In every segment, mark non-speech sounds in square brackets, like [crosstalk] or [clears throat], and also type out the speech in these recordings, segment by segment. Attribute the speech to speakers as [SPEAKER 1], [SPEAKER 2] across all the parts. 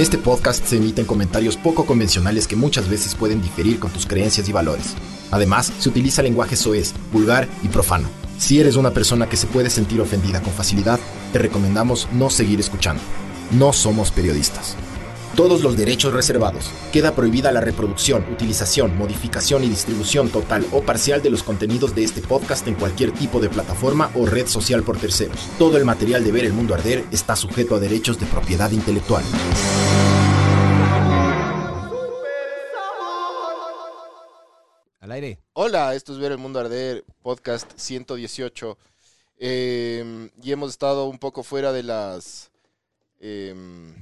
[SPEAKER 1] este podcast se emiten comentarios poco convencionales que muchas veces pueden diferir con tus creencias y valores. Además, se utiliza lenguaje soez, vulgar y profano. Si eres una persona que se puede sentir ofendida con facilidad, te recomendamos no seguir escuchando. No somos periodistas. Todos los derechos reservados. Queda prohibida la reproducción, utilización, modificación y distribución total o parcial de los contenidos de este podcast en cualquier tipo de plataforma o red social por terceros. Todo el material de Ver el Mundo Arder está sujeto a derechos de propiedad intelectual.
[SPEAKER 2] Al aire.
[SPEAKER 3] Hola, esto es Ver el Mundo Arder, podcast 118. Eh, y hemos estado un poco fuera de las, eh,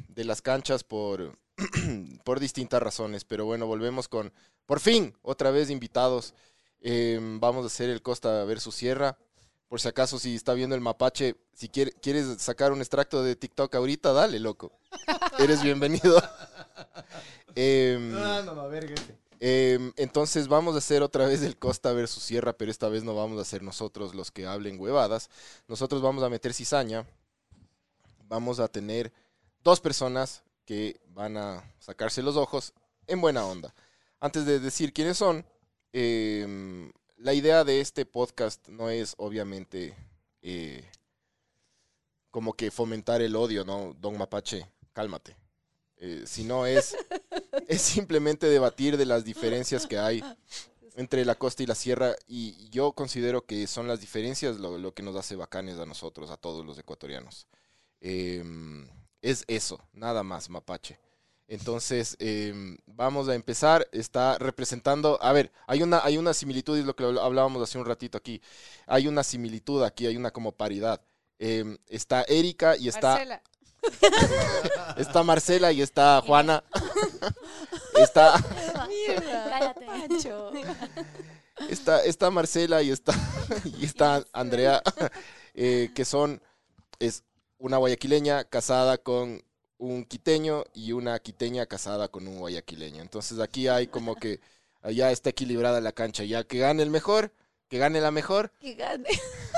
[SPEAKER 3] de las canchas por, [clears throat] por distintas razones, pero bueno, volvemos con, por fin, otra vez invitados. Eh, vamos a hacer el Costa versus Sierra. Por si acaso, si está viendo el mapache, si quiere- quieres sacar un extracto de TikTok ahorita, dale, loco. Eres bienvenido. Em, eh, entonces vamos a hacer otra vez el Costa versus Sierra, pero esta vez no vamos a ser nosotros los que hablen huevadas. Nosotros vamos a meter cizaña. Vamos a tener dos personas que van a sacarse los ojos en buena onda. Antes de decir quiénes son, eh, la idea de este podcast no es obviamente eh, como que fomentar el odio, ¿no? Don Mapache, cálmate. Eh, sino es es simplemente debatir de las diferencias que hay entre la costa y la sierra y yo considero que son las diferencias lo, lo que nos hace bacanes a nosotros, a todos los ecuatorianos. Em, es eso, nada más, mapache. Entonces, em, vamos a empezar. Está representando, a ver, hay una, hay una similitud, es lo que habl- hablábamos hace un ratito aquí. Hay una similitud aquí, hay una como paridad. Em, está Erika y está...
[SPEAKER 4] Marcela,
[SPEAKER 3] Está Marcela y está
[SPEAKER 5] [laughs]
[SPEAKER 3] Juana. está,
[SPEAKER 4] Mierda.
[SPEAKER 5] Cállate.
[SPEAKER 4] Pancho.
[SPEAKER 5] [laughs]
[SPEAKER 3] está, está Marcela y está, [laughs] y está Andrea, eh, que son, es una guayaquileña casada con un quiteño y una quiteña casada con un guayaquileño. Entonces aquí hay como que ya está equilibrada la cancha, ya que gane el mejor, que gane la mejor.
[SPEAKER 4] Que gane.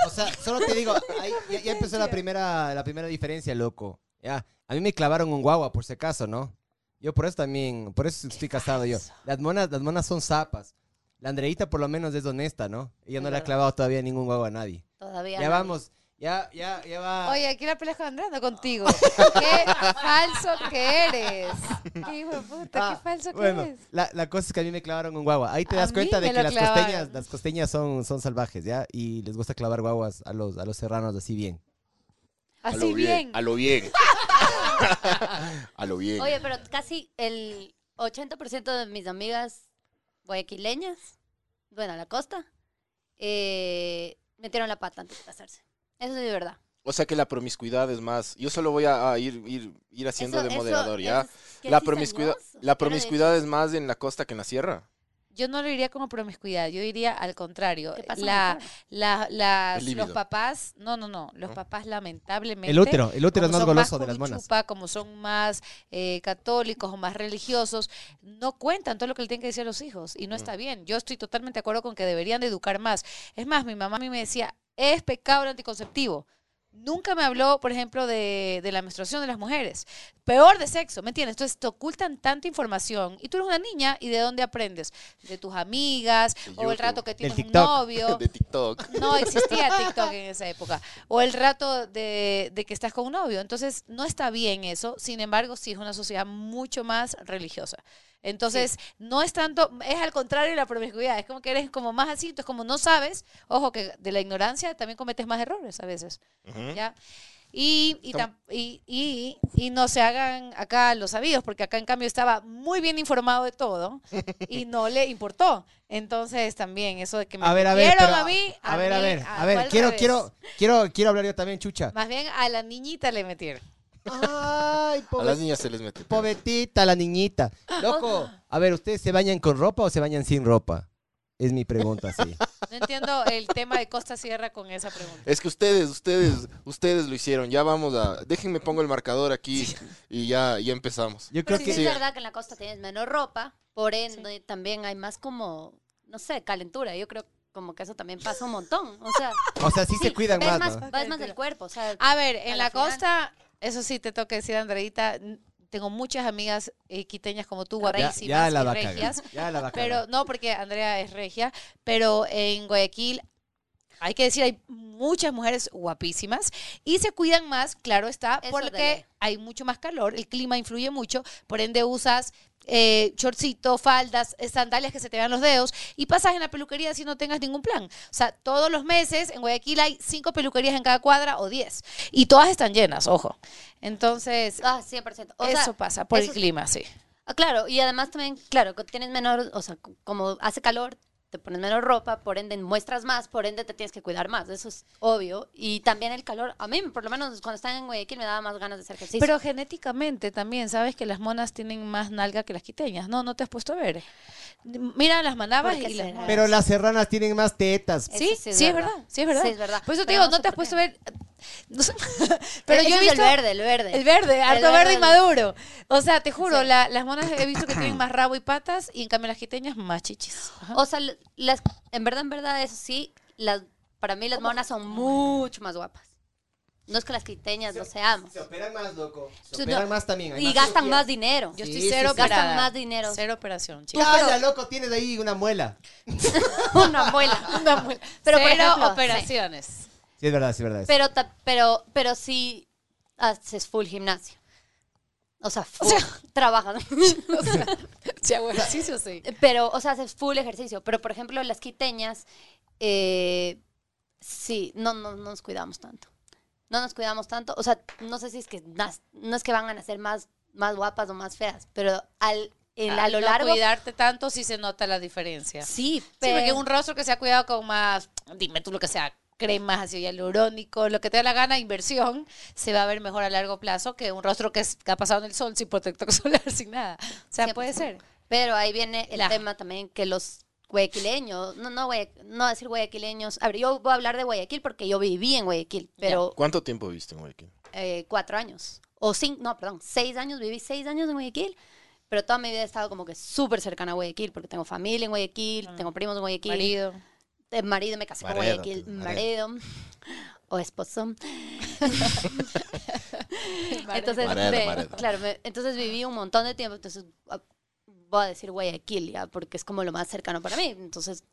[SPEAKER 2] O sea, solo te digo, ahí ya, ya empezó la primera, la primera diferencia, loco. Ya, a mí me clavaron un guagua, por si acaso, ¿no? Yo por eso también, por eso estoy casado yo. Las monas, las monas son zapas. La Andreita por lo menos es honesta, ¿no? Ella no le
[SPEAKER 5] Es
[SPEAKER 2] ha
[SPEAKER 5] verdad.
[SPEAKER 2] clavado todavía ningún guagua a nadie.
[SPEAKER 5] Todavía.
[SPEAKER 2] Ya,
[SPEAKER 5] no.
[SPEAKER 2] vamos, ya, ya, ya va.
[SPEAKER 4] Oye, aquí la pelea con Andrea, no contigo. Qué falso que eres. Qué hijo de puta,
[SPEAKER 2] Ah,
[SPEAKER 4] qué falso que
[SPEAKER 2] bueno,
[SPEAKER 4] eres.
[SPEAKER 2] La, la cosa es que a mí me clavaron un guagua. Ahí te
[SPEAKER 4] A
[SPEAKER 2] das
[SPEAKER 4] mí
[SPEAKER 2] cuenta de
[SPEAKER 4] me
[SPEAKER 2] que
[SPEAKER 4] lo
[SPEAKER 2] las costeñas,
[SPEAKER 4] clavaron.
[SPEAKER 2] las costeñas son, son salvajes, ¿ya? Y les gusta clavar guaguas a los, a los serranos así bien.
[SPEAKER 3] A lo
[SPEAKER 4] Así bien.
[SPEAKER 3] A lo bien. [laughs] a lo bien.
[SPEAKER 5] Oye, pero casi el 80% de mis amigas guayaquileñas, bueno, a la costa, eh, metieron la pata antes de casarse. Eso es de verdad.
[SPEAKER 3] O sea que la promiscuidad es más. Yo solo voy a, a ir, ir, ir haciendo
[SPEAKER 5] Eso-
[SPEAKER 3] de
[SPEAKER 5] eso
[SPEAKER 3] moderador,
[SPEAKER 5] es
[SPEAKER 3] ¿ya?
[SPEAKER 5] que
[SPEAKER 3] La
[SPEAKER 5] es
[SPEAKER 3] promiscuidad,
[SPEAKER 5] cizañoso.
[SPEAKER 3] la
[SPEAKER 5] Pero de-
[SPEAKER 3] promiscuidad es más en la costa que en la sierra.
[SPEAKER 4] Yo no lo diría como promiscuidad, yo diría al contrario.
[SPEAKER 5] ¿Qué pasa
[SPEAKER 4] La,
[SPEAKER 5] mejor?
[SPEAKER 4] la- las-
[SPEAKER 3] El líbido.
[SPEAKER 4] los papás, no, no, no, los
[SPEAKER 3] ¿No?
[SPEAKER 4] papás lamentablemente...
[SPEAKER 2] El útero, el útero es
[SPEAKER 4] como
[SPEAKER 2] más
[SPEAKER 4] son
[SPEAKER 2] goloso de las monas.
[SPEAKER 4] curuchupa, Como son más eh, católicos o más religiosos, no cuentan todo lo que le tienen que decir a los hijos
[SPEAKER 2] Mm.
[SPEAKER 4] y no está bien. Yo estoy totalmente de acuerdo con que deberían de educar más. Es más, mi mamá a mí me decía, es pecado el anticonceptivo. Nunca me habló, por ejemplo, de, de la menstruación de las mujeres. Peor de sexo, ¿me entiendes? Entonces te ocultan tanta información y tú eres una niña y ¿de dónde aprendes? De tus amigas
[SPEAKER 3] De
[SPEAKER 4] o el
[SPEAKER 3] YouTube.
[SPEAKER 4] rato que tienes un
[SPEAKER 2] TikTok. [laughs]
[SPEAKER 4] novio.
[SPEAKER 3] [laughs] De TikTok.
[SPEAKER 4] No existía TikTok en esa época. O el rato de, de que estás con un novio. Entonces, no está bien eso. Sin embargo, sí es una sociedad mucho más religiosa. Entonces, no es tanto, es al contrario de la promiscuidad. Es como que eres como más así, tú es como no sabes. Ojo, que de la ignorancia también cometes más errores a veces. ¿ya? Y, y,
[SPEAKER 3] Tam-
[SPEAKER 4] tam- y- y- y no se hagan acá los sabidos, porque acá en cambio estaba muy bien informado de todo y no le importó. Entonces también eso de que me
[SPEAKER 2] A ver, a ver,
[SPEAKER 4] metieron
[SPEAKER 2] pero-
[SPEAKER 4] a mí,
[SPEAKER 2] a ver, a
[SPEAKER 4] mí,
[SPEAKER 2] ver,
[SPEAKER 4] a-
[SPEAKER 2] a
[SPEAKER 4] fue
[SPEAKER 2] ver,
[SPEAKER 4] al
[SPEAKER 2] quiero,
[SPEAKER 4] revés.
[SPEAKER 2] quiero, quiero, quiero hablar yo también, chucha.
[SPEAKER 4] Más bien a la niñita le metieron.
[SPEAKER 2] [laughs] Ay,
[SPEAKER 3] A las niñas se les mete.
[SPEAKER 2] pobetita, la niñita. Loco, a ver, ¿ustedes se bañan con ropa o se bañan sin ropa? Es mi pregunta, sí.
[SPEAKER 4] No entiendo el tema de Costa Sierra con esa pregunta.
[SPEAKER 3] Es que ustedes, ustedes, ustedes lo hicieron. Ya vamos a. Déjenme pongo el marcador aquí y ya, ya empezamos.
[SPEAKER 2] Yo
[SPEAKER 5] Pero
[SPEAKER 2] creo
[SPEAKER 5] sí
[SPEAKER 2] que...
[SPEAKER 5] es
[SPEAKER 3] Sí.
[SPEAKER 5] verdad que en la costa tienes menos ropa, por ende también hay más como, no sé, calentura. Yo creo como que eso también pasa un montón. O sea,
[SPEAKER 2] O sea, sí, se cuidan
[SPEAKER 5] ves
[SPEAKER 2] más,
[SPEAKER 5] más,
[SPEAKER 2] ¿no?
[SPEAKER 5] vas más del cuerpo. O sea,
[SPEAKER 4] A ver, en
[SPEAKER 5] A
[SPEAKER 4] la,
[SPEAKER 5] la final.
[SPEAKER 4] costa, eso sí te toca decir, Andreita, n- tengo muchas amigas eh, quiteñas como tú,
[SPEAKER 2] Ya,
[SPEAKER 4] guaraísimas
[SPEAKER 2] ya la
[SPEAKER 4] y
[SPEAKER 2] va a cagar,
[SPEAKER 4] regias.
[SPEAKER 2] Ya la va a
[SPEAKER 4] Pero
[SPEAKER 2] cagar.
[SPEAKER 4] no, porque Andrea es regia, pero en Guayaquil hay que decir, hay muchas mujeres guapísimas y se cuidan más, claro está,
[SPEAKER 5] Eso de
[SPEAKER 4] porque
[SPEAKER 5] ley.
[SPEAKER 4] hay mucho más calor, el clima influye mucho, por ende usas eh, shortcito, faldas, eh, sandalias que se te vean los dedos y pasas en la peluquería si no tengas ningún plan. O sea, todos los meses en Guayaquil hay cinco peluquerías en cada cuadra o diez y todas están llenas, ojo. Entonces,
[SPEAKER 5] Ah, 100%. O sea,
[SPEAKER 4] eso pasa por
[SPEAKER 5] eso-
[SPEAKER 4] el clima, sí.
[SPEAKER 5] Ah, Claro, y además también, claro, que tienes menor, o sea, c- como hace calor, te pones menos ropa, por ende muestras más, por ende te tienes que cuidar más, eso es obvio. Y también el calor, a mí por lo menos cuando estaba en Guayaquil me daba más ganas de hacer ejercicio.
[SPEAKER 4] Pero genéticamente también, ¿sabes que las monas tienen más nalga que las quiteñas? No, no te has puesto a ver. Mira las manabas
[SPEAKER 5] ¿Por qué
[SPEAKER 4] y las
[SPEAKER 5] será?
[SPEAKER 4] monas.
[SPEAKER 2] Pero las serranas tienen más tetas.
[SPEAKER 5] Eso
[SPEAKER 4] Sí, sí, es verdad. Sí, es verdad.
[SPEAKER 5] Sí, es verdad.
[SPEAKER 4] Por eso te
[SPEAKER 5] Pero
[SPEAKER 4] digo,
[SPEAKER 5] no
[SPEAKER 4] no
[SPEAKER 5] sé
[SPEAKER 4] te has
[SPEAKER 5] por qué.
[SPEAKER 4] puesto a ver. [laughs] No sé. Pero
[SPEAKER 5] Ese
[SPEAKER 4] yo he
[SPEAKER 5] es
[SPEAKER 4] visto.
[SPEAKER 5] el verde, el verde.
[SPEAKER 4] El verde, harto
[SPEAKER 5] verde
[SPEAKER 4] verde y
[SPEAKER 5] del-
[SPEAKER 4] maduro. O sea, te juro,
[SPEAKER 5] Sí.
[SPEAKER 4] la- las monas he visto que tienen más rabo y patas y en cambio las quiteñas más chichis. Ajá.
[SPEAKER 5] O sea, l- las, en verdad, en verdad, eso sí, las, para mí las monas son mucho más guapas. No es que las quiteñas no seamos.
[SPEAKER 2] operan más, loco. Se
[SPEAKER 5] Tú no- operan
[SPEAKER 2] más también.
[SPEAKER 5] Y gastan más dinero.
[SPEAKER 4] Yo
[SPEAKER 2] Sí,
[SPEAKER 4] estoy
[SPEAKER 2] sí,
[SPEAKER 4] cero
[SPEAKER 2] sí.
[SPEAKER 4] operada.
[SPEAKER 5] Gastan más dinero.
[SPEAKER 4] Cero [laughs] operación,
[SPEAKER 2] Tú,
[SPEAKER 4] chicos.
[SPEAKER 2] calla, loco, tienes ahí una muela.
[SPEAKER 5] Una abuela.
[SPEAKER 4] Una muela.
[SPEAKER 5] Pero, por
[SPEAKER 4] cero
[SPEAKER 5] ejemplo,
[SPEAKER 4] operaciones.
[SPEAKER 2] Sí, es verdad, sí, es verdad.
[SPEAKER 5] Pero, ta- pero, pero sí haces full gimnasio. O sea, full, trabajas.
[SPEAKER 4] [laughs] O sea, sí hago ejercicio, sí.
[SPEAKER 5] pero, o sea, haces full ejercicio. Pero, por ejemplo, las quiteñas, eh, sí, no, no, no nos cuidamos tanto. No nos cuidamos tanto. O sea, no sé si es que nas- no es que van a nacer más, más guapas o más feas, pero al, el- a
[SPEAKER 4] Al
[SPEAKER 5] lo
[SPEAKER 4] no
[SPEAKER 5] largo.
[SPEAKER 4] cuidarte tanto sí se nota la diferencia. Sí,
[SPEAKER 5] Sí, pero.
[SPEAKER 4] porque un rostro que se ha cuidado con más, dime tú lo que sea, cremas, ácido hialurónico, lo que te dé la gana, inversión, se va a ver mejor a largo plazo que un rostro que, es- que ha pasado en el sol sin protector [laughs] solar, sin nada. O sea, puede ser.
[SPEAKER 5] 100%. Pero ahí viene el
[SPEAKER 4] La-
[SPEAKER 5] tema también que los guayaquileños, no, no, guaya- no decir guayaquileños, a ver, yo voy a hablar de Guayaquil porque yo viví en Guayaquil, pero
[SPEAKER 3] ¿Cuánto tiempo viste en Guayaquil?
[SPEAKER 5] eh, cuatro años, o cinco, no, perdón, seis años, viví seis años en Guayaquil, pero toda mi vida he estado como que súper cercana a Guayaquil, porque tengo familia en Guayaquil, tengo primos en Guayaquil,
[SPEAKER 4] Ah. Marido. [laughs]
[SPEAKER 5] eh, marido me casé con
[SPEAKER 1] Maredo,
[SPEAKER 5] Guayaquil,
[SPEAKER 1] tú, maredo.
[SPEAKER 5] marido, [laughs] o esposo, entonces,
[SPEAKER 3] Maredo,
[SPEAKER 5] ve-
[SPEAKER 3] Maredo.
[SPEAKER 5] claro, me- entonces viví un montón de tiempo, entonces ah, voy a decir Guayaquil ya, porque es como lo más cercano para mí. Entonces,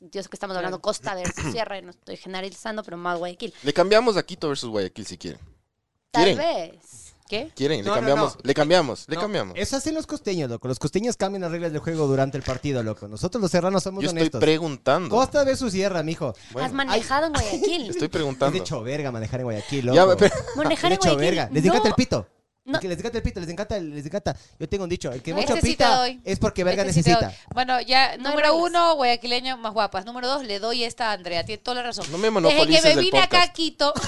[SPEAKER 5] yo sé que estamos hablando
[SPEAKER 3] [clears throat]
[SPEAKER 5] costa versus sierra, y no estoy generalizando, pero más Guayaquil.
[SPEAKER 3] Le cambiamos a Quito versus Guayaquil si quieren.
[SPEAKER 5] Tal
[SPEAKER 3] ¿Quieren?
[SPEAKER 5] vez.
[SPEAKER 4] ¿Qué?
[SPEAKER 3] ¿Quieren?
[SPEAKER 2] No,
[SPEAKER 3] le
[SPEAKER 2] no,
[SPEAKER 3] cambiamos,
[SPEAKER 2] no.
[SPEAKER 3] le cambiamos, le
[SPEAKER 2] No,
[SPEAKER 3] cambiamos.
[SPEAKER 2] Eso hacen los costeños, loco. Los costeños cambian las reglas del juego durante el partido, loco. Nosotros los serranos somos
[SPEAKER 3] Yo estoy
[SPEAKER 2] honestos.
[SPEAKER 3] preguntando.
[SPEAKER 2] Costa versus sierra, mijo.
[SPEAKER 5] Has
[SPEAKER 3] Bueno,
[SPEAKER 5] manejado en
[SPEAKER 3] [laughs]
[SPEAKER 2] [laughs]
[SPEAKER 5] Guayaquil.
[SPEAKER 3] estoy
[SPEAKER 2] Es
[SPEAKER 3] preguntando.
[SPEAKER 2] de hecho verga manejar en Guayaquil, loco.
[SPEAKER 3] Ya, pero-
[SPEAKER 5] Manejar en
[SPEAKER 2] Derecho,
[SPEAKER 5] Guayaquil.
[SPEAKER 2] verga. Les encanta el pito.
[SPEAKER 5] no.
[SPEAKER 2] Es que les encanta el pito, les encanta, el- les encanta. Yo tengo un dicho, el que
[SPEAKER 4] No,
[SPEAKER 2] mucho
[SPEAKER 4] este sí te
[SPEAKER 2] pita
[SPEAKER 4] doy.
[SPEAKER 2] es porque verga
[SPEAKER 4] Este sí te
[SPEAKER 2] necesita.
[SPEAKER 4] doy. Bueno, ya,
[SPEAKER 5] No hay
[SPEAKER 4] número
[SPEAKER 5] reglas.
[SPEAKER 4] uno, guayaquileño más guapas. Número dos, le doy esta a Andrea. Tiene toda la razón.
[SPEAKER 3] No me
[SPEAKER 4] Desde que
[SPEAKER 3] monopolices
[SPEAKER 4] me
[SPEAKER 3] el
[SPEAKER 4] vine acá a
[SPEAKER 3] podcast.
[SPEAKER 4] [laughs] Quito,
[SPEAKER 3] [laughs]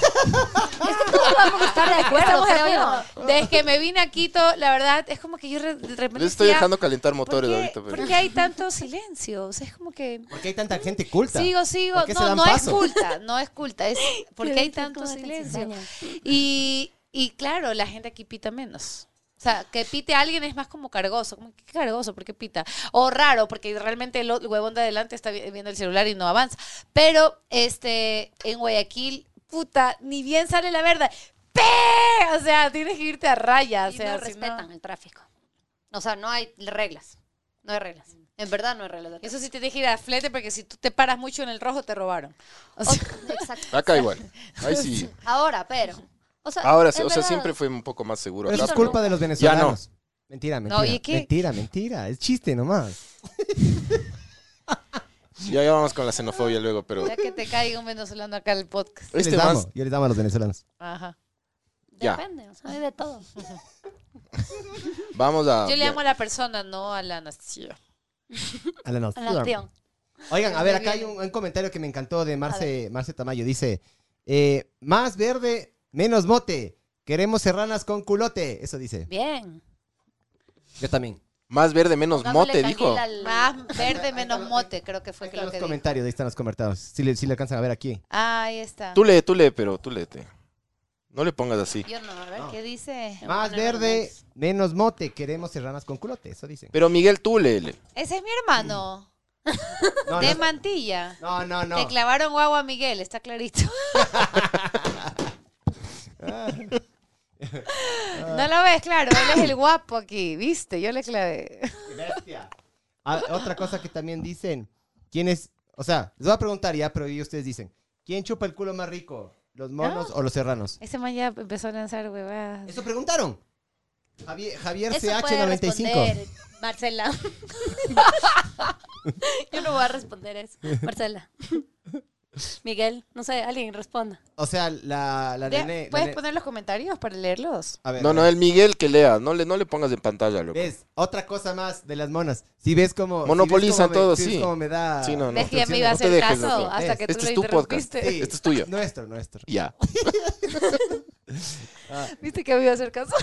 [SPEAKER 5] Vamos a estar de acuerdo,
[SPEAKER 4] Estamos de
[SPEAKER 5] creo yo.
[SPEAKER 4] acuerdo. Desde que me vine a Quito, la verdad, es como que yo re- de repente
[SPEAKER 3] Les estoy
[SPEAKER 4] decía,
[SPEAKER 3] dejando calentar
[SPEAKER 4] ¿por
[SPEAKER 3] motores
[SPEAKER 4] qué-
[SPEAKER 3] ahorita. pero-
[SPEAKER 4] ¿Por qué hay tanto silencio? O sea, es como que...
[SPEAKER 2] Porque hay tanta gente culta.
[SPEAKER 4] Sigo, sigo.
[SPEAKER 2] ¿Por qué se
[SPEAKER 4] No,
[SPEAKER 2] dan
[SPEAKER 4] no es
[SPEAKER 2] paso?
[SPEAKER 4] culta, no es culta.
[SPEAKER 5] [laughs]
[SPEAKER 4] Es porque hay
[SPEAKER 5] Pero tú
[SPEAKER 4] tanto
[SPEAKER 5] cómo te
[SPEAKER 4] silencio.
[SPEAKER 5] ensañas.
[SPEAKER 4] Y, y claro, la gente aquí pita menos. O sea, que pite a alguien es más como cargoso. Como, ¿Qué cargoso? ¿Por qué pita? O raro, porque realmente el o- el huevón de adelante está vi- viendo el celular y no avanza. Pero este, en Guayaquil, puta, ni bien sale la verdad. ¡Pe! O sea, tienes que irte a raya. O
[SPEAKER 5] Y
[SPEAKER 4] sea,
[SPEAKER 5] no
[SPEAKER 4] si no-
[SPEAKER 5] respetan el tráfico. O sea, no hay reglas. No hay reglas. En verdad no hay reglas. de tráfico.
[SPEAKER 4] Eso sí te tienes que ir a flete porque si tú te paras mucho en el rojo te robaron. O
[SPEAKER 5] [laughs]
[SPEAKER 4] sea,
[SPEAKER 3] [laughs]
[SPEAKER 5] O- exacto.
[SPEAKER 4] [laughs]
[SPEAKER 3] Acá igual. Ahí sí.
[SPEAKER 5] Ahora, pero. O sea,
[SPEAKER 3] Ahora sí,
[SPEAKER 5] en
[SPEAKER 3] o sea,
[SPEAKER 5] verdad,
[SPEAKER 3] siempre fue un poco más seguro.
[SPEAKER 2] Pero eso es
[SPEAKER 3] acá,
[SPEAKER 2] culpa
[SPEAKER 3] pero-
[SPEAKER 2] de los venezolanos. Mentira, mentira.
[SPEAKER 4] No, ¿y qué?
[SPEAKER 2] Mentira, mentira. Es chiste nomás.
[SPEAKER 3] Ya, ya vamos con la xenofobia luego, pero...
[SPEAKER 4] Ya que te caiga un venezolano acá al podcast.
[SPEAKER 2] Yo
[SPEAKER 3] Este
[SPEAKER 2] les amo,
[SPEAKER 3] más-
[SPEAKER 2] yo les amo a los venezolanos.
[SPEAKER 4] Ajá.
[SPEAKER 3] Ya.
[SPEAKER 5] Depende, o sea, hay de todo.
[SPEAKER 3] Vamos a...
[SPEAKER 4] Yo le
[SPEAKER 3] ya.
[SPEAKER 4] amo a la persona, no a la nación.
[SPEAKER 2] A la nos-
[SPEAKER 5] A la acción.
[SPEAKER 2] Oigan, a ver, acá hay un, un comentario que me encantó de Marce, Marce Tamayo. Dice, eh, más verde, menos mote. Queremos serranas con culote. Eso dice.
[SPEAKER 5] Bien.
[SPEAKER 2] Yo también.
[SPEAKER 3] Más verde, menos mote,
[SPEAKER 5] Pongámosle canguil
[SPEAKER 3] dijo.
[SPEAKER 5] al-
[SPEAKER 4] Más verde, menos mote, creo que
[SPEAKER 2] Ahí
[SPEAKER 4] fue que
[SPEAKER 2] están
[SPEAKER 4] lo
[SPEAKER 2] los
[SPEAKER 4] que dijo.
[SPEAKER 2] comentarios, ahí están los comentarios. Si le, si le alcanzan a ver aquí.
[SPEAKER 4] Ah, ahí está.
[SPEAKER 3] Tú lee, tú lee, pero tú léete. No le pongas así.
[SPEAKER 4] Yo no, a ver, ¿qué dice?
[SPEAKER 2] Más verde, menos mote. Queremos serranas con culote. Eso dicen.
[SPEAKER 3] Pero Miguel, tú léele.
[SPEAKER 4] Ese es mi hermano,
[SPEAKER 2] No,
[SPEAKER 4] de
[SPEAKER 2] no,
[SPEAKER 4] mantilla.
[SPEAKER 2] no, no. no.
[SPEAKER 4] Te
[SPEAKER 2] [laughs]
[SPEAKER 4] clavaron guagua a Miguel, está clarito.
[SPEAKER 2] Ah,
[SPEAKER 4] [laughs] No lo ves, claro. Él es el guapo aquí, ¿viste? Yo le clavé.
[SPEAKER 2] Ah, otra cosa que también dicen, ¿quién es? O sea, les voy a preguntar ya, pero ahí ustedes dicen, ¿quién chupa el culo más rico? ¿Los
[SPEAKER 4] Ah.
[SPEAKER 2] monos o los serranos?
[SPEAKER 4] Ese man ya empezó a lanzar huevadas.
[SPEAKER 2] Eso preguntaron. Javier, Javier
[SPEAKER 5] Eso puede responder
[SPEAKER 2] CH95.
[SPEAKER 5] Marcela. [laughs] Yo no voy a responder eso. Marcela. Miguel, no sé, alguien responda.
[SPEAKER 2] O sea, la, la
[SPEAKER 4] Ya,
[SPEAKER 2] René- la
[SPEAKER 4] ¿Puedes
[SPEAKER 2] Ne-
[SPEAKER 4] poner los comentarios para leerlos?
[SPEAKER 2] A ver,
[SPEAKER 3] No, no, el Miguel que lea. No le, no le pongas en pantalla, loco.
[SPEAKER 2] ¿Ves? Otra cosa más de las monas. Si ves como...
[SPEAKER 3] Monopolizan todo, sí.
[SPEAKER 2] como me da...
[SPEAKER 3] Sí, no, no.
[SPEAKER 4] ¿Ves que ya me
[SPEAKER 2] funciona.
[SPEAKER 4] iba a
[SPEAKER 3] No te
[SPEAKER 4] hacer
[SPEAKER 3] dejes,
[SPEAKER 4] caso
[SPEAKER 3] loco.
[SPEAKER 4] hasta
[SPEAKER 2] Es-
[SPEAKER 4] que tú
[SPEAKER 3] este
[SPEAKER 4] lo
[SPEAKER 3] es tu podcast.
[SPEAKER 4] interrumpiste?
[SPEAKER 2] Sí.
[SPEAKER 3] Este es tuyo.
[SPEAKER 2] Nuestro, nuestro.
[SPEAKER 3] Ya.
[SPEAKER 4] [laughs] ¿Viste que me iba a hacer caso?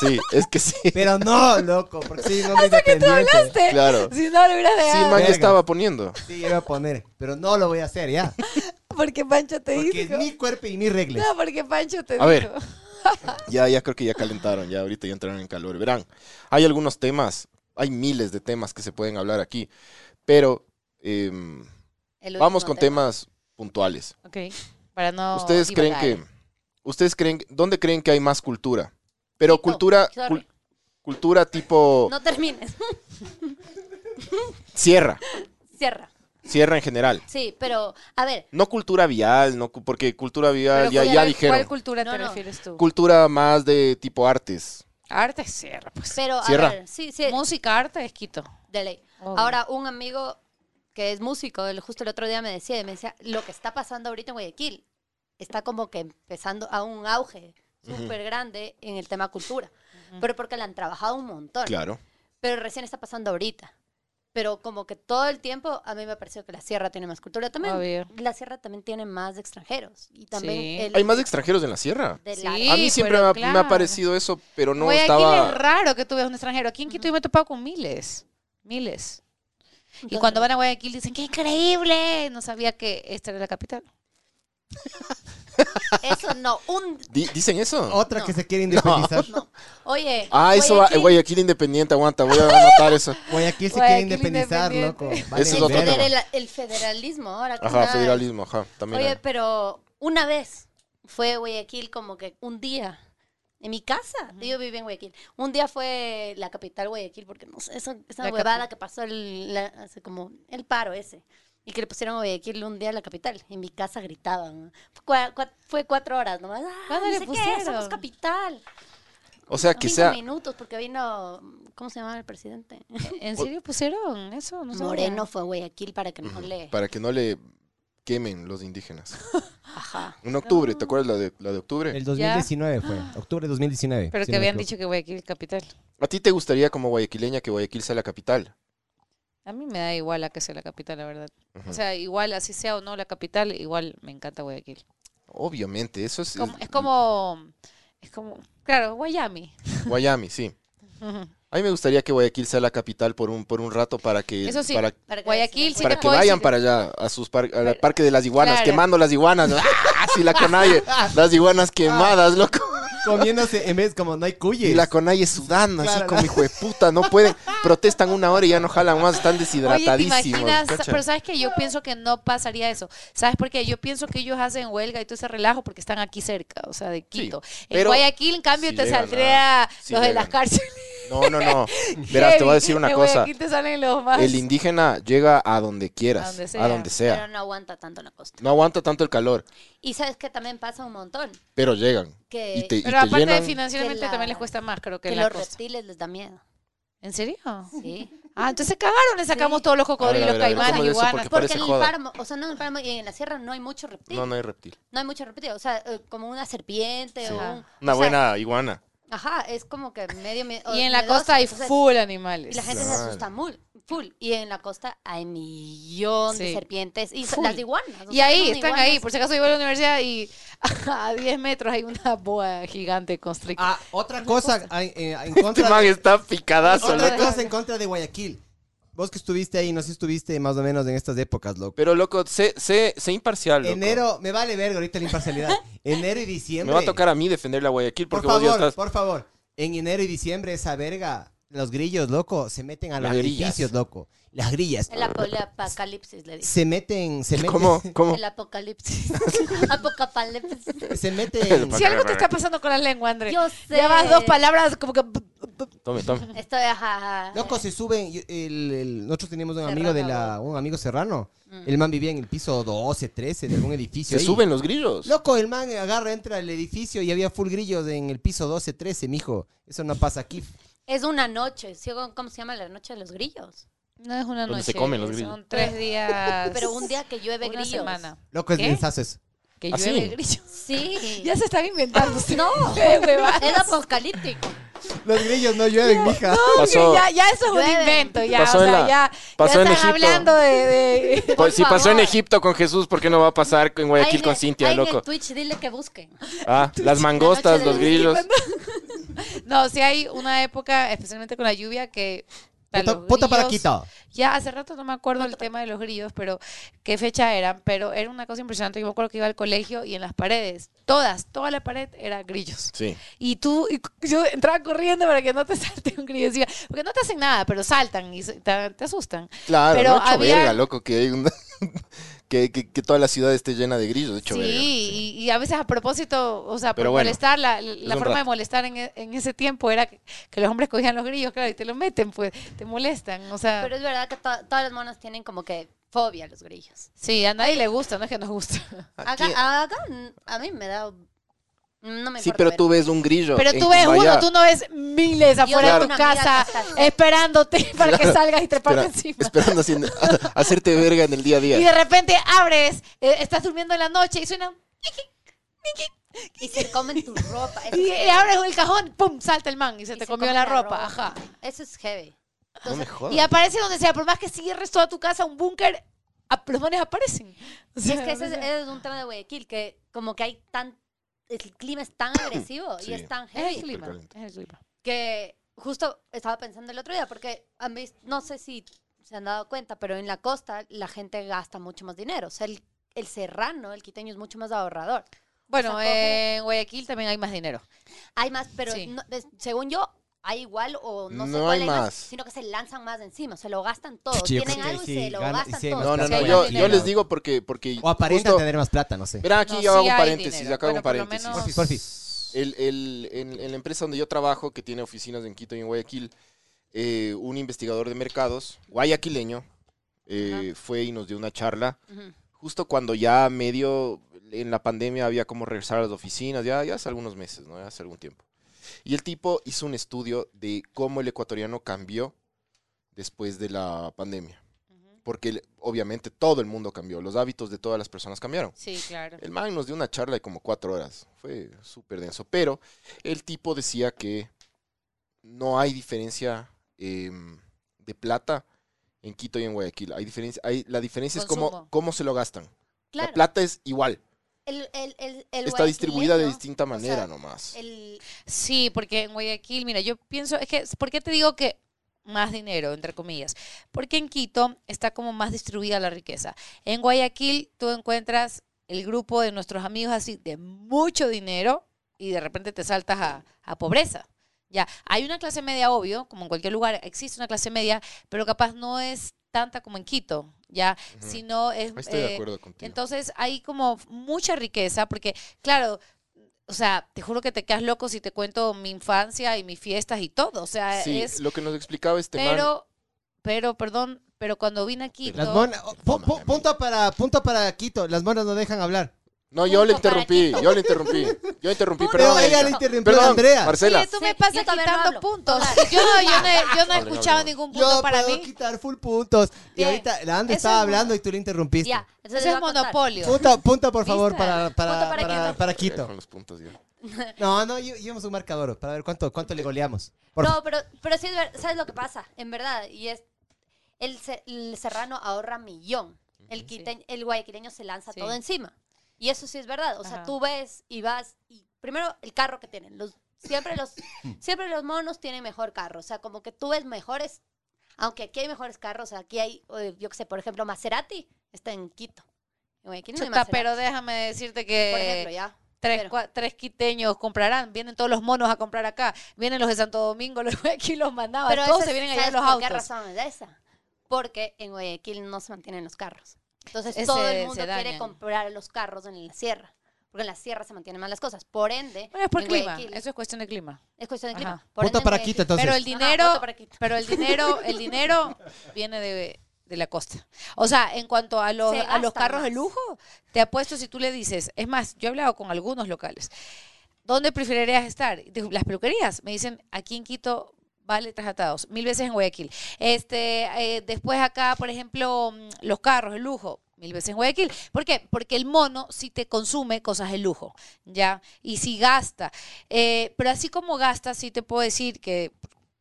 [SPEAKER 3] Sí, es que sí.
[SPEAKER 4] [laughs]
[SPEAKER 2] Pero no, loco, porque soy un hombre independiente.
[SPEAKER 3] Claro.
[SPEAKER 4] Si no, lo hubieras
[SPEAKER 3] Sí,
[SPEAKER 4] dejado.
[SPEAKER 3] man, ya
[SPEAKER 2] Verga.
[SPEAKER 3] estaba poniendo.
[SPEAKER 2] Sí, iba a poner, pero no lo voy a hacer ya.
[SPEAKER 4] [laughs] porque Pancho te
[SPEAKER 2] Porque es
[SPEAKER 4] dijo.
[SPEAKER 2] mi cuerpo y mis reglas.
[SPEAKER 4] No, porque Pancho te
[SPEAKER 3] A ver.
[SPEAKER 4] dijo.
[SPEAKER 3] [laughs] Ya, ya creo que ya calentaron, ya ahorita ya entraron en calor. Verán, hay algunos temas, hay miles de temas que se pueden hablar aquí, pero em,
[SPEAKER 5] El
[SPEAKER 3] vamos
[SPEAKER 5] último
[SPEAKER 3] con
[SPEAKER 5] tema.
[SPEAKER 3] temas puntuales.
[SPEAKER 4] Ok. Para no.
[SPEAKER 3] ¿Ustedes creen
[SPEAKER 4] divagar.
[SPEAKER 3] que, ustedes creen, dónde creen que hay más cultura? Pero
[SPEAKER 5] Quito,
[SPEAKER 3] cultura,
[SPEAKER 5] sorry.
[SPEAKER 3] cul- cultura tipo
[SPEAKER 5] No termines. [laughs]
[SPEAKER 3] sierra,
[SPEAKER 5] Cierra.
[SPEAKER 3] sierra en general.
[SPEAKER 5] Sí, pero a ver,
[SPEAKER 3] No cultura vial, no, cu- porque cultura vial
[SPEAKER 4] Pero
[SPEAKER 3] ya,
[SPEAKER 4] ¿cuál-
[SPEAKER 3] ya
[SPEAKER 4] ¿cuál
[SPEAKER 3] dijeron.
[SPEAKER 4] cultura
[SPEAKER 5] No,
[SPEAKER 4] te
[SPEAKER 5] no.
[SPEAKER 4] refieres tú?
[SPEAKER 3] Cultura más de tipo artes.
[SPEAKER 4] Arte es cierra, pues.
[SPEAKER 5] pero a
[SPEAKER 3] Cierra.
[SPEAKER 5] ver, sí, sí,
[SPEAKER 4] Música, arte es Quito.
[SPEAKER 5] de ley.
[SPEAKER 4] Obvio.
[SPEAKER 5] Ahora, un amigo que es músico, él justo el otro día me decía, y me decía, lo que está pasando ahorita en Guayaquil está como que empezando a un auge súper grande en el tema cultura, pero porque la han trabajado un montón,
[SPEAKER 3] Claro.
[SPEAKER 5] pero recién está pasando ahorita. Pero como que todo el tiempo a mí me pareció que la sierra tiene más cultura también.
[SPEAKER 4] Obvio.
[SPEAKER 5] La sierra también tiene más extranjeros y también
[SPEAKER 4] Sí.
[SPEAKER 5] el
[SPEAKER 3] Hay más extranjeros en la sierra.
[SPEAKER 5] del
[SPEAKER 4] Sí.
[SPEAKER 5] área.
[SPEAKER 3] A mí siempre
[SPEAKER 4] pero
[SPEAKER 3] me ha, me ha
[SPEAKER 4] claro.
[SPEAKER 3] parecido eso, pero no
[SPEAKER 4] Guayaquil
[SPEAKER 3] estaba...
[SPEAKER 4] es raro que tú veas un extranjero. Aquí en Quito yo me he topado con miles. Miles. y
[SPEAKER 5] Entonces,
[SPEAKER 4] cuando van a Guayaquil dicen que increíble. No sabía que esta era la capital.
[SPEAKER 5] eso no, un
[SPEAKER 3] Di- ¿Dicen eso?
[SPEAKER 2] Otra
[SPEAKER 5] No.
[SPEAKER 2] que se quiere independizar.
[SPEAKER 5] Oye,
[SPEAKER 3] Ah, eso va.
[SPEAKER 5] Guayaquil-
[SPEAKER 3] Guayaquil Independiente, aguanta, voy a anotar eso.
[SPEAKER 2] Guayaquil se quiere
[SPEAKER 4] Guayaquil
[SPEAKER 2] independizar,
[SPEAKER 4] independiente.
[SPEAKER 2] loco.
[SPEAKER 3] Ese es
[SPEAKER 5] el,
[SPEAKER 3] otro
[SPEAKER 2] verga.
[SPEAKER 3] tema.
[SPEAKER 5] federal- el federalismo ahora. que
[SPEAKER 3] Ajá,
[SPEAKER 5] nada-
[SPEAKER 3] federalismo, ajá, también.
[SPEAKER 5] Oye,
[SPEAKER 3] hay.
[SPEAKER 5] pero una vez fue Guayaquil como que un día. En mi casa, yo viví en Guayaquil. Un día fue la capital Guayaquil, porque no sé, eso- esa
[SPEAKER 4] La
[SPEAKER 5] huevada
[SPEAKER 4] capi-
[SPEAKER 5] que pasó el, la- hace como el paro ese. Y que le pusieron a Guayaquil un día a la capital. En mi casa gritaban. Cua- cua- fue cuatro horas nomás. Ah,
[SPEAKER 4] ¿Cuándo
[SPEAKER 5] no
[SPEAKER 4] le
[SPEAKER 5] sé qué,
[SPEAKER 4] pusieron?
[SPEAKER 5] somos capital.
[SPEAKER 3] O sea, que
[SPEAKER 5] Cinco
[SPEAKER 3] sea.
[SPEAKER 5] minutos, porque vino, ¿cómo se llamaba el presidente?
[SPEAKER 4] ¿En serio pusieron eso? No sabía.
[SPEAKER 5] Moreno fue a Guayaquil para que no le...
[SPEAKER 3] Para que no le quemen los indígenas.
[SPEAKER 5] Ajá.
[SPEAKER 3] En octubre,
[SPEAKER 4] Ah.
[SPEAKER 3] ¿te acuerdas la de, la de octubre?
[SPEAKER 2] El 2019 fue, octubre de 2019.
[SPEAKER 4] Pero
[SPEAKER 2] si
[SPEAKER 4] que
[SPEAKER 2] no me
[SPEAKER 4] habían
[SPEAKER 2] equivoco.
[SPEAKER 4] dicho que Guayaquil es capital.
[SPEAKER 3] ¿A ti te gustaría como guayaquileña que Guayaquil sea la capital?
[SPEAKER 4] A mí me da igual a que sea la capital, la verdad.
[SPEAKER 3] Ujú.
[SPEAKER 4] O sea, igual, así sea o no la capital, igual me encanta Guayaquil.
[SPEAKER 3] Obviamente, eso es.
[SPEAKER 4] Como- es como. Es como. Claro, Guayami.
[SPEAKER 3] Guayami, sí.
[SPEAKER 4] Ujú.
[SPEAKER 3] A mí me gustaría que Guayaquil sea la capital por un, por un rato para que.
[SPEAKER 4] Eso sí,
[SPEAKER 3] Para,
[SPEAKER 5] Para que
[SPEAKER 4] Guayaquil sí
[SPEAKER 3] para
[SPEAKER 4] te
[SPEAKER 3] que
[SPEAKER 4] puedo
[SPEAKER 3] vayan
[SPEAKER 4] decir-
[SPEAKER 3] para allá, a sus par- al parque de las iguanas,
[SPEAKER 4] Claro.
[SPEAKER 3] quemando las iguanas. ¡Ah! Sí, la
[SPEAKER 4] [laughs]
[SPEAKER 3] conalle. Las iguanas quemadas, loco.
[SPEAKER 2] Comiéndose, en vez, como no hay cuyes.
[SPEAKER 3] Y la Conalle sudando, así
[SPEAKER 2] Claro,
[SPEAKER 3] como hijo de puta, no pueden, protestan una hora y ya no jalan más, están deshidratadísimos.
[SPEAKER 4] Oye, ¿te imaginas?
[SPEAKER 3] cacha.
[SPEAKER 4] Pero sabes que yo pienso que no pasaría eso. ¿Sabes por qué? Yo pienso que ellos hacen huelga y todo ese relajo porque están aquí cerca, o sea, de Quito. en
[SPEAKER 3] pero
[SPEAKER 4] Guayaquil, en cambio,
[SPEAKER 3] sí
[SPEAKER 4] te
[SPEAKER 3] le ganan,
[SPEAKER 4] saldría
[SPEAKER 3] sí
[SPEAKER 4] los
[SPEAKER 3] le
[SPEAKER 4] de las
[SPEAKER 3] ganan.
[SPEAKER 4] cárceles.
[SPEAKER 3] No, no,
[SPEAKER 4] [laughs]
[SPEAKER 3] no. Verás, te voy a decir una
[SPEAKER 4] en
[SPEAKER 3] cosa.
[SPEAKER 4] Guayaquil te salen los más.
[SPEAKER 3] El indígena llega a donde quieras,
[SPEAKER 4] A donde
[SPEAKER 3] a
[SPEAKER 4] sea.
[SPEAKER 3] donde
[SPEAKER 5] Pero
[SPEAKER 3] sea.
[SPEAKER 5] no aguanta tanto la costa.
[SPEAKER 3] No aguanta tanto el calor,
[SPEAKER 5] Y sabes que también pasa un montón.
[SPEAKER 3] pero llegan.
[SPEAKER 5] Que,
[SPEAKER 3] Y te, y
[SPEAKER 4] Pero
[SPEAKER 3] te
[SPEAKER 4] aparte,
[SPEAKER 3] llenan.
[SPEAKER 4] financieramente
[SPEAKER 5] que la-
[SPEAKER 4] también les cuesta más, creo que,
[SPEAKER 5] que
[SPEAKER 4] en la
[SPEAKER 5] los
[SPEAKER 4] costa.
[SPEAKER 5] reptiles les da miedo.
[SPEAKER 4] ¿En serio?
[SPEAKER 5] Sí.
[SPEAKER 4] Ah, entonces cagaron, le sacamos
[SPEAKER 5] Sí.
[SPEAKER 4] todos los
[SPEAKER 3] A
[SPEAKER 4] cocodrilos,
[SPEAKER 3] ver, a ver, a ver,
[SPEAKER 4] caimanes,
[SPEAKER 3] ¿cómo es eso?
[SPEAKER 4] iguanas.
[SPEAKER 3] Porque
[SPEAKER 5] Porque
[SPEAKER 3] parece
[SPEAKER 5] en el
[SPEAKER 3] joda.
[SPEAKER 5] páramo, o sea, no en el páramo y en la sierra no hay mucho reptil.
[SPEAKER 3] No,
[SPEAKER 5] No,
[SPEAKER 3] no hay reptil.
[SPEAKER 5] hay mucho reptil. O sea, eh, como una serpiente o un.
[SPEAKER 3] Una
[SPEAKER 5] o sea,
[SPEAKER 3] buena iguana.
[SPEAKER 5] Ajá, es como que medio. me- o
[SPEAKER 4] Y en la
[SPEAKER 5] medoso,
[SPEAKER 4] costa hay
[SPEAKER 5] entonces,
[SPEAKER 4] full animales.
[SPEAKER 5] Y la gente se
[SPEAKER 3] Claro.
[SPEAKER 5] asusta full, full. Y en la costa hay millón de
[SPEAKER 4] Sí.
[SPEAKER 5] serpientes. Y so-
[SPEAKER 4] Full.
[SPEAKER 5] las iguanas. o
[SPEAKER 4] Y
[SPEAKER 5] sea,
[SPEAKER 4] ahí,
[SPEAKER 5] son
[SPEAKER 4] están
[SPEAKER 5] iguanas.
[SPEAKER 4] ahí. Por si acaso yo voy a la universidad y [laughs] a 10 metros hay una boa gigante constricta.
[SPEAKER 2] Ah, otra cosa ah, eh, en
[SPEAKER 3] [laughs] [laughs] Este
[SPEAKER 2] contra
[SPEAKER 3] man
[SPEAKER 2] de,
[SPEAKER 3] está picadazo,
[SPEAKER 2] otra
[SPEAKER 3] loco.
[SPEAKER 2] cosa en contra de Guayaquil. Vos que estuviste ahí, no sé si estuviste más o menos en estas épocas, loco.
[SPEAKER 3] Pero, loco, sé, sé, sé imparcial, loco.
[SPEAKER 2] Enero, me vale verga ahorita la imparcialidad.
[SPEAKER 3] [laughs]
[SPEAKER 2] Enero y diciembre.
[SPEAKER 3] Me va a tocar a mí defender la Guayaquil
[SPEAKER 2] Por
[SPEAKER 3] porque vos ya
[SPEAKER 2] favor,
[SPEAKER 3] estás...
[SPEAKER 2] por favor. En enero y diciembre esa verga los grillos, loco, se meten a los
[SPEAKER 3] Las grillas.
[SPEAKER 2] edificios, loco. Las grillas.
[SPEAKER 5] El, apo- el apocalipsis, le dije.
[SPEAKER 2] Se meten,
[SPEAKER 3] [laughs]
[SPEAKER 2] se meten.
[SPEAKER 3] ¿Cómo? ¿Cómo?
[SPEAKER 5] El apocalipsis. [laughs] apocalipsis.
[SPEAKER 3] [laughs]
[SPEAKER 2] Se meten.
[SPEAKER 3] Ah,
[SPEAKER 4] Si algo te está pasando con la lengua, André.
[SPEAKER 5] Yo sé.
[SPEAKER 4] Ya vas dos palabras como que...
[SPEAKER 3] Tome, tome.
[SPEAKER 5] Estoy, ajá. ajá.
[SPEAKER 2] Loco, se suben. yo- el- el- nosotros teníamos un
[SPEAKER 5] Serrano,
[SPEAKER 2] amigo de la, un amigo serrano.
[SPEAKER 5] Mm.
[SPEAKER 2] El man vivía en el piso 12, 13 de algún edificio.
[SPEAKER 3] Se
[SPEAKER 2] ahí.
[SPEAKER 3] suben los grillos.
[SPEAKER 2] Loco, el man agarra, entra al edificio y había full grillos en el piso 12, 13, mijo. Eso no pasa aquí.
[SPEAKER 5] Es una noche. ¿sí? ¿Cómo se llama la noche de los grillos?
[SPEAKER 4] No es una
[SPEAKER 3] Donde
[SPEAKER 4] noche.
[SPEAKER 3] se comen los grillos.
[SPEAKER 4] Son tres días.
[SPEAKER 5] Pero un día que llueve
[SPEAKER 4] una
[SPEAKER 5] grillos.
[SPEAKER 4] semana.
[SPEAKER 2] Loco, es
[SPEAKER 4] ¿Qué?
[SPEAKER 2] mensazo eso.
[SPEAKER 4] Que
[SPEAKER 3] ¿Ah,
[SPEAKER 4] llueve
[SPEAKER 3] sí?
[SPEAKER 4] grillos.
[SPEAKER 5] [laughs] Sí.
[SPEAKER 4] Ya se están inventando. ustedes. [laughs]
[SPEAKER 5] [laughs] No.
[SPEAKER 4] Eh, huevadas.
[SPEAKER 5] Es apocalíptico.
[SPEAKER 2] Los grillos no llueven, mija.
[SPEAKER 3] Pasó.
[SPEAKER 4] Ya, ya eso es un
[SPEAKER 5] Llueve.
[SPEAKER 4] invento. Ya,
[SPEAKER 3] Pasó
[SPEAKER 4] o
[SPEAKER 3] en
[SPEAKER 4] sea,
[SPEAKER 3] la-
[SPEAKER 4] ya,
[SPEAKER 3] pasó
[SPEAKER 4] ya
[SPEAKER 3] en
[SPEAKER 4] están
[SPEAKER 3] Egipto.
[SPEAKER 4] hablando de... de-
[SPEAKER 5] Por
[SPEAKER 3] Pues, si pasó en
[SPEAKER 5] favor.
[SPEAKER 3] Egipto con Jesús, ¿por qué no va a pasar en
[SPEAKER 5] Ahí
[SPEAKER 3] Guayaquil
[SPEAKER 5] en
[SPEAKER 3] con
[SPEAKER 5] el-
[SPEAKER 3] Cintia,
[SPEAKER 5] ahí en el
[SPEAKER 3] loco?
[SPEAKER 5] Twitch, dile que busquen.
[SPEAKER 3] Ah, las mangostas,
[SPEAKER 5] de
[SPEAKER 3] los
[SPEAKER 5] los
[SPEAKER 3] grillos.
[SPEAKER 4] [laughs] No, si hay una época, especialmente con la lluvia, que... a
[SPEAKER 2] Puta,
[SPEAKER 4] los
[SPEAKER 2] puta para
[SPEAKER 4] grillos-
[SPEAKER 2] quitado.
[SPEAKER 4] Ya hace rato no me acuerdo el tema de los grillos, pero qué fecha eran, pero era una cosa impresionante. Yo me acuerdo que iba al colegio y en las paredes, todas, toda la pared era grillos.
[SPEAKER 3] Sí.
[SPEAKER 4] Y tú, y c- yo entraba corriendo para que no te salte un grillo encima, porque no te hacen nada, pero saltan y se- te, te asustan.
[SPEAKER 3] Claro,
[SPEAKER 4] Pero
[SPEAKER 3] no ha hecho
[SPEAKER 4] había-
[SPEAKER 3] verga, loco, que, hay una- [laughs] que, que- que toda la ciudad esté llena de grillos, de hecho
[SPEAKER 4] sí,
[SPEAKER 3] verga.
[SPEAKER 4] Y, y a veces a propósito, o sea, por
[SPEAKER 3] Pero bueno,
[SPEAKER 4] molestar, la, la
[SPEAKER 3] un
[SPEAKER 4] forma de
[SPEAKER 3] rato.
[SPEAKER 4] molestar en, e- en ese tiempo era que, que los hombres cogían los grillos, claro, y te los meten, pues, te molestan, o sea...
[SPEAKER 5] Pero es verdad que to- todas las monas tienen como que fobia a los grillos.
[SPEAKER 4] Sí, a nadie le gusta, no es que nos gusta.
[SPEAKER 5] Acá, acá, mm, a mí me da... No me
[SPEAKER 3] Sí,
[SPEAKER 5] importa
[SPEAKER 3] pero
[SPEAKER 5] ver.
[SPEAKER 3] tú ves un grillo.
[SPEAKER 4] Pero
[SPEAKER 3] en
[SPEAKER 4] tú ves
[SPEAKER 3] Cumbaya.
[SPEAKER 4] uno, tú no ves miles afuera de
[SPEAKER 5] tengo
[SPEAKER 4] tu
[SPEAKER 5] una amiga
[SPEAKER 4] casa
[SPEAKER 5] que está-
[SPEAKER 4] esperándote [laughs] para que salgas y treparte
[SPEAKER 3] Espera-
[SPEAKER 4] encima.
[SPEAKER 3] esperando
[SPEAKER 4] [laughs]
[SPEAKER 3] haciendo- a- [laughs] hacerte verga en el día a
[SPEAKER 4] Y
[SPEAKER 3] día.
[SPEAKER 4] de repente abres, eh, estás durmiendo en la noche y suena.
[SPEAKER 5] Y se comen tu ropa. Eso,
[SPEAKER 4] Y,
[SPEAKER 5] es
[SPEAKER 4] y abres el cajón, ¡pum! salta el man y se
[SPEAKER 5] Y
[SPEAKER 4] te
[SPEAKER 5] se
[SPEAKER 4] comió
[SPEAKER 5] come
[SPEAKER 4] la
[SPEAKER 5] la
[SPEAKER 4] ropa.
[SPEAKER 5] ropa.
[SPEAKER 4] Ajá.
[SPEAKER 5] eso es heavy.
[SPEAKER 3] No me
[SPEAKER 5] Entonces,
[SPEAKER 3] jodas.
[SPEAKER 4] Y aparece donde sea, por más que cierres toda tu casa, un búnker, ap- los manes aparecen. O
[SPEAKER 5] Y
[SPEAKER 4] sea,
[SPEAKER 5] es que ese es,
[SPEAKER 4] no sé.
[SPEAKER 5] ese es un tema de Guayaquil, que como que hay tan... El clima es tan agresivo
[SPEAKER 3] Sí.
[SPEAKER 5] y es tan
[SPEAKER 4] Es el
[SPEAKER 5] heavy
[SPEAKER 4] clima.
[SPEAKER 3] Supercaliente.
[SPEAKER 4] Es el clima.
[SPEAKER 5] que justo estaba pensando el otro día, porque han vis- no sé si se han dado cuenta, pero en la costa la gente gasta mucho más dinero. O sea, el, el serrano, el quiteño es mucho más ahorrador.
[SPEAKER 4] Bueno,
[SPEAKER 5] coge-
[SPEAKER 4] en Guayaquil también hay más dinero.
[SPEAKER 5] Hay más, pero
[SPEAKER 4] Sí.
[SPEAKER 5] no- es- según yo, hay igual o no, sé
[SPEAKER 3] No
[SPEAKER 5] cuál
[SPEAKER 3] hay
[SPEAKER 5] hay
[SPEAKER 3] más.
[SPEAKER 5] más, sino que se lanzan más de encima, se lo gastan todo.
[SPEAKER 2] Chucha, yo
[SPEAKER 5] Tienen
[SPEAKER 2] creo que
[SPEAKER 5] algo y
[SPEAKER 2] sí,
[SPEAKER 5] se lo
[SPEAKER 2] gana- y
[SPEAKER 5] gastan
[SPEAKER 2] sí hay
[SPEAKER 5] todo.
[SPEAKER 2] más
[SPEAKER 3] No, no,
[SPEAKER 2] casas
[SPEAKER 3] no,
[SPEAKER 2] de
[SPEAKER 3] yo,
[SPEAKER 2] Guayaquil,
[SPEAKER 3] yo
[SPEAKER 2] ¿no?
[SPEAKER 3] les digo porque... porque
[SPEAKER 2] O aparentan
[SPEAKER 3] justo-
[SPEAKER 2] tener más plata, no sé.
[SPEAKER 3] Verá, aquí
[SPEAKER 4] No,
[SPEAKER 3] yo hago
[SPEAKER 4] sí
[SPEAKER 3] un
[SPEAKER 4] hay
[SPEAKER 3] paréntesis,
[SPEAKER 4] dinero,
[SPEAKER 3] acá hago un
[SPEAKER 4] pero por lo
[SPEAKER 3] paréntesis.
[SPEAKER 4] menos-
[SPEAKER 2] Porfis, porfis.
[SPEAKER 3] El- el- en, en la empresa donde yo trabajo, que tiene oficinas en Quito y en Guayaquil, eh, un investigador de mercados, guayaquileño, eh, fue y nos dio una charla
[SPEAKER 5] Ujú.
[SPEAKER 3] justo cuando ya medio en la pandemia había como regresar a las oficinas, ya, ya hace algunos meses, ¿no? Ya hace algún tiempo. Y el tipo hizo un estudio de cómo el ecuatoriano cambió después de la pandemia. Porque el- obviamente todo el mundo cambió, los hábitos de todas las personas cambiaron.
[SPEAKER 4] Sí, claro.
[SPEAKER 3] El man nos dio una charla de como cuatro horas. Fue súper denso. Pero el tipo decía que no hay diferencia em, de plata en Quito y en Guayaquil. Hay diferencia, hay, la diferencia es cómo,
[SPEAKER 4] Consumo.
[SPEAKER 3] cómo se lo gastan.
[SPEAKER 5] Claro,
[SPEAKER 3] La plata es igual.
[SPEAKER 5] el, el, el, el
[SPEAKER 3] está distribuida de
[SPEAKER 5] guayaquileño,
[SPEAKER 3] distinta manera
[SPEAKER 5] sea,
[SPEAKER 3] nomás.
[SPEAKER 5] el-
[SPEAKER 4] Sí, porque en Guayaquil, mira, yo pienso, es que, ¿por qué te digo que más dinero, entre comillas? Porque en Quito está como más distribuida la riqueza. En Guayaquil tú encuentras el grupo de nuestros amigos así de mucho dinero y de repente te saltas a, a pobreza. Ya, hay una clase media, obvio, como en cualquier lugar existe una clase media, pero capaz no es tanta como en Quito, ya,
[SPEAKER 3] Ujú.
[SPEAKER 4] sino es...
[SPEAKER 3] Ahí estoy de
[SPEAKER 4] eh,
[SPEAKER 3] acuerdo contigo.
[SPEAKER 4] entonces hay como f- mucha riqueza, porque claro, o sea, te juro que te quedas loco si te cuento mi infancia y mis fiestas y todo. O sea,
[SPEAKER 3] sí,
[SPEAKER 4] ah, es...
[SPEAKER 3] lo que nos explicaba este man.
[SPEAKER 4] Pero, pero, perdón, pero cuando vine aquí...
[SPEAKER 2] Las monas. oh, pu- pu- punta para, punta para Quito. Las monas no dejan hablar.
[SPEAKER 3] No, yo le
[SPEAKER 5] Punto para
[SPEAKER 3] interrumpí,
[SPEAKER 5] Quito.
[SPEAKER 3] yo le interrumpí. Yo interrumpí,
[SPEAKER 5] Punto.
[SPEAKER 3] perdón.
[SPEAKER 2] Pero ella le
[SPEAKER 3] Erika.
[SPEAKER 2] interrumpió
[SPEAKER 3] Perdón,
[SPEAKER 2] a Andrea.
[SPEAKER 3] Marcela.
[SPEAKER 4] tú
[SPEAKER 5] Sí,
[SPEAKER 4] me pasas
[SPEAKER 5] yo también no
[SPEAKER 4] quitando
[SPEAKER 5] hablo.
[SPEAKER 4] puntos. [laughs]
[SPEAKER 5] Habla.
[SPEAKER 4] Yo no, yo no he, yo no he
[SPEAKER 3] Hable,
[SPEAKER 4] escuchado
[SPEAKER 3] hable.
[SPEAKER 4] ningún punto
[SPEAKER 2] Yo
[SPEAKER 4] para
[SPEAKER 2] puedo
[SPEAKER 4] mí.
[SPEAKER 2] quitar full puntos. Y
[SPEAKER 4] Bien.
[SPEAKER 2] ahorita la Andrea
[SPEAKER 4] Eso
[SPEAKER 2] estaba
[SPEAKER 4] es
[SPEAKER 2] hablando y tú le interrumpiste.
[SPEAKER 5] ya, entonces
[SPEAKER 4] Eso
[SPEAKER 5] les
[SPEAKER 4] es
[SPEAKER 5] voy a contar.
[SPEAKER 4] monopolio.
[SPEAKER 2] Punta, punta, por favor,
[SPEAKER 4] ¿Viste?
[SPEAKER 2] para, para,
[SPEAKER 5] Punto para
[SPEAKER 2] para,
[SPEAKER 5] Quito.
[SPEAKER 2] para
[SPEAKER 3] Ya,
[SPEAKER 2] Quito.
[SPEAKER 3] Con los puntos, ya.
[SPEAKER 2] No, no, lle- llevamos un marcador para ver cuánto, cuánto le goleamos. Por
[SPEAKER 5] No, pero, pero sí, es ver- ¿sabes lo que pasa? En verdad, y es, el, ce- el serrano ahorra millón. El, quiteñ- el guayaquileño se lanza
[SPEAKER 4] Sí.
[SPEAKER 5] todo encima. Y eso sí es verdad. O sea,
[SPEAKER 4] Ajá.
[SPEAKER 5] tú ves y vas, y primero el carro que tienen. Los, siempre, los, siempre los monos tienen mejor carro. O sea, como que tú ves mejores, aunque aquí hay mejores carros, aquí hay, eh, yo qué sé, por ejemplo, Maserati está en Quito. En Guayaquil no hay
[SPEAKER 4] Chuta,
[SPEAKER 5] Maserati,
[SPEAKER 4] pero déjame decirte
[SPEAKER 5] por ejemplo,
[SPEAKER 4] que
[SPEAKER 5] ya.
[SPEAKER 4] Tres,
[SPEAKER 5] Pero-
[SPEAKER 4] cua- tres quiteños comprarán, vienen todos los monos a comprar acá, vienen los de Santo Domingo, [laughs] los de Guayaquil, los mandaba,
[SPEAKER 5] Pero
[SPEAKER 4] Ah, todos se
[SPEAKER 5] esa es-
[SPEAKER 4] vienen allá en
[SPEAKER 5] ¿sabes
[SPEAKER 4] los
[SPEAKER 5] por qué
[SPEAKER 4] autos.
[SPEAKER 5] razón es esa? Porque en Guayaquil no se mantienen los carros. Entonces
[SPEAKER 4] Ese-
[SPEAKER 5] todo el
[SPEAKER 4] se
[SPEAKER 5] mundo quiere
[SPEAKER 4] dañan.
[SPEAKER 5] comprar los carros en la sierra. Porque en la sierra se mantienen más las cosas. Por ende,
[SPEAKER 4] Bueno, es por
[SPEAKER 5] en
[SPEAKER 4] clima,
[SPEAKER 5] Guayaquil-
[SPEAKER 4] eso es cuestión de clima.
[SPEAKER 5] es cuestión de clima.
[SPEAKER 4] Ajá.
[SPEAKER 5] Por
[SPEAKER 2] Punta
[SPEAKER 5] ende, en
[SPEAKER 2] para
[SPEAKER 5] Guayaquil-
[SPEAKER 2] Quito, entonces.
[SPEAKER 4] Pero el
[SPEAKER 5] Ajá,
[SPEAKER 4] dinero,
[SPEAKER 5] punta para Quito.
[SPEAKER 4] pero el dinero, el dinero viene de, de la costa. O sea, en cuanto a los,
[SPEAKER 5] Se
[SPEAKER 4] a los
[SPEAKER 5] gasta
[SPEAKER 4] carros de
[SPEAKER 5] más.
[SPEAKER 4] lujo, te apuesto si tú le dices, es más, yo he hablado con algunos locales, ¿dónde preferirías estar? Digo, Las peluquerías, me dicen, aquí en Quito vale tres atados, mil veces en Guayaquil. Este, eh, después acá, por ejemplo, mm, los carros, el lujo, mil veces en Guayaquil. ¿Por qué? Porque el mono sí te consume cosas de lujo, ¿ya? Y sí gasta. Eh, pero así como gasta, sí te puedo decir que,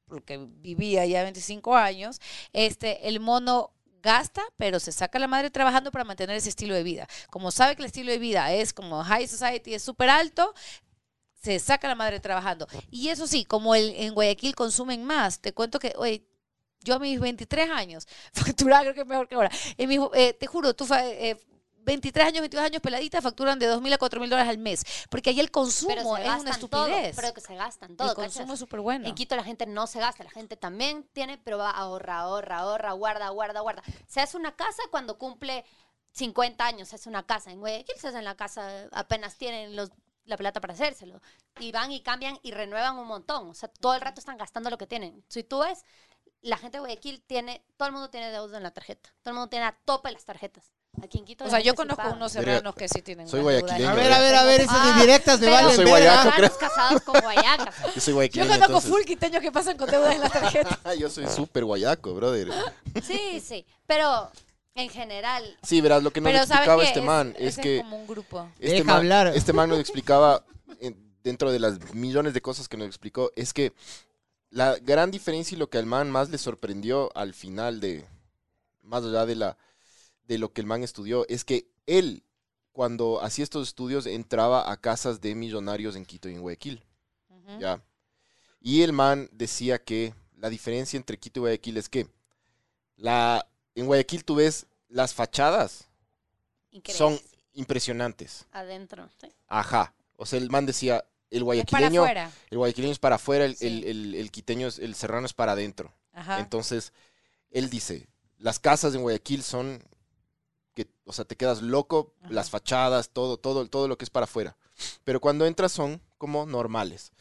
[SPEAKER 4] porque vivía ya 25 años, este, el mono gasta, pero se saca la madre trabajando para mantener ese estilo de vida. Como sabe que el estilo de vida es como high society, es súper alto, se saca la madre trabajando. Y eso sí, como el, en Guayaquil consumen más, te cuento que, oye, yo a mis 23 años, [laughs] facturaba creo que mejor que ahora, en mis, eh, te juro, tú... fa- eh, 23 años, 22 años peladitas facturan de 2.000 a 4.000 dólares al mes. Porque ahí el consumo
[SPEAKER 5] Pero se
[SPEAKER 4] es una
[SPEAKER 5] gastan todo,
[SPEAKER 4] estupidez.
[SPEAKER 5] Pero que se gastan
[SPEAKER 4] el
[SPEAKER 5] todo.
[SPEAKER 4] consumo es
[SPEAKER 5] ¿cachas?
[SPEAKER 4] súper bueno.
[SPEAKER 5] En Quito la gente no se gasta, la gente también tiene, pero va, ahorra, ahorra, ahorra, guarda, guarda, guarda. Se hace una casa cuando cumple 50 años, se hace una casa. En Guayaquil se hace en la casa, apenas tienen los, la plata para hacérselo. Y van y cambian y renuevan un montón. O sea, todo el rato están gastando lo que tienen. Si tú ves, la gente de Guayaquil tiene, todo el mundo tiene deuda en la tarjeta. Todo el mundo tiene a tope las tarjetas. Aquí en Quito
[SPEAKER 4] O
[SPEAKER 5] la
[SPEAKER 4] sea, yo
[SPEAKER 5] gente sí
[SPEAKER 4] conozco
[SPEAKER 5] paga.
[SPEAKER 4] unos
[SPEAKER 3] Verga,
[SPEAKER 4] hermanos que sí tienen.
[SPEAKER 3] soy
[SPEAKER 4] unas deudas
[SPEAKER 3] guayaquileño,
[SPEAKER 2] A ver,
[SPEAKER 4] enormes.
[SPEAKER 2] a ver, a ver, esas
[SPEAKER 5] Ah,
[SPEAKER 2] indirectas me
[SPEAKER 5] pero
[SPEAKER 2] valen
[SPEAKER 5] soy
[SPEAKER 2] verga.
[SPEAKER 3] guayaco, creo.
[SPEAKER 5] Guayacanos casados con guayacas.
[SPEAKER 3] Yo soy
[SPEAKER 4] Yo
[SPEAKER 3] guayaquileño,
[SPEAKER 4] conozco
[SPEAKER 3] entonces.
[SPEAKER 4] full quiteños que pasan con deudas en
[SPEAKER 3] [laughs]
[SPEAKER 4] las tarjetas.
[SPEAKER 3] Yo soy súper guayaco, brother.
[SPEAKER 5] Sí, sí. Pero en general,
[SPEAKER 3] Sí, verás, lo que nos
[SPEAKER 4] Pero sabes
[SPEAKER 3] explicaba
[SPEAKER 4] que
[SPEAKER 3] este
[SPEAKER 4] es,
[SPEAKER 3] man es
[SPEAKER 4] ese
[SPEAKER 3] que...
[SPEAKER 4] como un grupo.
[SPEAKER 3] Este
[SPEAKER 2] Deja
[SPEAKER 3] man,
[SPEAKER 2] hablar.
[SPEAKER 3] Este man nos explicaba, en- dentro de las millones de cosas que nos explicó, es que la gran diferencia y lo que al man más le sorprendió al final de, más allá de, la, de lo que el man estudió, es que él, cuando hacía estos estudios, entraba a casas de millonarios en Quito y en Guayaquil.
[SPEAKER 4] Ujú.
[SPEAKER 3] Ya. Y el man decía que la diferencia entre Quito y Guayaquil es que la, en Guayaquil tú ves las fachadas,
[SPEAKER 5] increíble.
[SPEAKER 3] son impresionantes.
[SPEAKER 5] adentro. sí.
[SPEAKER 3] Ajá. O sea, el man decía, el
[SPEAKER 4] Es para
[SPEAKER 3] guayaquileño,
[SPEAKER 4] afuera.
[SPEAKER 3] el guayaquileño es para afuera, el,
[SPEAKER 4] Sí.
[SPEAKER 3] el- el- el quiteño, es, el serrano es para adentro.
[SPEAKER 4] Ajá.
[SPEAKER 3] Entonces, él dice, las casas en Guayaquil son que, o sea, te quedas loco,
[SPEAKER 4] Ajá.
[SPEAKER 3] las fachadas, todo, todo, todo lo que es para afuera. Pero cuando entras son como normales.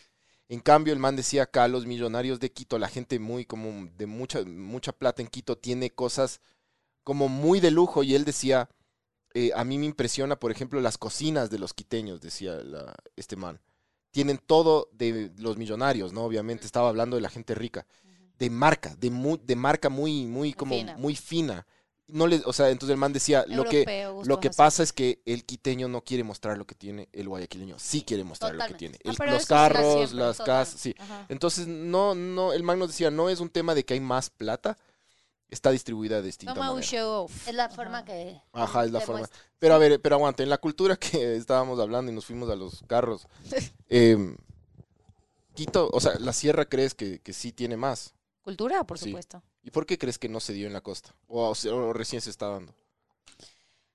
[SPEAKER 3] En cambio, el man decía acá, los millonarios de Quito, la gente muy como de mucha, mucha plata en Quito tiene cosas como muy de lujo y él decía, eh, a mí me impresiona, por ejemplo, las cocinas de los quiteños, decía la- este man. Tienen todo de los millonarios, ¿no? Obviamente estaba hablando de la gente rica de marca, de, mu- de marca muy, muy, como
[SPEAKER 4] fina.
[SPEAKER 3] muy fina. No les, o sea, entonces el man decía, lo que,
[SPEAKER 4] Europeo, gustos
[SPEAKER 3] lo que
[SPEAKER 4] así.
[SPEAKER 3] pasa es que el quiteño no quiere mostrar lo que tiene, el guayaquileño sí quiere mostrar lo que tiene.
[SPEAKER 5] Totalmente.
[SPEAKER 4] Ah,
[SPEAKER 3] El-
[SPEAKER 4] pero
[SPEAKER 3] los
[SPEAKER 4] eso será
[SPEAKER 3] carros,
[SPEAKER 4] siempre,
[SPEAKER 3] las casas, sí.
[SPEAKER 4] Ajá.
[SPEAKER 3] Entonces, no, no, el man nos decía, no es un tema de que hay más plata, está distribuida de distinta
[SPEAKER 4] Toma un
[SPEAKER 3] manera.
[SPEAKER 4] show.
[SPEAKER 5] Es la
[SPEAKER 4] Ajá.
[SPEAKER 5] forma que.
[SPEAKER 3] Ajá, es la
[SPEAKER 5] te
[SPEAKER 3] forma.
[SPEAKER 5] muestra.
[SPEAKER 3] Pero a ver, pero aguante, en la cultura [laughs] que estábamos hablando y nos fuimos a los carros, em, Quito, o sea, la sierra crees que, que sí tiene más.
[SPEAKER 4] Cultura, por
[SPEAKER 3] Sí.
[SPEAKER 4] supuesto.
[SPEAKER 3] ¿Y por qué crees que no se dio en la costa? O, o sea, o recién se está dando.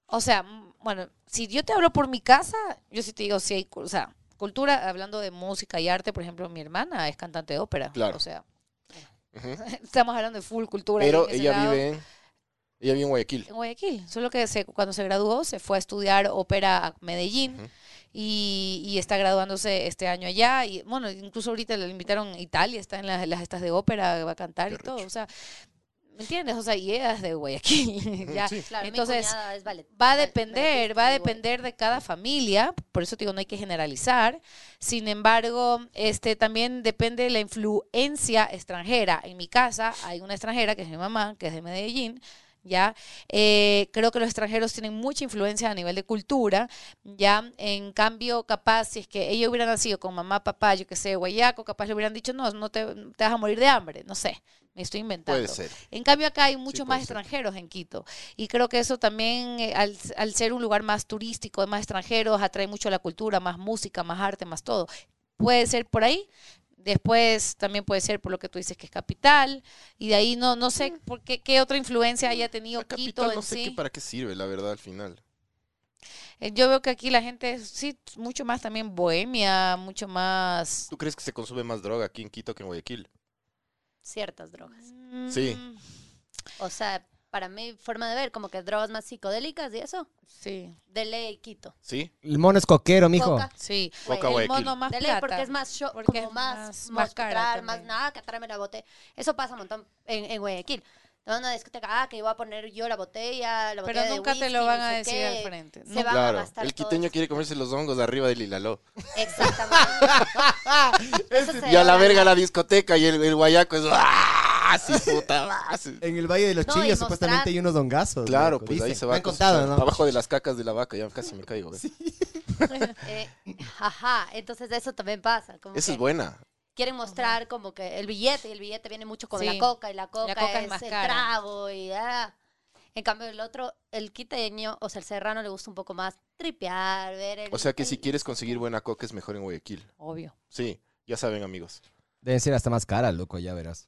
[SPEAKER 4] O sea, m- bueno, si yo te hablo por mi casa, yo sí te digo, sí hay, cu- o sea, cultura, hablando de música y arte, por ejemplo, mi hermana es cantante de ópera.
[SPEAKER 3] Claro.
[SPEAKER 4] O sea,
[SPEAKER 3] Ujú.
[SPEAKER 4] [laughs] estamos hablando de full cultura. y
[SPEAKER 3] Pero
[SPEAKER 4] en ese
[SPEAKER 3] ella
[SPEAKER 4] lado-
[SPEAKER 3] vive en, ella vive en Guayaquil.
[SPEAKER 4] en Guayaquil. Solo que se- cuando se graduó se fue a estudiar ópera a Medellín
[SPEAKER 3] Ujú.
[SPEAKER 4] y, y está graduándose este año allá. Y bueno, incluso ahorita le invitaron a Italia, está en las, las estas de ópera, va a cantar
[SPEAKER 3] Qué
[SPEAKER 4] y todo.
[SPEAKER 3] rico.
[SPEAKER 4] O sea, ¿me entiendes? O sea, y ella es de Guayaquil. [laughs] ya.
[SPEAKER 3] Sí.
[SPEAKER 5] Claro, mi
[SPEAKER 4] Entonces,
[SPEAKER 5] cuñada es vale-
[SPEAKER 4] Va a
[SPEAKER 5] vale-
[SPEAKER 4] depender,
[SPEAKER 5] valetista
[SPEAKER 4] va a
[SPEAKER 5] y bueno.
[SPEAKER 4] depender de cada familia, por eso te digo, no hay que generalizar. Sin embargo, este también depende de la influencia extranjera. En mi casa hay una extranjera que es mi mamá, que es de Medellín, ya. Eh, creo que los extranjeros tienen mucha influencia a nivel de cultura, ya. En cambio, capaz si es que ellos hubieran nacido con mamá, papá, yo qué sé, guayaco, capaz le hubieran dicho, no, no te, te vas a morir de hambre, no sé. Me estoy inventando.
[SPEAKER 3] Puede ser.
[SPEAKER 4] En cambio, acá hay muchos más
[SPEAKER 3] puede ser.
[SPEAKER 4] extranjeros en Quito. Y creo que eso también, eh, al, al ser un lugar más turístico, más extranjeros, atrae mucho la cultura, más música, más arte, más todo. Puede ser por ahí. Después también puede ser por lo que tú dices que es capital. Y de ahí no, no
[SPEAKER 5] Mm.
[SPEAKER 4] sé por qué, qué otra influencia haya tenido
[SPEAKER 3] La
[SPEAKER 4] Quito
[SPEAKER 3] capital
[SPEAKER 4] en
[SPEAKER 3] no sé qué
[SPEAKER 4] sí.
[SPEAKER 3] para qué sirve, la verdad, al final.
[SPEAKER 4] eh, yo veo que aquí la gente es, sí, mucho más también bohemia, mucho más...
[SPEAKER 3] ¿Tú crees que se consume más droga aquí en Quito que en Guayaquil?
[SPEAKER 5] ciertas drogas.
[SPEAKER 3] Sí.
[SPEAKER 4] Mm,
[SPEAKER 5] O sea, para mi forma de ver, como que drogas más psicodélicas y eso,
[SPEAKER 4] Sí,
[SPEAKER 5] de ley quito.
[SPEAKER 3] ¿Sí?
[SPEAKER 2] El mono es coquero, mijo.
[SPEAKER 5] Coca,
[SPEAKER 4] sí.
[SPEAKER 3] Coca
[SPEAKER 5] El
[SPEAKER 4] El
[SPEAKER 3] Guayaquil.
[SPEAKER 4] mono más
[SPEAKER 5] de ley porque
[SPEAKER 4] plata.
[SPEAKER 5] es más show,
[SPEAKER 4] porque
[SPEAKER 5] como
[SPEAKER 4] es
[SPEAKER 5] más,
[SPEAKER 4] más- más cara
[SPEAKER 5] mostrar, más
[SPEAKER 4] también.
[SPEAKER 5] nada, que tráeme la botella. Eso pasa un montón en, en Guayaquil. Te van a una discoteca, ah, que voy a poner yo la botella, la
[SPEAKER 4] Pero
[SPEAKER 5] botella de
[SPEAKER 4] nunca te
[SPEAKER 5] whisky,
[SPEAKER 4] lo van
[SPEAKER 5] no
[SPEAKER 4] a
[SPEAKER 5] sé
[SPEAKER 4] decir
[SPEAKER 5] qué.
[SPEAKER 4] al frente.
[SPEAKER 5] Se
[SPEAKER 4] Nunca.
[SPEAKER 5] van a
[SPEAKER 3] Claro,
[SPEAKER 5] gastar
[SPEAKER 3] el
[SPEAKER 5] todo
[SPEAKER 3] quiteño
[SPEAKER 5] eso.
[SPEAKER 3] quiere comerse los hongos de arriba del hilaló. [laughs]
[SPEAKER 5] Exactamente. Eso se
[SPEAKER 3] Y a
[SPEAKER 5] va
[SPEAKER 3] la
[SPEAKER 5] a-
[SPEAKER 3] verga la discoteca y el, el guayaco es... ¡Ah! Sí, puta, ah, sí.
[SPEAKER 2] En el Valle de los
[SPEAKER 5] No, y
[SPEAKER 2] Chillos
[SPEAKER 5] mostrar-
[SPEAKER 2] supuestamente hay unos dongazos.
[SPEAKER 3] Claro,
[SPEAKER 2] loco,
[SPEAKER 3] pues ahí
[SPEAKER 2] dicen.
[SPEAKER 3] se va.
[SPEAKER 2] Me han
[SPEAKER 3] con-
[SPEAKER 2] contado, ¿no?
[SPEAKER 3] Abajo de las cacas de la vaca, ya casi me caigo. ¿ves?
[SPEAKER 5] [laughs] Eh, ajá, entonces eso también pasa. Como
[SPEAKER 3] Esa
[SPEAKER 5] que
[SPEAKER 3] es buena.
[SPEAKER 5] Quieren mostrar como que el billete, y el billete viene mucho con la
[SPEAKER 4] Sí.
[SPEAKER 5] coca, y la coca,
[SPEAKER 4] coca es
[SPEAKER 5] es,
[SPEAKER 4] más
[SPEAKER 5] el
[SPEAKER 4] cara.
[SPEAKER 5] trago, y ah. En cambio, el otro, el quiteño, o sea, el serrano le gusta un poco más tripear, ver el-
[SPEAKER 3] O sea que
[SPEAKER 4] [laughs]
[SPEAKER 5] el-
[SPEAKER 3] si quieres conseguir buena coca es mejor en Guayaquil.
[SPEAKER 4] Obvio.
[SPEAKER 3] Sí, ya saben amigos.
[SPEAKER 2] Deben ser hasta más cara, loco, ya verás.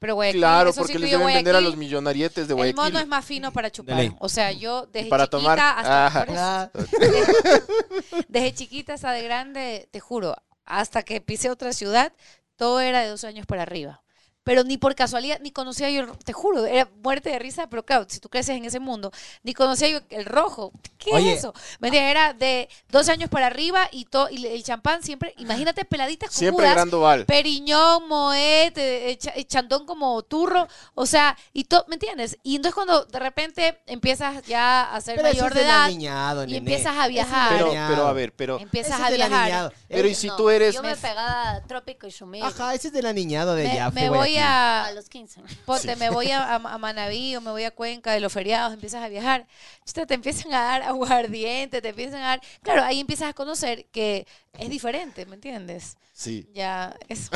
[SPEAKER 4] Pero Guayaquil,
[SPEAKER 3] Claro,
[SPEAKER 4] eso sí
[SPEAKER 3] porque
[SPEAKER 4] que
[SPEAKER 3] les
[SPEAKER 4] yo
[SPEAKER 3] deben vender a
[SPEAKER 4] Guayaquil,
[SPEAKER 3] los millonarietes de
[SPEAKER 4] El mono es
[SPEAKER 3] Guayaquil.
[SPEAKER 4] más fino para chupar.
[SPEAKER 2] ley.
[SPEAKER 4] O sea, yo desde
[SPEAKER 3] para
[SPEAKER 4] chiquita
[SPEAKER 3] tomar.
[SPEAKER 4] hasta... [laughs]
[SPEAKER 3] Ah.
[SPEAKER 4] por eso- Desde chiquita hasta de grande, te juro, hasta que pisé otra ciudad, todo era de dos años para arriba. Pero ni por casualidad, ni conocía yo, el ro- te juro, era muerte de risa, pero claro, si tú creces en ese mundo, ni conocía yo el rojo. ¿Qué
[SPEAKER 2] Oye.
[SPEAKER 4] es eso? ¿Me entiendes? Era de dos años para arriba y, to- y el champán siempre, imagínate peladitas
[SPEAKER 3] Siempre
[SPEAKER 4] cojudas,
[SPEAKER 3] Gran Doval.
[SPEAKER 4] Periñón, Moet, eh, eh, cha- eh, Chandón como turro, o sea, y todo, ¿me entiendes? Y entonces cuando de repente empiezas ya a ser
[SPEAKER 2] Pero eso
[SPEAKER 4] mayor
[SPEAKER 2] es
[SPEAKER 4] de edad
[SPEAKER 2] niñado,
[SPEAKER 4] y empiezas a viajar,
[SPEAKER 3] Pero,
[SPEAKER 2] Engañado.
[SPEAKER 3] pero a ver, pero
[SPEAKER 4] empiezas a viajar,
[SPEAKER 3] Pero y si tú eres-
[SPEAKER 5] Yo me pegaba a Trópico y Shumir
[SPEAKER 2] Ajá, ese es de la niñada de
[SPEAKER 4] me,
[SPEAKER 2] Yafe,
[SPEAKER 4] me voy
[SPEAKER 2] Guayaquil.
[SPEAKER 4] a,
[SPEAKER 5] a los 15.
[SPEAKER 4] ponte, me voy a, a- a Manaví o me voy a Cuenca de los feriados, empiezas a viajar, chuta, te empiezan a dar aguardiente, te empiezan a dar, claro, ahí empiezas a conocer que es diferente, ¿me entiendes?
[SPEAKER 3] sí.
[SPEAKER 4] Ya
[SPEAKER 2] [laughs]
[SPEAKER 4] es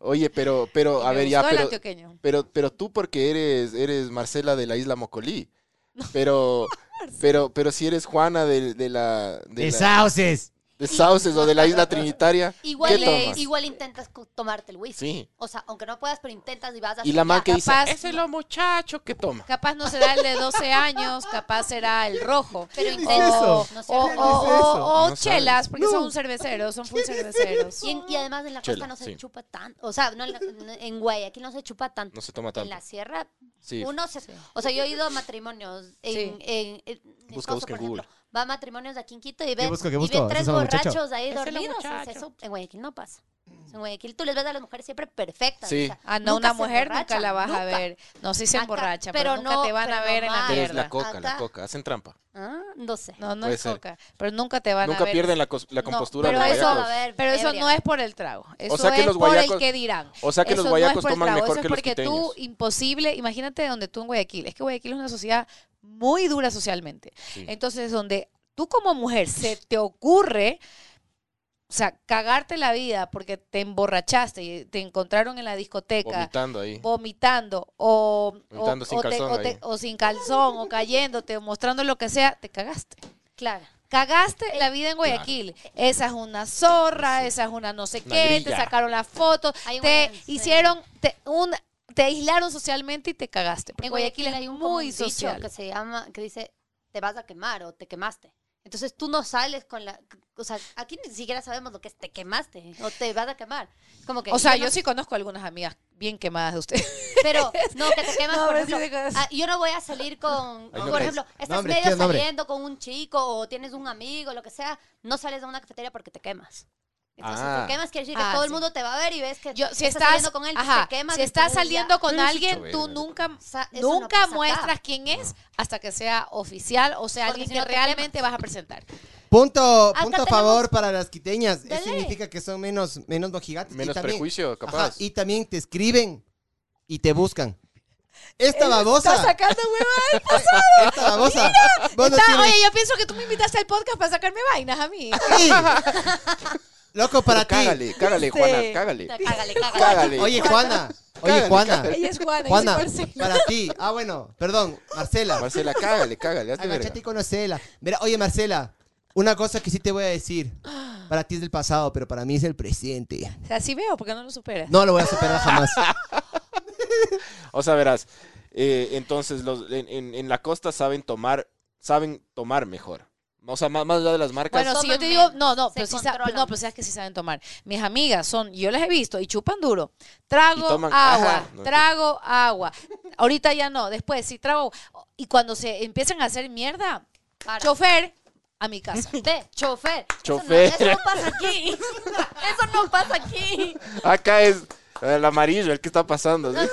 [SPEAKER 3] Oye, pero pero a
[SPEAKER 4] me
[SPEAKER 3] ver ya,
[SPEAKER 4] gustó el
[SPEAKER 3] pero
[SPEAKER 4] antioqueño.
[SPEAKER 3] pero pero tú porque eres eres Marcela de la Isla Mocolí. Pero
[SPEAKER 4] [laughs]
[SPEAKER 3] pero pero si eres Juana de, de la de,
[SPEAKER 2] De
[SPEAKER 3] la,
[SPEAKER 2] sauces.
[SPEAKER 3] de Sauces o de la Isla Trinitaria,
[SPEAKER 5] Igual,
[SPEAKER 3] ¿qué
[SPEAKER 5] le-
[SPEAKER 3] tomas?
[SPEAKER 5] igual intentas cu- tomarte el whisky.
[SPEAKER 3] Sí.
[SPEAKER 5] O sea, aunque no puedas, pero intentas y vas a
[SPEAKER 3] Y la man que dice,
[SPEAKER 4] Capaz-
[SPEAKER 3] "Ese es lo muchacho que toma."
[SPEAKER 4] Capaz no será el de 12 años, capaz será el rojo.
[SPEAKER 5] Pero
[SPEAKER 2] dice
[SPEAKER 5] intentas-
[SPEAKER 2] eso?
[SPEAKER 5] no sé,
[SPEAKER 4] O,
[SPEAKER 5] pero-
[SPEAKER 4] o-
[SPEAKER 2] dice eso?
[SPEAKER 4] o- o
[SPEAKER 3] No sabes.
[SPEAKER 4] chelas, porque
[SPEAKER 2] No.
[SPEAKER 4] son cerveceros, son full cerveceros.
[SPEAKER 5] Y, en- y además en la
[SPEAKER 3] Chela,
[SPEAKER 5] costa no se
[SPEAKER 3] sí.
[SPEAKER 5] chupa tanto. O sea, no en, la- no- en Guayaquil no se chupa tanto.
[SPEAKER 3] No se toma
[SPEAKER 5] En
[SPEAKER 3] tanto.
[SPEAKER 5] la sierra,
[SPEAKER 3] Sí.
[SPEAKER 5] uno se. O sea, yo he ido a matrimonios. En,
[SPEAKER 4] Sí.
[SPEAKER 5] en- en- en
[SPEAKER 3] Busca,
[SPEAKER 5] Escocia,
[SPEAKER 3] busca en
[SPEAKER 5] por ejemplo. Va a matrimonios aquí en Quito y ve,
[SPEAKER 2] busco, qué
[SPEAKER 5] y ve
[SPEAKER 2] busco?
[SPEAKER 5] tres
[SPEAKER 2] Eso es lo muchacho.
[SPEAKER 5] borrachos ahí
[SPEAKER 4] Eso es lo
[SPEAKER 5] dormidos. O sea,
[SPEAKER 4] muchacho.
[SPEAKER 5] eso en Guayaquil no pasa. En Guayaquil tú les ves a las mujeres siempre perfectas.
[SPEAKER 3] Sí.
[SPEAKER 5] o sea,
[SPEAKER 4] Ah, no,
[SPEAKER 5] nunca
[SPEAKER 4] una
[SPEAKER 5] se
[SPEAKER 4] mujer nunca
[SPEAKER 5] emborrachan,
[SPEAKER 4] la vas a
[SPEAKER 5] nunca.
[SPEAKER 4] ver. No, sí se
[SPEAKER 5] Acá,
[SPEAKER 4] emborracha,
[SPEAKER 5] pero
[SPEAKER 4] pero, nunca
[SPEAKER 5] no-
[SPEAKER 4] te van a
[SPEAKER 5] pero
[SPEAKER 4] ver en la
[SPEAKER 5] nomás.
[SPEAKER 3] Pero es
[SPEAKER 4] mierda.
[SPEAKER 3] la coca, la
[SPEAKER 5] Acá.
[SPEAKER 3] coca, hacen trampa.
[SPEAKER 5] Ah, no sé.
[SPEAKER 4] No, no
[SPEAKER 3] Puede
[SPEAKER 4] es
[SPEAKER 3] ser.
[SPEAKER 4] coca, pero nunca te van a
[SPEAKER 3] Nunca
[SPEAKER 4] ver.
[SPEAKER 3] pierden la, cos- la
[SPEAKER 4] No,
[SPEAKER 3] compostura
[SPEAKER 4] pero
[SPEAKER 3] los
[SPEAKER 4] eso-
[SPEAKER 3] guayacos.
[SPEAKER 5] ver,
[SPEAKER 4] Pero eso
[SPEAKER 5] ebria.
[SPEAKER 4] no es por el trago, eso
[SPEAKER 3] sea que
[SPEAKER 4] es
[SPEAKER 3] los
[SPEAKER 4] por
[SPEAKER 3] guayacos-
[SPEAKER 4] el que dirán.
[SPEAKER 3] O sea que
[SPEAKER 4] eso
[SPEAKER 3] los
[SPEAKER 4] no es
[SPEAKER 3] guayacos
[SPEAKER 4] por el
[SPEAKER 3] toman
[SPEAKER 4] trago,
[SPEAKER 3] mejor
[SPEAKER 4] eso
[SPEAKER 3] que
[SPEAKER 4] es
[SPEAKER 3] los
[SPEAKER 4] porque tú
[SPEAKER 3] quiteños.
[SPEAKER 4] imposible, imagínate donde tú en Guayaquil, es que Guayaquil es una sociedad muy dura socialmente.
[SPEAKER 3] Sí.
[SPEAKER 4] Entonces, donde tú como mujer se te ocurre o sea, cagarte la vida porque te emborrachaste y te encontraron en la discoteca
[SPEAKER 3] Vomitando ahí.
[SPEAKER 4] vomitando o, o-
[SPEAKER 3] Vomitando sin
[SPEAKER 4] o te-
[SPEAKER 3] calzón
[SPEAKER 4] o te-
[SPEAKER 3] ahí.
[SPEAKER 4] o sin calzón o cayéndote o mostrando lo que sea, te cagaste.
[SPEAKER 5] Claro.
[SPEAKER 4] Cagaste la vida en Guayaquil. Esa es una zorra, esa es una no sé
[SPEAKER 3] Una
[SPEAKER 4] qué, te
[SPEAKER 3] grilla.
[SPEAKER 4] sacaron la foto,
[SPEAKER 5] Hay un-
[SPEAKER 4] te
[SPEAKER 5] sí.
[SPEAKER 4] hicieron, te, un, te aislaron socialmente y te cagaste. Porque
[SPEAKER 5] En Guayaquil hay un, como un
[SPEAKER 4] muy
[SPEAKER 5] dicho
[SPEAKER 4] social.
[SPEAKER 5] que se llama, que dice, te vas a quemar o te quemaste. Entonces tú no sales con la, o sea, aquí ni siquiera sabemos lo que es te quemaste o te vas a quemar. Es Como que,
[SPEAKER 4] O sea,
[SPEAKER 5] no-
[SPEAKER 4] yo sí conozco algunas amigas bien quemadas de ustedes.
[SPEAKER 5] [laughs]
[SPEAKER 4] [laughs]
[SPEAKER 5] Pero no, que te quemas,
[SPEAKER 4] No,
[SPEAKER 5] por
[SPEAKER 4] pero sí
[SPEAKER 5] ejemplo.
[SPEAKER 4] te quemas.
[SPEAKER 5] ah, yo no voy a salir con,
[SPEAKER 3] Ay, no
[SPEAKER 5] por
[SPEAKER 3] crees.
[SPEAKER 5] ejemplo, estás
[SPEAKER 2] hombre,
[SPEAKER 5] medio
[SPEAKER 2] ¿qué nombre?
[SPEAKER 5] saliendo con un chico o tienes un amigo, lo que sea, no sales de una cafetería porque te quemas. Entonces
[SPEAKER 3] Ah.
[SPEAKER 5] te quemas quiere decir que
[SPEAKER 4] Ah,
[SPEAKER 5] todo el
[SPEAKER 4] sí.
[SPEAKER 5] mundo te va a ver y ves que
[SPEAKER 4] Yo, si
[SPEAKER 5] estás,
[SPEAKER 4] estás,
[SPEAKER 5] saliendo con él,
[SPEAKER 4] ajá,
[SPEAKER 5] te quemas.
[SPEAKER 4] si estás
[SPEAKER 5] entonces ya-
[SPEAKER 4] saliendo con
[SPEAKER 3] Pero eso
[SPEAKER 4] alguien,
[SPEAKER 3] está
[SPEAKER 4] tú
[SPEAKER 3] bien.
[SPEAKER 4] nunca,
[SPEAKER 5] sea, eso no
[SPEAKER 4] nunca
[SPEAKER 5] pasa acá.
[SPEAKER 4] muestras quién es hasta que sea oficial o sea
[SPEAKER 5] Porque
[SPEAKER 4] alguien
[SPEAKER 5] si
[SPEAKER 4] que
[SPEAKER 5] no te
[SPEAKER 4] realmente vas a presentar.
[SPEAKER 2] Punto,
[SPEAKER 5] Acá
[SPEAKER 2] punto a
[SPEAKER 5] tenemos-
[SPEAKER 2] favor para las quiteñas. Eh,
[SPEAKER 5] Dale.
[SPEAKER 2] Significa que son menos, menos mojigatos.
[SPEAKER 3] Menos
[SPEAKER 2] y también,
[SPEAKER 3] prejuicio,
[SPEAKER 2] Ajá,
[SPEAKER 3] capaz.
[SPEAKER 2] y también te escriben y te buscan. Esta babosa,
[SPEAKER 4] sacando huevadas.
[SPEAKER 2] esta babosa. vos no
[SPEAKER 4] Está-
[SPEAKER 2] tienes-
[SPEAKER 4] Oye, yo pienso que tú me invitaste al podcast para sacarme vainas a mí.
[SPEAKER 2] Sí. Loco, para
[SPEAKER 3] Pero
[SPEAKER 2] ti.
[SPEAKER 3] Cágale, cágale,
[SPEAKER 4] Este-
[SPEAKER 3] Juana, cágale.
[SPEAKER 5] Cágale, cágale.
[SPEAKER 3] Cágale.
[SPEAKER 2] Oye, Juana. Oye,
[SPEAKER 3] Cágale,
[SPEAKER 2] Juana.
[SPEAKER 3] cágale.
[SPEAKER 4] Ella es Juana.
[SPEAKER 2] Juana,
[SPEAKER 4] yo soy Marcela.
[SPEAKER 2] para ti. Ah, bueno, perdón, Marcela.
[SPEAKER 3] Marcela, cágale, cágale. hazte verga.
[SPEAKER 2] Agachate y conocela. Mira, oye, Marcela, una cosa que sí te voy a decir. Para ti es del pasado, pero para mí es el presente.
[SPEAKER 4] Así veo, porque no lo superas.
[SPEAKER 2] No lo voy a superar jamás.
[SPEAKER 3] O sea, verás. eh, entonces, los, en, en- en la costa saben tomar saben tomar mejor. O sea, más, más allá de las marcas.
[SPEAKER 4] Bueno, si yo te
[SPEAKER 5] Toman
[SPEAKER 4] digo,
[SPEAKER 5] menos,
[SPEAKER 4] no, no,
[SPEAKER 5] Pues se
[SPEAKER 4] pero sí, sa-
[SPEAKER 5] controlan.
[SPEAKER 4] no, pero sabes que sí saben tomar. Mis amigas son, yo las he visto y chupan duro. Trago
[SPEAKER 3] Y toman,
[SPEAKER 4] agua,
[SPEAKER 3] ajá, no,
[SPEAKER 4] trago agua. Ahorita ya no, después sí trago. Y cuando se empiezan a hacer mierda,
[SPEAKER 5] Para.
[SPEAKER 4] chofer, a mi
[SPEAKER 3] [laughs]
[SPEAKER 4] casa.
[SPEAKER 5] Ve, chofer.
[SPEAKER 3] Chofer.
[SPEAKER 5] Eso no, eso no pasa
[SPEAKER 3] [laughs]
[SPEAKER 5] aquí. Eso no pasa aquí.
[SPEAKER 3] Acá es el amarillo, el que está pasando. ¿sí?
[SPEAKER 5] Ajá,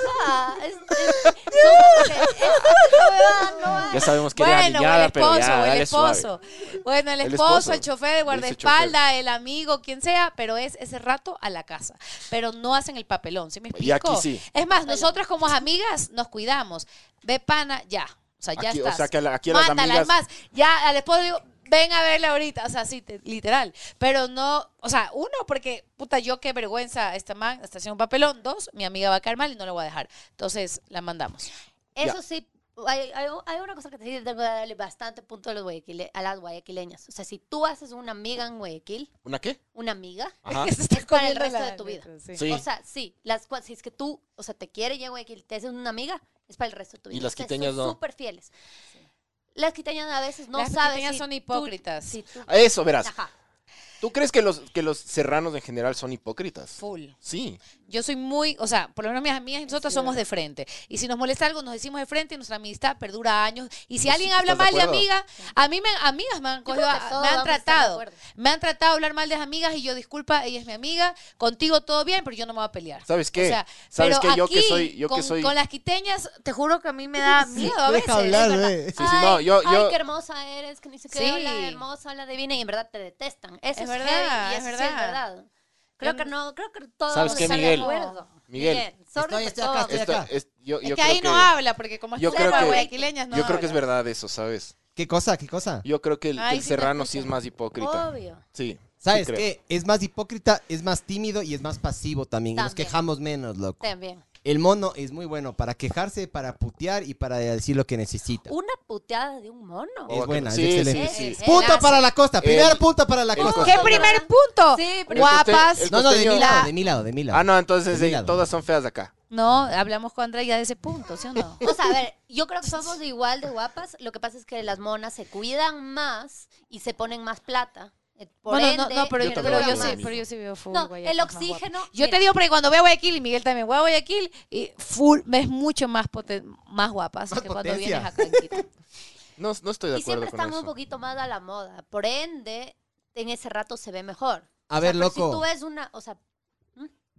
[SPEAKER 5] Ah, es- es- son como que, esta huevada no va.
[SPEAKER 3] Ya sabemos que era
[SPEAKER 4] Bueno, o
[SPEAKER 3] aliñada,
[SPEAKER 4] el
[SPEAKER 3] pero
[SPEAKER 4] esposo,
[SPEAKER 3] ya,
[SPEAKER 4] o el
[SPEAKER 3] dale
[SPEAKER 4] esposo.
[SPEAKER 3] suave.
[SPEAKER 4] Bueno, el
[SPEAKER 3] El
[SPEAKER 4] esposo,
[SPEAKER 3] esposo,
[SPEAKER 4] el chofer, el guardaespaldas, el amigo, quien sea, pero es ese rato a la casa. Pero no hacen el papelón, ¿sí me explico?
[SPEAKER 3] Y aquí sí.
[SPEAKER 4] Es más, nosotras como amigas nos cuidamos. Ve pana, ya. O sea, ya
[SPEAKER 3] Aquí- o
[SPEAKER 4] estás.
[SPEAKER 3] sea, que a la- aquí a las
[SPEAKER 4] Mándala.
[SPEAKER 3] amigas-
[SPEAKER 4] Es más, ya al esposo digo, ven a verla ahorita. O sea, sí, te- literal. Pero no, o sea, uno, porque, puta, yo qué vergüenza, esta man está haciendo un papelón. Dos, mi amiga va a caer mal y no la voy a dejar. Entonces, la mandamos.
[SPEAKER 5] Eso sí, hay, hay- hay una cosa que te sí tengo que darle bastante punto a, los guayaquile- a las guayaquileñas. O sea, si tú haces una amiga en Guayaquil,
[SPEAKER 3] ¿Una qué?
[SPEAKER 5] una amiga,
[SPEAKER 3] Ajá.
[SPEAKER 4] Es que [laughs] se está
[SPEAKER 5] Es para el
[SPEAKER 4] comiendo
[SPEAKER 5] resto
[SPEAKER 4] la
[SPEAKER 5] de tu vida.
[SPEAKER 4] letra, sí.
[SPEAKER 3] Sí.
[SPEAKER 5] o sea, sí, las, cua- si es que tú, o sea, te quiere y a Guayaquil, te haces una amiga, es para el resto de tu
[SPEAKER 3] Y
[SPEAKER 5] vida.
[SPEAKER 3] las
[SPEAKER 5] O sea,
[SPEAKER 3] quiteñas
[SPEAKER 5] son
[SPEAKER 3] no.
[SPEAKER 5] súper fieles. Las quiteñas a veces no
[SPEAKER 4] Las
[SPEAKER 5] saben.
[SPEAKER 4] quiteñas
[SPEAKER 5] si
[SPEAKER 4] son
[SPEAKER 5] tú-
[SPEAKER 4] hipócritas.
[SPEAKER 5] si tú-
[SPEAKER 3] Eso, verás.
[SPEAKER 5] Ajá.
[SPEAKER 3] ¿Tú crees que los, que los serranos en general son hipócritas?
[SPEAKER 4] Full.
[SPEAKER 3] Sí.
[SPEAKER 4] Yo soy muy, o sea, por lo menos mis amigas y nosotros somos de frente. Y si nos molesta algo, nos decimos de frente y nuestra amistad perdura años. Y si
[SPEAKER 3] Pues
[SPEAKER 4] alguien
[SPEAKER 3] sí,
[SPEAKER 4] habla
[SPEAKER 3] ¿estás
[SPEAKER 4] mal
[SPEAKER 3] de
[SPEAKER 4] de
[SPEAKER 3] acuerdo?
[SPEAKER 4] amigas, a mí me, amigas me han,
[SPEAKER 5] creo
[SPEAKER 4] cogido
[SPEAKER 5] que
[SPEAKER 4] a-
[SPEAKER 5] todos
[SPEAKER 4] me han
[SPEAKER 5] vamos a estar de
[SPEAKER 4] tratado.
[SPEAKER 5] acuerdo.
[SPEAKER 4] Me han tratado de hablar mal de las amigas y yo, disculpa, ella es mi amiga, contigo todo bien, pero yo no me voy a pelear.
[SPEAKER 3] ¿Sabes qué?
[SPEAKER 4] O sea,
[SPEAKER 3] ¿Sabes
[SPEAKER 4] pero
[SPEAKER 3] qué? Yo que
[SPEAKER 4] aquí,
[SPEAKER 3] soy- yo que
[SPEAKER 4] con,
[SPEAKER 3] soy-
[SPEAKER 4] con las quiteñas, te juro que a mí me da miedo a veces.
[SPEAKER 2] Deja hablar,
[SPEAKER 4] es verdad.
[SPEAKER 2] güey.
[SPEAKER 3] Sí, sí, no,
[SPEAKER 5] ay,
[SPEAKER 3] yo-
[SPEAKER 5] ay,
[SPEAKER 3] yo-
[SPEAKER 5] qué hermosa eres, que ni sé qué,
[SPEAKER 4] Sí.
[SPEAKER 5] habla de hermosa, habla divina, y en verdad te detestan. Eso
[SPEAKER 4] Es
[SPEAKER 5] es,
[SPEAKER 4] verdad,
[SPEAKER 5] heavy, y
[SPEAKER 4] es
[SPEAKER 5] eso sí es
[SPEAKER 4] verdad. Em,
[SPEAKER 5] verdad. Creo que no, creo que todos
[SPEAKER 3] ¿Sabes
[SPEAKER 5] vamos a
[SPEAKER 3] qué,
[SPEAKER 5] estar de
[SPEAKER 3] Miguel?
[SPEAKER 5] acuerdo.
[SPEAKER 3] Miguel.
[SPEAKER 5] sorry,
[SPEAKER 2] Estoy-
[SPEAKER 5] pero
[SPEAKER 2] estoy acá,
[SPEAKER 5] todos.
[SPEAKER 2] estoy-
[SPEAKER 3] Esto-
[SPEAKER 2] acá.
[SPEAKER 3] es, yo,
[SPEAKER 4] Es
[SPEAKER 3] yo
[SPEAKER 4] que
[SPEAKER 3] creo
[SPEAKER 4] ahí no habla, porque como
[SPEAKER 3] yo
[SPEAKER 4] estamos
[SPEAKER 3] creo
[SPEAKER 4] como
[SPEAKER 3] que-
[SPEAKER 4] guayaquileñas, no
[SPEAKER 3] yo creo que es
[SPEAKER 4] habla.
[SPEAKER 3] verdad eso, ¿sabes?
[SPEAKER 2] ¿Qué cosa? ¿Qué cosa?
[SPEAKER 3] Yo creo que el,
[SPEAKER 4] Ay,
[SPEAKER 3] que el
[SPEAKER 4] sí me
[SPEAKER 3] serrano
[SPEAKER 4] escucho.
[SPEAKER 3] sí es más hipócrita.
[SPEAKER 5] Obvio.
[SPEAKER 3] Sí.
[SPEAKER 2] ¿Sabes
[SPEAKER 3] sí creo.
[SPEAKER 2] qué? Es más hipócrita, es más tímido y es más pasivo también. y Nos
[SPEAKER 5] También.
[SPEAKER 2] quejamos menos, loco.
[SPEAKER 5] También.
[SPEAKER 2] El mono es muy bueno para quejarse, para putear y para decir lo que necesita.
[SPEAKER 5] Una puteada de un mono.
[SPEAKER 3] Oh,
[SPEAKER 2] es buena,
[SPEAKER 3] sí,
[SPEAKER 2] es
[SPEAKER 3] sí,
[SPEAKER 2] excelente.
[SPEAKER 3] sí, sí.
[SPEAKER 2] Punta
[SPEAKER 4] Gracias.
[SPEAKER 2] para la costa, primera punta para la
[SPEAKER 3] el
[SPEAKER 2] costa.
[SPEAKER 3] costeño.
[SPEAKER 4] ¿Qué primer punto?
[SPEAKER 5] Sí, pero-
[SPEAKER 4] Guapas.
[SPEAKER 3] El
[SPEAKER 2] No, no, de
[SPEAKER 3] costeño-
[SPEAKER 2] mi lado, de mi lado, de mi lado.
[SPEAKER 3] Ah, no, entonces
[SPEAKER 2] De mi
[SPEAKER 3] eh,
[SPEAKER 2] lado.
[SPEAKER 3] todas son feas de acá.
[SPEAKER 4] No, hablamos con Andrea ya de ese punto, ¿sí o no?
[SPEAKER 5] O sea, a ver, yo creo que somos igual de guapas. Lo que pasa es que las monas se cuidan más y se ponen más plata. Eh, Por
[SPEAKER 4] Bueno,
[SPEAKER 5] ende,
[SPEAKER 4] no, no, pero,
[SPEAKER 3] yo también
[SPEAKER 4] yo, pero,
[SPEAKER 3] creo
[SPEAKER 4] yo
[SPEAKER 3] lo
[SPEAKER 4] sí,
[SPEAKER 3] mismo.
[SPEAKER 4] pero yo sí veo full.
[SPEAKER 5] No,
[SPEAKER 4] Guayaquil,
[SPEAKER 5] el
[SPEAKER 4] más guapo.
[SPEAKER 5] oxígeno.
[SPEAKER 4] Yo te
[SPEAKER 5] mira,
[SPEAKER 4] digo, porque cuando voy a Guayaquil y Miguel también, voy a Guayaquil y full es mucho más, poten- más guapas
[SPEAKER 2] Más
[SPEAKER 4] que cuando
[SPEAKER 2] potencia.
[SPEAKER 4] vienes acá en
[SPEAKER 3] [laughs]
[SPEAKER 4] Quito.
[SPEAKER 3] No, no estoy de
[SPEAKER 5] Y siempre
[SPEAKER 3] acuerdo con
[SPEAKER 5] están
[SPEAKER 3] eso.
[SPEAKER 5] un poquito más a la moda. Por ende, en ese rato se ve mejor.
[SPEAKER 2] A
[SPEAKER 5] O sea,
[SPEAKER 2] ver,
[SPEAKER 5] pero Si
[SPEAKER 2] loco.
[SPEAKER 5] tú ves una. O sea,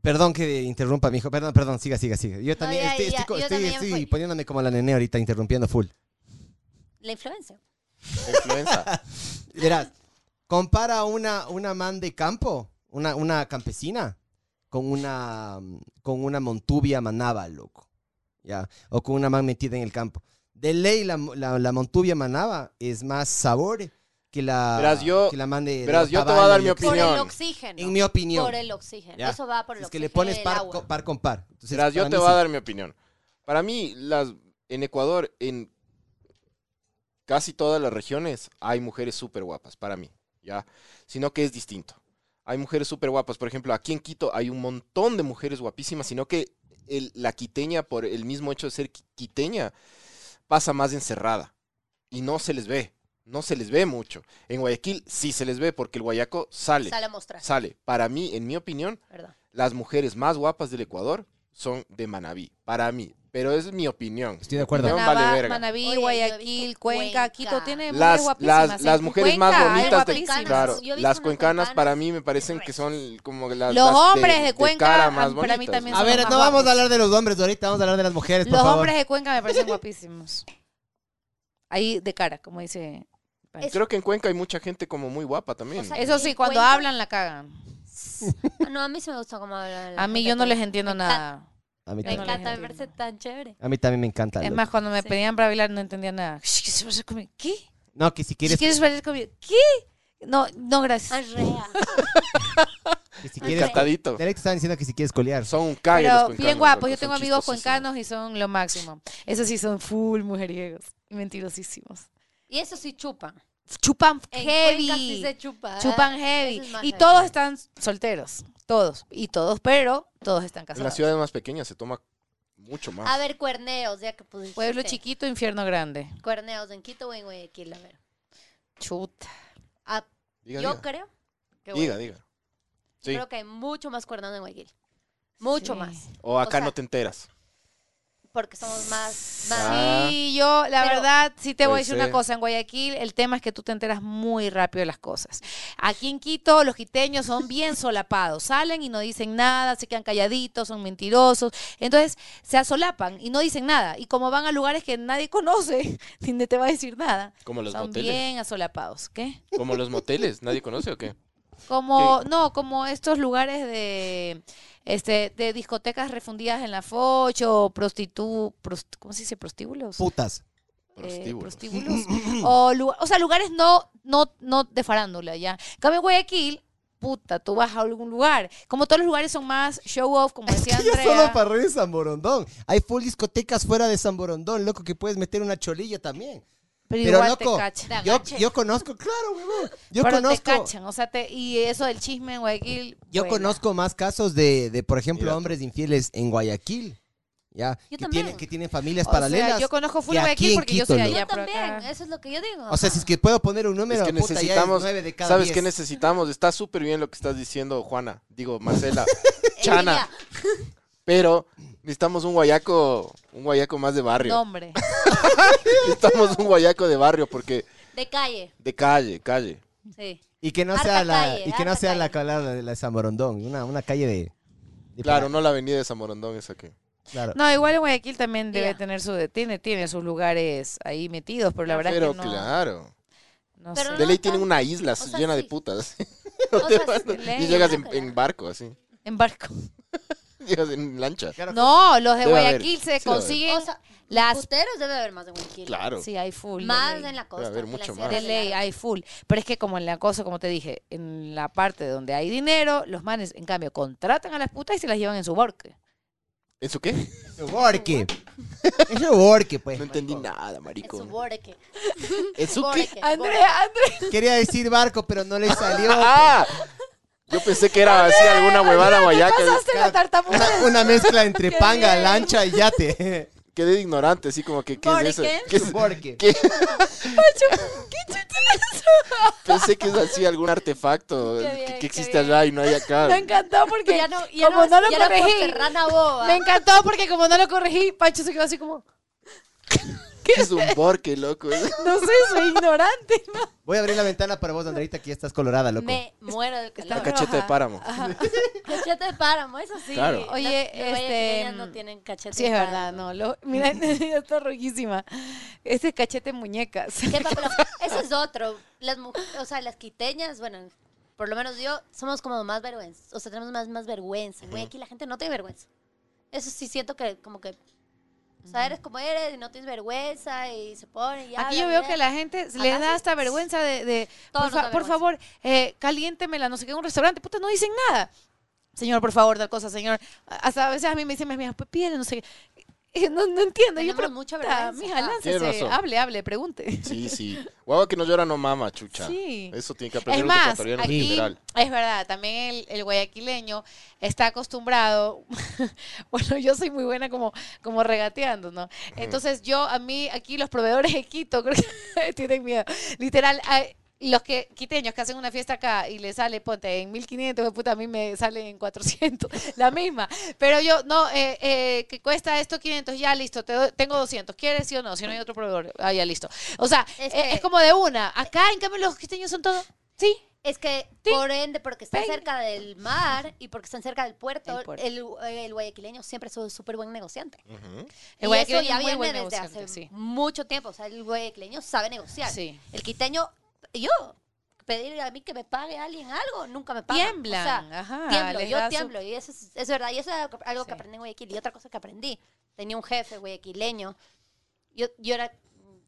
[SPEAKER 2] Perdón que interrumpa, mijo. Perdón, perdón, siga, siga, siga. Yo también
[SPEAKER 5] ya,
[SPEAKER 2] estoy,
[SPEAKER 5] ya,
[SPEAKER 2] estoy co-
[SPEAKER 5] yo
[SPEAKER 2] estoy-
[SPEAKER 5] también
[SPEAKER 2] estoy
[SPEAKER 5] fui.
[SPEAKER 2] poniéndome como la nene ahorita, interrumpiendo full.
[SPEAKER 5] la influencia.
[SPEAKER 3] Influenza.
[SPEAKER 2] Verás, compara una, una man de campo, una, una campesina, con una, mm, con una montubia manaba, loco. ¿Ya? O con una man metida en el campo. De ley, la, mo- la, la montubia manaba es más sabor que la,
[SPEAKER 3] Verás, yo-
[SPEAKER 2] que la man de. de
[SPEAKER 3] verás,
[SPEAKER 2] la
[SPEAKER 3] yo te voy a
[SPEAKER 2] Tabana,
[SPEAKER 3] dar mi
[SPEAKER 2] yo qué sé.
[SPEAKER 5] Por el
[SPEAKER 3] Opinión.
[SPEAKER 5] oxígeno.
[SPEAKER 2] En mi opinión.
[SPEAKER 5] Por el oxígeno.
[SPEAKER 2] Ya.
[SPEAKER 5] Eso va por
[SPEAKER 2] Si
[SPEAKER 5] el
[SPEAKER 2] es que
[SPEAKER 5] oxígeno.
[SPEAKER 2] le pones
[SPEAKER 5] y el
[SPEAKER 2] par,
[SPEAKER 5] agua.
[SPEAKER 2] co- par con par. Entonces,
[SPEAKER 3] Verás, yo
[SPEAKER 2] para
[SPEAKER 3] te
[SPEAKER 2] mí
[SPEAKER 3] voy a
[SPEAKER 2] sí.
[SPEAKER 3] dar mi opinión. Para mí, las, en Ecuador, en casi todas las regiones, hay mujeres súper guapas, para mí, ¿ya? Sino que es distinto. Hay mujeres súper guapas. Por ejemplo, aquí en Quito hay un montón de mujeres guapísimas, sino que el- la quiteña, por el mismo hecho de ser qui- quiteña, pasa más encerrada. Y no se les ve. No se les ve mucho. En Guayaquil sí se les ve, porque el guayaco sale.
[SPEAKER 5] Sale a mostrar.
[SPEAKER 3] Sale. Para mí, en mi opinión,
[SPEAKER 5] ¿verdad?
[SPEAKER 3] las mujeres más guapas del Ecuador son de Manabí, para mí. Pero es mi opinión.
[SPEAKER 2] Estoy de acuerdo.
[SPEAKER 3] No,
[SPEAKER 4] Manabá,
[SPEAKER 3] vale verga.
[SPEAKER 4] Manabí,
[SPEAKER 5] Oye, yo he
[SPEAKER 4] Guayaquil,
[SPEAKER 5] visto
[SPEAKER 4] Cuenca,
[SPEAKER 5] Cuenca.
[SPEAKER 4] Quito tiene mujeres
[SPEAKER 3] Las,
[SPEAKER 4] guapísimas.
[SPEAKER 3] las,
[SPEAKER 4] ¿eh?
[SPEAKER 3] las
[SPEAKER 4] En
[SPEAKER 3] mujeres
[SPEAKER 4] Cuenca
[SPEAKER 3] más
[SPEAKER 4] hay
[SPEAKER 3] bonitas de
[SPEAKER 4] guapísimas.
[SPEAKER 3] claro,
[SPEAKER 5] Yo he visto
[SPEAKER 3] las
[SPEAKER 5] unas
[SPEAKER 3] cuencanas
[SPEAKER 5] cuencanas
[SPEAKER 3] para mí me parecen
[SPEAKER 5] re.
[SPEAKER 3] que son como las
[SPEAKER 4] Los
[SPEAKER 3] las
[SPEAKER 4] hombres de Cuenca,
[SPEAKER 3] cara más
[SPEAKER 4] a- para mí
[SPEAKER 3] bonitas.
[SPEAKER 4] también
[SPEAKER 2] A
[SPEAKER 4] son
[SPEAKER 2] ver,
[SPEAKER 4] los más
[SPEAKER 2] no vamos
[SPEAKER 4] guapos.
[SPEAKER 2] a hablar de los hombres ahorita, vamos a hablar de las mujeres, por
[SPEAKER 4] Los
[SPEAKER 2] favor.
[SPEAKER 4] hombres de Cuenca me
[SPEAKER 3] [laughs]
[SPEAKER 4] parecen guapísimos. Ahí de cara, como dice.
[SPEAKER 5] Es-
[SPEAKER 3] Creo que en Cuenca hay mucha gente como muy guapa también.
[SPEAKER 5] O sea,
[SPEAKER 4] Eso sí,
[SPEAKER 5] en
[SPEAKER 4] cuando
[SPEAKER 5] Cuenca-
[SPEAKER 4] hablan la cagan.
[SPEAKER 5] Ah, No, a mí se me gusta cómo hablan. la
[SPEAKER 4] A mí
[SPEAKER 5] gente
[SPEAKER 4] yo no
[SPEAKER 5] con-
[SPEAKER 4] les entiendo
[SPEAKER 5] Me encanta-
[SPEAKER 4] nada.
[SPEAKER 2] A mí
[SPEAKER 4] Yo
[SPEAKER 2] también.
[SPEAKER 4] no les
[SPEAKER 5] Me encanta
[SPEAKER 4] entiendo.
[SPEAKER 5] me verse tan chévere.
[SPEAKER 2] A mí también me encanta.
[SPEAKER 4] Es
[SPEAKER 2] loco.
[SPEAKER 4] más, cuando me
[SPEAKER 5] Sí.
[SPEAKER 4] pedían para bailar no entendía nada. ¿Qué?
[SPEAKER 2] No, que si
[SPEAKER 4] Si
[SPEAKER 2] quieres,
[SPEAKER 4] quieres bailar conmigo, ¿qué? No, no,
[SPEAKER 5] Ah,
[SPEAKER 4] gracias.
[SPEAKER 2] [laughs]
[SPEAKER 5] rea.
[SPEAKER 2] que si quieres.
[SPEAKER 3] Encantadito.
[SPEAKER 2] Derek está diciendo que si quieres colear.
[SPEAKER 3] Son un cague los
[SPEAKER 4] Pero
[SPEAKER 3] cuencanos,
[SPEAKER 4] bien guapos.
[SPEAKER 3] loco,
[SPEAKER 4] Yo
[SPEAKER 3] pues, son
[SPEAKER 4] tengo amigos
[SPEAKER 3] chistosísimos.
[SPEAKER 4] cuencanos y son lo máximo. Esos sí son full mujeriegos y mentirosísimos.
[SPEAKER 5] Y eso sí chupan.
[SPEAKER 4] Chupan
[SPEAKER 5] En
[SPEAKER 4] heavy.
[SPEAKER 5] Cuenca sí se chupa.
[SPEAKER 4] Chupan
[SPEAKER 5] Ah,
[SPEAKER 4] heavy.
[SPEAKER 5] eso es más
[SPEAKER 4] Y
[SPEAKER 5] heavy.
[SPEAKER 4] todos están solteros. Todos. Y todos, pero todos están
[SPEAKER 3] En las
[SPEAKER 4] casados.
[SPEAKER 3] ciudades más pequeñas se toma Mucho más.
[SPEAKER 4] Ah,
[SPEAKER 5] A ver, cuerneos, ya que pudiste.
[SPEAKER 4] Pueblo chiquito, infierno grande.
[SPEAKER 5] Cuerneos en Quito o en Guayaquil, a ver.
[SPEAKER 4] Chuta.
[SPEAKER 5] Ah,
[SPEAKER 3] diga,
[SPEAKER 5] yo
[SPEAKER 3] diga.
[SPEAKER 5] creo que
[SPEAKER 3] Diga,
[SPEAKER 5] Guayaquil.
[SPEAKER 3] diga. Sí.
[SPEAKER 5] Creo que hay mucho más cuerneos en Guayaquil. Mucho
[SPEAKER 4] Sí.
[SPEAKER 5] más.
[SPEAKER 3] O acá
[SPEAKER 5] sea,
[SPEAKER 3] no te enteras.
[SPEAKER 5] Porque somos más. más
[SPEAKER 3] Ah.
[SPEAKER 4] Sí, yo, la
[SPEAKER 5] Pero-
[SPEAKER 4] verdad, sí te voy a
[SPEAKER 3] Puede
[SPEAKER 4] decir
[SPEAKER 3] ser.
[SPEAKER 4] una cosa. En Guayaquil, el tema es que tú te enteras muy rápido de las cosas. Aquí en Quito, los quiteños son bien solapados. Salen y no dicen nada, se quedan calladitos, son mentirosos. Entonces, se asolapan y no dicen nada. Y como van a lugares que nadie conoce, [laughs] ni te va a decir nada.
[SPEAKER 3] Como los
[SPEAKER 4] son
[SPEAKER 3] moteles.
[SPEAKER 4] bien asolapados. ¿Qué?
[SPEAKER 3] Como los moteles. ¿Nadie conoce o qué?
[SPEAKER 4] Como, no, como estos lugares de este de discotecas refundidas en la focho, prostitu, prost- ¿cómo se dice? Prostíbulos.
[SPEAKER 2] Putas.
[SPEAKER 4] eh,
[SPEAKER 3] Prostíbulos.
[SPEAKER 4] prostíbulos. o, lu- o sea, lugares no, no, no de farándula, ya. En Cambio en Guayaquil, puta, tú vas a algún lugar. Como todos los lugares son más show off, como decía
[SPEAKER 2] [laughs] Yo solo
[SPEAKER 4] Andrea.
[SPEAKER 2] para reír San Borondón. Hay full discotecas fuera de San Borondón, loco, que puedes meter una cholilla también.
[SPEAKER 4] Pero
[SPEAKER 2] Pero
[SPEAKER 4] igual
[SPEAKER 2] loco,
[SPEAKER 4] te cachan.
[SPEAKER 2] yo, yo conozco, claro, huevón. Yo
[SPEAKER 4] pero
[SPEAKER 2] conozco.
[SPEAKER 4] te cachan, o sea, te- y eso del chisme en Guayaquil.
[SPEAKER 2] Yo
[SPEAKER 4] vuela.
[SPEAKER 2] conozco más casos de, de, por ejemplo,
[SPEAKER 3] Mira tú.
[SPEAKER 2] hombres infieles en Guayaquil. Ya,
[SPEAKER 5] Yo
[SPEAKER 2] que,
[SPEAKER 5] también.
[SPEAKER 2] tienen, que tienen familias
[SPEAKER 4] O sea,
[SPEAKER 2] paralelas.
[SPEAKER 4] yo conozco full
[SPEAKER 2] que
[SPEAKER 4] Guayaquil
[SPEAKER 2] aquí en
[SPEAKER 4] porque yo
[SPEAKER 2] Quito,
[SPEAKER 4] soy
[SPEAKER 2] loco.
[SPEAKER 5] Yo
[SPEAKER 4] allá. por
[SPEAKER 5] también,
[SPEAKER 4] acá.
[SPEAKER 5] eso es lo que yo digo.
[SPEAKER 2] O
[SPEAKER 5] [laughs]
[SPEAKER 2] sea, si es que puedo poner un número,
[SPEAKER 3] Es que
[SPEAKER 2] puta, ya es
[SPEAKER 3] necesitamos.
[SPEAKER 2] nueve de cada
[SPEAKER 3] ¿Sabes
[SPEAKER 2] diez.
[SPEAKER 3] qué necesitamos? Está súper bien lo que estás diciendo, Juana. Digo, Marcela. [laughs] Chana. Pero necesitamos un guayaco. Un guayaco más de barrio.
[SPEAKER 4] Nombre.
[SPEAKER 3] [laughs] Necesitamos un guayaco de barrio porque.
[SPEAKER 5] De calle,
[SPEAKER 3] De calle, calle. [laughs]
[SPEAKER 5] sí.
[SPEAKER 2] Y que no
[SPEAKER 5] Harta
[SPEAKER 2] sea la,
[SPEAKER 5] calle,
[SPEAKER 2] y que no
[SPEAKER 5] harta
[SPEAKER 2] sea la
[SPEAKER 5] calle.
[SPEAKER 2] que hablaba de la de San Borondón, una, una calle de. de
[SPEAKER 3] Claro,
[SPEAKER 2] por-
[SPEAKER 3] no la avenida de San Morondón es aquí.
[SPEAKER 2] claro.
[SPEAKER 4] No, igual en Guayaquil también debe
[SPEAKER 5] Ya.
[SPEAKER 4] tener su tiene, tiene sus lugares ahí metidos, pero la verdad
[SPEAKER 3] Pero
[SPEAKER 4] es que no,
[SPEAKER 3] claro.
[SPEAKER 4] no
[SPEAKER 5] Pero
[SPEAKER 4] sé.
[SPEAKER 3] De
[SPEAKER 5] no
[SPEAKER 3] ley
[SPEAKER 5] tan-
[SPEAKER 3] tiene una isla así,
[SPEAKER 5] sea,
[SPEAKER 3] llena de
[SPEAKER 5] sí.
[SPEAKER 3] putas. [laughs]
[SPEAKER 5] O sea, sí,
[SPEAKER 4] de ley.
[SPEAKER 3] y llegas en,
[SPEAKER 5] claro, claro.
[SPEAKER 3] en barco, así. [laughs]
[SPEAKER 4] En barco.
[SPEAKER 3] Llegas en lancha.
[SPEAKER 4] No, los de
[SPEAKER 3] Debe haber,
[SPEAKER 4] Guayaquil se
[SPEAKER 3] sí debe haber.
[SPEAKER 4] consiguen
[SPEAKER 5] O sea,
[SPEAKER 4] las
[SPEAKER 5] puteros debe haber más de Guayaquil.
[SPEAKER 3] Claro.
[SPEAKER 4] Sí, hay full. de
[SPEAKER 5] Más
[SPEAKER 4] ley.
[SPEAKER 5] en la
[SPEAKER 3] Debe
[SPEAKER 5] costa.
[SPEAKER 3] haber
[SPEAKER 5] en
[SPEAKER 3] mucho
[SPEAKER 5] la
[SPEAKER 3] más.
[SPEAKER 5] sierra,
[SPEAKER 4] De ley, hay full. Pero es que como en la cosa, como te dije, en la parte donde hay dinero, los manes, en cambio, contratan a las putas y se las llevan en su barque.
[SPEAKER 3] ¿En su qué?
[SPEAKER 2] Worque. Es un worque, pues.
[SPEAKER 3] No entendí
[SPEAKER 2] marico.
[SPEAKER 3] nada,
[SPEAKER 5] Es su
[SPEAKER 3] marico.
[SPEAKER 5] borque.
[SPEAKER 3] ¿En su qué?
[SPEAKER 5] Borque,
[SPEAKER 4] Andrea, Andrea.
[SPEAKER 2] Quería decir barco, pero no le salió.
[SPEAKER 3] ¡Ah! Yo pensé que era así alguna huevada guayaca.
[SPEAKER 4] Pasaste la tartamuda.
[SPEAKER 2] Una, una mezcla entre
[SPEAKER 4] Qué
[SPEAKER 2] panga,
[SPEAKER 4] bien.
[SPEAKER 2] lancha y yate.
[SPEAKER 3] Quedé ignorante, así como que, ¿qué es eso?
[SPEAKER 4] Boreken.
[SPEAKER 3] ¿Qué es-
[SPEAKER 2] Worque.
[SPEAKER 3] qué? [laughs]
[SPEAKER 4] ¿Qué chucha es eso?
[SPEAKER 3] Pensé que es así algún artefacto
[SPEAKER 5] Qué
[SPEAKER 3] que-
[SPEAKER 5] bien,
[SPEAKER 3] que,
[SPEAKER 5] qué
[SPEAKER 3] existe
[SPEAKER 5] bien.
[SPEAKER 3] allá y no hay
[SPEAKER 4] [laughs] Me
[SPEAKER 3] acá.
[SPEAKER 4] encantó porque
[SPEAKER 5] Ya no, ya
[SPEAKER 4] como no, ¿ah?
[SPEAKER 5] no,
[SPEAKER 4] lo
[SPEAKER 5] ya no por
[SPEAKER 4] corregí.
[SPEAKER 5] serrana boba.
[SPEAKER 4] me encantó porque como no lo corregí, Pancho se quedó así como,
[SPEAKER 3] ¿Qué es un borque,
[SPEAKER 4] [laughs]
[SPEAKER 3] loco?
[SPEAKER 4] no sé, soy ignorante.
[SPEAKER 2] Voy a abrir la ventana para vos, Andreita, que ya estás colorada, loco.
[SPEAKER 5] Me muero del
[SPEAKER 4] Está
[SPEAKER 3] Una
[SPEAKER 5] calor.
[SPEAKER 4] roja.
[SPEAKER 3] cacheta de páramo.
[SPEAKER 5] Cachete de páramo, eso sí.
[SPEAKER 3] Claro.
[SPEAKER 5] Las-
[SPEAKER 4] Oye,
[SPEAKER 5] las guayaquileñas
[SPEAKER 4] este,
[SPEAKER 5] no tienen cachete
[SPEAKER 4] Sí, es
[SPEAKER 5] de
[SPEAKER 4] verdad,
[SPEAKER 5] páramo.
[SPEAKER 4] no. Lo, mira, [laughs] ya está rojísima. Este es cachete en muñecas.
[SPEAKER 5] ¿Qué tal? Pero eso es otro. Las mujeres, o sea, las quiteñas, bueno, por lo menos yo, somos como más vergüenza. O sea, tenemos más, más vergüenza. Güey, aquí la gente no tiene vergüenza. Eso sí siento que como que... O sea, eres como eres y no tienes vergüenza y se pone y
[SPEAKER 4] Aquí
[SPEAKER 5] habla,
[SPEAKER 4] yo veo
[SPEAKER 5] mira.
[SPEAKER 4] que la gente se le
[SPEAKER 5] Acá
[SPEAKER 4] da
[SPEAKER 5] sí.
[SPEAKER 4] hasta vergüenza de, de, por,
[SPEAKER 5] Todo nos da
[SPEAKER 4] fa- por
[SPEAKER 5] vergüenza.
[SPEAKER 4] favor, eh, caliéntemela, no sé qué, en un restaurante, puta, no dicen nada. Señor, por favor, tal cosa, señor. Hasta a veces a mí me dicen, mis amigas, "Pues pídele, no sé qué. Eh, No, no entiendo. Yo,
[SPEAKER 5] Tenemos
[SPEAKER 4] pero,
[SPEAKER 5] mucha
[SPEAKER 4] puta,
[SPEAKER 5] vergüenza.
[SPEAKER 4] mija,
[SPEAKER 3] Tienes
[SPEAKER 4] láncese,
[SPEAKER 3] razón.
[SPEAKER 4] hable, hable, pregunte. [laughs]
[SPEAKER 3] Sí, sí. Guagua que no llora no mama, chucha.
[SPEAKER 4] Sí.
[SPEAKER 3] Eso tiene que aprender
[SPEAKER 4] Es
[SPEAKER 3] los
[SPEAKER 4] más,
[SPEAKER 3] ecuatorianos en
[SPEAKER 4] aquí
[SPEAKER 3] general.
[SPEAKER 4] es verdad, también el, el guayaquileño está acostumbrado, [laughs] bueno, yo soy muy buena como, como regateando, ¿no? Entonces yo, a mí, aquí los proveedores de Quito, creo que [laughs] tienen miedo, literal, hay- los que quiteños que hacen una fiesta acá y le sale, ponte, en 1500, de puta, a mí me sale en 400, [laughs] la misma. Pero yo, no, eh, eh, que cuesta esto 500, ya listo, te doy- tengo 200, ¿quieres sí o no? Si no hay otro proveedor, ah, ya listo. O sea,
[SPEAKER 5] Es
[SPEAKER 4] es,
[SPEAKER 5] que- eh,
[SPEAKER 4] es como de una. Acá, en cambio, los quiteños son todos, sí,
[SPEAKER 5] Es que,
[SPEAKER 4] Sí.
[SPEAKER 5] por ende, porque están
[SPEAKER 4] Ven.
[SPEAKER 5] cerca del mar y porque están cerca del puerto,
[SPEAKER 4] El
[SPEAKER 5] el,
[SPEAKER 4] puerto.
[SPEAKER 5] el guayaquileño siempre es un súper buen negociante.
[SPEAKER 3] Ujú.
[SPEAKER 4] El
[SPEAKER 5] y
[SPEAKER 4] guayaquileño
[SPEAKER 5] eso ya
[SPEAKER 4] es muy
[SPEAKER 5] viene
[SPEAKER 4] buen
[SPEAKER 5] desde
[SPEAKER 4] negociante,
[SPEAKER 5] hace
[SPEAKER 4] sí.
[SPEAKER 5] mucho tiempo. O sea, el guayaquileño sabe negociar.
[SPEAKER 4] Sí.
[SPEAKER 5] El quiteño, yo, pedir a mí que me pague alguien algo, nunca me pagan.
[SPEAKER 4] Tiemblan,
[SPEAKER 5] O sea,
[SPEAKER 4] ajá,
[SPEAKER 5] tiemblo,
[SPEAKER 4] les
[SPEAKER 5] yo
[SPEAKER 4] da su-
[SPEAKER 5] tiemblo. Y eso es, es verdad. Y eso es algo que- algo
[SPEAKER 4] Sí.
[SPEAKER 5] que aprendí en Guayaquil. Y otra cosa que aprendí. Tenía un jefe guayaquileño. Yo, yo era,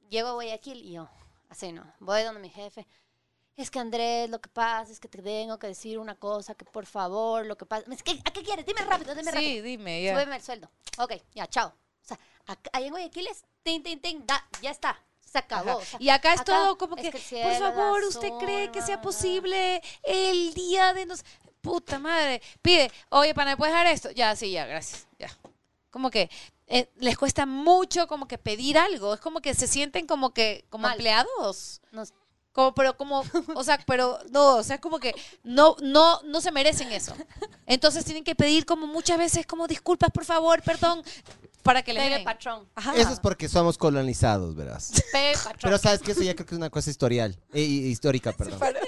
[SPEAKER 5] llego a Guayaquil y yo, así no, voy donde mi jefe. Es que Andrés, lo que pasa es que te tengo que decir una cosa, que por favor, lo que pasa. Es que, ¿A qué quieres? Dime rápido, dime rápido.
[SPEAKER 4] Sí, dime, ya.
[SPEAKER 5] Súbeme el sueldo. Ok, ya, chao. O sea, acá, ahí en Guayaquil es tin, tin, tin, da, ya está. Se acabó.
[SPEAKER 4] Ajá.
[SPEAKER 5] O sea,
[SPEAKER 4] Y acá es
[SPEAKER 5] acá
[SPEAKER 4] todo como
[SPEAKER 5] es
[SPEAKER 4] que,
[SPEAKER 5] que el
[SPEAKER 4] por
[SPEAKER 5] cielo,
[SPEAKER 4] favor,
[SPEAKER 5] el
[SPEAKER 4] ¿usted
[SPEAKER 5] azul,
[SPEAKER 4] cree que
[SPEAKER 5] bla,
[SPEAKER 4] sea
[SPEAKER 5] bla, bla.
[SPEAKER 4] posible el día de nos... Puta madre. Pide, oye, pana, ¿me puedes dejar esto? Ya, sí, ya, gracias. Ya. Como que eh, les cuesta mucho como que pedir algo. Es como que se sienten como que como
[SPEAKER 5] Mal.
[SPEAKER 4] empleados.
[SPEAKER 5] No,
[SPEAKER 4] Como, pero como, o sea, [laughs] pero no, o sea, es como que no, no, no se merecen eso. Entonces tienen que pedir como muchas veces como disculpas, por favor, perdón, para que les
[SPEAKER 5] Pepe
[SPEAKER 4] den.
[SPEAKER 5] Patrón.
[SPEAKER 4] Ajá.
[SPEAKER 2] Eso es porque somos colonizados, verás.
[SPEAKER 5] Pepe Patrón.
[SPEAKER 4] [laughs]
[SPEAKER 2] Pero sabes que eso ya creo que es una cosa historial, eh, hi- histórica, perdón.
[SPEAKER 5] Historias.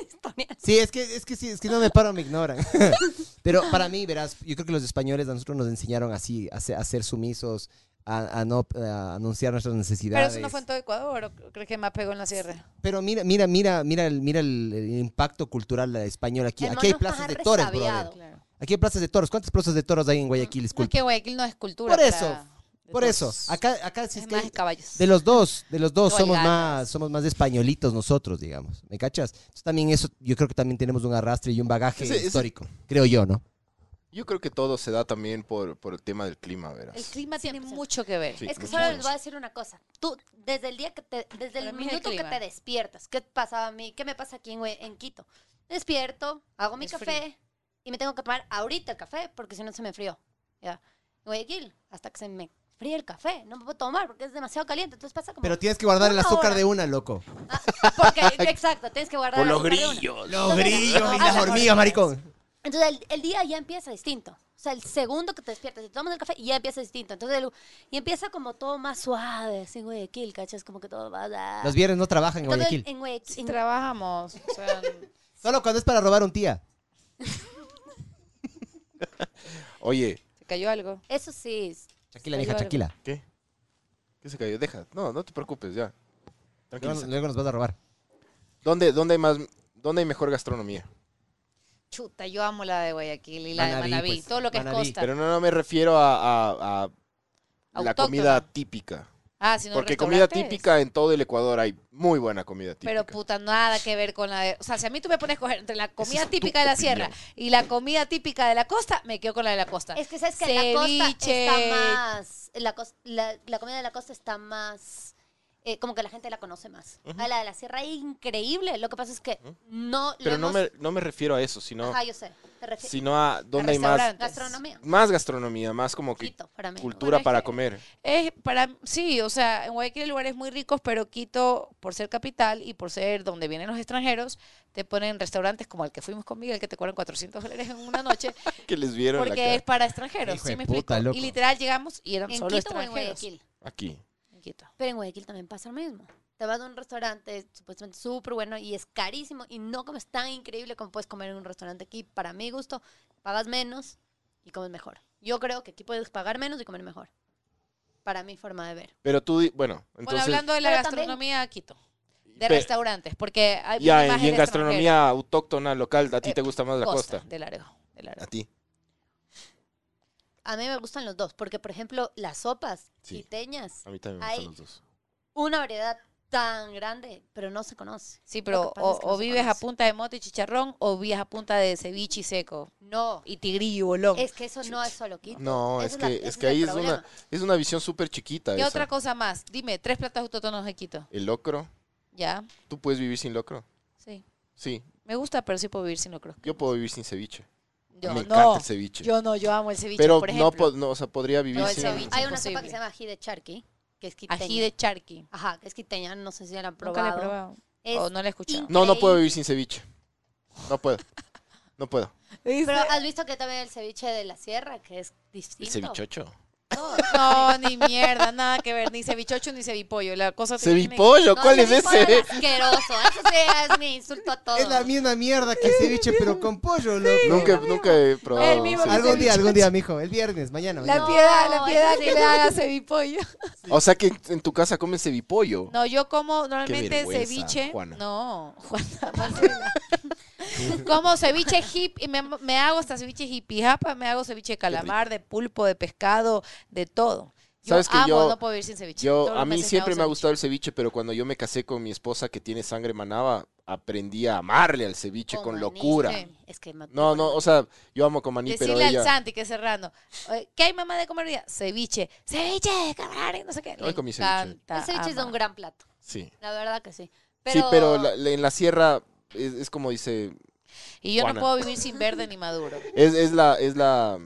[SPEAKER 2] Sí, es que, es que sí, es que no me paro, me ignoran. [laughs] Pero para mí, verás, yo creo que los españoles a nosotros nos enseñaron así, a ser, a ser sumisos, a, a no a anunciar nuestras
[SPEAKER 4] Pero
[SPEAKER 2] necesidades.
[SPEAKER 4] eso no fue en todo Ecuador, ¿o crees que más pegó en la sierra?
[SPEAKER 2] Pero mira, mira, mira, mira, el, mira el, el impacto cultural español aquí.
[SPEAKER 5] Hermano,
[SPEAKER 2] aquí hay
[SPEAKER 5] está
[SPEAKER 2] plazas de toros, brother.
[SPEAKER 5] resabiado.
[SPEAKER 4] Claro.
[SPEAKER 2] Aquí hay plazas de toros. ¿Cuántas plazas de toros hay en Guayaquil?
[SPEAKER 4] No, es
[SPEAKER 2] Disculpe.
[SPEAKER 4] que Guayaquil no es cultura.
[SPEAKER 2] Por eso,
[SPEAKER 4] para- de
[SPEAKER 2] Por eso,
[SPEAKER 4] todos.
[SPEAKER 2] acá, acá sí
[SPEAKER 4] es
[SPEAKER 2] es que
[SPEAKER 4] más
[SPEAKER 2] hay-
[SPEAKER 4] caballos.
[SPEAKER 2] De los dos, de los dos
[SPEAKER 4] No hay
[SPEAKER 2] somos
[SPEAKER 4] ganas.
[SPEAKER 2] más, somos más de españolitos nosotros, digamos. ¿Me cachas? Entonces, también eso, yo creo que también tenemos un arrastre y un bagaje
[SPEAKER 3] Ese- ese-
[SPEAKER 2] histórico, creo yo, ¿no?
[SPEAKER 3] Yo creo que todo se da también por, por el tema del clima, verás.
[SPEAKER 4] El clima tiene
[SPEAKER 5] 100%.
[SPEAKER 4] mucho que ver.
[SPEAKER 3] Sí,
[SPEAKER 5] es que
[SPEAKER 3] mucho
[SPEAKER 5] solo
[SPEAKER 3] menos.
[SPEAKER 5] les voy a decir una cosa. Tú, desde el día que te, desde
[SPEAKER 4] Para
[SPEAKER 5] el
[SPEAKER 4] mí es el
[SPEAKER 5] minuto que
[SPEAKER 4] clima.
[SPEAKER 5] te despiertas, ¿qué pasaba a mí? ¿Qué me pasa aquí en, Hue- en Quito? Despierto, hago mi
[SPEAKER 4] Es
[SPEAKER 5] café y me tengo que tomar ahorita el café porque si no se me frío. Ya. En Guayaquil, hasta que se me fríe el café. No me puedo tomar porque es demasiado caliente. Entonces pasa como. [laughs]
[SPEAKER 2] Pero tienes que guardar el
[SPEAKER 5] Una
[SPEAKER 2] azúcar
[SPEAKER 5] hora.
[SPEAKER 2] de una, loco.
[SPEAKER 3] [laughs]
[SPEAKER 5] Porque, exacto, tienes que guardar.
[SPEAKER 3] Por
[SPEAKER 5] la
[SPEAKER 3] los
[SPEAKER 5] azúcar de una.
[SPEAKER 3] grillos.
[SPEAKER 2] Los
[SPEAKER 5] grillos y las
[SPEAKER 2] hormigas, maricón.
[SPEAKER 5] Entonces el, el día ya empieza distinto. O sea, el segundo que te despiertas y tomas el café ya empieza distinto. Entonces, el- y empieza como todo más suave, así en Guayaquil, ¿cachas? Como que todo va a...
[SPEAKER 2] Los viernes no trabajan en Guayaquil.
[SPEAKER 5] En Guayaquil.
[SPEAKER 4] Sí, trabajamos. o [laughs] sea,
[SPEAKER 2] Solo cuando es para robar un tía.
[SPEAKER 3] Oye,
[SPEAKER 4] se cayó algo.
[SPEAKER 5] Eso sí. es-
[SPEAKER 2] Chaquila, vieja,
[SPEAKER 4] Salió
[SPEAKER 2] chaquila.
[SPEAKER 3] ¿qué? ¿Qué se cayó? Deja. No, no te preocupes, ya.
[SPEAKER 2] Luego,
[SPEAKER 3] Tranquiliza.
[SPEAKER 2] luego nos vas a robar.
[SPEAKER 3] ¿Dónde, dónde hay más, dónde hay mejor gastronomía?
[SPEAKER 4] Chuta, yo amo la de Guayaquil y la de
[SPEAKER 2] Manabí,
[SPEAKER 4] Manabí.
[SPEAKER 2] pues,
[SPEAKER 4] todo lo que
[SPEAKER 2] Manabí.
[SPEAKER 4] es costa.
[SPEAKER 3] Pero no, no me refiero a, a- a la
[SPEAKER 4] Autóctona.
[SPEAKER 3] comida típica.
[SPEAKER 4] ah, si no,
[SPEAKER 3] Porque comida
[SPEAKER 4] restaurantes.
[SPEAKER 3] típica en todo el Ecuador hay muy buena comida típica.
[SPEAKER 4] Pero puta, nada que ver con la de... O sea, si a mí tú me pones a escoger entre la comida típica de la sierra y la comida típica de la costa, me quedo con la de la costa.
[SPEAKER 5] Es que sabes que en la costa
[SPEAKER 4] Ceviche.
[SPEAKER 5] está más... La, cos- la- la comida de la costa está más... eh, como que la gente la conoce más. A la de la sierra increíble. Lo que pasa es que no... lo
[SPEAKER 3] Pero no,
[SPEAKER 5] hemos-
[SPEAKER 3] me, no me refiero a eso, sino,
[SPEAKER 5] Ajá, yo sé. Te refiero-
[SPEAKER 3] sino a dónde hay más,
[SPEAKER 4] restaurantes.
[SPEAKER 5] Gastronomía.
[SPEAKER 3] más gastronomía, más como que
[SPEAKER 5] Quito, para mí.
[SPEAKER 3] cultura
[SPEAKER 4] Bueno, es
[SPEAKER 3] para
[SPEAKER 4] que-
[SPEAKER 3] comer. [laughs]
[SPEAKER 4] Es para, sí, o sea, en Guayaquil hay lugares muy ricos, pero Quito, por ser capital y por ser donde vienen los extranjeros, te ponen restaurantes como el que fuimos con Miguel, que te cobran 400 dólares en una
[SPEAKER 3] [laughs]
[SPEAKER 4] noche,
[SPEAKER 3] Que les vieron la
[SPEAKER 4] porque es
[SPEAKER 3] cara.
[SPEAKER 4] para extranjeros,
[SPEAKER 2] Hijo
[SPEAKER 4] ¿sí
[SPEAKER 2] de
[SPEAKER 4] me
[SPEAKER 2] puta,
[SPEAKER 4] explico?
[SPEAKER 2] loco.
[SPEAKER 4] Y literal llegamos y eran
[SPEAKER 5] En
[SPEAKER 4] solo
[SPEAKER 5] Quito o en
[SPEAKER 4] extranjeros.
[SPEAKER 5] Guayaquil.
[SPEAKER 3] Aquí.
[SPEAKER 4] En Quito.
[SPEAKER 5] Pero en Guayaquil también pasa lo mismo. Te vas a un restaurante supuestamente súper bueno y es carísimo y no comes tan increíble como puedes comer en un restaurante aquí. Para mi gusto, pagas menos y comes mejor. Yo creo que aquí puedes pagar menos y comer mejor. Para mi forma de ver.
[SPEAKER 3] Pero tú, di- bueno,
[SPEAKER 4] Bueno,
[SPEAKER 3] entonces...
[SPEAKER 4] hablando de la
[SPEAKER 5] Pero también-
[SPEAKER 4] gastronomía Quito, de
[SPEAKER 3] pe-
[SPEAKER 4] restaurantes, porque hay
[SPEAKER 3] ya,
[SPEAKER 4] más
[SPEAKER 3] en- y en gastronomía autóctona, local, ¿a ti
[SPEAKER 4] Eh,
[SPEAKER 3] te gusta más la costa? Ah.
[SPEAKER 4] de largo, de largo.
[SPEAKER 3] A ti.
[SPEAKER 5] A mí me gustan los dos, porque por ejemplo, las sopas
[SPEAKER 3] Sí.
[SPEAKER 5] quiteñas,
[SPEAKER 3] A mí también me
[SPEAKER 5] Ay.
[SPEAKER 3] gustan los dos.
[SPEAKER 5] una variedad tan grande, pero no se conoce.
[SPEAKER 4] Sí,
[SPEAKER 5] Lo
[SPEAKER 4] pero
[SPEAKER 5] que pasa
[SPEAKER 4] o,
[SPEAKER 5] es que no
[SPEAKER 4] o
[SPEAKER 5] se
[SPEAKER 4] vives a
[SPEAKER 5] conoce.
[SPEAKER 4] punta de mote y chicharrón o vives a punta de ceviche y seco
[SPEAKER 5] No,
[SPEAKER 4] y tigrillo y bolón.
[SPEAKER 5] es que eso no es solo Quito.
[SPEAKER 3] No,
[SPEAKER 5] Ese
[SPEAKER 3] es
[SPEAKER 5] la-
[SPEAKER 3] que,
[SPEAKER 5] ese
[SPEAKER 3] es que
[SPEAKER 5] el
[SPEAKER 3] ahí es
[SPEAKER 5] problema.
[SPEAKER 3] una, es una visión súper chiquita.
[SPEAKER 4] ¿Qué
[SPEAKER 3] esa.
[SPEAKER 4] otra cosa más? Dime, tres platos autóctonos de Quito.
[SPEAKER 3] El locro.
[SPEAKER 4] Ya,
[SPEAKER 3] ¿Tú puedes vivir sin locro?
[SPEAKER 4] sí.
[SPEAKER 3] Sí,
[SPEAKER 4] Me gusta, pero sí puedo vivir sin locro.
[SPEAKER 3] yo puedo vivir sin ceviche.
[SPEAKER 4] Yo
[SPEAKER 3] me
[SPEAKER 4] no.
[SPEAKER 3] encanta el ceviche.
[SPEAKER 4] Yo no, yo amo el ceviche,
[SPEAKER 3] Pero
[SPEAKER 4] por
[SPEAKER 3] no,
[SPEAKER 4] ejemplo.
[SPEAKER 3] po- no, o sea, podría vivir
[SPEAKER 4] No, el
[SPEAKER 3] sin
[SPEAKER 4] ceviche.
[SPEAKER 5] Hay una sopa
[SPEAKER 4] imposible.
[SPEAKER 5] que se llama ají de charqui, que es quiteña.
[SPEAKER 4] Ají de charqui.
[SPEAKER 5] Ajá, que es quiteña, no sé si ya la han
[SPEAKER 4] Nunca
[SPEAKER 5] probado.
[SPEAKER 4] la he probado. Oh,
[SPEAKER 5] Es-
[SPEAKER 4] o no
[SPEAKER 3] [laughs]
[SPEAKER 4] la he escuchado.
[SPEAKER 3] No, no puedo
[SPEAKER 5] Increíble.
[SPEAKER 3] vivir sin ceviche. No puedo. No puedo.
[SPEAKER 5] Pero
[SPEAKER 4] ah,
[SPEAKER 5] has visto que también el ceviche de la sierra, que es distinto.
[SPEAKER 3] ¿El cevichocho?
[SPEAKER 5] No,
[SPEAKER 4] No, ni mierda, nada que ver. Ni cevichocho ni cevipollo. La cosa tiene-
[SPEAKER 3] ¿Cevipollo?
[SPEAKER 5] no,
[SPEAKER 3] ¿Cuál
[SPEAKER 5] el
[SPEAKER 3] es
[SPEAKER 5] ceviche
[SPEAKER 3] ese?
[SPEAKER 5] era Asqueroso, eso sí es mi insulto a todos.
[SPEAKER 2] Es la misma mierda que el ceviche, pero con pollo, loco.
[SPEAKER 3] [laughs] Nunca, nunca he probado.
[SPEAKER 4] El mismo que
[SPEAKER 2] Algún
[SPEAKER 3] ceviche.
[SPEAKER 2] día, algún día, mijo. El viernes, mañana.
[SPEAKER 4] La
[SPEAKER 2] mañana.
[SPEAKER 4] piedad, la
[SPEAKER 5] No,
[SPEAKER 4] piedad
[SPEAKER 5] ese
[SPEAKER 4] que
[SPEAKER 5] sí.
[SPEAKER 4] le haga cevipollo.
[SPEAKER 3] O sea que en tu casa comen cevipollo.
[SPEAKER 4] No, yo como normalmente
[SPEAKER 3] vergüenza,
[SPEAKER 4] ceviche.
[SPEAKER 3] Juana.
[SPEAKER 4] No, Juana. [laughs] Marcela. como ceviche hip y me, me hago hasta ceviche hipijapa, me hago ceviche de calamar, de pulpo, de pescado, de todo. Yo
[SPEAKER 3] ¿Sabes que
[SPEAKER 4] amo,
[SPEAKER 3] yo-
[SPEAKER 4] no puedo vivir sin ceviche. Todos
[SPEAKER 3] Yo,
[SPEAKER 4] los
[SPEAKER 3] a mí
[SPEAKER 4] meses
[SPEAKER 3] siempre me ha
[SPEAKER 4] hago
[SPEAKER 3] gustado el ceviche, pero cuando yo me casé con mi esposa que tiene sangre manaba, aprendí a amarle al ceviche con
[SPEAKER 5] maní,
[SPEAKER 3] locura.
[SPEAKER 5] sí. Es que me-
[SPEAKER 3] No, no, o sea, yo amo con maní,
[SPEAKER 4] ceviche.
[SPEAKER 3] pero
[SPEAKER 4] Decirle
[SPEAKER 3] ella...
[SPEAKER 4] al Santi que es serrano, eh, ¿qué hay mamá de comer hoy día? Ceviche, ceviche de calamar, y no sé qué.
[SPEAKER 3] Yo
[SPEAKER 4] Le
[SPEAKER 3] comí ceviche.
[SPEAKER 4] encanta,
[SPEAKER 5] El ceviche es
[SPEAKER 4] ama.
[SPEAKER 5] un gran plato,
[SPEAKER 3] Sí,
[SPEAKER 5] la verdad que sí. Pero,
[SPEAKER 3] sí pero la- la- en la sierra es, es como dice...
[SPEAKER 4] Y yo
[SPEAKER 3] Juana.
[SPEAKER 4] no puedo vivir sin verde ni
[SPEAKER 5] [laughs]
[SPEAKER 4] maduro.
[SPEAKER 3] Es, es la... Es la...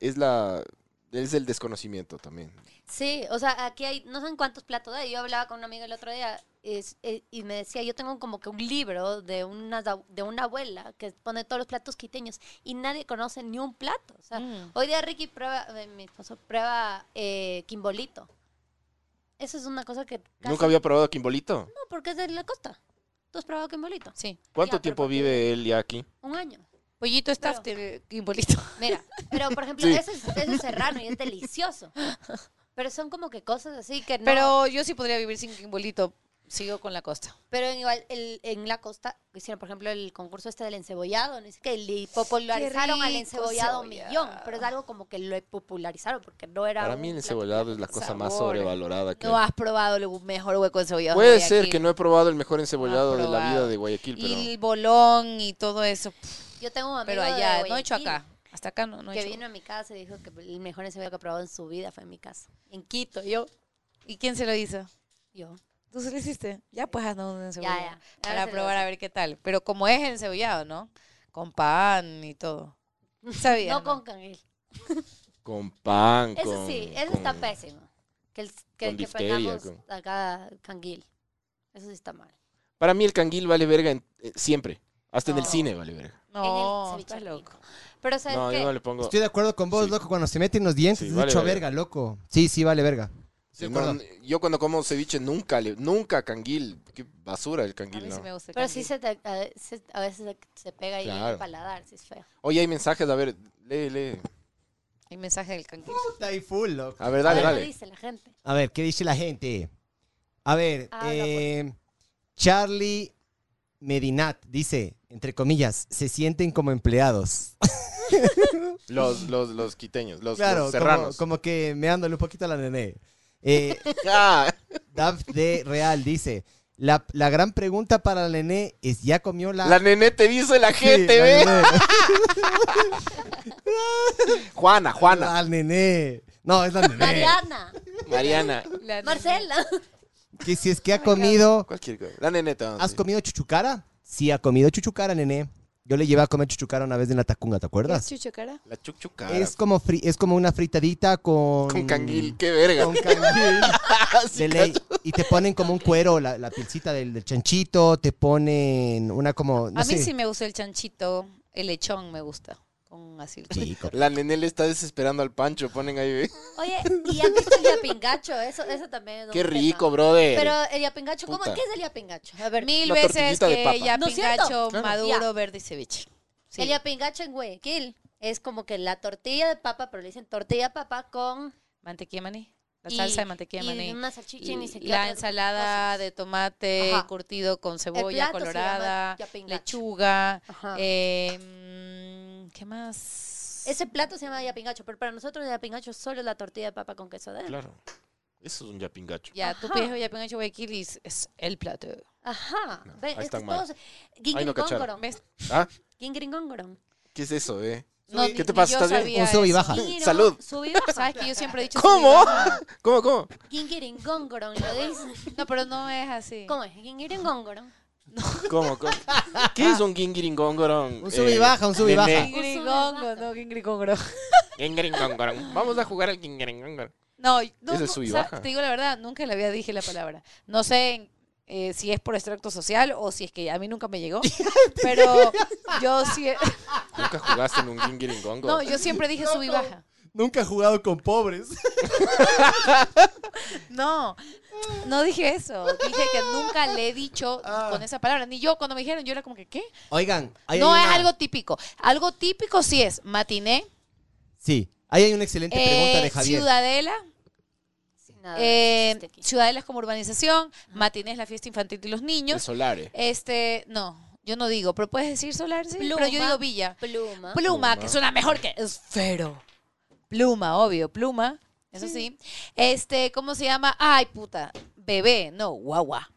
[SPEAKER 3] Es la... Es el desconocimiento también.
[SPEAKER 5] Sí, o sea, aquí hay, no sé en cuántos platos hay. Yo hablaba con un amigo el otro día es- eh, y me decía, yo tengo como que un libro de una, de una abuela que pone todos los platos quiteños y nadie conoce ni un plato. O sea,
[SPEAKER 4] Mm.
[SPEAKER 5] hoy día Ricky prueba, eh, mi esposo prueba eh, quimbolito. Eso es una cosa que casi
[SPEAKER 3] Nunca había probado Kimbolito.
[SPEAKER 5] no, porque es de la costa. ¿Tú has probado quimbolito?
[SPEAKER 4] Sí.
[SPEAKER 3] ¿Cuánto
[SPEAKER 5] Ya, pero
[SPEAKER 3] tiempo
[SPEAKER 5] ¿por qué?
[SPEAKER 3] vive él ya aquí?
[SPEAKER 5] Un año.
[SPEAKER 4] Pollito está
[SPEAKER 5] Claro.
[SPEAKER 4] Kimbolito.
[SPEAKER 3] [laughs]
[SPEAKER 5] Mira, pero por ejemplo,
[SPEAKER 3] Sí.
[SPEAKER 5] ese, es, ese es serrano y es delicioso. Pero son como que cosas así que no.
[SPEAKER 4] Pero yo sí podría vivir sin Kimbolito. Sigo con la costa.
[SPEAKER 5] Pero en, igual, el- en la costa hicieron, por ejemplo, el concurso este del encebollado, ¿no? sé que le popularizaron al
[SPEAKER 4] rico ah.
[SPEAKER 5] encebollado
[SPEAKER 4] cebollado.
[SPEAKER 5] millón, pero es algo como que lo popularizaron porque no era.
[SPEAKER 3] Para
[SPEAKER 5] un
[SPEAKER 3] mí el
[SPEAKER 5] plato
[SPEAKER 3] encebollado es la cosa más
[SPEAKER 4] Sabor.
[SPEAKER 3] sobrevalorada que
[SPEAKER 4] No has probado el mejor hueco de cebollado.
[SPEAKER 3] Puede ser que no he probado el mejor encebollado de la vida
[SPEAKER 4] probado.
[SPEAKER 3] de Guayaquil, pero
[SPEAKER 4] Y el bolón y todo eso. pff,
[SPEAKER 5] Yo tengo un amigo
[SPEAKER 4] Pero
[SPEAKER 5] de
[SPEAKER 4] allá, no he hecho
[SPEAKER 5] Guayaquil
[SPEAKER 4] acá. Hasta acá no, no he
[SPEAKER 5] que
[SPEAKER 4] hecho.
[SPEAKER 5] vino a mi casa y dijo que el mejor encebollado que ha probado en su vida fue en mi casa. En Quito, yo.
[SPEAKER 4] ¿Y quién se lo hizo?
[SPEAKER 5] Yo.
[SPEAKER 4] ¿Tú se lo hiciste? Ya pues haznos un encebollado.
[SPEAKER 5] ya. Ahora
[SPEAKER 4] Para
[SPEAKER 5] se lo
[SPEAKER 4] probar
[SPEAKER 5] hago.
[SPEAKER 4] a ver qué tal. Pero como es encebollado, ¿no? Con pan y todo. Sabía.
[SPEAKER 5] No con canguil.
[SPEAKER 3] con pan,
[SPEAKER 5] Eso
[SPEAKER 3] con...
[SPEAKER 5] sí, eso
[SPEAKER 3] con-
[SPEAKER 5] está pésimo. Que, el, que,
[SPEAKER 3] con
[SPEAKER 5] que
[SPEAKER 3] difteria,
[SPEAKER 5] pongamos
[SPEAKER 3] con-
[SPEAKER 5] acá canguil. Eso sí está mal.
[SPEAKER 3] Para mí el canguil vale verga en- eh, siempre. Hasta en el
[SPEAKER 4] No.
[SPEAKER 3] cine vale verga.
[SPEAKER 4] No,
[SPEAKER 5] ceviche
[SPEAKER 4] estás
[SPEAKER 5] rico.
[SPEAKER 4] loco.
[SPEAKER 5] Pero ¿sabes
[SPEAKER 3] No,
[SPEAKER 5] qué?
[SPEAKER 3] yo no le pongo...
[SPEAKER 2] Estoy de acuerdo con vos,
[SPEAKER 3] Sí.
[SPEAKER 2] loco. Cuando se meten los dientes,
[SPEAKER 3] Sí,
[SPEAKER 2] es
[SPEAKER 3] vale
[SPEAKER 2] hecho
[SPEAKER 3] verga.
[SPEAKER 2] verga, loco. Sí, sí, vale verga.
[SPEAKER 3] Sí,
[SPEAKER 2] Estoy de
[SPEAKER 3] no,
[SPEAKER 2] acuerdo.
[SPEAKER 3] n- yo cuando como ceviche nunca, le- nunca canguil. Qué basura el
[SPEAKER 4] A
[SPEAKER 3] canguil,
[SPEAKER 4] mí sí
[SPEAKER 3] ¿no?
[SPEAKER 4] me gusta el
[SPEAKER 5] Pero sí
[SPEAKER 4] canguil.
[SPEAKER 5] se te- a, veces, a veces se- se pega ahí en
[SPEAKER 3] Claro.
[SPEAKER 5] el paladar, sí es feo.
[SPEAKER 3] Oye, hay mensajes, a ver, lee, lee.
[SPEAKER 4] El mensaje del canguil.
[SPEAKER 2] Está ahí full, loco.
[SPEAKER 3] A ver, dale,
[SPEAKER 5] A ver, ¿qué
[SPEAKER 3] dale.
[SPEAKER 5] dice la gente?
[SPEAKER 2] A ver, ¿qué dice la gente? A ver,
[SPEAKER 5] Habla,
[SPEAKER 2] eh, Charlie Medinat dice, entre comillas, se sienten como empleados.
[SPEAKER 3] Los, los, los quiteños, los,
[SPEAKER 2] claro,
[SPEAKER 3] los
[SPEAKER 2] como-
[SPEAKER 3] serranos.
[SPEAKER 2] Como, que me ando un poquito a la nené. Eh,
[SPEAKER 3] [laughs] Ah,
[SPEAKER 2] Daf de Real dice, la, la gran pregunta para la nené es, ¿ya comió la...
[SPEAKER 3] la nené te dice la
[SPEAKER 2] Sí,
[SPEAKER 3] gente,
[SPEAKER 2] la
[SPEAKER 3] ve.
[SPEAKER 2] nené.
[SPEAKER 3] [laughs] Juana, Juana,
[SPEAKER 2] La nené. No, es la nené.
[SPEAKER 5] Mariana,
[SPEAKER 3] [laughs] Mariana.
[SPEAKER 4] La- [laughs]
[SPEAKER 5] Marcela.
[SPEAKER 2] Que si es que ha comido...
[SPEAKER 3] Cualquier cosa. La nené te vamos a
[SPEAKER 2] ¿Has
[SPEAKER 3] decir.
[SPEAKER 2] comido chuchucara? Sí, ha comido chuchucara, nené. Yo le llevé a comer chuchucara una vez en la tacunga, ¿te acuerdas?
[SPEAKER 4] Chucho, cara.
[SPEAKER 3] La chuchucara.
[SPEAKER 2] Es como, fri- es como una fritadita con...
[SPEAKER 3] Con canguil, qué verga.
[SPEAKER 2] Con canguil.
[SPEAKER 3] Sí,
[SPEAKER 2] De ley. Y te ponen como un cuero, la, la pielcita del, del chanchito, te ponen una como... no
[SPEAKER 4] a mí
[SPEAKER 2] sé.
[SPEAKER 4] sí me gusta el chanchito, el lechón me gusta. Con así el [laughs]
[SPEAKER 2] Sí, con-
[SPEAKER 3] [laughs] La nené le está desesperando al pancho, ponen ahí, ve.
[SPEAKER 5] Oye, ¿y han visto el yapingacho? Eso, eso también es un
[SPEAKER 3] Qué
[SPEAKER 5] tema.
[SPEAKER 3] rico, brother.
[SPEAKER 5] Pero el yapingacho, ¿cómo,
[SPEAKER 3] Puta.
[SPEAKER 5] ¿qué es el yapingacho? A ver,
[SPEAKER 4] Mil
[SPEAKER 3] Una
[SPEAKER 4] veces
[SPEAKER 3] tortillita de papa.
[SPEAKER 4] que ya
[SPEAKER 5] ¿No es cierto?
[SPEAKER 4] pingacho,
[SPEAKER 3] Claro.
[SPEAKER 4] maduro,
[SPEAKER 5] Ya.
[SPEAKER 4] verde y ceviche. Sí.
[SPEAKER 5] el yapingacho en Guayaquil es como que la tortilla de papa, pero le dicen tortilla de papa con...
[SPEAKER 4] Mantequilla de maní. La
[SPEAKER 5] y-
[SPEAKER 4] salsa de mantequilla de
[SPEAKER 5] y
[SPEAKER 4] maní.
[SPEAKER 5] una salchicha y ni siquiera
[SPEAKER 4] la
[SPEAKER 5] otras
[SPEAKER 4] ensalada
[SPEAKER 5] cosas.
[SPEAKER 4] de tomate
[SPEAKER 5] Ajá.
[SPEAKER 4] curtido con cebolla
[SPEAKER 5] plato se llama Ah.
[SPEAKER 4] colorada,
[SPEAKER 5] yapingacho.
[SPEAKER 4] lechuga,
[SPEAKER 5] Ajá.
[SPEAKER 4] eh, mm, ¿qué más?
[SPEAKER 5] Ese plato se llama yapingacho, pero para nosotros el yapingacho solo es la tortilla de papa con queso adentro.
[SPEAKER 3] Claro. Eso es un yapingacho.
[SPEAKER 4] Ya, tú
[SPEAKER 5] Ajá.
[SPEAKER 4] pides yapingacho guayaquil y es- es el plato.
[SPEAKER 5] Ajá.
[SPEAKER 3] No,
[SPEAKER 5] Ven,
[SPEAKER 3] ahí
[SPEAKER 5] es que
[SPEAKER 3] están mal.
[SPEAKER 5] todos... Gingrin
[SPEAKER 3] Ahí no cacharon.
[SPEAKER 4] ¿Ves?
[SPEAKER 3] ¿Ah?
[SPEAKER 5] Gingringongoron.
[SPEAKER 3] ¿Qué es eso, eh?
[SPEAKER 4] No,
[SPEAKER 3] ¿Qué
[SPEAKER 4] ni-
[SPEAKER 3] te
[SPEAKER 4] ni
[SPEAKER 3] pasa?
[SPEAKER 4] yo
[SPEAKER 3] ¿Estás bien?
[SPEAKER 4] sabía
[SPEAKER 2] Un sub y
[SPEAKER 4] eso.
[SPEAKER 2] baja.
[SPEAKER 5] Gingringo-
[SPEAKER 3] Ah, Salud.
[SPEAKER 4] [laughs]
[SPEAKER 5] Sub y baja.
[SPEAKER 4] Sabes que
[SPEAKER 5] [laughs]
[SPEAKER 4] yo siempre he dicho
[SPEAKER 3] ¿Cómo?
[SPEAKER 4] sub y baja.
[SPEAKER 3] ¿Cómo, cómo?
[SPEAKER 5] Gingringongoron, lo
[SPEAKER 4] [laughs]
[SPEAKER 5] dicen.
[SPEAKER 4] No, pero no es así.
[SPEAKER 5] ¿Cómo es? Gingringongoron.
[SPEAKER 4] Eh,
[SPEAKER 3] ¿Cómo, cómo? ¿Qué es un gingiringongorón? Eh,
[SPEAKER 2] Un sub y baja, un sub y baja.
[SPEAKER 3] nené?
[SPEAKER 4] Gringrigongo, no, gringrigongo.
[SPEAKER 3] Gingiringongorón. Vamos a jugar al gingiringongorón.
[SPEAKER 4] No, no,
[SPEAKER 3] Ese
[SPEAKER 4] no,
[SPEAKER 3] es sub y
[SPEAKER 4] sa-
[SPEAKER 3] baja.
[SPEAKER 4] te digo la verdad, nunca le había dije la palabra. No sé eh, si es por extracto social o si es que a mí nunca me llegó, pero yo sí, eh,
[SPEAKER 3] ¿Nunca jugaste en un gingiringongo?
[SPEAKER 4] no, yo siempre dije sub y baja.
[SPEAKER 2] Nunca he jugado con pobres.
[SPEAKER 4] No, no dije eso. Dije que nunca le he dicho con esa palabra. Ni yo cuando me dijeron, yo era como que, ¿qué?
[SPEAKER 2] Oigan, ahí
[SPEAKER 4] No
[SPEAKER 2] hay
[SPEAKER 4] es
[SPEAKER 2] una-
[SPEAKER 4] algo típico. Algo típico sí es matiné,
[SPEAKER 2] Sí, ahí hay una excelente pregunta
[SPEAKER 4] eh,
[SPEAKER 2] de Javier.
[SPEAKER 4] ciudadela,
[SPEAKER 5] Sin nada.
[SPEAKER 4] eh,
[SPEAKER 5] existe aquí.
[SPEAKER 4] ciudadela es como urbanización, matiné es la fiesta infantil de los
[SPEAKER 3] El
[SPEAKER 4] niños. [laughs]
[SPEAKER 3] solare.
[SPEAKER 4] Este, no, yo no digo, pero puedes decir solar, sí,
[SPEAKER 5] Pluma. Ah.
[SPEAKER 4] pero yo digo villa.
[SPEAKER 5] Pluma.
[SPEAKER 4] Pluma,
[SPEAKER 3] Pluma.
[SPEAKER 4] que suena mejor que esfero. Pluma, obvio, pluma, eso sí. Este, ¿cómo se llama? Ay, puta, bebé, no, guagua,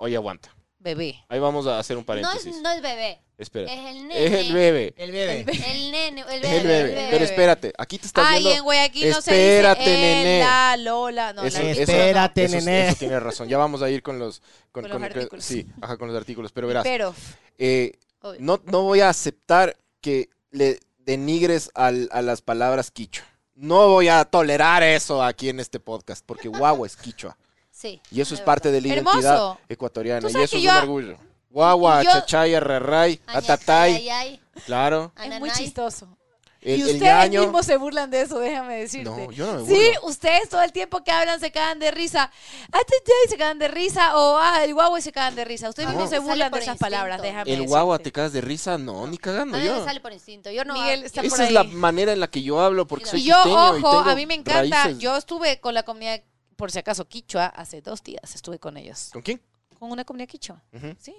[SPEAKER 3] Oye, aguanta.
[SPEAKER 4] bebé.
[SPEAKER 3] Ahí vamos a hacer un
[SPEAKER 5] No es,
[SPEAKER 3] paréntesis.
[SPEAKER 5] no es bebé.
[SPEAKER 3] Espera.
[SPEAKER 4] Eh,
[SPEAKER 5] Es el nene.
[SPEAKER 3] Es el bebé.
[SPEAKER 2] El bebé.
[SPEAKER 5] El nene. El
[SPEAKER 3] Es
[SPEAKER 5] bebé.
[SPEAKER 3] el bebé.
[SPEAKER 4] bebé.
[SPEAKER 3] Pero espérate, aquí te estás
[SPEAKER 4] Ay,
[SPEAKER 3] viendo...
[SPEAKER 4] en Guayaquil no
[SPEAKER 3] Espérate,
[SPEAKER 4] se dice el,
[SPEAKER 3] nené.
[SPEAKER 4] la, Lola, no,
[SPEAKER 3] eso,
[SPEAKER 4] la
[SPEAKER 3] eso-
[SPEAKER 4] Lola,
[SPEAKER 2] Espérate,
[SPEAKER 3] eso-
[SPEAKER 2] nené.
[SPEAKER 3] eso tiene razón. Ya vamos a ir con los,
[SPEAKER 4] Con los artículos.
[SPEAKER 3] Sí, ajá, con los artículos. Pero
[SPEAKER 4] no.
[SPEAKER 3] verás,
[SPEAKER 4] Pero,
[SPEAKER 3] eh,
[SPEAKER 5] Obvio.
[SPEAKER 3] no, no voy a aceptar que le denigres al- a las palabras quicho. No voy a tolerar eso aquí en este podcast, porque guagua es quichua.
[SPEAKER 5] Sí.
[SPEAKER 3] Y eso es
[SPEAKER 5] de
[SPEAKER 3] parte
[SPEAKER 5] verdad.
[SPEAKER 3] de la
[SPEAKER 4] Hermoso.
[SPEAKER 3] identidad
[SPEAKER 4] Tú
[SPEAKER 3] ecuatoriana. Y
[SPEAKER 4] sabes
[SPEAKER 3] eso
[SPEAKER 4] que
[SPEAKER 3] es
[SPEAKER 4] yo-
[SPEAKER 3] un orgullo. Guagua,
[SPEAKER 4] y yo-
[SPEAKER 3] chachaya, rerray,
[SPEAKER 5] Aña, ay,
[SPEAKER 3] atatay.
[SPEAKER 5] ay,
[SPEAKER 3] Claro.
[SPEAKER 5] ay,
[SPEAKER 4] Es muy
[SPEAKER 5] ananay.
[SPEAKER 4] chistoso.
[SPEAKER 3] El,
[SPEAKER 4] y
[SPEAKER 3] el
[SPEAKER 4] ustedes
[SPEAKER 3] ñaño.
[SPEAKER 4] mismos se burlan de eso, déjame decirte.
[SPEAKER 3] No, yo no me burlo.
[SPEAKER 4] Sí, ustedes todo el tiempo que hablan se cagan de risa. Ah, te- te- se cagan de risa o ah, el guagua y se cagan de risa. Ustedes
[SPEAKER 3] No.
[SPEAKER 4] mismos se
[SPEAKER 5] Sale
[SPEAKER 4] burlan de
[SPEAKER 5] por
[SPEAKER 4] esas
[SPEAKER 5] instinto.
[SPEAKER 4] palabras, déjame
[SPEAKER 3] El
[SPEAKER 4] decirte.
[SPEAKER 3] guagua, ¿te cagas de risa? No, ni
[SPEAKER 5] A
[SPEAKER 3] cagando
[SPEAKER 5] mí me
[SPEAKER 3] yo.
[SPEAKER 5] Ah, sale por instinto. Yo no.
[SPEAKER 4] Miguel está por
[SPEAKER 3] Esa
[SPEAKER 4] ahí.
[SPEAKER 3] es la manera en la que yo hablo, porque soy
[SPEAKER 4] Y yo,
[SPEAKER 3] quiteño y
[SPEAKER 4] ojo,
[SPEAKER 3] tengo
[SPEAKER 4] a mí me encanta.
[SPEAKER 3] raíces-
[SPEAKER 4] Yo estuve con la comunidad, por si acaso, quichua, hace dos días estuve con ellos.
[SPEAKER 3] ¿Con quién?
[SPEAKER 4] Con una comunidad quichua.
[SPEAKER 3] Ujú.
[SPEAKER 4] Sí.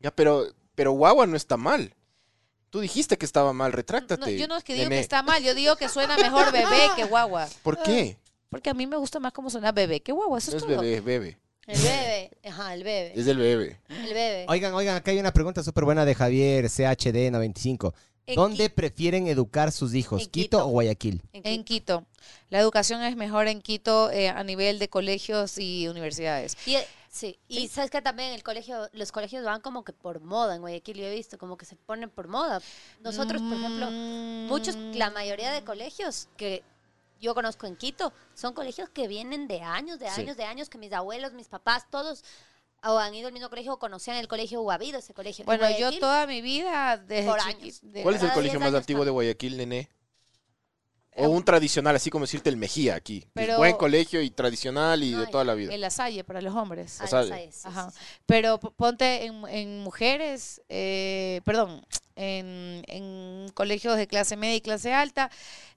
[SPEAKER 3] Ya, pero, pero guagua no está mal. Tú dijiste que estaba mal, retráctate.
[SPEAKER 4] No, yo no es que digo
[SPEAKER 3] nene.
[SPEAKER 4] que está mal, yo digo que suena mejor bebé
[SPEAKER 3] [laughs]
[SPEAKER 4] que guagua.
[SPEAKER 3] ¿Por qué?
[SPEAKER 4] Porque a mí me gusta más cómo suena bebé que guagua. Eso
[SPEAKER 3] No
[SPEAKER 4] es
[SPEAKER 3] es
[SPEAKER 4] todo.
[SPEAKER 3] bebé, es bebé.
[SPEAKER 5] El bebé. Ajá, el bebé.
[SPEAKER 3] Es del bebé.
[SPEAKER 5] El bebé.
[SPEAKER 2] Oigan, oigan, acá hay una pregunta súper buena de Javier CHD95.
[SPEAKER 4] En
[SPEAKER 2] ¿Dónde
[SPEAKER 4] Qui-
[SPEAKER 2] prefieren educar sus hijos,
[SPEAKER 5] En
[SPEAKER 2] Quito,
[SPEAKER 5] Quito.
[SPEAKER 2] o Guayaquil?
[SPEAKER 4] En Quito. La educación es mejor en Quito eh, a nivel de colegios y universidades.
[SPEAKER 5] Y, eh, sí, y sabes que también el colegio, los colegios van como que por moda en Guayaquil, yo he visto, como que se ponen por moda. Nosotros, por ejemplo, muchos,
[SPEAKER 4] Mm,
[SPEAKER 5] la mayoría de colegios que yo conozco en Quito, son colegios que vienen de años, de
[SPEAKER 3] Sí.
[SPEAKER 5] años, de años, que mis abuelos, mis papás, todos o han ido al mismo colegio o conocían el colegio o ha habido ese colegio. En
[SPEAKER 4] Bueno, yo
[SPEAKER 5] Guayaquil,
[SPEAKER 4] toda mi vida desde
[SPEAKER 5] por
[SPEAKER 4] chiqui-
[SPEAKER 5] años.
[SPEAKER 4] de-
[SPEAKER 3] ¿Cuál es el
[SPEAKER 5] cada
[SPEAKER 3] colegio
[SPEAKER 5] 10
[SPEAKER 3] más
[SPEAKER 5] años
[SPEAKER 3] antiguo de
[SPEAKER 5] cambia.
[SPEAKER 3] Guayaquil, nene? O un tradicional, así como decirte el Mejía aquí. Es
[SPEAKER 4] Eh, Pero-
[SPEAKER 3] Buen colegio y tradicional y
[SPEAKER 5] No,
[SPEAKER 3] de toda la vida.
[SPEAKER 4] En la salle para los hombres.
[SPEAKER 5] Ah,
[SPEAKER 3] o sea,
[SPEAKER 5] esa es, sí,
[SPEAKER 4] Ajá.
[SPEAKER 5] sí, sí.
[SPEAKER 4] Pero p- ponte en, en mujeres, eh, perdón, en, en colegios de clase media y clase alta.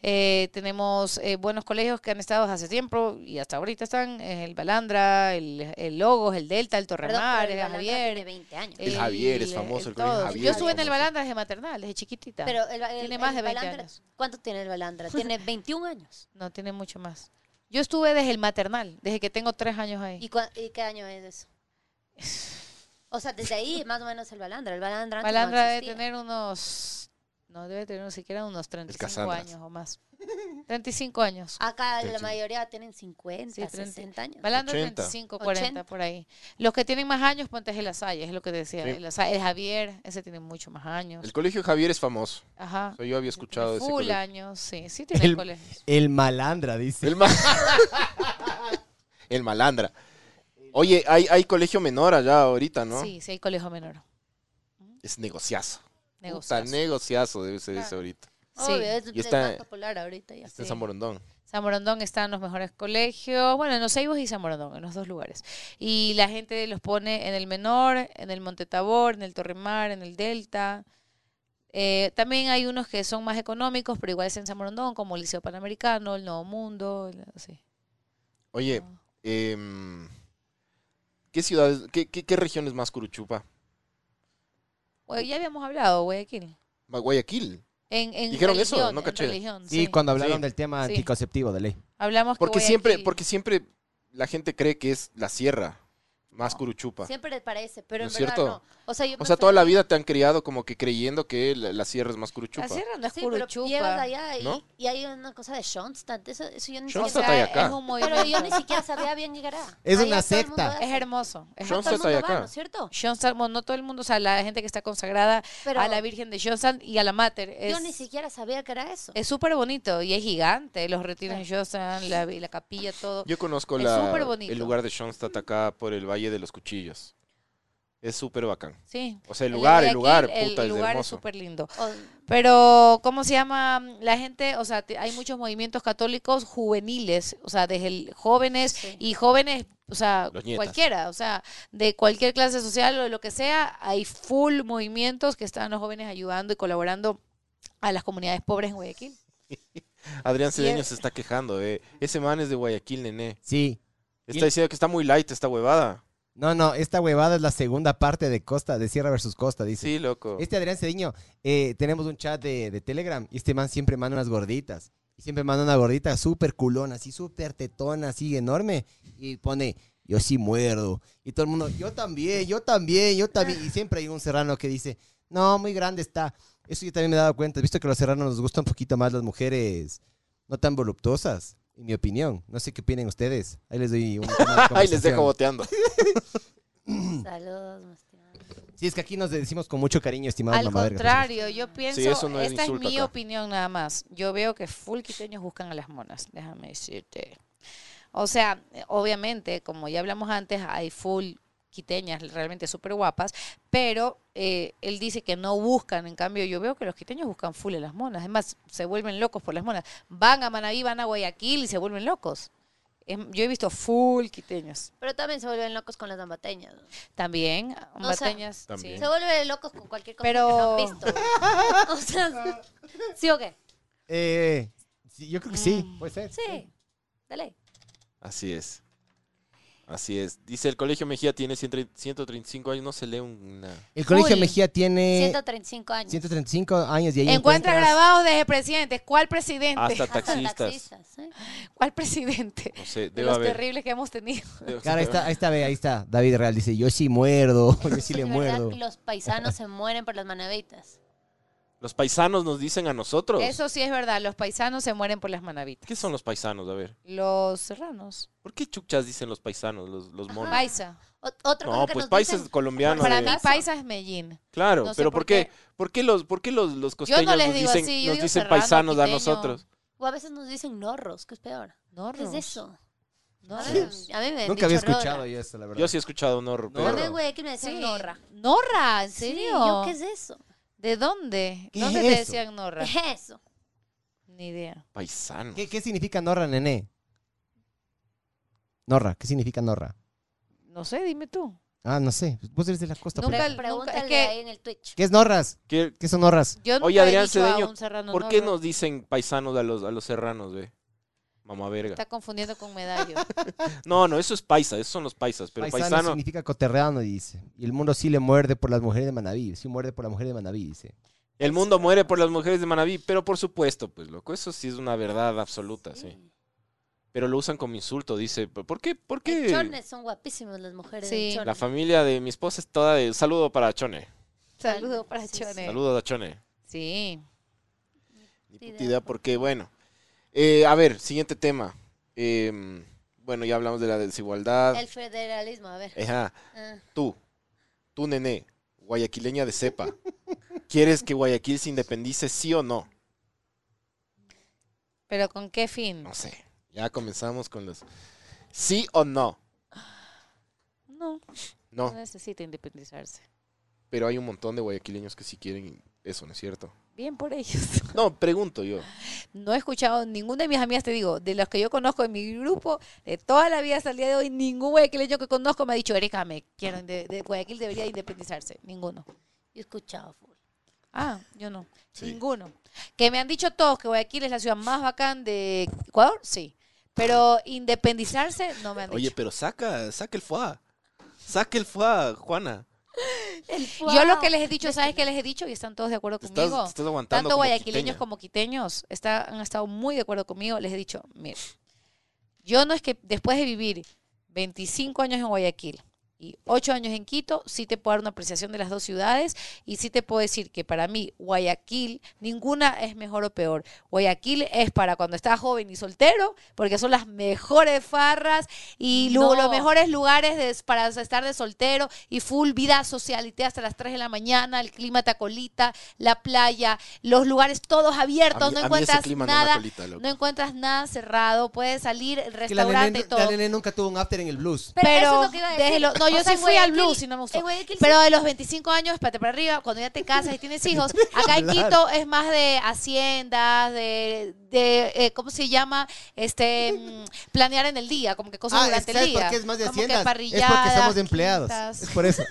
[SPEAKER 4] eh, tenemos eh, buenos colegios que han estado hace tiempo y hasta ahorita están eh, el Balandra, el, el Logos, el Delta, el
[SPEAKER 5] Perdón,
[SPEAKER 4] Torremar,
[SPEAKER 5] pero el
[SPEAKER 4] el
[SPEAKER 5] Balandra
[SPEAKER 4] Javier.
[SPEAKER 5] tiene 20 años.
[SPEAKER 3] El Javier es famoso, el colegio
[SPEAKER 4] todos.
[SPEAKER 3] Javier
[SPEAKER 4] eh, Yo
[SPEAKER 5] es
[SPEAKER 4] estuve en el
[SPEAKER 3] famoso.
[SPEAKER 4] Balandra desde maternal, desde chiquitita.
[SPEAKER 5] Pero el, el-
[SPEAKER 4] Tiene
[SPEAKER 5] el
[SPEAKER 4] más de 20
[SPEAKER 5] Balandra-
[SPEAKER 4] años.
[SPEAKER 5] ¿Cuánto tiene
[SPEAKER 4] [laughs]
[SPEAKER 5] el Balandra? Tiene 21 años.
[SPEAKER 4] No, tiene mucho más. Yo estuve desde el maternal, desde que tengo tres años ahí.
[SPEAKER 5] ¿Y, cua- y qué año es eso?
[SPEAKER 4] [laughs]
[SPEAKER 5] O sea, desde ahí más o menos el Balandra. El Balandra antes no
[SPEAKER 4] Malandra debe
[SPEAKER 5] existía.
[SPEAKER 4] tener unos. No, debe tener ni siquiera unos 35
[SPEAKER 3] Casandras.
[SPEAKER 4] años o más. 35 años.
[SPEAKER 5] Acá la
[SPEAKER 3] Sí.
[SPEAKER 5] mayoría tienen 50,
[SPEAKER 4] Sí, 30.
[SPEAKER 5] 60 años.
[SPEAKER 4] Malandra
[SPEAKER 3] 80.
[SPEAKER 4] 35, 40
[SPEAKER 5] 80.
[SPEAKER 4] por ahí. Los que tienen más años, ponte el Asalle, es lo que decía.
[SPEAKER 3] Sí.
[SPEAKER 4] El, Azalle, el Javier, ese tiene mucho más años.
[SPEAKER 3] El colegio Javier es famoso.
[SPEAKER 4] Ajá.
[SPEAKER 3] O sea, yo había
[SPEAKER 4] Tiene
[SPEAKER 3] escuchado de ese
[SPEAKER 4] full
[SPEAKER 3] colegio.
[SPEAKER 4] años, sí, sí tiene
[SPEAKER 2] El-
[SPEAKER 4] colegios.
[SPEAKER 2] El malandra, dice.
[SPEAKER 3] El, ma- [laughs] El malandra. Oye, hay, hay colegio menor allá ahorita, ¿no?
[SPEAKER 4] Sí, sí hay colegio menor.
[SPEAKER 3] Es negociazo.
[SPEAKER 4] Negocios.
[SPEAKER 3] Puta, negociazo debe ser ese
[SPEAKER 4] Claro.
[SPEAKER 3] ahorita.
[SPEAKER 4] Sí.
[SPEAKER 5] Obvio, es
[SPEAKER 3] Y
[SPEAKER 5] el
[SPEAKER 3] está-
[SPEAKER 5] más popular ahorita ya.
[SPEAKER 3] Está en
[SPEAKER 4] Sí.
[SPEAKER 3] San Borondón.
[SPEAKER 4] San Borondón están los mejores colegios, bueno, en los Ceibos y San Borondón, en los dos lugares. Y la gente los pone en el menor, en el Monte Tabor, en el Torremar, en el Delta. Eh, también hay unos que son más económicos, pero igual es en San Borondón, como el Liceo Panamericano, el Nuevo Mundo, el- sí.
[SPEAKER 3] Oye, em, ¿qué ciudades, qué, qué, qué región es más Curuchupa?
[SPEAKER 4] Bueno, ya habíamos hablado, Guayaquil.
[SPEAKER 3] Ma- Guayaquil.
[SPEAKER 4] En, en
[SPEAKER 3] Dijeron eso,
[SPEAKER 4] religión,
[SPEAKER 3] no
[SPEAKER 4] en
[SPEAKER 3] caché.
[SPEAKER 4] religión,
[SPEAKER 2] Sí,
[SPEAKER 4] sí.
[SPEAKER 2] cuando hablaron
[SPEAKER 3] Sí.
[SPEAKER 2] del tema
[SPEAKER 4] Sí.
[SPEAKER 2] anticonceptivo de ley.
[SPEAKER 4] Hablamos que
[SPEAKER 3] Porque siempre,
[SPEAKER 4] Guayaquil-
[SPEAKER 3] porque siempre la gente cree que es la sierra más Curuchupa.
[SPEAKER 5] Siempre parece, pero
[SPEAKER 3] ¿No
[SPEAKER 5] en
[SPEAKER 3] es
[SPEAKER 5] verdad
[SPEAKER 3] cierto?
[SPEAKER 5] no. O sea, yo
[SPEAKER 3] O sea,
[SPEAKER 5] me
[SPEAKER 3] toda la
[SPEAKER 5] sorprendí.
[SPEAKER 3] vida te han criado como que creyendo que la, la sierra es más Curuchupa.
[SPEAKER 4] La sierra no es
[SPEAKER 5] Sí, pero
[SPEAKER 4] Curuchupa.
[SPEAKER 5] llegas allá y,
[SPEAKER 3] ¿no?
[SPEAKER 5] y hay una cosa de Schoenstatt. Eso, eso yo ni
[SPEAKER 4] O
[SPEAKER 3] Schoenstatt
[SPEAKER 5] siquiera...
[SPEAKER 3] está ahí
[SPEAKER 4] sea,
[SPEAKER 3] acá.
[SPEAKER 4] es un
[SPEAKER 5] Pero yo ni
[SPEAKER 4] movimiento.
[SPEAKER 5] siquiera sabía bien qué era.
[SPEAKER 2] Es
[SPEAKER 5] Allá
[SPEAKER 2] una
[SPEAKER 5] todo el mundo
[SPEAKER 2] secta.
[SPEAKER 5] hace.
[SPEAKER 4] Es hermoso. Es
[SPEAKER 5] Ajá, todo
[SPEAKER 3] Schoenstatt
[SPEAKER 5] el mundo
[SPEAKER 3] está ahí
[SPEAKER 5] va,
[SPEAKER 3] acá.
[SPEAKER 5] ¿no es cierto?
[SPEAKER 4] Johnstown, bueno, no todo el mundo, o sea, la gente que está consagrada
[SPEAKER 5] Pero
[SPEAKER 4] a la Virgen de Johnstown y a la Mater. Es,
[SPEAKER 5] yo ni siquiera sabía que era eso.
[SPEAKER 4] es súper bonito y es gigante, los retiros en Johnstown, la, la capilla, todo.
[SPEAKER 3] Yo conozco
[SPEAKER 4] Es
[SPEAKER 3] la-
[SPEAKER 4] súper bonito.
[SPEAKER 3] el lugar de Schoenstatt acá por el Valle de los Cuchillos. Es súper bacán.
[SPEAKER 4] Sí.
[SPEAKER 3] O sea, el
[SPEAKER 4] de
[SPEAKER 3] lugar, el
[SPEAKER 4] Guayaquil,
[SPEAKER 3] lugar,
[SPEAKER 4] el-
[SPEAKER 3] puta,
[SPEAKER 4] el
[SPEAKER 3] es
[SPEAKER 4] lugar es
[SPEAKER 3] hermoso.
[SPEAKER 4] súper lindo. [laughs]
[SPEAKER 5] O-
[SPEAKER 4] Pero, ¿cómo se llama? La gente, o sea, te- hay muchos movimientos católicos juveniles, o sea, desde el- jóvenes
[SPEAKER 5] Sí.
[SPEAKER 4] y jóvenes, o sea,
[SPEAKER 3] Los nietas.
[SPEAKER 4] cualquiera, o sea, de cualquier clase social o de lo que sea, hay full movimientos que están los jóvenes ayudando y colaborando a las comunidades pobres en Guayaquil.
[SPEAKER 3] Adrián
[SPEAKER 4] Sí,
[SPEAKER 3] Cedeño
[SPEAKER 4] es-
[SPEAKER 3] se está quejando, eh. Ese man es de Guayaquil, nene.
[SPEAKER 2] Sí.
[SPEAKER 3] Está
[SPEAKER 2] Y-
[SPEAKER 3] diciendo que está muy light esta huevada.
[SPEAKER 2] No, no, esta huevada es la segunda parte de Costa, de Sierra versus Costa, dice.
[SPEAKER 3] Sí, loco.
[SPEAKER 2] Este Adrián Cediño, eh, tenemos un chat de, de Telegram y este man siempre manda unas gorditas. Y siempre manda una gordita súper culona, así súper tetona, así enorme. Y pone, yo sí muerdo. Y todo el mundo, yo también, yo también, yo también. Y siempre hay un serrano que dice, no, muy grande está. Eso yo también me he dado cuenta. He visto que a los serranos nos gustan un poquito más las mujeres no tan voluptuosas, en mi opinión. No sé qué opinen ustedes. [laughs] Ahí les doy un tema
[SPEAKER 3] Ay,
[SPEAKER 2] de
[SPEAKER 3] les
[SPEAKER 4] [laughs]
[SPEAKER 2] conversación.
[SPEAKER 3] dejo boteando.
[SPEAKER 5] Saludos, más que nada.
[SPEAKER 2] Sí, es que aquí nos decimos con mucho cariño, estimados
[SPEAKER 4] Al
[SPEAKER 2] mamavergas.
[SPEAKER 4] contrario, yo pienso,
[SPEAKER 3] eso no es
[SPEAKER 4] esta es,
[SPEAKER 3] insulto
[SPEAKER 4] mi
[SPEAKER 3] acá.
[SPEAKER 4] opinión nada más. Yo veo que full quiteños buscan a las monas, déjame decirte. O sea, eh, obviamente, como ya hablamos antes, hay full quiteñas realmente súper guapas, pero eh, él dice que no buscan, en cambio yo veo que los quiteños buscan full a las monas, además se vuelven locos por las monas, van a Manaví, van a Guayaquil y se vuelven locos. Em, yo he visto full quiteños,
[SPEAKER 5] Pero también se vuelven locos con las zambateñas. ¿no?
[SPEAKER 4] también,
[SPEAKER 5] No, o sea,
[SPEAKER 4] ambateñas, sí.
[SPEAKER 3] también.
[SPEAKER 5] Se vuelven locos con cualquier cosa
[SPEAKER 4] Pero-
[SPEAKER 5] que no han visto. [laughs] o sea, ¿sí o qué?
[SPEAKER 2] Eh, sí, yo creo que
[SPEAKER 4] Mm.
[SPEAKER 2] sí, puede ser.
[SPEAKER 5] Sí, dale.
[SPEAKER 3] Así es. Así es. Dice, el Colegio Mejía tiene 100 135 años, no se lee una...
[SPEAKER 2] El Colegio
[SPEAKER 5] Full.
[SPEAKER 2] Mejía tiene
[SPEAKER 5] 135 años.
[SPEAKER 2] 135 años y ahí
[SPEAKER 4] Encuentra
[SPEAKER 2] encuentras-
[SPEAKER 4] grabados desde presidentes. ¿Cuál presidente? [laughs]
[SPEAKER 3] Hasta
[SPEAKER 5] Hasta
[SPEAKER 3] taxistas.
[SPEAKER 5] taxistas, ¿eh?
[SPEAKER 4] ¿Cuál presidente?
[SPEAKER 3] No sé,
[SPEAKER 4] De
[SPEAKER 3] debe
[SPEAKER 4] los
[SPEAKER 3] haber.
[SPEAKER 4] terribles que hemos tenido.
[SPEAKER 3] Debe-
[SPEAKER 2] Claro, ahí está, ahí está, ve, ahí está. David Real dice, yo sí muerdo, [laughs] yo sí le
[SPEAKER 4] [laughs]
[SPEAKER 5] De verdad,
[SPEAKER 2] muerdo.
[SPEAKER 5] los paisanos se mueren por las manavitas.
[SPEAKER 3] Los paisanos nos dicen a nosotros.
[SPEAKER 4] Eso sí es verdad. Los paisanos se mueren por las manavitas.
[SPEAKER 3] ¿Qué son los paisanos? A ver.
[SPEAKER 4] Los serranos.
[SPEAKER 3] ¿Por qué chuchas dicen los paisanos, los, los
[SPEAKER 5] Ah.
[SPEAKER 3] monos?
[SPEAKER 4] Paisa.
[SPEAKER 5] Ot- otra
[SPEAKER 3] No,
[SPEAKER 5] cosa que
[SPEAKER 3] pues
[SPEAKER 5] nos
[SPEAKER 3] paisas
[SPEAKER 5] dicen-
[SPEAKER 3] colombianos.
[SPEAKER 4] Para
[SPEAKER 3] de-
[SPEAKER 4] mí, paisa es Medellín.
[SPEAKER 3] Claro,
[SPEAKER 4] no sé
[SPEAKER 3] pero
[SPEAKER 4] por
[SPEAKER 3] ¿por qué? ¿Por qué los, por qué los, los costeños
[SPEAKER 4] les
[SPEAKER 3] nos
[SPEAKER 4] digo
[SPEAKER 3] dicen,
[SPEAKER 4] así, yo
[SPEAKER 3] nos
[SPEAKER 4] digo
[SPEAKER 3] dicen
[SPEAKER 4] serrano,
[SPEAKER 3] paisanos a
[SPEAKER 4] quiteño.
[SPEAKER 3] nosotros?
[SPEAKER 5] O a veces nos dicen norros, que es peor.
[SPEAKER 4] No,
[SPEAKER 5] ¿Qué es eso?
[SPEAKER 4] No,
[SPEAKER 5] A mí, a mí me han
[SPEAKER 2] Nunca había
[SPEAKER 5] dicho norra.
[SPEAKER 2] escuchado yo eso, la verdad.
[SPEAKER 3] Yo sí he escuchado un horror,
[SPEAKER 2] No,
[SPEAKER 5] A
[SPEAKER 3] pero...
[SPEAKER 5] mí, güey, que me
[SPEAKER 4] Sí.
[SPEAKER 5] decían norra.
[SPEAKER 4] Norra, ¿en
[SPEAKER 5] Sí,
[SPEAKER 4] serio?
[SPEAKER 5] yo, ¿qué es eso?
[SPEAKER 4] ¿De dónde?
[SPEAKER 2] ¿Qué
[SPEAKER 4] ¿Dónde
[SPEAKER 2] es
[SPEAKER 4] te
[SPEAKER 2] eso?
[SPEAKER 4] decían Norra?
[SPEAKER 5] ¿Qué es eso?
[SPEAKER 4] [laughs] Ni idea.
[SPEAKER 3] Paisano.
[SPEAKER 2] ¿Qué, qué significa Norra, nené? Norra, ¿qué significa Norra?
[SPEAKER 4] No sé, dime tú.
[SPEAKER 2] Ah, no sé. Vos eres de la costa.
[SPEAKER 4] Nunca-
[SPEAKER 2] pero-
[SPEAKER 4] es
[SPEAKER 5] Pregúntale
[SPEAKER 4] que-
[SPEAKER 5] ahí en el Twitch.
[SPEAKER 2] ¿Qué es Norras?
[SPEAKER 3] ¿Qué-
[SPEAKER 2] ¿Qué son Norras?
[SPEAKER 4] Yo nunca
[SPEAKER 3] Oye,
[SPEAKER 4] he
[SPEAKER 3] Adrián
[SPEAKER 4] dicho a
[SPEAKER 3] Cedeño,
[SPEAKER 4] un serrano
[SPEAKER 3] ¿Por qué
[SPEAKER 4] Norra.
[SPEAKER 3] nos dicen paisanos a los, a los serranos, güey? Mamá verga.
[SPEAKER 4] Está confundiendo con
[SPEAKER 5] [laughs]
[SPEAKER 4] medallo.
[SPEAKER 3] No, no, eso es paisa, esos son los paisas, pero
[SPEAKER 2] Paisano,
[SPEAKER 3] paisano...
[SPEAKER 2] significa coterrano, dice. Y el mundo sí le muerde por las mujeres de Manaví. Sí muerde por las mujeres de Manaví, dice.
[SPEAKER 3] El mundo muere por las mujeres de Manaví, pero por supuesto, pues loco, eso sí es una verdad absoluta, sí. Pero lo usan como insulto, dice, ¿por qué? ¿Por
[SPEAKER 5] En
[SPEAKER 3] qué?
[SPEAKER 5] chones son guapísimas las mujeres.
[SPEAKER 4] Sí.
[SPEAKER 5] en chones.
[SPEAKER 3] La familia de mi esposa es toda de... Saludo para Chone.
[SPEAKER 4] Saludos para
[SPEAKER 5] Sí, sí.
[SPEAKER 4] Chone.
[SPEAKER 3] Saludos a Chone.
[SPEAKER 4] Sí.
[SPEAKER 3] Ni
[SPEAKER 5] Sí,
[SPEAKER 3] puta
[SPEAKER 5] de
[SPEAKER 3] idea
[SPEAKER 5] acuerdo.
[SPEAKER 3] por qué, bueno. Eh, a ver, siguiente tema. Em, bueno, ya hablamos de la desigualdad.
[SPEAKER 5] El federalismo, a ver.
[SPEAKER 3] Ejá,
[SPEAKER 5] Ah.
[SPEAKER 3] tú, tú nené, guayaquileña de cepa, ¿quieres que Guayaquil se independice sí o no?
[SPEAKER 4] ¿Pero con qué fin?
[SPEAKER 3] No sé, ya comenzamos con los... ¿Sí o no?
[SPEAKER 4] No, no
[SPEAKER 3] No,
[SPEAKER 4] necesita independizarse.
[SPEAKER 3] pero hay un montón de guayaquileños que sí quieren eso, ¿no es cierto?
[SPEAKER 4] Bien por ellos.
[SPEAKER 3] No, pregunto
[SPEAKER 4] [laughs]
[SPEAKER 3] yo.
[SPEAKER 4] No he escuchado ninguna de mis amigas, te digo, de las que yo conozco en mi grupo, de toda la vida hasta el día de hoy, ningún guayaquileño que conozco me ha dicho, Erika, me quiero, de, de Guayaquil debería independizarse. Ninguno.
[SPEAKER 5] Yo escuchaba full.
[SPEAKER 4] Ah, yo no.
[SPEAKER 3] Sí.
[SPEAKER 4] Ninguno. Que me han dicho todos que Guayaquil es la ciudad más bacán de Ecuador, sí. Pero independizarse no me han
[SPEAKER 3] Oye,
[SPEAKER 4] dicho.
[SPEAKER 3] pero saca, saca el foie. Saca el foie, Juana.
[SPEAKER 4] Yo lo que les he dicho, ¿sabes qué les he dicho? Y están todos de acuerdo
[SPEAKER 3] Te estás,
[SPEAKER 4] conmigo.
[SPEAKER 3] te estás aguantando
[SPEAKER 4] tanto
[SPEAKER 3] como
[SPEAKER 4] guayaquileños
[SPEAKER 3] quiteña.
[SPEAKER 4] como quiteños está- han estado muy de acuerdo conmigo. Les he dicho, mira, yo no es que después de vivir 25 años en Guayaquil y 8 años en Quito, sí te puedo dar una apreciación de las dos ciudades y sí te puedo decir que para mí Guayaquil, ninguna es mejor o peor. Guayaquil es para cuando estás joven y soltero, porque son las mejores farras y lu-
[SPEAKER 5] No.
[SPEAKER 4] los mejores lugares de- para estar de soltero y full vida socialité hasta las 3 de la mañana, el clima te acolita, la playa, los lugares todos abiertos,
[SPEAKER 3] A mí-
[SPEAKER 4] no
[SPEAKER 3] a mí ese
[SPEAKER 4] encuentras
[SPEAKER 3] clima no me
[SPEAKER 4] nada,
[SPEAKER 3] acolita, loco.
[SPEAKER 4] no encuentras nada cerrado, puedes salir,
[SPEAKER 2] Que la nene-
[SPEAKER 4] restaurante y todo.
[SPEAKER 2] la nene nunca tuvo un after en el blues.
[SPEAKER 5] Pero,
[SPEAKER 4] Pero
[SPEAKER 5] eso es lo que iba a decir.
[SPEAKER 4] déjelo- no,
[SPEAKER 5] O
[SPEAKER 4] yo
[SPEAKER 5] sea,
[SPEAKER 4] sí
[SPEAKER 5] en
[SPEAKER 4] fui al
[SPEAKER 5] Guayaquil-
[SPEAKER 4] Blues y no me gustó.
[SPEAKER 5] en Guayaquil sí
[SPEAKER 4] Pero de los 25 años, espérate para arriba, cuando ya te casas y
[SPEAKER 2] [laughs]
[SPEAKER 4] tienes hijos, acá en
[SPEAKER 2] Hablar.
[SPEAKER 4] Quito es más de haciendas, de, de eh, ¿cómo se llama? Este, mm, planear en el día, como que cosas
[SPEAKER 2] Ah, es,
[SPEAKER 4] durante el
[SPEAKER 2] ¿sabes
[SPEAKER 4] día.
[SPEAKER 2] por qué es más de
[SPEAKER 4] Como
[SPEAKER 2] haciendas?
[SPEAKER 4] que
[SPEAKER 2] Es porque somos
[SPEAKER 4] parrilladas,
[SPEAKER 2] empleados.
[SPEAKER 4] quintas.
[SPEAKER 2] Es por
[SPEAKER 4] [laughs]
[SPEAKER 2] eso.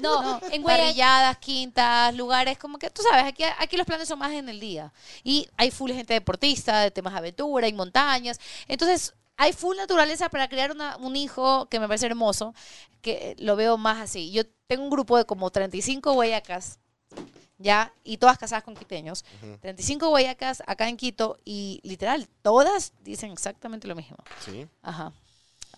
[SPEAKER 5] No, en Guayaquil.
[SPEAKER 4] Parrilladas, quintas, lugares, como que tú sabes, aquí, aquí los planes son más en el día. Y hay full gente deportista, de temas de aventura, y montañas. Entonces, hay full naturaleza para crear una- un hijo que me parece hermoso, que eh, lo veo más así. Yo tengo un grupo de como 35 guayacas, ya, y todas casadas con quiteños. 35 guayacas acá en Quito, y literal, todas dicen exactamente lo mismo.
[SPEAKER 3] Sí,
[SPEAKER 4] Ajá.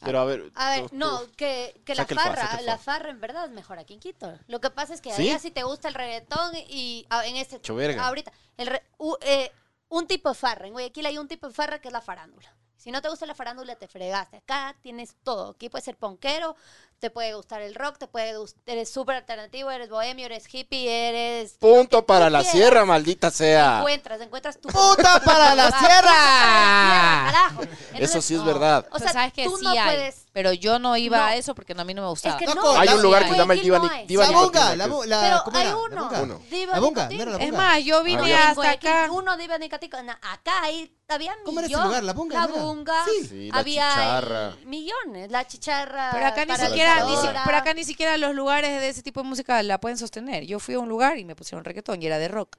[SPEAKER 3] pero a ver...
[SPEAKER 5] A ver,
[SPEAKER 3] tú-
[SPEAKER 5] no,
[SPEAKER 3] tú-
[SPEAKER 5] que, que la
[SPEAKER 3] Saca el fa,
[SPEAKER 5] farra,
[SPEAKER 3] saca el fa.
[SPEAKER 5] la farra en verdad es mejor aquí en Quito. Lo que pasa es que
[SPEAKER 3] ¿Sí?
[SPEAKER 5] allá sí te gusta el reggaetón y ah, en este
[SPEAKER 3] Choverga.
[SPEAKER 5] ahorita el re- u- eh, un tipo de farra, en Guayaquil hay un tipo de farra que es la farándula. Si no te gusta la farándula, te fregaste. Acá tienes todo. Aquí puedes ser ponquero, te puede gustar el rock, te puede gustar, eres súper alternativo, eres bohemio, eres hippie, eres...
[SPEAKER 3] Punto para la
[SPEAKER 5] quieras.
[SPEAKER 3] sierra, maldita sea.
[SPEAKER 5] Encuentras, encuentras tu...
[SPEAKER 2] ¡Puta para la
[SPEAKER 5] Carajo,
[SPEAKER 2] sierra!
[SPEAKER 5] puta para la sierra, carajo.
[SPEAKER 3] Eso sí es
[SPEAKER 5] no.
[SPEAKER 3] verdad.
[SPEAKER 5] O
[SPEAKER 4] O
[SPEAKER 5] sea,
[SPEAKER 4] sea, sabes que
[SPEAKER 5] tú
[SPEAKER 4] sí
[SPEAKER 5] no
[SPEAKER 4] hay,
[SPEAKER 5] puedes...
[SPEAKER 4] pero yo no iba
[SPEAKER 5] No.
[SPEAKER 4] a eso porque no, a mí no me gustaba.
[SPEAKER 5] Es que
[SPEAKER 2] No,
[SPEAKER 5] no.
[SPEAKER 3] Hay un lugar que se
[SPEAKER 5] Pues
[SPEAKER 3] llama el
[SPEAKER 5] sí
[SPEAKER 3] Diva,
[SPEAKER 5] no
[SPEAKER 3] Nic-
[SPEAKER 5] es.
[SPEAKER 3] Diva
[SPEAKER 2] la
[SPEAKER 3] Nicotina,
[SPEAKER 2] bonga,
[SPEAKER 3] que
[SPEAKER 2] la,
[SPEAKER 3] es-
[SPEAKER 2] bo- la-
[SPEAKER 5] Pero
[SPEAKER 2] ¿cómo
[SPEAKER 5] hay
[SPEAKER 2] era? La
[SPEAKER 5] uno.
[SPEAKER 2] bonga.
[SPEAKER 3] Uno.
[SPEAKER 5] Diva
[SPEAKER 2] La bonga,
[SPEAKER 5] Nicotina.
[SPEAKER 2] no era la
[SPEAKER 4] Es
[SPEAKER 2] bonga.
[SPEAKER 4] más, yo vine
[SPEAKER 3] Ah,
[SPEAKER 4] hasta acá.
[SPEAKER 5] Uno de Iba Nicatica. na- Acá ahí había millones.
[SPEAKER 2] ¿Cómo era ese lugar? La bonga.
[SPEAKER 5] La
[SPEAKER 2] ¿no era?
[SPEAKER 5] bunga.
[SPEAKER 2] Sí.
[SPEAKER 3] Sí, la
[SPEAKER 5] había
[SPEAKER 3] chicharra.
[SPEAKER 5] millones. La chicharra.
[SPEAKER 4] Pero acá, ni
[SPEAKER 3] para la
[SPEAKER 4] siquiera, ni si-
[SPEAKER 3] lavadora.
[SPEAKER 4] pero acá ni siquiera los lugares de ese tipo de música la pueden sostener. Yo fui a un lugar y me pusieron reggaetón y era de rock.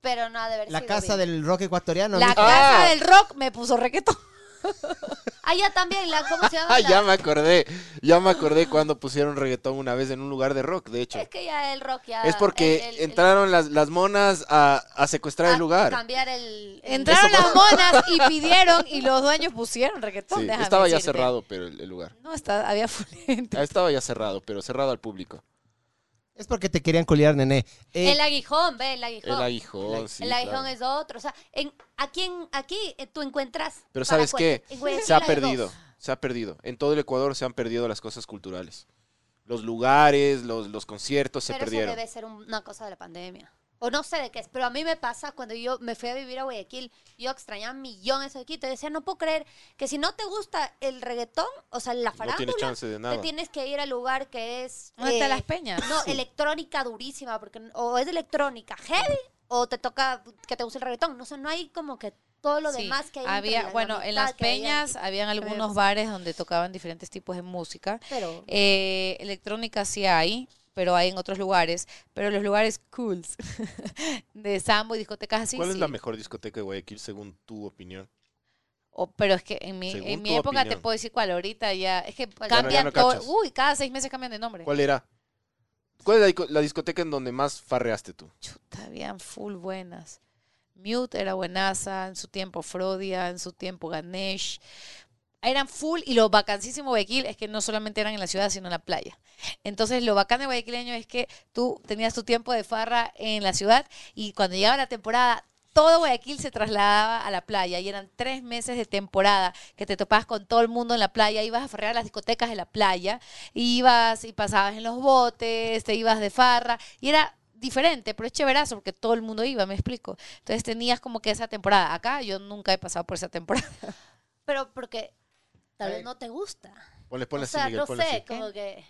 [SPEAKER 5] Pero no ha de haber
[SPEAKER 2] La
[SPEAKER 5] sido
[SPEAKER 2] casa
[SPEAKER 5] bien.
[SPEAKER 2] del rock ecuatoriano.
[SPEAKER 4] La
[SPEAKER 3] Ah.
[SPEAKER 2] amigo.
[SPEAKER 4] casa del rock me puso reggaetón.
[SPEAKER 5] Allá también. La, ¿Cómo se
[SPEAKER 3] [laughs]
[SPEAKER 5] llama?
[SPEAKER 3] Ah,
[SPEAKER 5] La-
[SPEAKER 3] ya me acordé. Ya me acordé cuando pusieron reggaetón una vez en un lugar de rock, de hecho.
[SPEAKER 5] Es que ya el rock ya.
[SPEAKER 3] Es porque
[SPEAKER 5] el- Ah, el- el-
[SPEAKER 3] entraron las, las monas a, a secuestrar
[SPEAKER 5] a
[SPEAKER 3] el lugar.
[SPEAKER 5] Cambiar el.
[SPEAKER 4] [laughs]
[SPEAKER 5] el-
[SPEAKER 4] Entraron las monas
[SPEAKER 3] [laughs]
[SPEAKER 4] y pidieron y los dueños pusieron reggaetón.
[SPEAKER 3] Sí,
[SPEAKER 4] déjame
[SPEAKER 3] estaba ya
[SPEAKER 4] decirte.
[SPEAKER 3] cerrado, pero el, el lugar.
[SPEAKER 4] No, está, había full gente.
[SPEAKER 3] [laughs] Ah, Estaba ya cerrado, pero cerrado al público.
[SPEAKER 2] Es porque te querían culiar, nené. Eh,
[SPEAKER 5] El aguijón, ve, el aguijón.
[SPEAKER 3] El aguijón, Oh, sí.
[SPEAKER 5] el aguijón
[SPEAKER 3] claro.
[SPEAKER 5] es otro. O sea, en, aquí, en, aquí eh, tú encuentras.
[SPEAKER 3] Pero
[SPEAKER 5] para
[SPEAKER 3] ¿sabes qué?
[SPEAKER 5] cual- encuentras
[SPEAKER 3] Se ha
[SPEAKER 5] las dos.
[SPEAKER 3] perdido. Se ha perdido. En todo el Ecuador se han perdido las cosas culturales. Los lugares, los, los conciertos se
[SPEAKER 5] pero
[SPEAKER 3] perdieron.
[SPEAKER 5] eso debe ser un- una cosa de la pandemia. O no sé de qué es, pero a mí me pasa cuando yo me fui a vivir a Guayaquil, yo extrañaba millones de Quito. Yo decía, no puedo creer que si no te gusta el reggaetón, o sea, la
[SPEAKER 3] No
[SPEAKER 5] farándula,
[SPEAKER 3] tiene chance de
[SPEAKER 5] te
[SPEAKER 3] nada.
[SPEAKER 5] tienes que ir al lugar que es...
[SPEAKER 4] ¿Dónde están
[SPEAKER 5] eh,
[SPEAKER 4] las peñas?
[SPEAKER 3] [laughs]
[SPEAKER 5] No, electrónica durísima, porque n- o es electrónica heavy o te toca que te guste el reggaetón. No sé, no hay como que todo lo
[SPEAKER 4] Sí,
[SPEAKER 5] demás que hay. entre
[SPEAKER 4] había,
[SPEAKER 5] la
[SPEAKER 4] bueno, en
[SPEAKER 5] mitad
[SPEAKER 4] las
[SPEAKER 5] que había en
[SPEAKER 4] peñas
[SPEAKER 5] Quito,
[SPEAKER 4] habían
[SPEAKER 5] había
[SPEAKER 4] algunos
[SPEAKER 5] pasado.
[SPEAKER 4] bares donde tocaban diferentes tipos de música.
[SPEAKER 5] Pero
[SPEAKER 4] Eh, electrónica sí hay, pero hay en otros lugares. Pero los lugares cools [laughs] de sambo y discotecas así.
[SPEAKER 3] ¿Cuál es
[SPEAKER 4] sí.
[SPEAKER 3] la mejor discoteca de Guayaquil según tu opinión?
[SPEAKER 4] O- pero es que en mi,
[SPEAKER 3] Según
[SPEAKER 4] en mi
[SPEAKER 3] tu
[SPEAKER 4] época te
[SPEAKER 3] opinión.
[SPEAKER 4] puedo decir cuál, ahorita ya. Es que
[SPEAKER 5] Bueno, ya
[SPEAKER 4] cambian
[SPEAKER 3] no
[SPEAKER 4] todo.
[SPEAKER 3] cachas.
[SPEAKER 4] Uy, cada seis meses cambian de nombre.
[SPEAKER 3] ¿Cuál era? ¿Cuál es la, dico- la discoteca en donde más farreaste tú?
[SPEAKER 4] Chuta, habían full buenas. Mute era buenaza, en su tiempo Frodia, en su tiempo Ganesh. Eran full y lo bacanísimo de Guayaquil es que no solamente eran en la ciudad, sino en la playa. Entonces, lo bacán de Guayaquileño es que tú tenías tu tiempo de farra en la ciudad y cuando llegaba la temporada, todo Guayaquil se trasladaba a la playa y eran tres meses de temporada que te topabas con todo el mundo en la playa, ibas a farrear a las discotecas de la playa, ibas y pasabas en los botes, te ibas de farra y era diferente, pero es chéverazo porque todo el mundo iba, me explico. Entonces tenías como que esa temporada. Acá yo nunca he pasado por esa temporada.
[SPEAKER 5] Pero porque tal vez
[SPEAKER 2] Eh,
[SPEAKER 5] no te gusta.
[SPEAKER 3] Ponle, ponle
[SPEAKER 5] o
[SPEAKER 3] así,
[SPEAKER 5] sea,
[SPEAKER 3] Miguel,
[SPEAKER 5] no
[SPEAKER 3] ponle
[SPEAKER 5] sé,
[SPEAKER 3] así.
[SPEAKER 5] como que...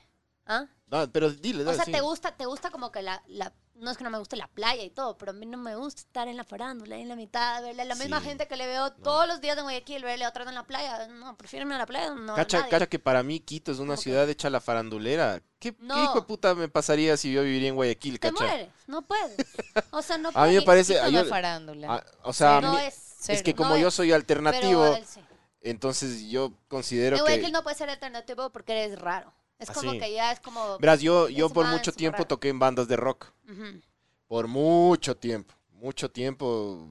[SPEAKER 5] ¿Ah?
[SPEAKER 3] No, pero dile,
[SPEAKER 5] O
[SPEAKER 3] dale,
[SPEAKER 5] sea,
[SPEAKER 3] sí.
[SPEAKER 5] te gusta, te gusta como que la, la- No es que no me guste la playa y todo, pero a mí no me gusta estar en la farándula, ahí en la mitad, verle a la misma
[SPEAKER 3] Sí,
[SPEAKER 5] gente que le veo todos los días en Guayaquil, verle a otra en la playa. No, prefiero irme a la playa, no ver
[SPEAKER 3] Cacha,
[SPEAKER 5] nadie.
[SPEAKER 3] cacha que para mí Quito es una
[SPEAKER 5] ¿Cómo que?
[SPEAKER 3] ciudad hecha a la farandulera. ¿Qué, qué
[SPEAKER 5] No.
[SPEAKER 3] hijo de puta me pasaría si yo viviría en Guayaquil,
[SPEAKER 5] Te
[SPEAKER 3] cacha?
[SPEAKER 5] mueres, no puedes. O sea, no
[SPEAKER 3] [laughs] A mí me
[SPEAKER 4] [laughs]
[SPEAKER 5] puedes.
[SPEAKER 3] parece...
[SPEAKER 4] Quito
[SPEAKER 3] ah,
[SPEAKER 4] no
[SPEAKER 3] yo-
[SPEAKER 4] es farándula.
[SPEAKER 3] ah, o sea, a
[SPEAKER 5] No
[SPEAKER 3] mí-
[SPEAKER 5] es.
[SPEAKER 3] es, que
[SPEAKER 4] Cero.
[SPEAKER 3] como
[SPEAKER 5] No
[SPEAKER 3] yo
[SPEAKER 5] es,
[SPEAKER 3] soy alternativo,
[SPEAKER 5] Pero él sí.
[SPEAKER 3] entonces yo considero
[SPEAKER 5] en
[SPEAKER 3] que...
[SPEAKER 5] Guayaquil no puede ser alternativo porque eres raro. Es
[SPEAKER 3] Ah,
[SPEAKER 5] como
[SPEAKER 3] sí.
[SPEAKER 5] que ya es como...
[SPEAKER 3] Verás, yo, yo
[SPEAKER 5] es
[SPEAKER 3] por
[SPEAKER 5] más
[SPEAKER 3] mucho tiempo
[SPEAKER 5] raro.
[SPEAKER 3] toqué en bandas de rock.
[SPEAKER 5] Ujú.
[SPEAKER 3] Por mucho tiempo, mucho tiempo,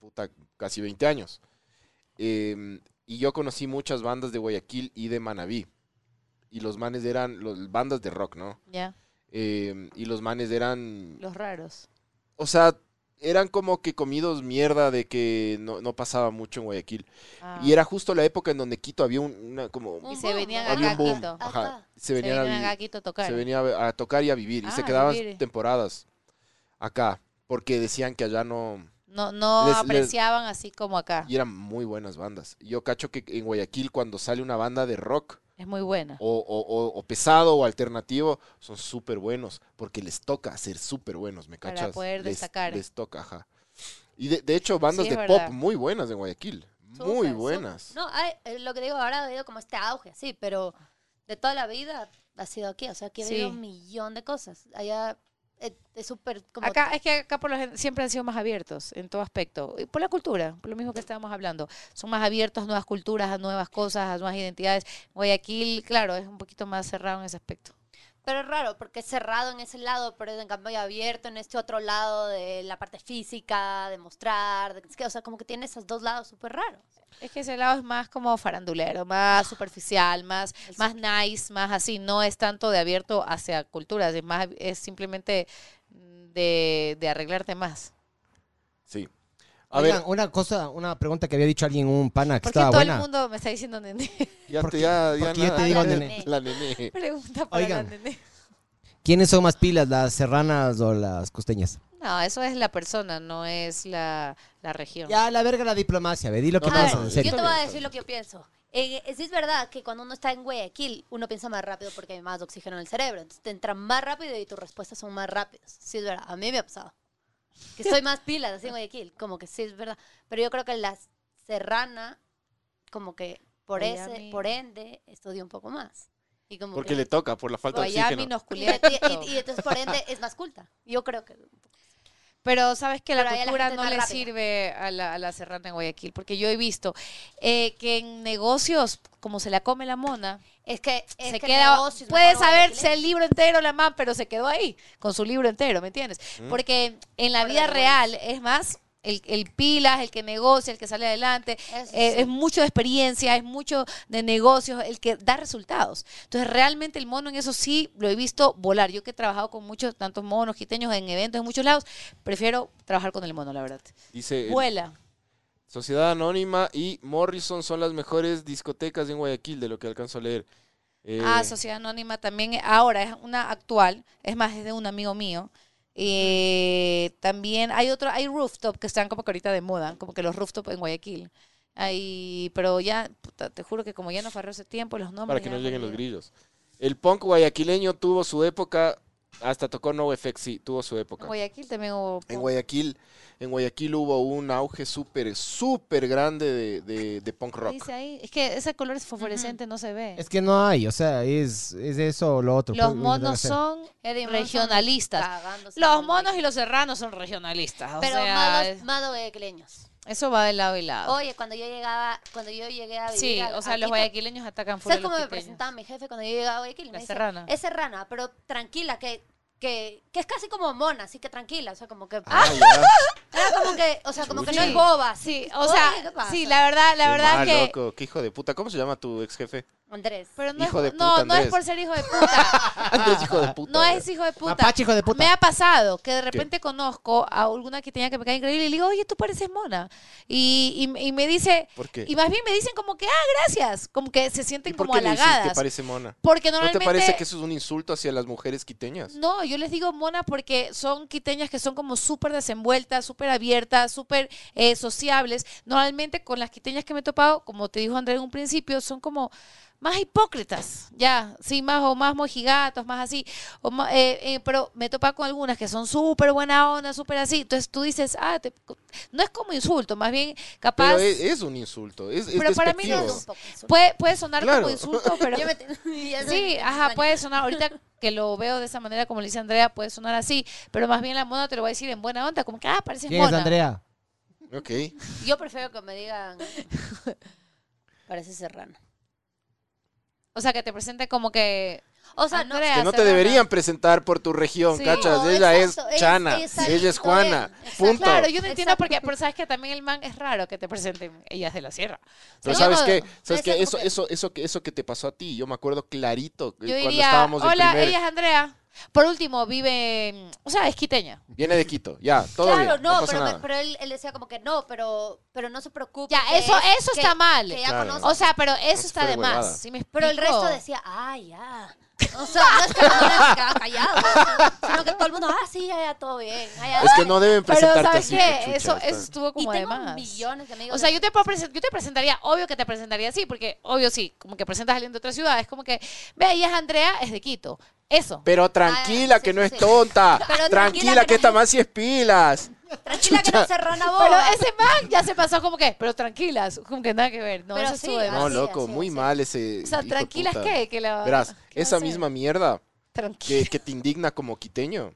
[SPEAKER 3] puta, casi 20 años. Eh, y yo conocí muchas bandas de Guayaquil y de Manabí. Y los manes eran los, bandas de rock, ¿no?
[SPEAKER 4] Ya,
[SPEAKER 3] Eh, y los manes eran,
[SPEAKER 4] los raros.
[SPEAKER 3] o sea, eran como que comidos mierda de que no, no pasaba mucho en Guayaquil.
[SPEAKER 4] Ah.
[SPEAKER 3] Y era justo la época en donde Quito había un, una, como,
[SPEAKER 5] Un
[SPEAKER 4] Y se
[SPEAKER 5] boom,
[SPEAKER 4] venían
[SPEAKER 5] ¿no?
[SPEAKER 3] había
[SPEAKER 4] acá
[SPEAKER 3] un
[SPEAKER 4] a
[SPEAKER 3] boom.
[SPEAKER 4] Quito.
[SPEAKER 3] Ajá,
[SPEAKER 5] Acá.
[SPEAKER 3] se
[SPEAKER 4] Se
[SPEAKER 3] venían a
[SPEAKER 4] venían acá a
[SPEAKER 3] vivir.
[SPEAKER 4] Quito a tocar.
[SPEAKER 3] Se venía a ve- a tocar y a vivir. Y se
[SPEAKER 4] Ah,
[SPEAKER 3] quedaban
[SPEAKER 4] vivir.
[SPEAKER 3] temporadas acá. Porque decían que allá no.
[SPEAKER 4] No, no
[SPEAKER 3] Les- les-
[SPEAKER 4] apreciaban así como acá.
[SPEAKER 3] Y eran muy buenas bandas. Yo cacho que en Guayaquil, cuando sale una banda de rock,
[SPEAKER 4] Es muy buena.
[SPEAKER 3] o, o- o- o pesado o alternativo, son súper buenos. Porque les toca ser súper buenos, ¿me
[SPEAKER 4] Para
[SPEAKER 3] cachas?
[SPEAKER 4] poder
[SPEAKER 3] les,
[SPEAKER 4] destacar.
[SPEAKER 3] Les toca, ajá. Y de, de hecho, bandas
[SPEAKER 4] Sí,
[SPEAKER 3] de
[SPEAKER 4] es
[SPEAKER 3] pop
[SPEAKER 4] verdad.
[SPEAKER 3] muy buenas en Guayaquil. muy
[SPEAKER 5] Súper,
[SPEAKER 3] buenas.
[SPEAKER 5] súper. No, hay- eh, lo que digo, ahora ha habido como este auge, sí, pero de toda la vida ha sido aquí. O sea, aquí ha habido
[SPEAKER 4] Sí.
[SPEAKER 5] un millón de cosas. Allá eh, es súper como...
[SPEAKER 4] Acá, es que acá por lo gen- siempre han sido más abiertos en todo aspecto. Y por la cultura, por lo mismo que estábamos hablando. Son más abiertos a nuevas culturas, a nuevas cosas, a nuevas identidades. Guayaquil, claro, es un poquito más cerrado en ese aspecto.
[SPEAKER 5] Pero es raro, porque es cerrado en ese lado, pero es en cambio abierto en este otro lado de la parte física, de mostrar. de- es que, o sea, como que tiene esos dos lados súper raros.
[SPEAKER 4] Es que ese lado es más como farandulero, más superficial, más, más nice, más así. No es tanto de abierto hacia culturas, es más es simplemente mm, de, de arreglarte más.
[SPEAKER 3] Sí. A
[SPEAKER 2] Oigan,
[SPEAKER 3] ver,
[SPEAKER 2] una cosa, una pregunta que había dicho alguien, un pana que
[SPEAKER 4] ¿Por qué
[SPEAKER 2] estaba
[SPEAKER 4] todo
[SPEAKER 2] buena.
[SPEAKER 4] el mundo me está diciendo nene? [laughs]
[SPEAKER 3] ya
[SPEAKER 2] ¿por
[SPEAKER 3] te,
[SPEAKER 2] qué-
[SPEAKER 3] ya,
[SPEAKER 2] por
[SPEAKER 3] ya
[SPEAKER 2] qué yo te
[SPEAKER 3] nada,
[SPEAKER 5] digo
[SPEAKER 3] la
[SPEAKER 5] nene?
[SPEAKER 3] La nene.
[SPEAKER 4] Pregunta para
[SPEAKER 2] Oigan.
[SPEAKER 4] la nene.
[SPEAKER 2] ¿Quiénes son más pilas, las serranas o las costeñas?
[SPEAKER 4] No, eso es la persona, no es la, la región.
[SPEAKER 2] Ya, la verga la diplomacia, ve, di lo que
[SPEAKER 3] No,
[SPEAKER 5] A
[SPEAKER 2] pasa,
[SPEAKER 5] ver,
[SPEAKER 2] en
[SPEAKER 5] yo
[SPEAKER 2] serio.
[SPEAKER 5] te voy a decir lo que yo pienso. Eh, sí es verdad que cuando uno está en Guayaquil, uno piensa más rápido porque hay más oxígeno en el cerebro. Entonces te entran más rápido y tus respuestas son más rápidas. Sí es verdad. A mí me ha pasado. Que soy más pilas así en Guayaquil. Como que sí es verdad. Pero yo creo que la serrana, como que por, ese,
[SPEAKER 4] Miami.
[SPEAKER 5] por ende, estudia un poco más. Y como
[SPEAKER 3] Porque
[SPEAKER 5] que-
[SPEAKER 3] le toca por la falta de
[SPEAKER 4] Miami
[SPEAKER 3] oxígeno.
[SPEAKER 4] nos
[SPEAKER 5] y,
[SPEAKER 4] culea tanto.
[SPEAKER 5] y- y- y entonces por ende es más culta. Yo creo que...
[SPEAKER 4] Pero sabes que la
[SPEAKER 5] Pero ahí a la
[SPEAKER 4] cultura
[SPEAKER 5] gente es
[SPEAKER 4] no
[SPEAKER 5] más
[SPEAKER 4] le
[SPEAKER 5] rápida.
[SPEAKER 4] sirve a la, a la serrana en Guayaquil, porque yo he visto eh, que en negocios, como se la come la mona,
[SPEAKER 5] Es que... es
[SPEAKER 4] se
[SPEAKER 5] que el
[SPEAKER 4] queda,
[SPEAKER 5] negocio es
[SPEAKER 4] puede
[SPEAKER 5] mejor
[SPEAKER 4] saberse el
[SPEAKER 5] guayaquileño.
[SPEAKER 4] libro entero la man, pero se quedó ahí, con su libro entero, ¿me entiendes?
[SPEAKER 3] Mm.
[SPEAKER 4] Porque en la
[SPEAKER 5] Por
[SPEAKER 4] vida
[SPEAKER 5] vergüenza.
[SPEAKER 4] real, es más, el, el pilas, el que negocia, el que sale adelante,
[SPEAKER 5] Eso
[SPEAKER 4] eh,
[SPEAKER 5] sí.
[SPEAKER 4] es mucho de experiencia, es mucho de negocios, el que da resultados. Entonces, realmente el mono en eso sí lo he visto volar. Yo que he trabajado con muchos, tantos monos quiteños en eventos en muchos lados, prefiero trabajar con el mono, la verdad.
[SPEAKER 3] Dice, el-
[SPEAKER 4] Vuela.
[SPEAKER 3] Sociedad Anónima y Morrison son las mejores discotecas en Guayaquil, de lo que alcanzo a leer. Eh,
[SPEAKER 4] Ah, Sociedad Anónima también. Ahora es una actual, es más, es de un amigo mío. Eh, también hay otro, hay rooftop que están como que ahorita de moda, como que los rooftop en Guayaquil. Ahí, pero ya, puta, te juro que como ya no farró ese tiempo, los nombres.
[SPEAKER 3] para que
[SPEAKER 4] ya
[SPEAKER 3] no lleguen los
[SPEAKER 4] olvidé.
[SPEAKER 3] grillos. El punk guayaquileño tuvo su época, hasta tocó NoFX, sí, tuvo su época.
[SPEAKER 4] En Guayaquil también hubo.
[SPEAKER 3] En Guayaquil, en Guayaquil hubo un auge súper, súper grande de, de- de punk rock.
[SPEAKER 4] Dice ahí, es que ese color es fosforescente, no se ve.
[SPEAKER 2] Es que no hay, o sea, es, es eso o lo otro.
[SPEAKER 4] los
[SPEAKER 2] pues, intentar
[SPEAKER 4] monos
[SPEAKER 2] hacer.
[SPEAKER 4] son
[SPEAKER 5] Eddie Ah, Monson
[SPEAKER 4] regionalistas.
[SPEAKER 5] cagándose en
[SPEAKER 4] Los
[SPEAKER 5] el
[SPEAKER 4] monos y los serranos son regionalistas. o
[SPEAKER 5] Pero
[SPEAKER 4] sea,
[SPEAKER 5] más, más guayaquileños.
[SPEAKER 4] eso va de lado y lado.
[SPEAKER 5] Oye, cuando yo llegaba, cuando yo llegué a vivir
[SPEAKER 4] sí,
[SPEAKER 5] a-
[SPEAKER 4] o sea,
[SPEAKER 5] a
[SPEAKER 4] los
[SPEAKER 5] Quito,
[SPEAKER 4] guayaquileños atacan fuera
[SPEAKER 5] ¿Sabes cómo me presentaba mi jefe cuando yo llegaba a Guayaquil? Me
[SPEAKER 4] La
[SPEAKER 5] decía,
[SPEAKER 4] serrana.
[SPEAKER 5] Es serrana, pero tranquila, que, que, que es casi como mona, así que tranquila. O sea, como que...
[SPEAKER 3] Ah,
[SPEAKER 4] [laughs]
[SPEAKER 3] ya.
[SPEAKER 5] Era como que, o sea, como que no
[SPEAKER 4] Sí.
[SPEAKER 5] es boba.
[SPEAKER 4] Sí,
[SPEAKER 5] así.
[SPEAKER 4] o sea,
[SPEAKER 5] Oye, ¿qué pasa?
[SPEAKER 4] sí, la verdad, la
[SPEAKER 3] Qué
[SPEAKER 4] verdad
[SPEAKER 3] mal,
[SPEAKER 4] que
[SPEAKER 3] loco, qué hijo de puta. ¿Cómo se llama tu ex
[SPEAKER 4] [laughs]
[SPEAKER 3] jefe?
[SPEAKER 5] Andrés.
[SPEAKER 4] pero no
[SPEAKER 3] Hijo
[SPEAKER 4] es
[SPEAKER 3] de
[SPEAKER 4] no,
[SPEAKER 3] puta,
[SPEAKER 4] no es
[SPEAKER 3] Andrés.
[SPEAKER 4] por ser hijo de puta,
[SPEAKER 3] Andrés, hijo de [laughs] puta.
[SPEAKER 4] Ah, no
[SPEAKER 3] güey.
[SPEAKER 4] es hijo de puta.
[SPEAKER 2] Mapache, hijo de puta.
[SPEAKER 4] Me ha pasado que de repente conozco a alguna que tenía que me cae increíble y le digo, "Oye, tú pareces mona." Y, y- y me dice
[SPEAKER 3] ¿Por qué?
[SPEAKER 4] y más bien me dicen como que, "Ah, gracias." Como que se
[SPEAKER 3] ¿Y
[SPEAKER 4] sienten
[SPEAKER 3] por
[SPEAKER 4] como
[SPEAKER 3] qué le dices que
[SPEAKER 4] halagadas.
[SPEAKER 3] parece mona?
[SPEAKER 4] Porque
[SPEAKER 3] ¿No
[SPEAKER 4] normalmente
[SPEAKER 3] te parece que eso es un insulto hacia las mujeres quiteñas?
[SPEAKER 4] No, yo les digo mona porque son quiteñas que son como súper desenvueltas, súper abiertas, súper eh, sociables. Normalmente con las quiteñas que me he topado, como te dijo Andrés en un principio, son como más hipócritas, ya, sí, más o más mojigatos, más así. o ma- eh, eh, pero me he topado con algunas que son súper buena onda, súper así. Entonces tú dices, ah, te- no es como insulto, más bien capaz...
[SPEAKER 3] Pero e, es, es un insulto, es, es
[SPEAKER 4] Pero para mí no
[SPEAKER 3] despectivo.
[SPEAKER 4] es
[SPEAKER 5] Un poco insulto.
[SPEAKER 4] Puede, puede sonar
[SPEAKER 3] Claro.
[SPEAKER 4] como insulto, pero...
[SPEAKER 5] [laughs] Yo me- y eso
[SPEAKER 4] Sí,
[SPEAKER 5] es-
[SPEAKER 4] ajá,
[SPEAKER 5] es
[SPEAKER 4] puede sonar,
[SPEAKER 5] [laughs]
[SPEAKER 4] ahorita que lo veo de esa manera, como le dice Andrea, puede sonar así, pero más bien la mona te lo voy a decir en buena onda, como que, ah, pareces
[SPEAKER 2] ¿Quién es
[SPEAKER 4] mona.
[SPEAKER 2] Andrea?
[SPEAKER 3] Ok.
[SPEAKER 5] maña. Yo prefiero que
[SPEAKER 4] [laughs]
[SPEAKER 5] me digan... Parece serrano.
[SPEAKER 4] O sea, que te presente como que...
[SPEAKER 5] O sea, no...
[SPEAKER 4] Andrea,
[SPEAKER 3] Que no te
[SPEAKER 4] Serrana.
[SPEAKER 3] deberían presentar por tu región,
[SPEAKER 4] Sí.
[SPEAKER 3] cachas.
[SPEAKER 5] No,
[SPEAKER 3] ella
[SPEAKER 5] exacto,
[SPEAKER 3] es
[SPEAKER 5] es-
[SPEAKER 3] Chana,
[SPEAKER 5] es
[SPEAKER 3] ella es
[SPEAKER 5] Sarito,
[SPEAKER 3] Juana.
[SPEAKER 5] bien, exacto.
[SPEAKER 3] Punto.
[SPEAKER 4] Claro, yo no entiendo
[SPEAKER 5] Exacto.
[SPEAKER 4] por qué, pero sabes que también el man es raro que te presenten, ella es de la sierra. O sea,
[SPEAKER 3] Pero
[SPEAKER 4] yo
[SPEAKER 3] sabes
[SPEAKER 4] no-
[SPEAKER 3] qué, sabes
[SPEAKER 5] Puede
[SPEAKER 3] qué?
[SPEAKER 5] ser
[SPEAKER 3] eso,
[SPEAKER 5] porque-
[SPEAKER 3] eso, eso, que- eso que te pasó a ti, yo me acuerdo clarito que
[SPEAKER 4] Yo
[SPEAKER 3] cuando
[SPEAKER 4] diría,
[SPEAKER 3] estábamos en
[SPEAKER 4] hola,
[SPEAKER 3] primer,
[SPEAKER 4] ella es Andrea. Por último, vive, en- o sea, es quiteña.
[SPEAKER 3] viene de Quito, ya, todo
[SPEAKER 5] Claro,
[SPEAKER 3] bien, no,
[SPEAKER 5] no,
[SPEAKER 3] pasa
[SPEAKER 5] pero, me-
[SPEAKER 3] nada.
[SPEAKER 5] pero él, él decía como que no, pero, pero no se preocupe.
[SPEAKER 4] Ya,
[SPEAKER 5] que
[SPEAKER 4] eso,
[SPEAKER 5] es-
[SPEAKER 4] eso
[SPEAKER 5] que-
[SPEAKER 4] está mal.
[SPEAKER 5] que ya
[SPEAKER 3] Claro.
[SPEAKER 5] conoce.
[SPEAKER 4] O sea, pero eso está
[SPEAKER 3] fue
[SPEAKER 4] de
[SPEAKER 3] huevada.
[SPEAKER 4] más. ¿sí me
[SPEAKER 5] Pero el resto
[SPEAKER 4] explico?
[SPEAKER 5] decía, ah, ya. O sea, no es que no se quedaba
[SPEAKER 4] [laughs]
[SPEAKER 5] callado, sino que todo el mundo, ah, sí, ya, ya, todo bien. ah, ya,
[SPEAKER 3] Es que
[SPEAKER 5] todo
[SPEAKER 3] no deben
[SPEAKER 4] Pero
[SPEAKER 3] presentarte
[SPEAKER 4] sabes
[SPEAKER 3] así.
[SPEAKER 4] qué,
[SPEAKER 3] chucha,
[SPEAKER 4] eso,
[SPEAKER 3] está.
[SPEAKER 4] eso estuvo
[SPEAKER 5] bien". Y
[SPEAKER 4] como de
[SPEAKER 5] tengo
[SPEAKER 4] más.
[SPEAKER 5] millones de amigos.
[SPEAKER 4] O sea,
[SPEAKER 5] que-
[SPEAKER 4] yo te, puedo presen- yo te presentaría, obvio que te presentaría así, porque obvio sí, como que presentas a alguien de otra ciudad, es como que, ve, ella es Andrea, es de Quito. Eso.
[SPEAKER 3] Pero tranquila
[SPEAKER 5] Ah, sí,
[SPEAKER 3] que no
[SPEAKER 5] sí,
[SPEAKER 3] es
[SPEAKER 5] sí.
[SPEAKER 3] tonta, tranquila,
[SPEAKER 5] Pero tranquila que
[SPEAKER 3] que
[SPEAKER 5] no-
[SPEAKER 3] esta más si es pilas.
[SPEAKER 5] Tranquila que no se rana vos.
[SPEAKER 4] Pero ese man ya se pasó como que, pero tranquilas, como que nada que ver, ¿no?
[SPEAKER 5] Pero
[SPEAKER 4] eso
[SPEAKER 5] sí,
[SPEAKER 4] estuvo de
[SPEAKER 5] ah,
[SPEAKER 4] más.
[SPEAKER 3] No,
[SPEAKER 5] sí,
[SPEAKER 3] loco,
[SPEAKER 5] sí,
[SPEAKER 3] muy
[SPEAKER 5] sí.
[SPEAKER 3] mal ese
[SPEAKER 4] o sea,
[SPEAKER 3] hijo de
[SPEAKER 4] tranquilas
[SPEAKER 3] puta.
[SPEAKER 4] que, que la...
[SPEAKER 3] Verás,
[SPEAKER 4] ¿qué va a
[SPEAKER 3] esa
[SPEAKER 4] hacer?
[SPEAKER 3] misma mierda que,
[SPEAKER 4] Tranquila.
[SPEAKER 3] que te indigna como quiteño.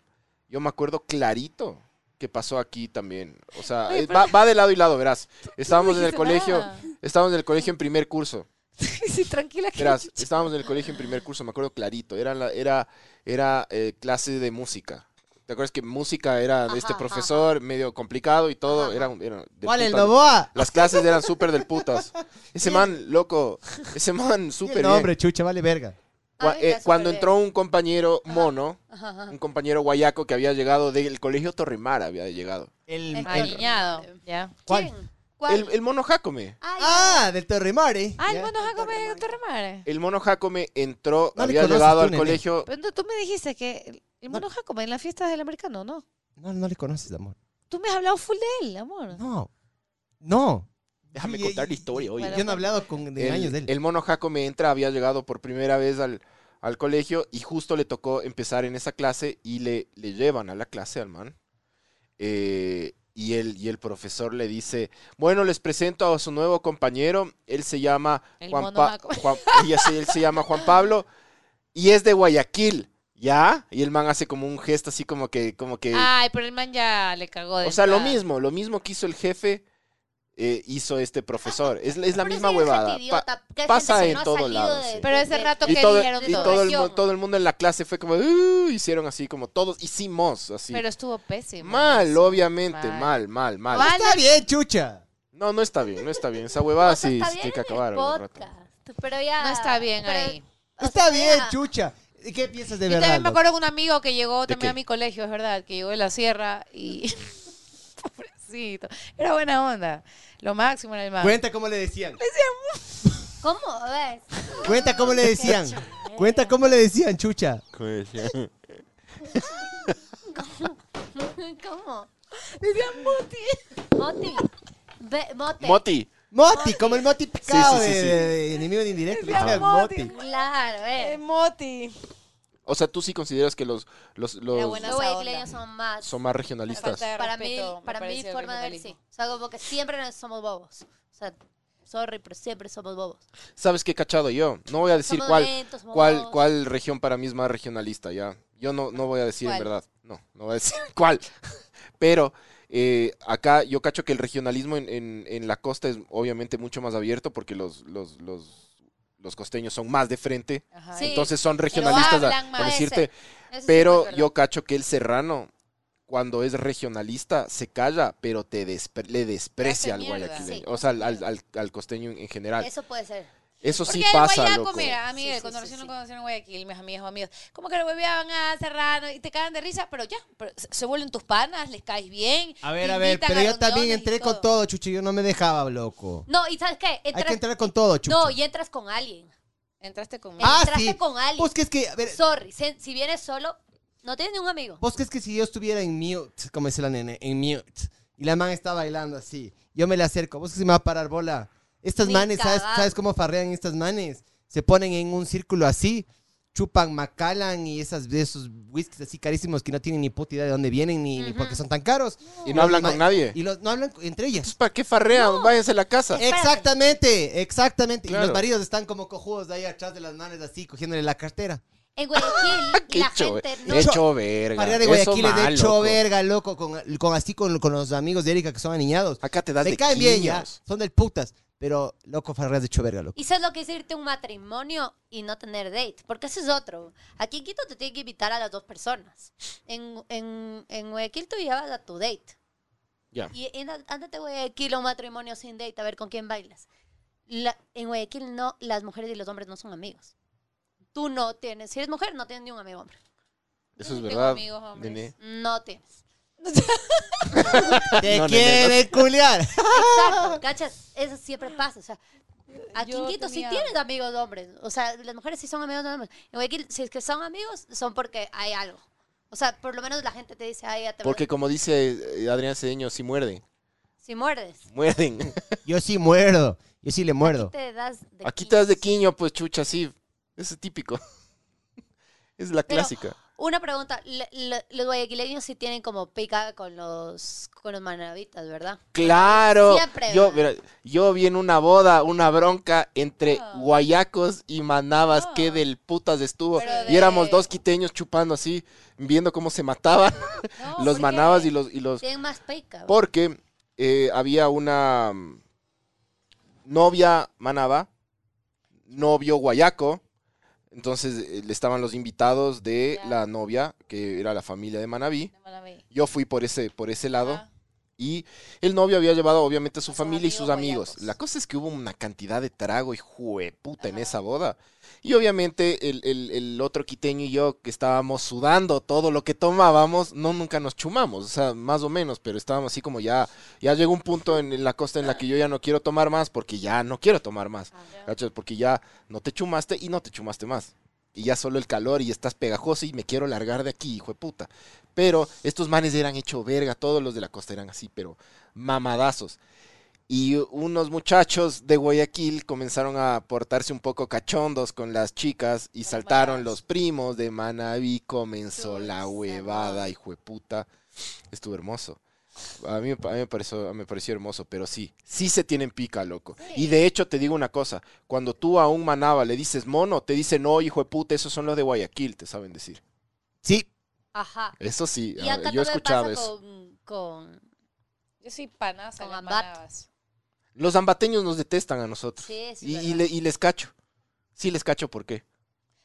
[SPEAKER 3] Yo me acuerdo clarito que pasó aquí también. O sea,
[SPEAKER 4] Oye,
[SPEAKER 3] eh,
[SPEAKER 4] pero-
[SPEAKER 3] va, va de lado y lado, verás. Estábamos en el
[SPEAKER 4] dijiste
[SPEAKER 3] colegio,
[SPEAKER 5] "Ah".
[SPEAKER 4] nada.
[SPEAKER 3] estábamos en el colegio en primer curso.
[SPEAKER 4] [laughs] sí, tranquila que... [laughs]
[SPEAKER 5] [laughs]
[SPEAKER 3] Verás, estábamos en el colegio en primer curso, me acuerdo clarito. Era, la- era, era eh, clase de música. ¿Te acuerdas que música era de este
[SPEAKER 5] Ajá, ajá,
[SPEAKER 3] profesor medio complicado y todo?
[SPEAKER 5] Ajá,
[SPEAKER 3] Era, un- era del
[SPEAKER 2] ¿Cuál, el
[SPEAKER 3] putas.
[SPEAKER 2] Novoa?
[SPEAKER 3] Las clases eran súper del putas. Ese man, loco. Ese man,
[SPEAKER 2] Di el
[SPEAKER 3] súper bien.
[SPEAKER 2] nombre, chucha, vale verga.
[SPEAKER 5] Ah,
[SPEAKER 3] Cua-
[SPEAKER 5] ya,
[SPEAKER 3] eh,
[SPEAKER 5] súper
[SPEAKER 3] cuando
[SPEAKER 5] bien.
[SPEAKER 3] entró un compañero mono,
[SPEAKER 5] Ajá, ajá.
[SPEAKER 3] un compañero guayaco que había llegado del colegio Torrimar, había llegado.
[SPEAKER 2] El,
[SPEAKER 5] Es
[SPEAKER 2] el-
[SPEAKER 5] que-
[SPEAKER 4] Aliñado. ¿Ya?
[SPEAKER 2] ¿Cuál?
[SPEAKER 5] ¿Quién? ¿Cuál?
[SPEAKER 3] El, el mono Jacome.
[SPEAKER 5] Ay,
[SPEAKER 2] Ah, del Torremare.
[SPEAKER 4] Ah, el
[SPEAKER 2] Ya.
[SPEAKER 4] mono Jacob es
[SPEAKER 5] Torremare.
[SPEAKER 4] de Torremare.
[SPEAKER 3] El mono Jacome entró,
[SPEAKER 2] No le
[SPEAKER 3] había
[SPEAKER 2] conoces
[SPEAKER 3] llegado
[SPEAKER 2] tú,
[SPEAKER 3] al
[SPEAKER 2] nene.
[SPEAKER 3] colegio.
[SPEAKER 4] Pero no, tú me dijiste que el- el mono Jacob en las fiestas del americano, ¿no?
[SPEAKER 2] No, no le conoces, amor.
[SPEAKER 4] Tú me has hablado full de él, amor.
[SPEAKER 2] No. No.
[SPEAKER 3] Déjame
[SPEAKER 2] Y-
[SPEAKER 3] contar la
[SPEAKER 2] y-
[SPEAKER 3] historia, oye.
[SPEAKER 4] Bueno,
[SPEAKER 2] Yo no he hablado con de
[SPEAKER 3] el,
[SPEAKER 2] años de él.
[SPEAKER 3] el mono Jacome entra, había llegado por primera vez al, al colegio y justo le tocó empezar en esa clase y le, le llevan a la clase al man. Eh, y, el, y el profesor le dice, bueno, les presento a su nuevo compañero, él se llama
[SPEAKER 4] El
[SPEAKER 3] Juan,
[SPEAKER 4] mono
[SPEAKER 3] Pa-
[SPEAKER 4] Jacome.
[SPEAKER 3] Juan- y así él se llama Juan Pablo y es de Guayaquil, ¿ya? Y el man hace como un gesto así como que... Como que
[SPEAKER 4] Ay, pero el man Ah, pues ya le cagó de
[SPEAKER 3] eh, o sea, lo
[SPEAKER 4] entrada.
[SPEAKER 3] mismo, lo mismo que hizo el jefe, eh, hizo este profesor. Es, es la
[SPEAKER 5] Pero
[SPEAKER 3] misma
[SPEAKER 5] ese es
[SPEAKER 3] huevada.
[SPEAKER 5] gente
[SPEAKER 3] Pa-
[SPEAKER 5] idiota, que es
[SPEAKER 3] pasa
[SPEAKER 5] gente que
[SPEAKER 3] en
[SPEAKER 5] no ha
[SPEAKER 3] todo
[SPEAKER 5] salido
[SPEAKER 3] lado,
[SPEAKER 5] de-
[SPEAKER 3] sí.
[SPEAKER 4] Pero ese
[SPEAKER 5] de-
[SPEAKER 4] rato
[SPEAKER 5] de-
[SPEAKER 3] y
[SPEAKER 4] que
[SPEAKER 3] todo,
[SPEAKER 4] dijeron
[SPEAKER 3] y
[SPEAKER 5] todo.
[SPEAKER 3] todo el, mu-
[SPEAKER 5] Región.
[SPEAKER 3] todo el mundo en la clase fue como, "Uh", hicieron así, como todos hicimos así.
[SPEAKER 4] Pero estuvo pésimo.
[SPEAKER 3] mal, obviamente,
[SPEAKER 4] Mal.
[SPEAKER 3] mal, mal, mal.
[SPEAKER 4] Mal.
[SPEAKER 2] Está bien, chucha.
[SPEAKER 3] No, no está bien, no está bien. Esa huevada
[SPEAKER 5] Pues Está
[SPEAKER 3] ah, sí
[SPEAKER 5] bien
[SPEAKER 3] tiene que
[SPEAKER 5] el
[SPEAKER 3] acabar. algún rato.
[SPEAKER 5] podcast, Pero ya.
[SPEAKER 4] No está bien
[SPEAKER 5] pero-
[SPEAKER 4] ahí.
[SPEAKER 5] o
[SPEAKER 2] Está
[SPEAKER 5] sea,
[SPEAKER 2] bien,
[SPEAKER 5] ya.
[SPEAKER 2] chucha. ¿Y ¿Qué piensas de
[SPEAKER 4] Yo
[SPEAKER 2] verdad?
[SPEAKER 4] también me
[SPEAKER 2] loco?
[SPEAKER 4] acuerdo de un amigo que llegó
[SPEAKER 3] ¿De
[SPEAKER 4] también a
[SPEAKER 3] qué?
[SPEAKER 4] mi colegio, es verdad, que llegó de la sierra y... [laughs] Pobrecito. Era buena onda. Lo máximo era el más.
[SPEAKER 2] Cuenta cómo le decían.
[SPEAKER 5] ¿Cómo? A ver.
[SPEAKER 2] Cuenta cómo le decían. Cuenta cómo le decían, chucha.
[SPEAKER 5] [laughs] ¿Cómo?
[SPEAKER 4] Decían puti.
[SPEAKER 5] Moti. Ve- mote.
[SPEAKER 3] Moti,
[SPEAKER 2] Moti, como el moti picado
[SPEAKER 3] sí, sí.
[SPEAKER 2] de, de- de enemigo de indirecto. le
[SPEAKER 4] Decían
[SPEAKER 2] decían
[SPEAKER 4] moti.
[SPEAKER 2] moti.
[SPEAKER 5] Claro, eh.
[SPEAKER 4] Moti.
[SPEAKER 3] o sea, tú sí consideras que los, los, los
[SPEAKER 4] buena
[SPEAKER 5] Los
[SPEAKER 4] onda.
[SPEAKER 5] guayaquileños son más.
[SPEAKER 3] son más regionalistas.
[SPEAKER 4] Falta de
[SPEAKER 5] para mí,
[SPEAKER 4] respeto, me
[SPEAKER 5] para mí
[SPEAKER 4] pareció
[SPEAKER 5] forma de ver sí.
[SPEAKER 4] regionalismo.
[SPEAKER 5] O sea, como que siempre nos- somos bobos. O sea, sorry, pero siempre somos bobos.
[SPEAKER 3] ¿Sabes qué he cachado yo? No voy a decir
[SPEAKER 5] Somos
[SPEAKER 3] cuál,
[SPEAKER 5] lentos, somos
[SPEAKER 3] cuál,
[SPEAKER 5] bobos.
[SPEAKER 3] cuál región para mí es más regionalista, ya. Yo no, no voy a decir
[SPEAKER 4] ¿Cuál?
[SPEAKER 3] en verdad. No, no voy a decir [laughs] cuál. Pero eh, acá yo cacho que el regionalismo en, en- en la costa es obviamente mucho más abierto porque los, los, los, los costeños son más de frente.
[SPEAKER 4] Ajá.
[SPEAKER 5] Sí.
[SPEAKER 3] Entonces son regionalistas, a-
[SPEAKER 4] hablan
[SPEAKER 3] por
[SPEAKER 4] más.
[SPEAKER 3] decirte.
[SPEAKER 5] Eso sí es
[SPEAKER 3] Pero
[SPEAKER 5] verdad.
[SPEAKER 3] yo cacho que el serrano, cuando es regionalista, se calla, pero te despre- le desprecia al
[SPEAKER 4] mierda.
[SPEAKER 3] guayaquileño.
[SPEAKER 5] Sí,
[SPEAKER 3] o sea, al, al- al- al costeño en en general.
[SPEAKER 5] Eso puede ser.
[SPEAKER 3] Eso
[SPEAKER 4] Porque
[SPEAKER 3] sí
[SPEAKER 4] el
[SPEAKER 3] pasa,
[SPEAKER 4] guayaco,
[SPEAKER 3] loco.
[SPEAKER 4] mira, a
[SPEAKER 5] Sí,
[SPEAKER 4] Miguel,
[SPEAKER 5] sí,
[SPEAKER 4] cuando
[SPEAKER 5] sí,
[SPEAKER 4] recién
[SPEAKER 5] sí.
[SPEAKER 4] lo conocieron en Guayaquil, mis amigos, amigos, como que lo hueveaban a Serrano y te cagan de risa, pero ya, pero se- se vuelven tus panas, les caes bien.
[SPEAKER 2] A ver,
[SPEAKER 4] te
[SPEAKER 2] a ver,
[SPEAKER 4] invitan
[SPEAKER 2] pero
[SPEAKER 4] a
[SPEAKER 2] yo también
[SPEAKER 4] reuniones y
[SPEAKER 2] entré con todo, chucha. Yo no me dejaba, loco.
[SPEAKER 5] No, ¿y sabes qué?
[SPEAKER 2] Hay
[SPEAKER 5] Entras-
[SPEAKER 2] que entrar con todo, chucha.
[SPEAKER 5] No, y entras con alguien.
[SPEAKER 4] Entraste conmigo.
[SPEAKER 2] ah,
[SPEAKER 5] entraste
[SPEAKER 2] sí.
[SPEAKER 5] con alguien.
[SPEAKER 2] Vos que es que, a ver,
[SPEAKER 5] Sorry, se- si vienes solo, no tienes ni un amigo.
[SPEAKER 2] vos que es que si yo estuviera en mute, como dice la nene, en mute, y la man está bailando así, yo me le acerco, vos que se me va a parar bola. Estas
[SPEAKER 5] Ni
[SPEAKER 2] manes, ¿sabes,
[SPEAKER 5] cagando.
[SPEAKER 2] ¿sabes cómo farrean estas manes? Se ponen en un círculo así, chupan Macallan y esas, de esos whiskies así carísimos que no tienen ni puta idea de dónde vienen ni, ni por qué son tan caros.
[SPEAKER 3] Y no hablan con nadie.
[SPEAKER 2] Y los, no hablan entre ellas.
[SPEAKER 3] Entonces, ¿Para qué farrean? Váyanse a la casa.
[SPEAKER 5] Espérate.
[SPEAKER 2] Exactamente, exactamente. Y
[SPEAKER 3] Claro.
[SPEAKER 2] los maridos están como cojudos de ahí atrás de las manes así, cogiéndole la cartera.
[SPEAKER 5] En
[SPEAKER 2] [laughs]
[SPEAKER 3] Ah,
[SPEAKER 2] Ah,
[SPEAKER 5] Guayaquil, la gente no.
[SPEAKER 3] Hecho verga.
[SPEAKER 2] María de
[SPEAKER 3] Eso
[SPEAKER 2] Guayaquil es de
[SPEAKER 3] mal,
[SPEAKER 2] hecho
[SPEAKER 3] loco.
[SPEAKER 2] verga, loco, con, con así con, con los amigos de Erika que son aniñados.
[SPEAKER 3] Acá te das
[SPEAKER 2] Me
[SPEAKER 3] de
[SPEAKER 2] caen bien ya,
[SPEAKER 3] quiños.
[SPEAKER 2] son del putas, pero loco, farreas de hecho verga, loco.
[SPEAKER 5] Y sabes lo que es irte a un matrimonio y no tener date. Porque ese es otro. Aquí en Quito te tienen que invitar a las dos personas. En, en, en Guayaquil tú llevas a tu date.
[SPEAKER 3] Ya.
[SPEAKER 5] Y en, ándate a Guayaquil a un matrimonio sin date a ver con quién bailas. La- en Guayaquil no, las mujeres y los hombres no son amigos. Tú no tienes, si eres mujer, no tienes ni un amigo hombre.
[SPEAKER 3] Eso es
[SPEAKER 4] Tengo
[SPEAKER 3] verdad.
[SPEAKER 4] amigos hombres.
[SPEAKER 3] nene.
[SPEAKER 5] No tienes.
[SPEAKER 3] [laughs]
[SPEAKER 2] Te
[SPEAKER 3] No, nene, [laughs]
[SPEAKER 2] quiere culiar.
[SPEAKER 4] [laughs]
[SPEAKER 5] Exacto, ¿cachas? Eso siempre pasa. O sea, aquí en
[SPEAKER 4] Yo
[SPEAKER 5] Quito sí
[SPEAKER 4] tenía-
[SPEAKER 5] tienes amigos hombres. O sea, las mujeres sí son amigos de hombres. En Guayaquil, si es que son amigos, son porque hay algo. O sea, por lo menos la gente te dice, ay, ya te
[SPEAKER 3] Porque como dice eh, Adrián Cedeño, si muerden, [laughs]
[SPEAKER 5] Si muerdes,
[SPEAKER 3] muerden.
[SPEAKER 2] Yo sí muerdo, yo sí le muerdo.
[SPEAKER 5] te das de
[SPEAKER 3] Aquí te das de
[SPEAKER 5] quiños.
[SPEAKER 3] quiño, pues chucha, sí. Eso Es típico. [laughs] Es la
[SPEAKER 5] Pero-
[SPEAKER 3] clásica.
[SPEAKER 5] Una pregunta, le- le- los guayaquileños sí tienen como pica con los con los manavitas, ¿verdad?
[SPEAKER 3] Claro.
[SPEAKER 5] Siempre,
[SPEAKER 3] Yo,
[SPEAKER 5] ¿verdad?
[SPEAKER 3] verá, yo vi en una boda una bronca entre
[SPEAKER 4] Ah.
[SPEAKER 3] guayacos y manabas
[SPEAKER 4] Ah.
[SPEAKER 3] que del putas estuvo.
[SPEAKER 4] Pero
[SPEAKER 3] Y éramos
[SPEAKER 4] de- Oh,
[SPEAKER 3] dos quiteños chupando así, viendo cómo se mataban
[SPEAKER 4] No,
[SPEAKER 3] los
[SPEAKER 4] porque-
[SPEAKER 3] manabas y los, y los
[SPEAKER 5] Tienen más pica. ¿verdad?
[SPEAKER 3] Porque eh, había una mm, novia manaba, novio guayaco. Entonces eh, le estaban los invitados de
[SPEAKER 4] Ya.
[SPEAKER 3] la novia, que era la familia de Manabí.
[SPEAKER 4] No me la vi.
[SPEAKER 3] Yo fui por ese, por ese lado.
[SPEAKER 4] Ah,
[SPEAKER 3] Y el novio había llevado obviamente a su
[SPEAKER 4] A sus
[SPEAKER 3] familia y sus
[SPEAKER 4] amigos
[SPEAKER 3] amigos.
[SPEAKER 4] guayacos.
[SPEAKER 3] La cosa es que hubo una cantidad de trago y jueputa en esa boda. Y obviamente el, el- el otro quiteño y yo que estábamos sudando todo lo que tomábamos, no nunca nos chumamos, o sea, más o menos, pero estábamos así como ya, ya llegó un punto en, en la costa en la que yo ya no quiero tomar más porque ya no quiero tomar más, ¿cachas? Porque ya no te chumaste y no te chumaste más. Y ya solo el calor y estás pegajoso y me quiero largar de aquí, hijo de puta. Pero estos manes eran hecho verga, todos los de la costa eran así, pero mamadazos. Y unos muchachos de Guayaquil comenzaron a portarse un poco cachondos con las chicas y saltaron los primos de Manaví. Comenzó la huevada, hijo de puta. Estuvo hermoso. A mí, a mí me, pareció, me pareció hermoso, pero sí, sí se tienen pica, loco. Y de hecho te digo una cosa, cuando tú a un manaba le dices mono, te dice no, hijo de puta, esos son los de Guayaquil, te saben decir.
[SPEAKER 2] Sí,
[SPEAKER 5] Ajá.
[SPEAKER 3] Eso sí,
[SPEAKER 5] Y
[SPEAKER 3] a-
[SPEAKER 5] acá
[SPEAKER 3] yo he
[SPEAKER 5] no me
[SPEAKER 3] escuchado
[SPEAKER 5] pasa
[SPEAKER 3] eso.
[SPEAKER 5] Con, con-
[SPEAKER 4] Yo soy panaza.
[SPEAKER 5] Con
[SPEAKER 4] en las
[SPEAKER 5] Ambato.
[SPEAKER 4] manabas.
[SPEAKER 3] Los ambateños nos detestan a nosotros.
[SPEAKER 5] Sí, eso es
[SPEAKER 3] y, y
[SPEAKER 5] verdad.
[SPEAKER 3] le- y les cacho. Sí les cacho por qué.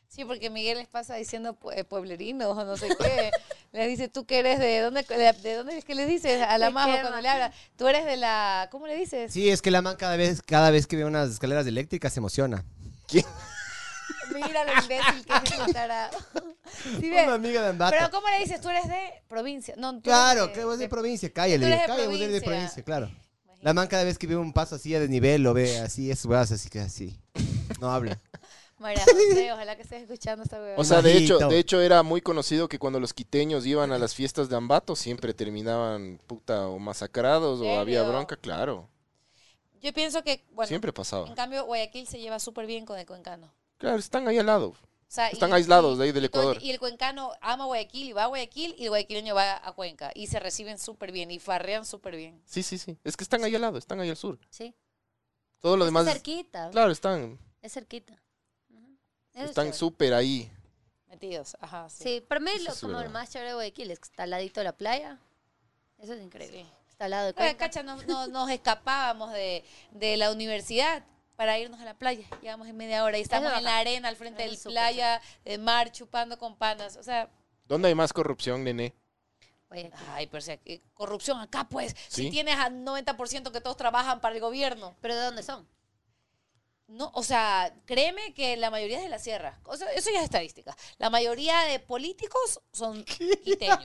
[SPEAKER 4] Sí, porque Miguel les pasa diciendo pue- eh, pueblerinos o no sé
[SPEAKER 2] [laughs]
[SPEAKER 4] qué. les dice, tú que eres de dónde, de, de dónde es que le dices a la
[SPEAKER 5] Me
[SPEAKER 4] majo
[SPEAKER 5] quema.
[SPEAKER 4] cuando le habla. Tú eres de la, ¿cómo le dices?
[SPEAKER 2] sí, es que la man cada vez, cada vez que ve unas escaleras eléctricas se emociona.
[SPEAKER 4] Mira lo imbécil que es
[SPEAKER 2] [laughs]
[SPEAKER 4] ese tarado. Sí, ve.
[SPEAKER 2] Una amiga de Ambato.
[SPEAKER 4] Pero ¿cómo le dices? Tú eres de provincia. No, tú eres
[SPEAKER 2] Claro,
[SPEAKER 4] de-
[SPEAKER 2] que vos de
[SPEAKER 4] de-
[SPEAKER 2] provincia, cállale.
[SPEAKER 4] Tú eres de
[SPEAKER 2] cállale, vos eres de provincia,
[SPEAKER 4] provincia.
[SPEAKER 2] claro. La man cada vez que ve un paso así a desnivel lo ve así, es brazo, así que así. No
[SPEAKER 4] [laughs]
[SPEAKER 2] habla.
[SPEAKER 4] María
[SPEAKER 2] [laughs]
[SPEAKER 4] José, ojalá que estés escuchando esta huevada.
[SPEAKER 3] O sea, de hecho,
[SPEAKER 2] Majito.
[SPEAKER 3] de hecho era muy conocido que cuando los quiteños iban a las fiestas de Ambato siempre terminaban puta o masacrados o
[SPEAKER 4] ¿Serio?
[SPEAKER 3] había bronca, claro.
[SPEAKER 4] yo pienso que, bueno,
[SPEAKER 3] siempre
[SPEAKER 4] en
[SPEAKER 3] pasaba.
[SPEAKER 4] cambio Guayaquil se lleva súper bien con el cuencano.
[SPEAKER 3] Claro, están ahí al lado.
[SPEAKER 4] O sea,
[SPEAKER 3] Están aislados de ahí del
[SPEAKER 4] y todo el-
[SPEAKER 3] Ecuador.
[SPEAKER 4] Y el cuencano ama Guayaquil y va a Guayaquil y el guayaquileño va a Cuenca. Y se reciben súper bien y farrean súper bien.
[SPEAKER 3] Sí, sí, sí. Es que están ahí al lado, están ahí al sur.
[SPEAKER 5] Sí.
[SPEAKER 3] Todo lo
[SPEAKER 5] Es
[SPEAKER 3] demás.
[SPEAKER 5] cerquita.
[SPEAKER 3] Claro, están
[SPEAKER 5] Es cerquita. Ujú. Eso es
[SPEAKER 3] están
[SPEAKER 5] chévere.
[SPEAKER 3] súper ahí.
[SPEAKER 4] Metidos, ajá. Sí.
[SPEAKER 5] Sí, para mí
[SPEAKER 3] Eso
[SPEAKER 5] lo,
[SPEAKER 3] es
[SPEAKER 5] como
[SPEAKER 3] verdad.
[SPEAKER 5] lo más chévere de Guayaquil es que está al ladito de la playa. Eso es increíble.
[SPEAKER 4] Sí.
[SPEAKER 5] Está al lado de
[SPEAKER 4] Oiga,
[SPEAKER 5] Cuenca.
[SPEAKER 4] cacha, no- no- nos escapábamos de, de la universidad para irnos a la playa. Llevamos en media hora y estamos en
[SPEAKER 5] bacán.
[SPEAKER 4] la arena, al frente
[SPEAKER 5] Eso
[SPEAKER 4] del
[SPEAKER 5] es súper
[SPEAKER 4] playa, de mar, chupando con panas. O sea,
[SPEAKER 3] ¿Dónde hay más corrupción, nene?
[SPEAKER 5] Guayaquil.
[SPEAKER 4] ay, pero si aquí- corrupción acá, pues. Si
[SPEAKER 3] Sí.
[SPEAKER 4] tienes al 90% que todos trabajan para el gobierno.
[SPEAKER 5] ¿Pero de dónde son?
[SPEAKER 4] No, o sea, créeme que la mayoría es de la sierra. O sea, eso ya es estadística. La mayoría de políticos
[SPEAKER 3] [laughs]
[SPEAKER 4] son quiteños.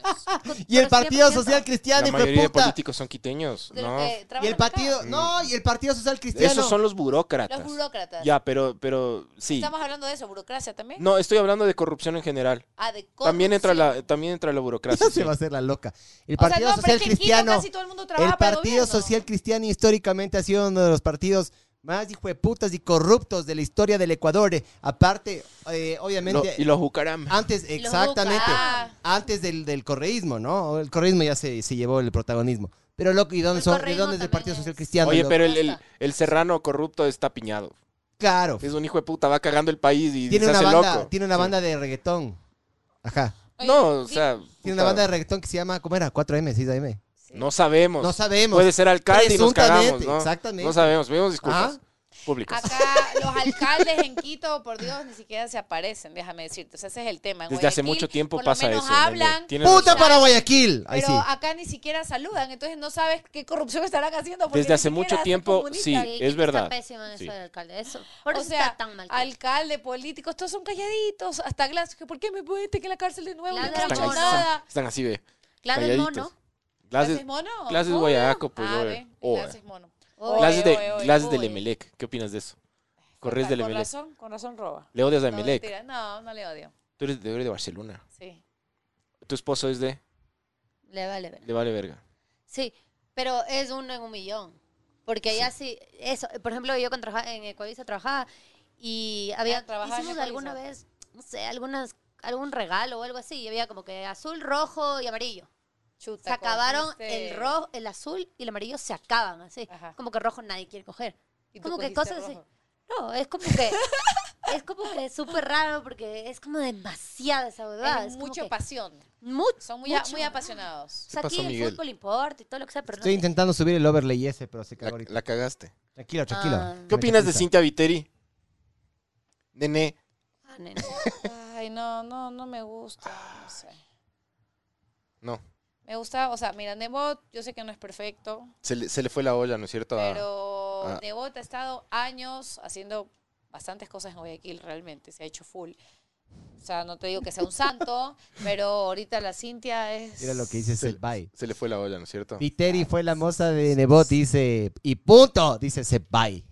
[SPEAKER 2] Y el
[SPEAKER 5] Pero
[SPEAKER 2] Partido
[SPEAKER 5] 100%.
[SPEAKER 2] Social
[SPEAKER 3] La
[SPEAKER 2] Cristiano, hijo de
[SPEAKER 3] mayoría de
[SPEAKER 2] puta.
[SPEAKER 3] políticos son quiteños,
[SPEAKER 4] de los
[SPEAKER 3] ¿no?
[SPEAKER 4] que
[SPEAKER 2] Y
[SPEAKER 4] trabajan
[SPEAKER 2] el
[SPEAKER 4] acá.
[SPEAKER 2] partido, no, y el Partido Social Cristiano.
[SPEAKER 3] Esos son los burócratas.
[SPEAKER 4] Los burócratas.
[SPEAKER 3] Ya, pero pero sí.
[SPEAKER 4] Estamos hablando de eso, burocracia también.
[SPEAKER 3] No, estoy hablando de corrupción en general.
[SPEAKER 4] Ah, de
[SPEAKER 3] También entra
[SPEAKER 4] corrupción.
[SPEAKER 3] la también entra la burocracia.
[SPEAKER 2] Ya se
[SPEAKER 3] sí.
[SPEAKER 2] va a hacer la loca. El
[SPEAKER 4] O sea,
[SPEAKER 2] Partido
[SPEAKER 4] no, pero
[SPEAKER 2] Social
[SPEAKER 4] es que en Quito
[SPEAKER 2] Cristiano.
[SPEAKER 4] casi todo el mundo trabaja
[SPEAKER 2] El
[SPEAKER 4] para
[SPEAKER 2] Partido
[SPEAKER 4] gobierno.
[SPEAKER 2] Social Cristiano históricamente ha sido uno de los partidos más hijueputas y corruptos de la historia del Ecuador. Eh, Aparte, eh,
[SPEAKER 3] Lo-
[SPEAKER 2] obviamente,
[SPEAKER 3] y los Bucaram.
[SPEAKER 2] antes,
[SPEAKER 4] los
[SPEAKER 2] exactamente,
[SPEAKER 4] Buca.
[SPEAKER 2] antes del, del correísmo, ¿no? El correísmo ya se, se llevó el protagonismo. Pero loco, ¿y dónde,
[SPEAKER 5] El
[SPEAKER 2] son, ¿y
[SPEAKER 5] correísmo
[SPEAKER 2] dónde es el
[SPEAKER 5] también
[SPEAKER 2] Partido Social
[SPEAKER 5] es-
[SPEAKER 2] Cristiano?
[SPEAKER 3] Oye,
[SPEAKER 2] loco?
[SPEAKER 3] pero el, el- el serrano corrupto está piñado.
[SPEAKER 2] Claro,
[SPEAKER 3] Es un hijo de puta, va cagando el país y
[SPEAKER 2] tiene
[SPEAKER 3] se
[SPEAKER 2] una,
[SPEAKER 3] hace
[SPEAKER 2] banda,
[SPEAKER 3] loco.
[SPEAKER 2] tiene una
[SPEAKER 3] Sí.
[SPEAKER 2] banda de reggaetón. Ajá.
[SPEAKER 4] Oye,
[SPEAKER 3] No, o
[SPEAKER 4] di-
[SPEAKER 3] sea,
[SPEAKER 2] Tiene una
[SPEAKER 3] puta,
[SPEAKER 2] banda de reggaetón que se llama, ¿cómo era? 4M, 6M.
[SPEAKER 3] no sabemos.
[SPEAKER 2] No sabemos.
[SPEAKER 3] Puede ser alcalde y nos
[SPEAKER 2] Presuntamente,
[SPEAKER 3] cagamos, ¿no?
[SPEAKER 2] exactamente.
[SPEAKER 3] No sabemos, pedimos disculpas
[SPEAKER 2] Ajá.
[SPEAKER 4] Ah,
[SPEAKER 3] públicas. [laughs]
[SPEAKER 4] Acá los alcaldes en Quito, por Dios, ni siquiera se aparecen, déjame decirte. O sea, ese es el tema. En
[SPEAKER 3] Desde hace
[SPEAKER 4] Guayaquil,
[SPEAKER 3] mucho tiempo
[SPEAKER 4] por lo
[SPEAKER 3] pasa
[SPEAKER 4] menos
[SPEAKER 3] eso. nene.
[SPEAKER 4] hablan,
[SPEAKER 3] Tienes
[SPEAKER 2] ¡Puta
[SPEAKER 3] razón.
[SPEAKER 2] para Guayaquil! Ahí
[SPEAKER 4] pero
[SPEAKER 2] sí.
[SPEAKER 4] acá ni siquiera saludan. Entonces no sabes qué corrupción estarán haciendo. porque
[SPEAKER 3] Desde
[SPEAKER 4] ni
[SPEAKER 3] hace mucho
[SPEAKER 4] siquiera se
[SPEAKER 3] tiempo,
[SPEAKER 4] comunican.
[SPEAKER 3] sí. es verdad.
[SPEAKER 5] Está pésimo en eso
[SPEAKER 3] Sí.
[SPEAKER 5] del alcalde. Eso. Por
[SPEAKER 4] o
[SPEAKER 5] eso
[SPEAKER 4] sea,
[SPEAKER 5] está tan mal.
[SPEAKER 4] alcalde, políticos, todos son calladitos. Hasta Glass, que ¿por qué me pusiste que en la cárcel de nuevo?
[SPEAKER 5] Glass
[SPEAKER 4] no
[SPEAKER 5] era
[SPEAKER 4] he
[SPEAKER 3] Están,
[SPEAKER 4] hecho
[SPEAKER 5] mono.
[SPEAKER 4] nada.
[SPEAKER 3] están así, ve.
[SPEAKER 5] Claro, el
[SPEAKER 3] calladitos.
[SPEAKER 5] mono.
[SPEAKER 4] ¿Glass
[SPEAKER 3] Clases,
[SPEAKER 4] es mono?
[SPEAKER 3] clases
[SPEAKER 4] Mono.
[SPEAKER 3] guayaco, pues,
[SPEAKER 4] Ah,
[SPEAKER 3] oye.
[SPEAKER 4] ve,
[SPEAKER 3] Oye.
[SPEAKER 4] Glass es mono.
[SPEAKER 5] Oye,
[SPEAKER 3] Clases de,
[SPEAKER 4] oye, oye,
[SPEAKER 3] clases del
[SPEAKER 4] oye.
[SPEAKER 3] Emelec. ¿Qué opinas de eso? Corres del
[SPEAKER 4] Con
[SPEAKER 3] Emelec.
[SPEAKER 4] razón, con razón roba.
[SPEAKER 3] Le odias a
[SPEAKER 4] No,
[SPEAKER 3] Emelec.
[SPEAKER 4] mentira, no, no le odio.
[SPEAKER 3] Tú eres de, eres de Barcelona.
[SPEAKER 4] Sí.
[SPEAKER 3] Tu esposo es de.
[SPEAKER 5] Le vale ver.
[SPEAKER 3] Le vale verga.
[SPEAKER 5] Sí, pero es uno en un millón. Porque allá sí, eso, por ejemplo, yo cuando trabajaba en Ecuavisa trabajaba y había,
[SPEAKER 4] Ah, trabajaba en
[SPEAKER 5] hicimos
[SPEAKER 4] Ecuavisa.
[SPEAKER 5] alguna vez, no sé, algunas, algún regalo o algo así, y había como que azul, rojo y amarillo.
[SPEAKER 4] Chuta.
[SPEAKER 5] Se acabaron
[SPEAKER 4] cogiste-
[SPEAKER 5] el rojo, el azul y el amarillo se acaban así.
[SPEAKER 4] este Ajá.
[SPEAKER 5] Como que rojo nadie quiere coger.
[SPEAKER 4] ¿Y tú
[SPEAKER 5] Como que
[SPEAKER 4] cogiste
[SPEAKER 5] cosas así.
[SPEAKER 4] rojo?
[SPEAKER 5] No, es como
[SPEAKER 4] [laughs]
[SPEAKER 5] que es como que es súper raro porque es como demasiada esa huevada.
[SPEAKER 4] Es
[SPEAKER 5] es como
[SPEAKER 4] mucha
[SPEAKER 5] que
[SPEAKER 4] pasión.
[SPEAKER 5] mucho,
[SPEAKER 4] Son muy,
[SPEAKER 5] mucho,
[SPEAKER 4] muy
[SPEAKER 5] ¿no?
[SPEAKER 4] apasionados.
[SPEAKER 5] O sea,
[SPEAKER 3] ¿Qué pasó,
[SPEAKER 5] aquí el
[SPEAKER 3] Miguel?
[SPEAKER 5] fútbol importa y todo lo que sea, pero no
[SPEAKER 2] Estoy
[SPEAKER 5] sé.
[SPEAKER 2] intentando subir el overlay ese, pero se cagó
[SPEAKER 3] La,
[SPEAKER 2] ahorita.
[SPEAKER 3] la cagaste.
[SPEAKER 2] Tranquilo, tranquilo.
[SPEAKER 5] Ah.
[SPEAKER 3] ¿Qué opinas de Cintia Viteri? Nene,
[SPEAKER 5] Ah, nene.
[SPEAKER 4] Ay, no, no, no me gusta. No sé.
[SPEAKER 3] no.
[SPEAKER 4] Me gusta, o sea, mira, Nebot, yo sé que no es perfecto,
[SPEAKER 3] Se le, se le fue la olla, ¿no es cierto? A-
[SPEAKER 4] pero
[SPEAKER 3] ah.
[SPEAKER 4] Nebot ha estado años haciendo bastantes cosas en Guayaquil realmente, se ha hecho full. O sea, no te digo que sea un
[SPEAKER 3] [laughs]
[SPEAKER 4] santo, pero ahorita la Cintia es...
[SPEAKER 2] Mira lo que dice
[SPEAKER 3] Sí.
[SPEAKER 2] Sebay.
[SPEAKER 3] Se le fue la olla, ¿no es cierto?
[SPEAKER 2] Viteri fue la moza de Nebot, dice, y punto, dice Sebay.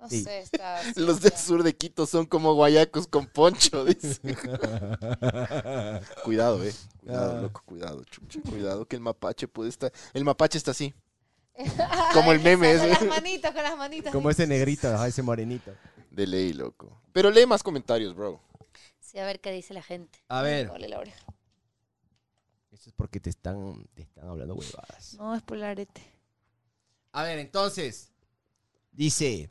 [SPEAKER 4] No
[SPEAKER 2] Sí.
[SPEAKER 4] sé, está...
[SPEAKER 3] [laughs] Los del
[SPEAKER 4] Cintia.
[SPEAKER 3] sur de Quito son como guayacos con poncho, [laughs] dice.
[SPEAKER 2] [laughs]
[SPEAKER 3] cuidado, eh. Cuidado,
[SPEAKER 2] Ah.
[SPEAKER 3] loco, cuidado, chucha. Cuidado que el mapache puede estar. El mapache está así.
[SPEAKER 4] [laughs]
[SPEAKER 3] Como el meme
[SPEAKER 4] Con
[SPEAKER 3] ese.
[SPEAKER 4] las manitas, con las manitas.
[SPEAKER 2] Como ese negrito, ajá, ese morenito.
[SPEAKER 3] De ley, loco. Pero lee más comentarios, bro.
[SPEAKER 5] Sí, a ver qué dice la gente.
[SPEAKER 2] A ver.
[SPEAKER 4] Ole la oreja.
[SPEAKER 2] Eso es porque te están, te están hablando huevadas.
[SPEAKER 4] No, es por el arete.
[SPEAKER 2] A ver, entonces. Dice,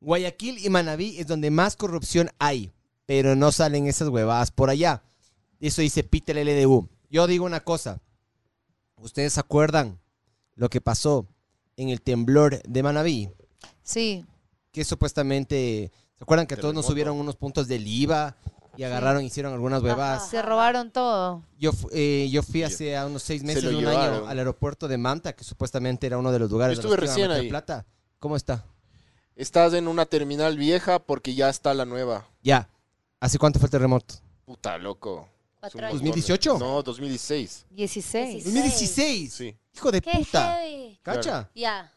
[SPEAKER 2] Guayaquil y Manabí es donde más corrupción hay, pero no salen esas huevadas por allá. Eso dice Peter LDU. Yo digo una cosa. ¿Ustedes se acuerdan lo que pasó en el temblor de Manabí?
[SPEAKER 4] Sí,
[SPEAKER 2] Que supuestamente, ¿se acuerdan que a todos nos
[SPEAKER 3] Terremoto.
[SPEAKER 2] subieron unos puntos del IVA y agarraron, hicieron algunas huevadas?
[SPEAKER 5] Ajá.
[SPEAKER 4] se robaron todo.
[SPEAKER 2] Yo, fu- eh, yo fui hace a unos seis meses,
[SPEAKER 3] lo
[SPEAKER 2] un año,
[SPEAKER 3] llevaron.
[SPEAKER 2] al aeropuerto de Manta, que supuestamente era uno de los lugares
[SPEAKER 3] Yo
[SPEAKER 2] donde
[SPEAKER 3] estuve
[SPEAKER 2] los que iban a
[SPEAKER 3] recién
[SPEAKER 2] meter
[SPEAKER 3] ahí.
[SPEAKER 2] plata. ¿Cómo está?
[SPEAKER 3] Estás en una terminal vieja porque ya está la nueva.
[SPEAKER 2] Ya. ¿Hace cuánto fue el terremoto?
[SPEAKER 3] Puta, loco. Es un
[SPEAKER 5] Cuatro años.
[SPEAKER 3] montón.
[SPEAKER 2] 2018?
[SPEAKER 3] No, 2016.
[SPEAKER 4] 16.
[SPEAKER 2] 2016.
[SPEAKER 3] Sí.
[SPEAKER 2] Hijo de
[SPEAKER 5] ¡Qué
[SPEAKER 2] puta.
[SPEAKER 5] heavy!
[SPEAKER 2] ¿Cacha?
[SPEAKER 3] Claro.
[SPEAKER 5] Ya,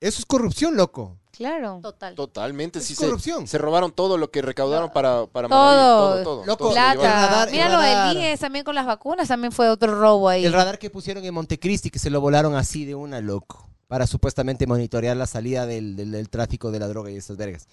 [SPEAKER 2] Eso es corrupción, loco.
[SPEAKER 4] Claro.
[SPEAKER 5] total.
[SPEAKER 3] Pues Totalmente.
[SPEAKER 2] Es
[SPEAKER 3] sí, se-
[SPEAKER 2] corrupción.
[SPEAKER 3] Se, robaron todo lo que recaudaron para, para
[SPEAKER 4] Ah, Todo.
[SPEAKER 3] Manaví, Todo, todo.
[SPEAKER 2] Loco,
[SPEAKER 3] todo lo llevaron.
[SPEAKER 4] Plata.
[SPEAKER 2] radar,
[SPEAKER 4] Mira
[SPEAKER 2] el
[SPEAKER 4] lo del
[SPEAKER 2] radar.
[SPEAKER 4] IES también con las vacunas, también fue otro robo ahí.
[SPEAKER 2] El radar que pusieron en Montecristi, que se lo volaron así de una, loco. Para supuestamente monitorear la salida del, del- del tráfico de la droga y esas vergas.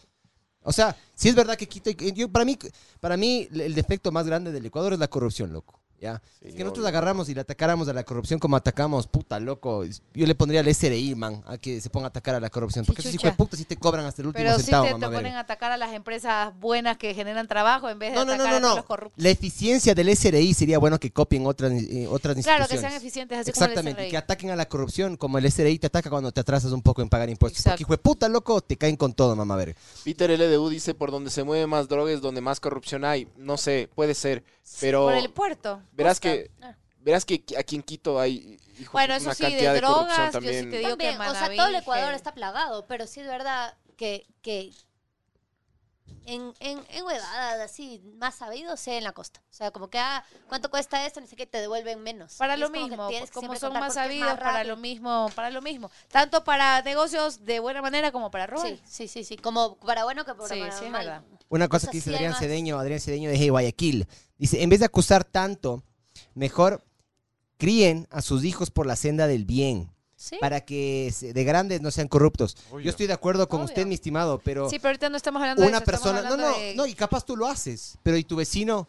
[SPEAKER 2] O sea, sí es verdad que Quito... y- yo- para, mí, para mí, el defecto más grande del Ecuador es la corrupción, loco. ¿Ya?
[SPEAKER 3] Sí,
[SPEAKER 2] Es que nosotros
[SPEAKER 3] obvio.
[SPEAKER 2] agarramos y le atacáramos a la corrupción como atacamos, puta, loco. es- Yo le pondría al SRI, man, a que se ponga a atacar a la corrupción. Porque esos
[SPEAKER 4] Chichucha.
[SPEAKER 2] hijos de puta sí te cobran hasta el último
[SPEAKER 4] Pero sí
[SPEAKER 2] centavo,
[SPEAKER 4] te, te
[SPEAKER 2] mamá
[SPEAKER 4] ponen
[SPEAKER 2] verga.
[SPEAKER 4] a atacar a las empresas buenas que generan trabajo en vez de
[SPEAKER 2] No, no,
[SPEAKER 4] atacar
[SPEAKER 2] no, no,
[SPEAKER 4] a todos
[SPEAKER 2] no.
[SPEAKER 4] los corruptos.
[SPEAKER 2] La eficiencia del SRI sería bueno que copien otras, eh, otras instituciones.
[SPEAKER 4] Claro, que sean eficientes, así
[SPEAKER 2] Exactamente, y
[SPEAKER 4] como
[SPEAKER 2] que
[SPEAKER 4] el SRI.
[SPEAKER 2] ataquen a la corrupción como el SRI te ataca cuando te atrasas un poco en pagar impuestos.
[SPEAKER 4] Exacto.
[SPEAKER 2] Porque hijo de puta, loco, te caen con todo, mamá verga.
[SPEAKER 3] Peter LDU dice, por donde se mueve más droga es donde más corrupción hay. No sé, puede ser. Pero
[SPEAKER 4] Por el puerto.
[SPEAKER 3] verás
[SPEAKER 4] Busca.
[SPEAKER 3] que
[SPEAKER 5] Ah.
[SPEAKER 3] verás que aquí en Quito hay hijo,
[SPEAKER 4] Bueno, eso
[SPEAKER 3] una
[SPEAKER 4] sí, de
[SPEAKER 3] cantidad de,
[SPEAKER 4] drogas, yo
[SPEAKER 3] corrupción
[SPEAKER 4] sí
[SPEAKER 3] también.
[SPEAKER 4] te digo- que
[SPEAKER 5] También, o sea,
[SPEAKER 4] Manaví,
[SPEAKER 5] todo el Ecuador
[SPEAKER 4] heavy.
[SPEAKER 5] está plagado, pero sí es verdad que, que en, en, en huevadas así, más sabido, sea en la costa. O sea, como que, ah, ¿cuánto cuesta esto? No sé qué, te devuelven menos.
[SPEAKER 4] Para
[SPEAKER 5] Y
[SPEAKER 4] lo
[SPEAKER 5] es como que
[SPEAKER 4] mismo,
[SPEAKER 5] tienes que
[SPEAKER 4] como
[SPEAKER 5] siempre
[SPEAKER 4] son
[SPEAKER 5] contar
[SPEAKER 4] más
[SPEAKER 5] porque es
[SPEAKER 4] sabidos, para
[SPEAKER 5] rápido.
[SPEAKER 4] lo mismo, para lo mismo. Tanto para negocios de buena manera como para robar.
[SPEAKER 5] Sí, sí, sí, sí. Como para bueno que para
[SPEAKER 4] Sí,
[SPEAKER 5] para
[SPEAKER 4] sí, es
[SPEAKER 5] mal.
[SPEAKER 4] verdad.
[SPEAKER 2] Una cosa
[SPEAKER 5] sea,
[SPEAKER 2] que dice
[SPEAKER 5] sí hay
[SPEAKER 2] Adrián
[SPEAKER 5] más.
[SPEAKER 2] Cedeño, Adrián Cedeño de Hey Guayaquil. Dice, en vez de acusar tanto, mejor críen a sus hijos por la senda del bien.
[SPEAKER 4] Sí.
[SPEAKER 2] Para que se- de grandes no sean corruptos. Yo estoy de acuerdo con
[SPEAKER 4] Obvio.
[SPEAKER 2] usted, mi estimado, pero
[SPEAKER 4] Sí, pero ahorita no estamos hablando de
[SPEAKER 2] una
[SPEAKER 4] eso, estamos
[SPEAKER 2] persona... No,
[SPEAKER 4] hablando
[SPEAKER 2] no,
[SPEAKER 4] de-
[SPEAKER 2] no, y capaz tú lo haces, pero ¿y tu vecino?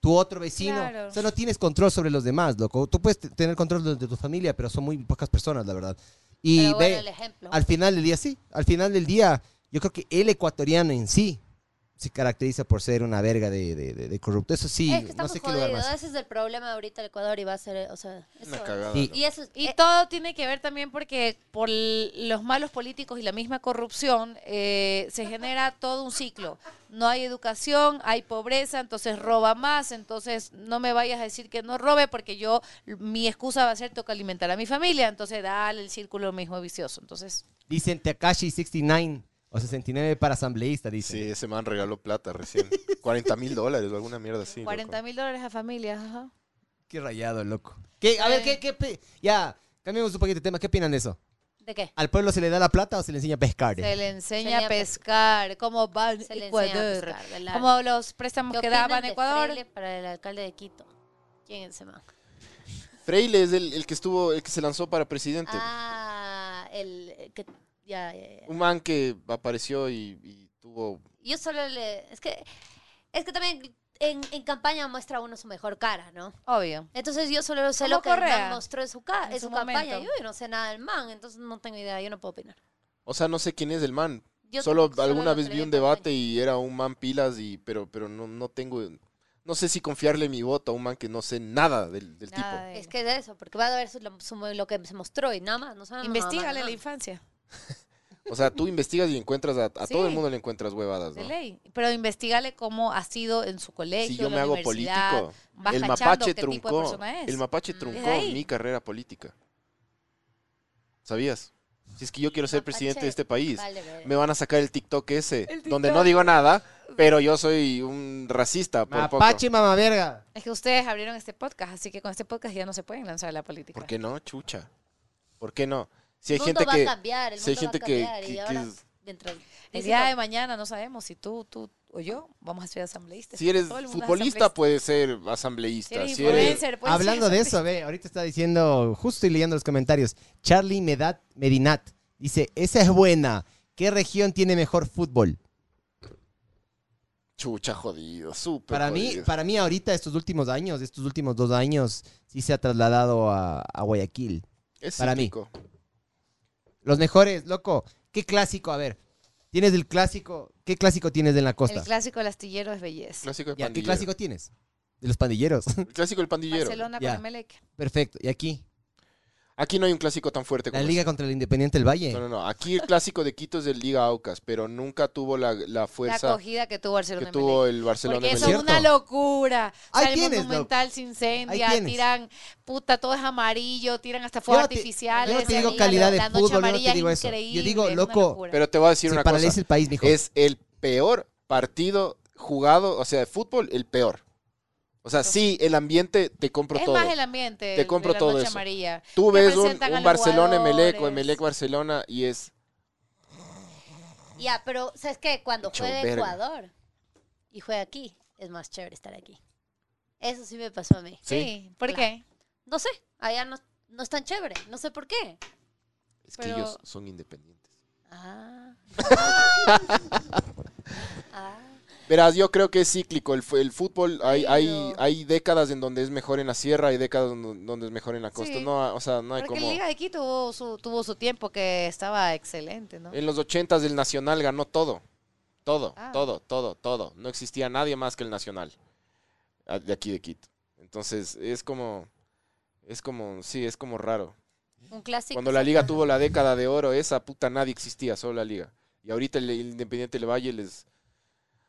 [SPEAKER 2] Tu otro vecino.
[SPEAKER 4] Claro.
[SPEAKER 2] O sea, no tienes control sobre los demás, loco. Tú puedes t- tener control de, de tu familia, pero son muy pocas personas, la verdad. Y
[SPEAKER 5] Pero bueno,
[SPEAKER 2] ve,
[SPEAKER 5] el ejemplo.
[SPEAKER 2] al final del día, sí. Al final del día, yo creo que el ecuatoriano en sí se caracteriza por ser una verga de, de- de- de corrupto. Eso sí,
[SPEAKER 5] es que
[SPEAKER 2] no
[SPEAKER 5] estamos
[SPEAKER 2] sé qué lugar
[SPEAKER 5] jodidos.
[SPEAKER 2] más.
[SPEAKER 5] Ese es el problema ahorita del Ecuador y va a ser, o sea, eso-
[SPEAKER 3] Una cagada.
[SPEAKER 2] Sí.
[SPEAKER 3] loco.
[SPEAKER 5] Y eso
[SPEAKER 4] Y
[SPEAKER 5] eh,
[SPEAKER 4] todo tiene que ver también porque por l- los malos políticos y la misma corrupción eh, se genera todo un ciclo. No hay educación, hay pobreza, entonces roba más, entonces no me vayas a decir que no robe porque yo, mi excusa va a ser toca alimentar a mi familia, entonces dale el círculo mismo vicioso. Entonces,
[SPEAKER 2] Dicen Takashi 69 o 69 para asambleísta, dice.
[SPEAKER 3] Sí, ese man regaló plata recién. 40 mil dólares o alguna mierda así.
[SPEAKER 4] 40 mil dólares a familias. ajá.
[SPEAKER 2] Qué rayado, loco. ¿Qué? A ver, ¿qué, qué pe- Ya, cambiemos un poquito de tema. ¿Qué opinan de eso?
[SPEAKER 5] ¿De qué?
[SPEAKER 2] ¿Al pueblo se le da la plata o se le enseña a pescar?
[SPEAKER 4] Se le enseña
[SPEAKER 5] Enseña
[SPEAKER 4] a
[SPEAKER 5] a
[SPEAKER 4] pescar, como van
[SPEAKER 5] pues, Se le enseña a
[SPEAKER 4] Ecuador,
[SPEAKER 5] pescar, de la-
[SPEAKER 4] como los préstamos
[SPEAKER 5] ¿Qué
[SPEAKER 4] que
[SPEAKER 5] opinan
[SPEAKER 4] daban
[SPEAKER 5] de
[SPEAKER 4] Ecuador.
[SPEAKER 5] Freile para el alcalde de Quito? ¿Quién es ese man?
[SPEAKER 3] Freile es el, el que estuvo, el que se lanzó para presidente.
[SPEAKER 5] Ah, el eh, que ya, ya, ya.
[SPEAKER 3] Un man que apareció y, y tuvo.
[SPEAKER 5] Yo solo le es que es que también en, en campaña muestra uno su mejor cara, ¿no?
[SPEAKER 4] Obvio.
[SPEAKER 5] Entonces yo solo sé
[SPEAKER 4] Como
[SPEAKER 5] lo que el
[SPEAKER 4] Correa,
[SPEAKER 5] man mostró en su, ca-
[SPEAKER 4] en
[SPEAKER 5] en
[SPEAKER 4] su
[SPEAKER 5] su campaña.
[SPEAKER 4] momento.
[SPEAKER 5] Yo, no sé nada del man, entonces no tengo idea, yo no puedo opinar.
[SPEAKER 3] O sea, no sé quién es el man.
[SPEAKER 5] Yo
[SPEAKER 3] solo
[SPEAKER 5] tampoco,
[SPEAKER 3] alguna
[SPEAKER 5] lo
[SPEAKER 3] vez
[SPEAKER 5] que
[SPEAKER 3] vi
[SPEAKER 5] leí
[SPEAKER 3] un
[SPEAKER 5] en campaña.
[SPEAKER 3] debate y era un man pilas, y pero, pero no, no tengo. No sé si confiarle mi voto a un man que no sé nada del, del
[SPEAKER 4] Nada
[SPEAKER 3] tipo.
[SPEAKER 4] de-
[SPEAKER 5] Es que es eso, porque va a ver su- lo, su- lo que se mostró y nada más. No sabemos nada más,
[SPEAKER 4] Investígale
[SPEAKER 5] nada
[SPEAKER 4] la
[SPEAKER 5] más.
[SPEAKER 4] infancia.
[SPEAKER 3] O sea, tú investigas y encuentras a, a
[SPEAKER 4] Sí.
[SPEAKER 3] todo el mundo le encuentras huevadas,
[SPEAKER 4] de
[SPEAKER 3] pues ¿no?
[SPEAKER 4] ley. Pero investigale cómo ha sido en su colegio,
[SPEAKER 3] Si yo
[SPEAKER 4] en
[SPEAKER 3] me
[SPEAKER 4] la
[SPEAKER 3] hago
[SPEAKER 4] universidad.
[SPEAKER 3] político,
[SPEAKER 4] vas
[SPEAKER 3] el
[SPEAKER 4] cachando
[SPEAKER 3] mapache
[SPEAKER 4] qué tipo de
[SPEAKER 3] truncó,
[SPEAKER 4] persona es.
[SPEAKER 3] el mapache
[SPEAKER 5] Mm.
[SPEAKER 3] truncó
[SPEAKER 4] Desde ahí.
[SPEAKER 3] mi carrera política. ¿Sabías? Si es que yo quiero ser presidente de
[SPEAKER 5] Mapache,
[SPEAKER 3] este país,
[SPEAKER 5] Vale, vale.
[SPEAKER 3] me van a sacar el TikTok ese,
[SPEAKER 4] El
[SPEAKER 3] donde no
[SPEAKER 4] TikTok.
[SPEAKER 3] digo nada, pero yo soy un racista por
[SPEAKER 2] Mapache y mamá verga.
[SPEAKER 4] Es que ustedes abrieron este podcast, así que con este podcast ya no se pueden lanzar a la política.
[SPEAKER 3] poco. ¿Por qué no, chucha? ¿Por qué no? Si hay
[SPEAKER 5] el mundo
[SPEAKER 3] gente
[SPEAKER 5] va
[SPEAKER 3] que
[SPEAKER 5] a cambiar, el
[SPEAKER 3] si hay
[SPEAKER 5] mundo va a
[SPEAKER 3] gente que-
[SPEAKER 5] cambiar, y
[SPEAKER 3] que- que
[SPEAKER 5] ahora,
[SPEAKER 3] es-
[SPEAKER 5] mientras-
[SPEAKER 4] El
[SPEAKER 5] dicen,
[SPEAKER 4] día de
[SPEAKER 5] no,
[SPEAKER 4] mañana no sabemos si tú, tú o yo vamos a ser asambleístas.
[SPEAKER 3] si eres
[SPEAKER 4] Todo el mundo es
[SPEAKER 3] futbolista
[SPEAKER 4] asambleísta.
[SPEAKER 3] puedes ser
[SPEAKER 4] Si
[SPEAKER 3] asambleísta,
[SPEAKER 4] eres
[SPEAKER 3] si eres
[SPEAKER 4] influencer, pues, puedes ser
[SPEAKER 2] Hablando de
[SPEAKER 4] asambleísta.
[SPEAKER 2] eso, ve, ahorita está diciendo, justo y leyendo los comentarios, Charlie Medat, Medinat dice, esa es buena. ¿Qué región tiene mejor fútbol?
[SPEAKER 3] chucha jodido, súper
[SPEAKER 2] Para mí,
[SPEAKER 3] jodido.
[SPEAKER 2] para mí ahorita, estos últimos años, estos últimos dos años, sí se ha trasladado a, a Guayaquil.
[SPEAKER 3] Es
[SPEAKER 2] para mí.
[SPEAKER 3] cíclico.
[SPEAKER 2] Los mejores, loco. ¿Qué clásico? A ver, tienes el clásico, ¿qué clásico tienes en la costa?
[SPEAKER 4] pues, El clásico del astillero es belleza.
[SPEAKER 3] Clásico del
[SPEAKER 2] Ya, ¿Qué
[SPEAKER 3] pandillero.
[SPEAKER 2] clásico tienes? De los pandilleros. [laughs]
[SPEAKER 3] El clásico del pandillero.
[SPEAKER 4] Barcelona
[SPEAKER 2] Ya.
[SPEAKER 4] con Emelec.
[SPEAKER 2] Perfecto. ¿Y aquí?
[SPEAKER 3] Aquí no hay un clásico tan fuerte
[SPEAKER 2] La
[SPEAKER 3] como
[SPEAKER 2] liga
[SPEAKER 3] este.
[SPEAKER 2] contra el Independiente del Valle.
[SPEAKER 3] No, no, no. Aquí el clásico de Quito es el Liga Aucas, pero nunca tuvo la, la
[SPEAKER 4] La
[SPEAKER 3] fuerza
[SPEAKER 4] acogida que tuvo
[SPEAKER 3] que
[SPEAKER 4] Barcelona
[SPEAKER 3] tuvo
[SPEAKER 4] Emelec.
[SPEAKER 3] el Barcelona.
[SPEAKER 4] Porque
[SPEAKER 3] en
[SPEAKER 4] eso
[SPEAKER 3] el-
[SPEAKER 4] es una
[SPEAKER 2] Cierto.
[SPEAKER 4] locura. O sea,
[SPEAKER 2] Ahí
[SPEAKER 4] el
[SPEAKER 2] tienes,
[SPEAKER 4] monumental se incendia,
[SPEAKER 2] Ahí tienes.
[SPEAKER 4] tiran, puta, todo es amarillo, tiran hasta fuegos
[SPEAKER 2] no te-
[SPEAKER 4] artificiales.
[SPEAKER 2] yo no te
[SPEAKER 4] se
[SPEAKER 2] digo
[SPEAKER 4] liga,
[SPEAKER 2] calidad de
[SPEAKER 4] la
[SPEAKER 2] fútbol,
[SPEAKER 4] noche
[SPEAKER 2] yo no te
[SPEAKER 4] amarilla es
[SPEAKER 2] digo eso. Yo
[SPEAKER 4] increíble,
[SPEAKER 2] digo,
[SPEAKER 4] es una
[SPEAKER 2] loco,
[SPEAKER 4] locura.
[SPEAKER 3] Pero te voy a decir
[SPEAKER 2] Se
[SPEAKER 3] una
[SPEAKER 2] paraliza
[SPEAKER 3] cosa.
[SPEAKER 2] el país, mijo.
[SPEAKER 3] Es el peor partido jugado, o sea, de fútbol, el peor. O sea, sí, el ambiente te compro
[SPEAKER 4] es
[SPEAKER 3] todo.
[SPEAKER 4] más el ambiente.
[SPEAKER 3] Te
[SPEAKER 4] el
[SPEAKER 3] compro
[SPEAKER 4] de la
[SPEAKER 3] todo
[SPEAKER 4] noche
[SPEAKER 3] eso.
[SPEAKER 4] amarilla.
[SPEAKER 3] Tú
[SPEAKER 4] que
[SPEAKER 3] ves un,
[SPEAKER 4] presentan a
[SPEAKER 3] un
[SPEAKER 4] los
[SPEAKER 3] Barcelona Emelec o
[SPEAKER 4] jugadores.
[SPEAKER 3] Emelec Barcelona y es
[SPEAKER 5] Ya, pero ¿sabes qué? Cuando
[SPEAKER 3] Hecho
[SPEAKER 5] juega
[SPEAKER 3] verga.
[SPEAKER 5] Ecuador y juega aquí, es más chévere estar aquí. Eso sí me pasó a mí.
[SPEAKER 4] Sí, ¿por
[SPEAKER 5] Claro.
[SPEAKER 4] qué?
[SPEAKER 5] No sé, allá no, no es tan chévere, no sé por qué.
[SPEAKER 3] es que
[SPEAKER 4] Pero-
[SPEAKER 3] ellos son independientes.
[SPEAKER 5] Ah. [laughs] Ah.
[SPEAKER 3] Verás, yo creo que es cíclico. El, fu- el fútbol, hay, hay,
[SPEAKER 5] Pero-
[SPEAKER 3] hay décadas en donde es mejor en la sierra, hay décadas en donde es mejor en la costa.
[SPEAKER 4] Sí.
[SPEAKER 3] No, o sea, no hay
[SPEAKER 4] Porque
[SPEAKER 3] como...
[SPEAKER 4] la Liga de Quito tuvo su, tuvo su tiempo que estaba excelente, ¿no?
[SPEAKER 2] Eh.
[SPEAKER 3] En los ochentas el Nacional ganó todo. Todo,
[SPEAKER 4] Ah.
[SPEAKER 3] todo, todo, todo. No existía nadie más que el Nacional. a- De aquí de Quito. Entonces, es como. Es como. Sí, es como raro.
[SPEAKER 5] Un
[SPEAKER 4] pues,
[SPEAKER 5] clásico.
[SPEAKER 3] Cuando la liga tuvo la década de oro, esa puta nadie existía, solo la liga. Y ahorita el, el Independiente del Valle les.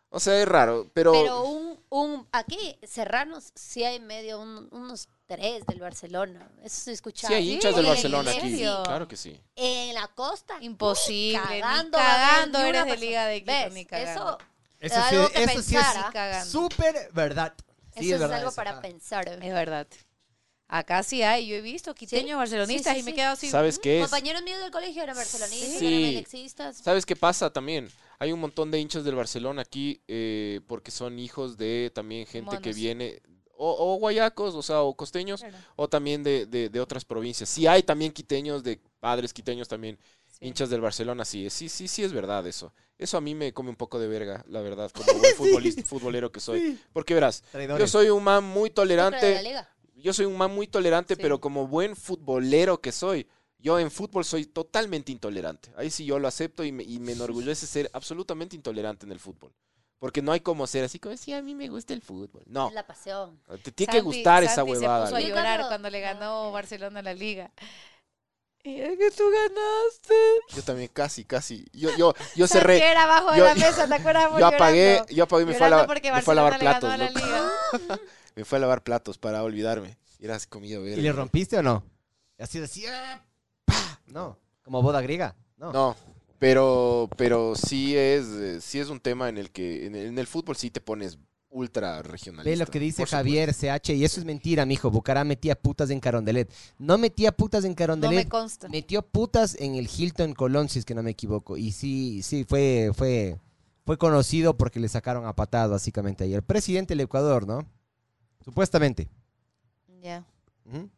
[SPEAKER 3] O sea, es raro, pero.
[SPEAKER 5] Pero un, un aquí, Serranos, sí hay medio un- unos tres del Barcelona. Eso se escuchaba.
[SPEAKER 3] sí, hay
[SPEAKER 4] Sí,
[SPEAKER 3] hinchas del
[SPEAKER 4] ¿en
[SPEAKER 3] Barcelona aquí.
[SPEAKER 4] serio?
[SPEAKER 3] Claro que sí.
[SPEAKER 5] En la costa.
[SPEAKER 4] Imposible,
[SPEAKER 5] Cagando,
[SPEAKER 4] ni cagando
[SPEAKER 5] ni
[SPEAKER 4] eres
[SPEAKER 5] una
[SPEAKER 4] de
[SPEAKER 5] persona.
[SPEAKER 4] Liga de Quito,
[SPEAKER 5] ¿Ves?
[SPEAKER 4] ni cagando.
[SPEAKER 5] Eso, algo que pensar, ¿ah?
[SPEAKER 4] Ni cagando.
[SPEAKER 2] súper verdad. Sí,
[SPEAKER 5] eso es,
[SPEAKER 2] verdad
[SPEAKER 5] algo
[SPEAKER 2] eso, ah.
[SPEAKER 5] para
[SPEAKER 2] ajá.
[SPEAKER 5] pensar.
[SPEAKER 4] Es verdad. Acá sí hay, yo he visto quiteños
[SPEAKER 5] Sí,
[SPEAKER 4] barcelonistas
[SPEAKER 5] sí,
[SPEAKER 4] y
[SPEAKER 5] sí,
[SPEAKER 4] me he
[SPEAKER 5] sí.
[SPEAKER 4] quedado así.
[SPEAKER 3] ¿Sabes qué es?
[SPEAKER 5] Compañeros míos del colegio eran barcelonistas,
[SPEAKER 3] Sí.
[SPEAKER 5] eran melexistas.
[SPEAKER 3] ¿Sabes qué pasa también? Hay un montón de hinchas del Barcelona aquí eh, porque son hijos de también gente que
[SPEAKER 4] Monos.
[SPEAKER 3] viene, o, o guayacos, o sea, o costeños,
[SPEAKER 4] Claro.
[SPEAKER 3] o también de, de- de otras provincias. Sí hay también quiteños, de padres quiteños también,
[SPEAKER 4] Sí.
[SPEAKER 3] hinchas del Barcelona, sí, sí, sí, sí es verdad eso. Eso a mí me come un poco de verga, la verdad, como
[SPEAKER 4] [laughs]
[SPEAKER 3] buen futbolista, futbolero que soy. Porque verás, yo
[SPEAKER 2] Traidores.
[SPEAKER 3] soy un man muy
[SPEAKER 5] Dentro de la
[SPEAKER 3] tolerante,
[SPEAKER 5] liga.
[SPEAKER 3] yo soy un man muy tolerante,
[SPEAKER 4] Sí.
[SPEAKER 3] pero como buen futbolero que soy, yo en fútbol soy totalmente intolerante. Ahí sí yo lo acepto y me, y me enorgullece ser absolutamente intolerante en el fútbol. Porque no hay como ser así como, sí, a mí me gusta el fútbol. No,
[SPEAKER 5] Es la pasión.
[SPEAKER 3] te tiene que
[SPEAKER 4] Santi-
[SPEAKER 3] gustar esa
[SPEAKER 4] Santi
[SPEAKER 3] huevada.
[SPEAKER 4] Se puso a
[SPEAKER 5] ¿no?
[SPEAKER 3] güey.
[SPEAKER 4] llorar
[SPEAKER 5] Yo
[SPEAKER 4] cuando le
[SPEAKER 5] cuando-
[SPEAKER 4] ganó Barcelona la Liga. Y es que tú ganaste.
[SPEAKER 3] Yo también casi, casi. Yo, yo, yo
[SPEAKER 4] Santi
[SPEAKER 3] cerré.
[SPEAKER 4] era abajo de
[SPEAKER 3] yo-
[SPEAKER 4] la mesa, ¿te acuerdas? Fue
[SPEAKER 3] Yo apagué,
[SPEAKER 4] llorando.
[SPEAKER 3] yo apagué y me fue a,
[SPEAKER 4] Llorando
[SPEAKER 3] lavar,
[SPEAKER 4] porque
[SPEAKER 3] me fue a lavar
[SPEAKER 4] Barcelona le
[SPEAKER 3] platos.
[SPEAKER 4] ganó a
[SPEAKER 3] loco.
[SPEAKER 4] la Liga.
[SPEAKER 3] Me fue a lavar platos para olvidarme. Era así comido
[SPEAKER 2] ¿Y le rompiste o no? Así así. ¡ah! ¡Pah! No, como boda griega. No.
[SPEAKER 3] No, pero, pero sí es, eh, sí es un tema en el que en el, en el fútbol sí te pones ultra regionalista.
[SPEAKER 2] Ve lo que dice
[SPEAKER 3] por supuesto.
[SPEAKER 2] Javier CH, y eso es mentira, mijo. Bucará metía putas en Carondelet. No metía putas en
[SPEAKER 4] No me
[SPEAKER 2] Carondelet.
[SPEAKER 4] consta.
[SPEAKER 2] metió putas en el Hilton Colón, si es que no me equivoco. Y sí, sí, fue, fue, fue conocido porque le sacaron a patadas, básicamente, ahí. El presidente del Ecuador, ¿no? Supuestamente.
[SPEAKER 4] Ya.
[SPEAKER 2] Ujú.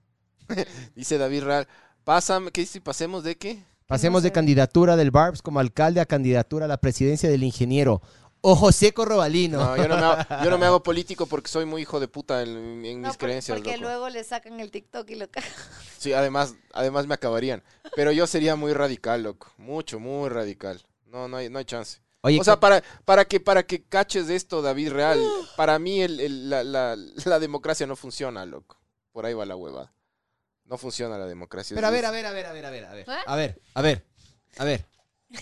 [SPEAKER 3] Dice David Real, pásame, ¿qué dice? ¿Pasemos de qué?
[SPEAKER 2] Pasemos de
[SPEAKER 4] sé.
[SPEAKER 2] candidatura del Barbs como alcalde a candidatura a la presidencia del ingeniero. O José Corrobalino.
[SPEAKER 3] No, yo, no me hago, yo
[SPEAKER 2] [laughs]
[SPEAKER 3] no me hago político porque soy muy hijo de puta en, en
[SPEAKER 4] No,
[SPEAKER 3] mis
[SPEAKER 4] por-
[SPEAKER 3] creencias.
[SPEAKER 4] porque
[SPEAKER 3] loco.
[SPEAKER 4] luego le sacan el TikTok y lo cagan.
[SPEAKER 3] Sí, además, además me acabarían. Pero yo sería muy radical, loco. Mucho, muy radical. No, no hay, no hay chance.
[SPEAKER 2] Oye,
[SPEAKER 3] O sea, para, para, que, para que caches esto, David Real, para mí el- el- la, la- la democracia no funciona, loco. Por ahí va la huevada. No funciona la democracia.
[SPEAKER 2] pero a
[SPEAKER 3] Es-
[SPEAKER 4] ¿Eh?
[SPEAKER 2] ver, a ver, a ver, a ver, a ver, a ver.
[SPEAKER 5] ¿Ah?
[SPEAKER 2] A ver, a ver, a ver.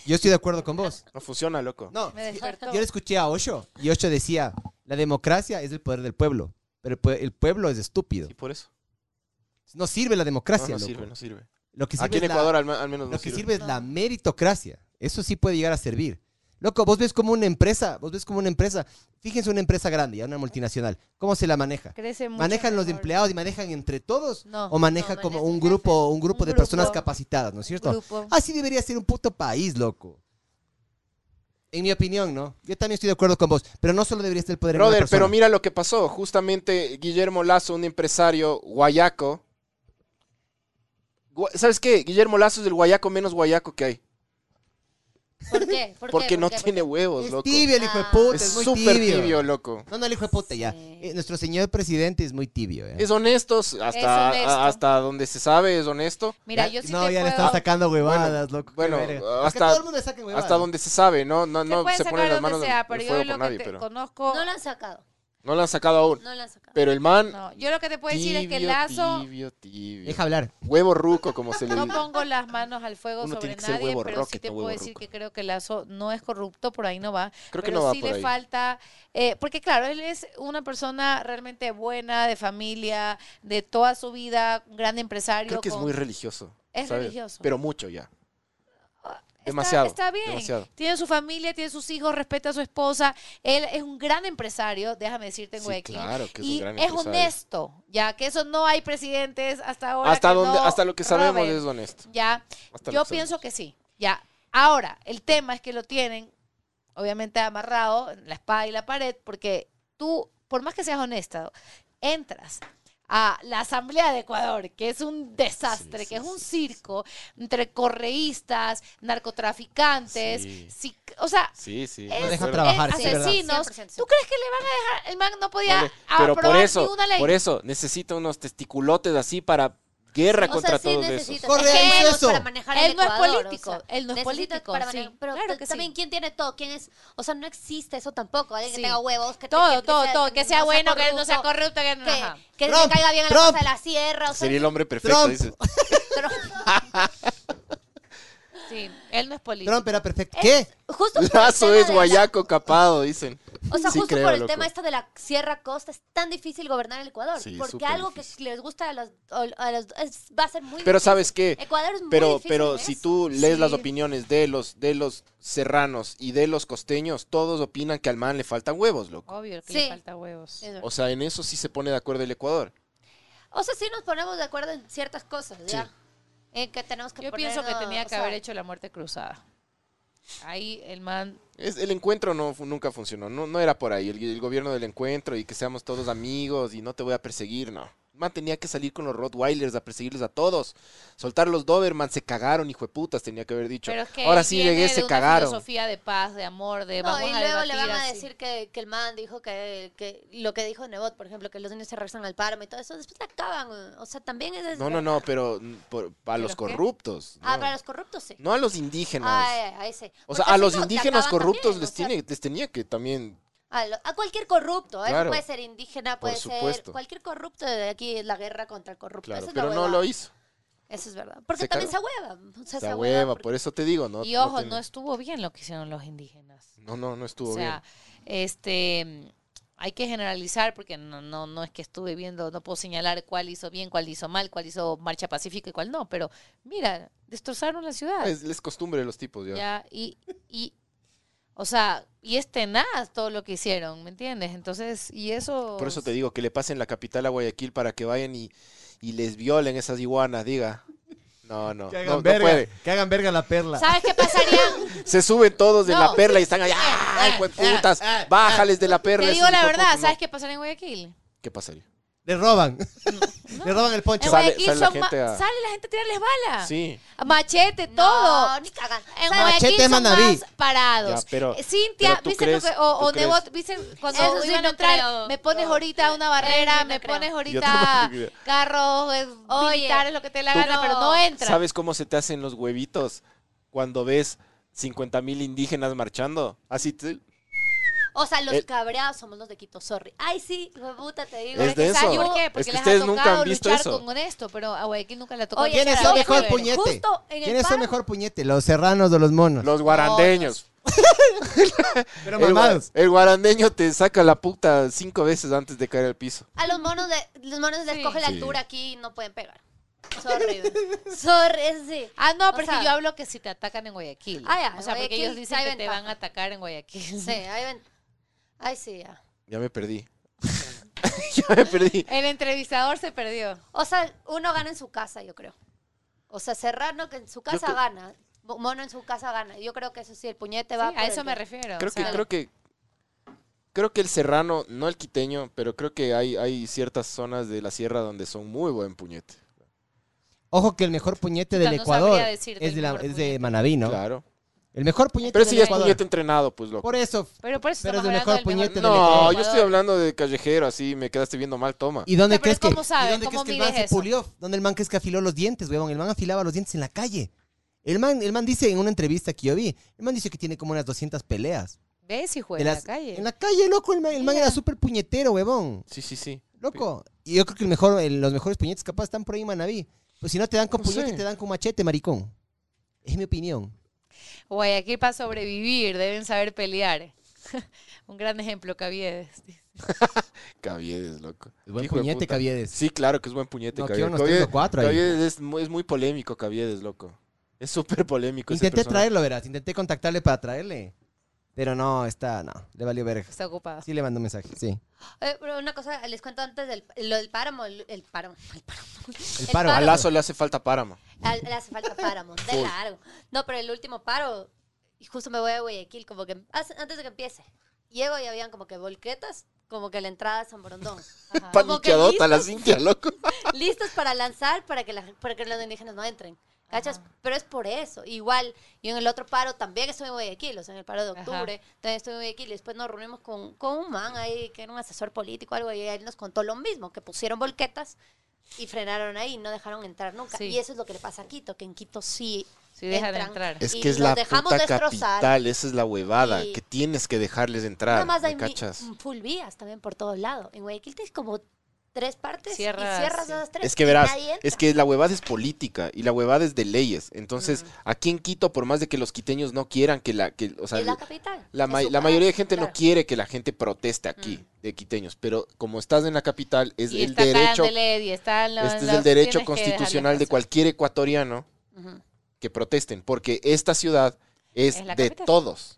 [SPEAKER 2] Yo estoy de acuerdo con vos.
[SPEAKER 3] No funciona, loco.
[SPEAKER 2] No,
[SPEAKER 4] Me despertó.
[SPEAKER 2] yo le escuché a Osho y Osho decía, la democracia es el poder del pueblo, pero el pue- el pueblo es estúpido.
[SPEAKER 3] Sí, por eso.
[SPEAKER 2] No sirve la democracia,
[SPEAKER 3] No, no
[SPEAKER 2] loco.
[SPEAKER 3] sirve, no sirve.
[SPEAKER 2] Lo que sirve
[SPEAKER 3] Aquí en
[SPEAKER 2] es la-
[SPEAKER 3] Ecuador al, me- al menos no
[SPEAKER 2] Lo que
[SPEAKER 3] sirve.
[SPEAKER 2] sirve es la
[SPEAKER 4] No.
[SPEAKER 2] meritocracia. Eso sí puede llegar a servir. Loco, vos ves como una empresa, vos ves como una empresa, fíjense una empresa grande, ya una multinacional, ¿cómo se la maneja?
[SPEAKER 4] [laughs] Crece mucho
[SPEAKER 2] ¿Manejan los
[SPEAKER 4] mejor.
[SPEAKER 2] empleados y manejan entre todos?
[SPEAKER 4] No,
[SPEAKER 2] ¿O maneja
[SPEAKER 5] no,
[SPEAKER 2] como
[SPEAKER 5] maneja
[SPEAKER 2] un
[SPEAKER 5] el
[SPEAKER 2] grupo, un grupo
[SPEAKER 4] Un
[SPEAKER 2] de personas
[SPEAKER 4] grupo.
[SPEAKER 2] capacitadas, ¿no es cierto? Ah,
[SPEAKER 4] Grupo.
[SPEAKER 2] Así debería ser un puto país, loco. En mi opinión, ¿no? Yo también estoy de acuerdo con vos, pero no solo debería estar el poder en una
[SPEAKER 3] Brother,
[SPEAKER 2] persona.
[SPEAKER 3] pero mira lo que pasó. Justamente Guillermo Lazo, un empresario guayaco. Gua- ¿Sabes qué? Guillermo Lazo es el guayaco menos guayaco que hay.
[SPEAKER 5] ¿Por qué? ¿Por qué?
[SPEAKER 3] Porque
[SPEAKER 5] ¿Por
[SPEAKER 3] no
[SPEAKER 5] qué? ¿Por
[SPEAKER 3] tiene
[SPEAKER 5] qué?
[SPEAKER 3] huevos,
[SPEAKER 2] Es
[SPEAKER 3] loco.
[SPEAKER 2] tibio el hijo de
[SPEAKER 5] Ah.
[SPEAKER 2] puta, es,
[SPEAKER 3] Es
[SPEAKER 2] muy
[SPEAKER 3] súper
[SPEAKER 2] tibio.
[SPEAKER 3] tibio, loco.
[SPEAKER 2] No, no, el hijo de puta ya.
[SPEAKER 5] Sí.
[SPEAKER 2] Eh, nuestro señor presidente es muy tibio. ¿eh?
[SPEAKER 3] Es honesto, s- hasta,
[SPEAKER 4] honesto.
[SPEAKER 3] a- hasta donde se sabe es honesto.
[SPEAKER 4] Mira,
[SPEAKER 2] Ya-
[SPEAKER 4] yo sí
[SPEAKER 2] no,
[SPEAKER 4] te
[SPEAKER 2] ya le
[SPEAKER 4] puedo...
[SPEAKER 2] están sacando huevadas, loco. qué
[SPEAKER 3] bueno,
[SPEAKER 2] verga.
[SPEAKER 3] hasta-
[SPEAKER 2] Es que todo el mundo le saca huevadas.
[SPEAKER 3] Hasta donde se sabe, no, no,
[SPEAKER 4] te
[SPEAKER 3] no
[SPEAKER 4] pueden
[SPEAKER 3] se
[SPEAKER 4] sacar
[SPEAKER 3] ponen las
[SPEAKER 4] donde
[SPEAKER 3] manos
[SPEAKER 4] sea,
[SPEAKER 3] en- en
[SPEAKER 4] pero yo
[SPEAKER 3] fuego
[SPEAKER 4] lo
[SPEAKER 3] por
[SPEAKER 4] que
[SPEAKER 3] nadie,
[SPEAKER 4] te
[SPEAKER 3] pero
[SPEAKER 4] conozco...
[SPEAKER 5] No lo han sacado.
[SPEAKER 3] no lo han sacado aún.
[SPEAKER 5] No lo han sacado.
[SPEAKER 3] Pero el man,
[SPEAKER 4] no, yo lo que te puedo decir
[SPEAKER 3] tibio,
[SPEAKER 4] es que Lazo...
[SPEAKER 3] tibio, tibio.
[SPEAKER 2] Deja hablar.
[SPEAKER 3] Huevo ruco, como se le
[SPEAKER 4] No
[SPEAKER 3] dice.
[SPEAKER 4] pongo las manos al fuego
[SPEAKER 3] Uno
[SPEAKER 4] sobre
[SPEAKER 3] tiene que ser
[SPEAKER 4] nadie,
[SPEAKER 3] huevo
[SPEAKER 4] pero sí
[SPEAKER 3] rocket,
[SPEAKER 4] te
[SPEAKER 3] no
[SPEAKER 4] puedo
[SPEAKER 3] huevo
[SPEAKER 4] decir
[SPEAKER 3] ruco.
[SPEAKER 4] que creo que Lazo no es corrupto, por ahí no va.
[SPEAKER 3] Creo que
[SPEAKER 4] pero
[SPEAKER 3] no va
[SPEAKER 4] sí
[SPEAKER 3] por
[SPEAKER 4] le
[SPEAKER 3] ahí.
[SPEAKER 4] falta, eh, porque claro, él es una persona realmente buena, de familia, de toda su vida, un gran empresario.
[SPEAKER 3] Creo que es
[SPEAKER 4] con-
[SPEAKER 3] muy religioso.
[SPEAKER 4] Es religioso.
[SPEAKER 3] Pero mucho ya.
[SPEAKER 4] Está-
[SPEAKER 3] Demasiado.
[SPEAKER 4] Está, bien.
[SPEAKER 3] demasiado.
[SPEAKER 4] Tiene su familia, tiene sus hijos, respeta a su esposa. Él es un gran empresario, déjame decirte, en
[SPEAKER 3] Sí,
[SPEAKER 4] Guayaquil.
[SPEAKER 3] claro que es un
[SPEAKER 4] y
[SPEAKER 3] gran
[SPEAKER 4] es
[SPEAKER 3] empresario.
[SPEAKER 4] honesto, ya que eso no hay presidentes hasta ahora.
[SPEAKER 3] Hasta,
[SPEAKER 4] que
[SPEAKER 3] donde,
[SPEAKER 4] no
[SPEAKER 3] hasta lo que sabemos
[SPEAKER 4] roben.
[SPEAKER 3] es honesto.
[SPEAKER 4] Ya,
[SPEAKER 3] Hasta lo
[SPEAKER 4] yo
[SPEAKER 3] que
[SPEAKER 4] pienso
[SPEAKER 3] sabemos.
[SPEAKER 4] que sí. Ya. Ahora, el tema es que lo tienen, obviamente, amarrado, en la espada y la pared, porque tú, por más que seas honesta, entras a la Asamblea de Ecuador, que es un
[SPEAKER 3] Sí,
[SPEAKER 4] desastre,
[SPEAKER 3] sí,
[SPEAKER 4] que es un
[SPEAKER 3] sí,
[SPEAKER 4] circo entre correístas, narcotraficantes,
[SPEAKER 3] Sí.
[SPEAKER 4] sic- o sea,
[SPEAKER 3] Sí, sí.
[SPEAKER 4] Es-
[SPEAKER 2] deja
[SPEAKER 3] pero-
[SPEAKER 2] trabajar.
[SPEAKER 4] eh,
[SPEAKER 2] sí, es verdad.
[SPEAKER 4] asesinos.
[SPEAKER 5] 100% sí.
[SPEAKER 4] ¿Tú crees que le van a dejar? El man no podía
[SPEAKER 3] Vale, Pero por
[SPEAKER 4] aprobar
[SPEAKER 3] eso,
[SPEAKER 4] ni una ley.
[SPEAKER 3] por eso, necesita unos testiculotes así para guerra
[SPEAKER 5] O
[SPEAKER 3] contra
[SPEAKER 5] sea, sí
[SPEAKER 3] todos
[SPEAKER 5] necesitas.
[SPEAKER 3] esos.
[SPEAKER 2] Corre,
[SPEAKER 5] Es que
[SPEAKER 2] hizo
[SPEAKER 5] huevos
[SPEAKER 2] eso.
[SPEAKER 5] para manejar
[SPEAKER 4] Él
[SPEAKER 5] el
[SPEAKER 4] no es
[SPEAKER 5] Ecuador,
[SPEAKER 4] político,
[SPEAKER 5] o sea,
[SPEAKER 4] él no es
[SPEAKER 5] necesitas
[SPEAKER 4] político,
[SPEAKER 5] para
[SPEAKER 4] sí,
[SPEAKER 5] manejar- Pero
[SPEAKER 4] claro
[SPEAKER 5] t-
[SPEAKER 4] que sí.
[SPEAKER 5] también, ¿quién tiene todo? ¿Quién es? O sea, no existe eso tampoco.
[SPEAKER 4] Sí.
[SPEAKER 5] Alguien que tenga huevos. Que
[SPEAKER 4] Todo, todo, todo. Que sea
[SPEAKER 5] no
[SPEAKER 4] bueno, que él no sea
[SPEAKER 5] corrupto,
[SPEAKER 4] corrupto, que no. ajá.
[SPEAKER 5] Que, que
[SPEAKER 2] Trump,
[SPEAKER 5] le caiga bien a la
[SPEAKER 2] Trump.
[SPEAKER 5] casa de la sierra. O sea,
[SPEAKER 3] Sería el hombre perfecto,
[SPEAKER 2] Trump.
[SPEAKER 3] dices. [laughs]
[SPEAKER 4] Sí, él no es político.
[SPEAKER 2] Trump era perfecto. ¿Qué?
[SPEAKER 5] justo por el
[SPEAKER 3] Lazo
[SPEAKER 5] tema de
[SPEAKER 3] es
[SPEAKER 5] la-
[SPEAKER 3] guayaco capado, dicen.
[SPEAKER 5] O sea,
[SPEAKER 3] Sí
[SPEAKER 5] justo
[SPEAKER 3] creo,
[SPEAKER 5] por el
[SPEAKER 3] loco.
[SPEAKER 5] tema esta de la Sierra Costa es tan difícil gobernar el Ecuador.
[SPEAKER 3] Sí,
[SPEAKER 5] porque
[SPEAKER 3] súper
[SPEAKER 5] algo
[SPEAKER 3] difícil.
[SPEAKER 5] que les gusta a los, a los- es- va a ser muy
[SPEAKER 3] Pero
[SPEAKER 5] difícil.
[SPEAKER 3] ¿sabes qué?
[SPEAKER 5] Ecuador es muy
[SPEAKER 3] Pero,
[SPEAKER 5] difícil. ¿eh?
[SPEAKER 3] pero
[SPEAKER 5] ¿no
[SPEAKER 3] si
[SPEAKER 5] es?
[SPEAKER 3] tú lees las
[SPEAKER 4] Sí.
[SPEAKER 3] opiniones de los, de los serranos y de los costeños, todos opinan que al man le faltan huevos, loco.
[SPEAKER 4] Obvio que
[SPEAKER 5] Sí.
[SPEAKER 4] le falta huevos.
[SPEAKER 5] Es verdad.
[SPEAKER 3] O sea, en eso sí se pone de acuerdo el Ecuador.
[SPEAKER 5] O sea, sí nos ponemos de acuerdo en ciertas cosas, ya.
[SPEAKER 3] Sí.
[SPEAKER 5] En que tenemos que
[SPEAKER 4] Yo pienso
[SPEAKER 5] ponernos,
[SPEAKER 4] que tenía
[SPEAKER 5] o
[SPEAKER 4] que
[SPEAKER 5] sea,
[SPEAKER 4] haber hecho la muerte cruzada. Ahí el man.
[SPEAKER 3] Es, el encuentro no, fu- nunca funcionó, no, no era por ahí. El, el gobierno del encuentro y que seamos todos amigos y no te voy a perseguir, no. El Man tenía que salir con los Rottweilers a perseguirles a todos. Soltar los Doberman, se cagaron, hijo de putas, tenía que haber dicho.
[SPEAKER 4] Pero es que
[SPEAKER 3] Ahora
[SPEAKER 4] él
[SPEAKER 3] sí
[SPEAKER 4] viene
[SPEAKER 3] llegué,
[SPEAKER 4] de
[SPEAKER 3] se
[SPEAKER 4] una
[SPEAKER 3] cagaron.
[SPEAKER 4] filosofía de paz, de amor, de
[SPEAKER 5] No,
[SPEAKER 4] vamos
[SPEAKER 5] y
[SPEAKER 4] a
[SPEAKER 5] luego le
[SPEAKER 4] debatir
[SPEAKER 5] van a
[SPEAKER 4] así.
[SPEAKER 5] decir que, que el man dijo que, que lo que dijo Nebot, por ejemplo, que los niños se rezan al páramo y todo eso, después la acaban. O sea, también es...
[SPEAKER 3] No, no, no, pero mm, por- para
[SPEAKER 4] ¿Pero
[SPEAKER 3] los
[SPEAKER 4] qué?
[SPEAKER 3] corruptos.
[SPEAKER 5] Ah,
[SPEAKER 3] no.
[SPEAKER 5] para los corruptos sí.
[SPEAKER 3] No a los indígenas.
[SPEAKER 5] Ah, a ese.
[SPEAKER 3] O
[SPEAKER 5] Porque
[SPEAKER 3] sea, a
[SPEAKER 5] así
[SPEAKER 3] los
[SPEAKER 5] no, te
[SPEAKER 3] indígenas
[SPEAKER 5] acaban
[SPEAKER 3] corruptos
[SPEAKER 5] también,
[SPEAKER 3] les,
[SPEAKER 5] o sea,
[SPEAKER 3] tiene, les tenía que también...
[SPEAKER 5] A, lo- a cualquier corrupto, ¿eh?
[SPEAKER 3] Claro.
[SPEAKER 5] puede ser indígena,
[SPEAKER 3] Por
[SPEAKER 5] puede ser
[SPEAKER 3] supuesto.
[SPEAKER 5] cualquier corrupto de aquí es la guerra contra el corrupto.
[SPEAKER 3] Claro,
[SPEAKER 5] eso es la
[SPEAKER 3] pero no
[SPEAKER 5] huevada.
[SPEAKER 3] lo hizo.
[SPEAKER 5] Eso es verdad. Porque
[SPEAKER 3] Se
[SPEAKER 5] también se
[SPEAKER 3] cagó.
[SPEAKER 5] hueva. O sea,
[SPEAKER 3] Se
[SPEAKER 5] se
[SPEAKER 3] hueva,
[SPEAKER 5] hueva.
[SPEAKER 3] por eso te digo, ¿no?
[SPEAKER 4] Y ojo, no,
[SPEAKER 3] tenía-
[SPEAKER 4] estuvo bien lo que hicieron los indígenas.
[SPEAKER 3] No, no, no estuvo
[SPEAKER 4] o sea, este. Hay que generalizar porque no, no, no es que estuve viendo, no puedo señalar cuál hizo bien, cuál hizo mal, cuál hizo marcha pacífica y cuál no, pero mira, destrozaron la ciudad.
[SPEAKER 3] bien. Ah, Es, les costumbre a los tipos, ya.
[SPEAKER 4] Ya, y, y, o sea, y es tenaz todo lo que hicieron, ¿me entiendes? Entonces, y eso...
[SPEAKER 3] Por eso te digo, que le pasen la capital a Guayaquil para que vayan y, y les violen esas iguanas, diga. No, no,
[SPEAKER 2] Que
[SPEAKER 3] no,
[SPEAKER 2] hagan
[SPEAKER 3] no
[SPEAKER 2] verga.
[SPEAKER 3] puede.
[SPEAKER 2] Que hagan verga la perla.
[SPEAKER 4] [laughs] ¿Sabes qué pasaría?
[SPEAKER 3] [laughs] Se suben todos de la
[SPEAKER 4] No.
[SPEAKER 3] perla y están allá,
[SPEAKER 4] eh,
[SPEAKER 3] ¡ay, hijo de putas! ¡Bájales de la perla!
[SPEAKER 4] te
[SPEAKER 3] esos
[SPEAKER 4] digo la
[SPEAKER 3] hijo de
[SPEAKER 4] verdad,
[SPEAKER 3] putas! No.
[SPEAKER 4] ¿sabes qué pasaría en Guayaquil?
[SPEAKER 3] ¿Qué pasaría?
[SPEAKER 2] Le roban. [laughs] Le roban el poncho.
[SPEAKER 4] En
[SPEAKER 3] Sale-
[SPEAKER 4] Guayaquil
[SPEAKER 3] sale la
[SPEAKER 4] son ma-
[SPEAKER 3] gente a-
[SPEAKER 4] sale la gente a tirarles balas.
[SPEAKER 3] Sí,
[SPEAKER 4] Machete,
[SPEAKER 5] No,
[SPEAKER 4] todo.
[SPEAKER 5] ni cagan.
[SPEAKER 4] En
[SPEAKER 5] ¿Sabes?
[SPEAKER 4] Guayaquil
[SPEAKER 2] Machete
[SPEAKER 4] son
[SPEAKER 2] Manaví.
[SPEAKER 4] más parados.
[SPEAKER 3] Ya, pero-
[SPEAKER 4] Eh, Cintia,
[SPEAKER 3] pero tú
[SPEAKER 4] ¿viste
[SPEAKER 3] crees-
[SPEAKER 4] lo que- o,
[SPEAKER 3] tú
[SPEAKER 4] o
[SPEAKER 3] crees.
[SPEAKER 4] Nebot, ¿viste cuando
[SPEAKER 5] Eso sí
[SPEAKER 4] iban a
[SPEAKER 5] no
[SPEAKER 4] entrar?
[SPEAKER 5] creo.
[SPEAKER 4] Me pones
[SPEAKER 5] No.
[SPEAKER 4] ahorita una
[SPEAKER 5] Eso
[SPEAKER 4] barrera,
[SPEAKER 5] sí no
[SPEAKER 4] me
[SPEAKER 5] creo.
[SPEAKER 4] pones
[SPEAKER 3] Yo tampoco
[SPEAKER 4] ahorita
[SPEAKER 3] creo.
[SPEAKER 4] carros, eh,
[SPEAKER 5] Oye,
[SPEAKER 4] militares, lo que te la
[SPEAKER 5] tú-
[SPEAKER 4] gana, pero no
[SPEAKER 5] No.
[SPEAKER 4] entra.
[SPEAKER 3] ¿Sabes cómo se te hacen los huevitos cuando ves 50.000 indígenas marchando? Así te-
[SPEAKER 5] O sea, los
[SPEAKER 3] El-
[SPEAKER 5] cabreados somos los de Quito, sorry. Ay, sí, puta, te digo.
[SPEAKER 3] Es
[SPEAKER 5] que
[SPEAKER 3] denso.
[SPEAKER 5] salió-
[SPEAKER 4] ¿Sabes por qué? Porque
[SPEAKER 3] Es que
[SPEAKER 4] les
[SPEAKER 3] ustedes
[SPEAKER 4] ha
[SPEAKER 3] nunca
[SPEAKER 4] tocado
[SPEAKER 3] han visto
[SPEAKER 4] luchar
[SPEAKER 3] eso.
[SPEAKER 4] con esto, pero a Guayaquil nunca le ha tocado.
[SPEAKER 5] Oye,
[SPEAKER 4] luchar
[SPEAKER 2] ¿Quiénes
[SPEAKER 5] espera,
[SPEAKER 4] con
[SPEAKER 2] son
[SPEAKER 5] ¿qué
[SPEAKER 2] mejor
[SPEAKER 5] fue?
[SPEAKER 2] puñete?
[SPEAKER 5] Justo en el
[SPEAKER 2] ¿Quiénes son
[SPEAKER 5] par-
[SPEAKER 2] mejor puñete? ¿Los serranos o los monos?
[SPEAKER 3] Los guarandeños.
[SPEAKER 2] Pero
[SPEAKER 3] El, gua-
[SPEAKER 2] mamados.
[SPEAKER 3] el guarandeño te saca la puta cinco veces antes de caer al piso.
[SPEAKER 5] A los monos, de, los monos les
[SPEAKER 4] Sí.
[SPEAKER 5] coge la
[SPEAKER 3] Sí.
[SPEAKER 5] altura aquí y no pueden pegar.
[SPEAKER 3] [laughs]
[SPEAKER 5] Sorry. sorry, es sí.
[SPEAKER 4] Ah, no,
[SPEAKER 5] O
[SPEAKER 4] pero es
[SPEAKER 5] sea-
[SPEAKER 4] que yo hablo que si te atacan en Guayaquil.
[SPEAKER 5] Ah, ya,
[SPEAKER 4] O sea, porque
[SPEAKER 5] Guayaquil,
[SPEAKER 4] ellos dicen
[SPEAKER 5] hay
[SPEAKER 4] que te
[SPEAKER 5] ventaja.
[SPEAKER 4] van a atacar en
[SPEAKER 5] [laughs]
[SPEAKER 4] Guayaquil.
[SPEAKER 5] Sí, ahí ven. Ay, sí, ya.
[SPEAKER 3] Ya me perdí. [laughs] ya me perdí.
[SPEAKER 4] El entrevistador se perdió.
[SPEAKER 5] O sea, uno gana en su casa, yo creo. O sea, Serrano que en su casa
[SPEAKER 3] creo-
[SPEAKER 5] gana. Mo- Mono en su casa gana. Yo creo que eso sí, el puñete va
[SPEAKER 4] Sí,
[SPEAKER 5] por
[SPEAKER 4] a
[SPEAKER 5] el
[SPEAKER 4] eso
[SPEAKER 5] que-
[SPEAKER 4] me refiero.
[SPEAKER 3] Creo
[SPEAKER 4] o
[SPEAKER 3] que,
[SPEAKER 4] sea,
[SPEAKER 3] creo que. Creo que el serrano, no el quiteño, pero creo que hay, hay ciertas zonas de la sierra donde son muy buen puñete.
[SPEAKER 2] Ojo que el mejor puñete
[SPEAKER 4] Puta,
[SPEAKER 2] del
[SPEAKER 4] no
[SPEAKER 2] Ecuador
[SPEAKER 4] sabría decirte
[SPEAKER 2] es de,
[SPEAKER 4] el
[SPEAKER 2] la-
[SPEAKER 4] mejor
[SPEAKER 2] es de
[SPEAKER 4] puñete.
[SPEAKER 2] Manabí, ¿no?
[SPEAKER 3] Claro.
[SPEAKER 2] El mejor puñete
[SPEAKER 3] Pero
[SPEAKER 2] del
[SPEAKER 3] si ya es
[SPEAKER 2] Ecuador.
[SPEAKER 3] puñete entrenado, pues loco.
[SPEAKER 2] Por eso.
[SPEAKER 4] Pero por eso
[SPEAKER 2] Pero es el
[SPEAKER 4] estamos hablando del
[SPEAKER 2] mejor
[SPEAKER 4] mejor
[SPEAKER 2] puñete del
[SPEAKER 3] No,
[SPEAKER 2] Ecuador.
[SPEAKER 3] yo estoy hablando de callejero, así me quedaste viendo mal, toma.
[SPEAKER 2] ¿Y dónde
[SPEAKER 4] pero
[SPEAKER 2] crees que,
[SPEAKER 4] ¿cómo sabe?
[SPEAKER 2] ¿y dónde
[SPEAKER 4] ¿Cómo
[SPEAKER 2] crees que el man
[SPEAKER 4] mide
[SPEAKER 2] se
[SPEAKER 4] eso?
[SPEAKER 2] pulió? ¿Dónde el man crees que afiló los dientes, huevón? El man afilaba los dientes en la calle. El man, el man dice en una entrevista que yo vi, el man dice que tiene como unas 200 peleas.
[SPEAKER 4] ¿Ves, hijo?
[SPEAKER 2] De
[SPEAKER 4] Pues, En la
[SPEAKER 2] las-
[SPEAKER 4] calle.
[SPEAKER 2] En la calle, loco, el man, el man era súper puñetero, huevón.
[SPEAKER 3] Sí, sí, sí.
[SPEAKER 2] Loco. Y yo creo que el mejor, el- los mejores puñetes capaz están por ahí en Manabí. Pues si no te dan con
[SPEAKER 3] No
[SPEAKER 2] puñete,
[SPEAKER 3] sé.
[SPEAKER 2] te dan con machete, maricón. Es mi opinión.
[SPEAKER 4] Guayaquil para sobrevivir deben saber pelear. [laughs] Un gran ejemplo, Caviedes. [laughs]
[SPEAKER 3] Caviedes, loco.
[SPEAKER 2] Es buen
[SPEAKER 3] Hijo de
[SPEAKER 2] puñete,
[SPEAKER 3] puta.
[SPEAKER 2] Caviedes.
[SPEAKER 3] Sí, claro que es buen puñete,
[SPEAKER 2] No, que
[SPEAKER 3] Caviedes.
[SPEAKER 2] unos tres o
[SPEAKER 3] Caviedes-
[SPEAKER 2] cuatro ahí.
[SPEAKER 3] Caviedes es, mu- es muy polémico, Caviedes, loco. Es súper polémico. ese
[SPEAKER 2] Intenté
[SPEAKER 3] personaje.
[SPEAKER 2] traerlo, verás. Intenté contactarle para traerle. Pero no, está, no. Le valió verga.
[SPEAKER 4] Está ocupado.
[SPEAKER 2] Sí, le mandó un mensaje, sí.
[SPEAKER 5] Oye, Eh, pero una cosa, les cuento antes del lo del páramo, el, el páramo, [laughs] el páramo.
[SPEAKER 2] El
[SPEAKER 5] El
[SPEAKER 2] paro.
[SPEAKER 5] paro.
[SPEAKER 3] A Lazo le hace falta páramo.
[SPEAKER 5] Al- Le hace falta páramo, de
[SPEAKER 3] Full.
[SPEAKER 5] largo. No, pero el último paro, y justo me voy a Guayaquil, como que hace- antes de que empiece. Llego y habían como que volquetas, como que la entrada a San Borondón.
[SPEAKER 4] Ajá.
[SPEAKER 5] Como que
[SPEAKER 3] Paniqueadota la
[SPEAKER 5] listos.
[SPEAKER 3] Cintia, loco.
[SPEAKER 5] listos para lanzar para que, la- para que los indígenas no entren. ¿Cachas? Pero es por eso. Igual, yo en el otro paro también estuve en Guayaquil, o sea, en el paro de
[SPEAKER 4] Ajá.
[SPEAKER 5] octubre, también estuve en Guayaquil. Y después nos reunimos con, con un man ahí, que era un asesor político, algo, y él nos contó lo mismo, que pusieron volquetas y frenaron ahí, no dejaron entrar nunca.
[SPEAKER 4] Sí.
[SPEAKER 5] Y eso es lo que le pasa a Quito, que en Quito sí.
[SPEAKER 4] Sí, dejan
[SPEAKER 5] entran.
[SPEAKER 4] entrar.
[SPEAKER 3] Es
[SPEAKER 5] Y
[SPEAKER 3] que es
[SPEAKER 5] los
[SPEAKER 3] la
[SPEAKER 5] dejamos
[SPEAKER 3] puta
[SPEAKER 5] destrozar.
[SPEAKER 3] capital, esa es la huevada,
[SPEAKER 5] Y-
[SPEAKER 3] que tienes que dejarles entrar,
[SPEAKER 5] Nada más
[SPEAKER 3] ¿me
[SPEAKER 5] hay mi-
[SPEAKER 3] cachas?
[SPEAKER 5] full vías también por todos lados. En Guayaquil tienes como tres partes
[SPEAKER 4] Cierras,
[SPEAKER 5] y cierras
[SPEAKER 4] sí.
[SPEAKER 5] esas tres.
[SPEAKER 3] Es que
[SPEAKER 5] y
[SPEAKER 3] verás,
[SPEAKER 5] nadie entra.
[SPEAKER 3] es que la huevada es política y la huevada es de leyes. Entonces, aquí en Quito, por más de que los quiteños no quieran que la, que, o sea,
[SPEAKER 5] Es la
[SPEAKER 3] el-
[SPEAKER 5] capital.
[SPEAKER 3] La,
[SPEAKER 5] es
[SPEAKER 3] ma-
[SPEAKER 5] su
[SPEAKER 3] la
[SPEAKER 5] país,
[SPEAKER 3] mayoría de gente no
[SPEAKER 5] claro.
[SPEAKER 3] quiere que la gente proteste aquí, de quiteños, pero como estás en la capital, es
[SPEAKER 4] Y
[SPEAKER 3] el
[SPEAKER 4] está
[SPEAKER 3] derecho,
[SPEAKER 4] Carondelet y están los-
[SPEAKER 3] este es
[SPEAKER 4] los-
[SPEAKER 3] el derecho
[SPEAKER 4] tienes que dejarles
[SPEAKER 3] constitucional de
[SPEAKER 4] pasar.
[SPEAKER 3] cualquier ecuatoriano
[SPEAKER 5] Ujú.
[SPEAKER 3] que protesten, porque esta ciudad es,
[SPEAKER 4] Es
[SPEAKER 3] de
[SPEAKER 4] la capital.
[SPEAKER 3] todos.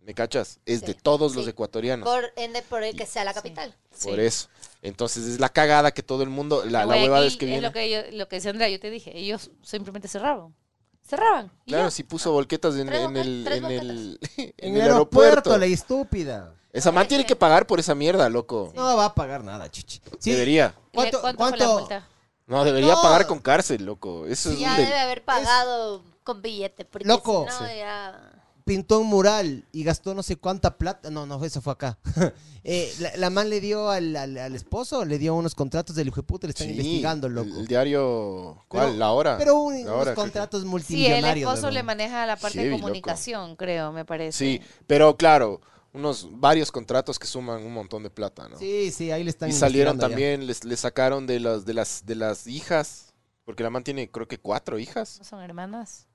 [SPEAKER 3] ¿Me cachas? Es
[SPEAKER 5] Sí,
[SPEAKER 3] de todos los
[SPEAKER 5] sí.
[SPEAKER 3] ecuatorianos.
[SPEAKER 5] Por, ende, por el que sea la capital.
[SPEAKER 4] Sí.
[SPEAKER 3] Por eso. Entonces es la cagada que todo el mundo, la,
[SPEAKER 4] En
[SPEAKER 3] la huevada es
[SPEAKER 4] Guayaquil
[SPEAKER 3] que viene.
[SPEAKER 4] lo que, yo, lo que decía Andrea, yo te dije, ellos simplemente cerraban. Cerraban. y
[SPEAKER 3] Claro,
[SPEAKER 4] ya.
[SPEAKER 3] si puso volquetas en,
[SPEAKER 5] Tres
[SPEAKER 3] en
[SPEAKER 5] boque-
[SPEAKER 3] el,
[SPEAKER 5] tres
[SPEAKER 3] en [laughs] el,
[SPEAKER 2] En, el aeropuerto, la estúpida.
[SPEAKER 3] Esa man tiene que pagar por esa mierda, loco.
[SPEAKER 2] No va a pagar nada, chichi. Sí,
[SPEAKER 3] Debería.
[SPEAKER 2] ¿Cuánto-
[SPEAKER 4] ¿Cuánto, fue la
[SPEAKER 2] cuánto-
[SPEAKER 4] multa?
[SPEAKER 3] No, debería
[SPEAKER 2] No.
[SPEAKER 3] pagar con cárcel, loco. Eso es
[SPEAKER 5] ya
[SPEAKER 3] un del-
[SPEAKER 5] debe haber pagado con billete. Porque
[SPEAKER 2] Loco.
[SPEAKER 5] Si no,
[SPEAKER 3] Sí.
[SPEAKER 5] ya...
[SPEAKER 2] pintó un mural y gastó no sé cuánta plata. No, no, eso fue acá. [laughs] Eh, la, la man le dio al, al- al esposo, le dio unos contratos del hijo de puta, le están
[SPEAKER 3] Sí,
[SPEAKER 2] investigando,
[SPEAKER 3] el-
[SPEAKER 2] loco.
[SPEAKER 3] El, diario. ¿Cuál?
[SPEAKER 2] Pero-
[SPEAKER 3] la hora.
[SPEAKER 2] Pero un-
[SPEAKER 3] La
[SPEAKER 2] unos
[SPEAKER 3] Hora, creo que-
[SPEAKER 2] contratos
[SPEAKER 4] Sí, el
[SPEAKER 2] multimillonarios.
[SPEAKER 4] esposo
[SPEAKER 2] huevón.
[SPEAKER 4] le maneja la parte
[SPEAKER 3] Heavy,
[SPEAKER 4] de
[SPEAKER 3] loco.
[SPEAKER 4] comunicación, creo, me parece.
[SPEAKER 3] Sí, pero claro, unos varios contratos que suman un montón de plata, ¿no?
[SPEAKER 2] Sí, sí, ahí le están
[SPEAKER 3] y salieron
[SPEAKER 2] investigando ya.
[SPEAKER 3] también, les, les sacaron de las, de las, de las hijas. Porque la man tiene, creo que cuatro hijas.
[SPEAKER 4] ¿No son hermanas?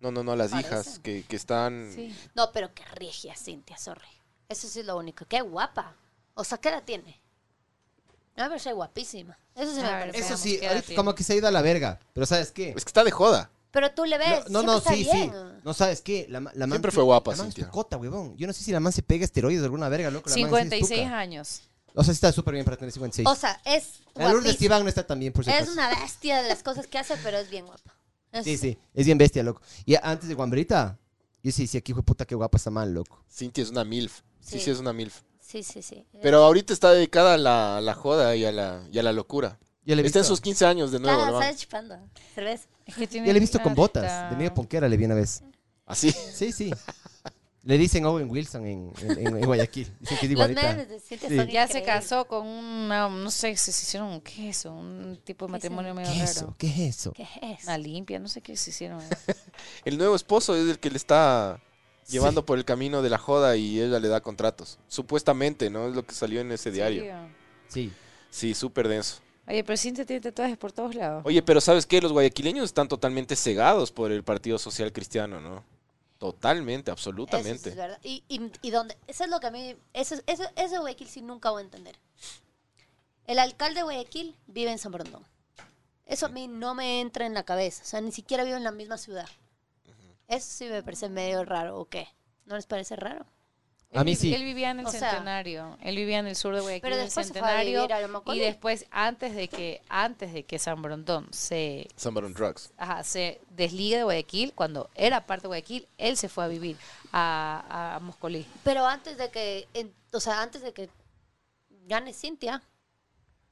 [SPEAKER 3] No, no, no, las
[SPEAKER 5] Parece.
[SPEAKER 3] hijas que, que están.
[SPEAKER 4] Sí.
[SPEAKER 5] No, pero qué regia, Cintia, sorry. Eso sí es lo único. Qué guapa. O sea, ¿qué edad tiene? A ver, soy guapísima. Eso sí
[SPEAKER 4] A
[SPEAKER 5] me
[SPEAKER 4] ver,
[SPEAKER 5] parece.
[SPEAKER 2] Eso
[SPEAKER 4] Veamos
[SPEAKER 2] sí,
[SPEAKER 4] qué edad
[SPEAKER 2] ahorita
[SPEAKER 4] tiene.
[SPEAKER 2] como que se ha ido a la verga. Pero ¿sabes qué?
[SPEAKER 3] Es que está de joda.
[SPEAKER 5] Pero tú le ves.
[SPEAKER 2] No, no, no, sí, sí.
[SPEAKER 5] bien.
[SPEAKER 2] No sabes qué. La, ma- la man-
[SPEAKER 3] Siempre fue guapa,
[SPEAKER 2] la man es
[SPEAKER 3] Cintia.
[SPEAKER 2] picota, huevón. Yo no sé si la man se pega esteroides o alguna verga, loco. La man sí es
[SPEAKER 4] 56
[SPEAKER 2] tuca.
[SPEAKER 4] años.
[SPEAKER 2] O sea, sí está súper bien para tener 56.
[SPEAKER 5] O sea, es
[SPEAKER 2] la Lourdes
[SPEAKER 5] guapísima.
[SPEAKER 2] Iván no está tan bien, por si
[SPEAKER 5] Es
[SPEAKER 2] acaso.
[SPEAKER 5] una bestia de las cosas que hace, pero es bien guapa. Eso
[SPEAKER 2] Sí, sí, es bien bestia, loco. Y antes de Guambrita, yo sí, sí, aquí fue puta, qué guapa está mal, loco.
[SPEAKER 3] Cintia es una MILF. Sí,
[SPEAKER 5] Sí.
[SPEAKER 3] sí, es una MILF.
[SPEAKER 5] Sí, sí, sí.
[SPEAKER 3] Pero ahorita está dedicada a la, a la joda y a la, y a la locura.
[SPEAKER 2] Yo le he
[SPEAKER 3] Está en
[SPEAKER 2] visto,
[SPEAKER 3] sus 15 años de nuevo,
[SPEAKER 5] Claro,
[SPEAKER 3] la man.
[SPEAKER 5] sabes chupando. Cerveza.
[SPEAKER 4] Es que tiene
[SPEAKER 2] yo le he visto con
[SPEAKER 4] plata.
[SPEAKER 2] botas, de medio ponquera le vi una vez.
[SPEAKER 3] Así.
[SPEAKER 2] Sí, sí. Le dicen Owen Wilson en, en- en- en Guayaquil. Dicen que es
[SPEAKER 5] Los
[SPEAKER 2] igualita.
[SPEAKER 5] memes de Cintia
[SPEAKER 2] Sí.
[SPEAKER 5] son
[SPEAKER 4] Ya se
[SPEAKER 5] increíbles.
[SPEAKER 4] casó con una, no sé, se se hicieron qué es eso, un tipo de
[SPEAKER 5] ¿Qué es
[SPEAKER 4] matrimonio medio
[SPEAKER 2] ¿Qué es
[SPEAKER 4] raro.
[SPEAKER 2] eso? ¿Qué es eso?
[SPEAKER 5] ¿Qué
[SPEAKER 3] [laughs]
[SPEAKER 5] es?
[SPEAKER 4] Una limpia, no sé qué se hicieron.
[SPEAKER 3] El nuevo esposo es el que le está
[SPEAKER 6] llevando por el camino de la joda y ella le da contratos. Supuestamente, ¿no? Es lo que salió en ese diario.
[SPEAKER 4] ¿Serio?
[SPEAKER 2] Sí.
[SPEAKER 6] Sí, súper denso.
[SPEAKER 4] Oye, pero Cintia tiene tatuajes por todos lados.
[SPEAKER 6] Oye, pero ¿sabes qué? Los guayaquileños están totalmente cegados por el Partido Social Cristiano, ¿no? Totalmente,
[SPEAKER 5] Eso sí
[SPEAKER 6] absolutamente.
[SPEAKER 5] es verdad. Y, y, y donde, eso es lo que a mí, eso, es- eso, eso de Guayaquil sí nunca voy a entender. El alcalde de Guayaquil vive en San Brondón. Eso a mí no me entra en la cabeza. O sea, ni siquiera vivo en la misma ciudad. Eso sí me parece medio raro, ¿o qué? ¿No les parece raro?
[SPEAKER 2] A
[SPEAKER 4] Él
[SPEAKER 2] mí
[SPEAKER 4] vi-
[SPEAKER 2] sí.
[SPEAKER 4] Él vivía en el
[SPEAKER 5] O sea-
[SPEAKER 4] centenario. él vivía en el sur de Guayaquil,
[SPEAKER 5] Pero
[SPEAKER 4] en el
[SPEAKER 5] después se fue a
[SPEAKER 4] centenario.
[SPEAKER 5] vivir a Lomacolí.
[SPEAKER 4] y después, antes de que, antes de que San Brondón se,
[SPEAKER 6] Somebody on drugs.
[SPEAKER 4] ajá, se desligue de Guayaquil, cuando era parte de Guayaquil, él se fue a vivir a, a Moscolí.
[SPEAKER 5] Pero antes de que, en- o sea, antes de que gane Cintia,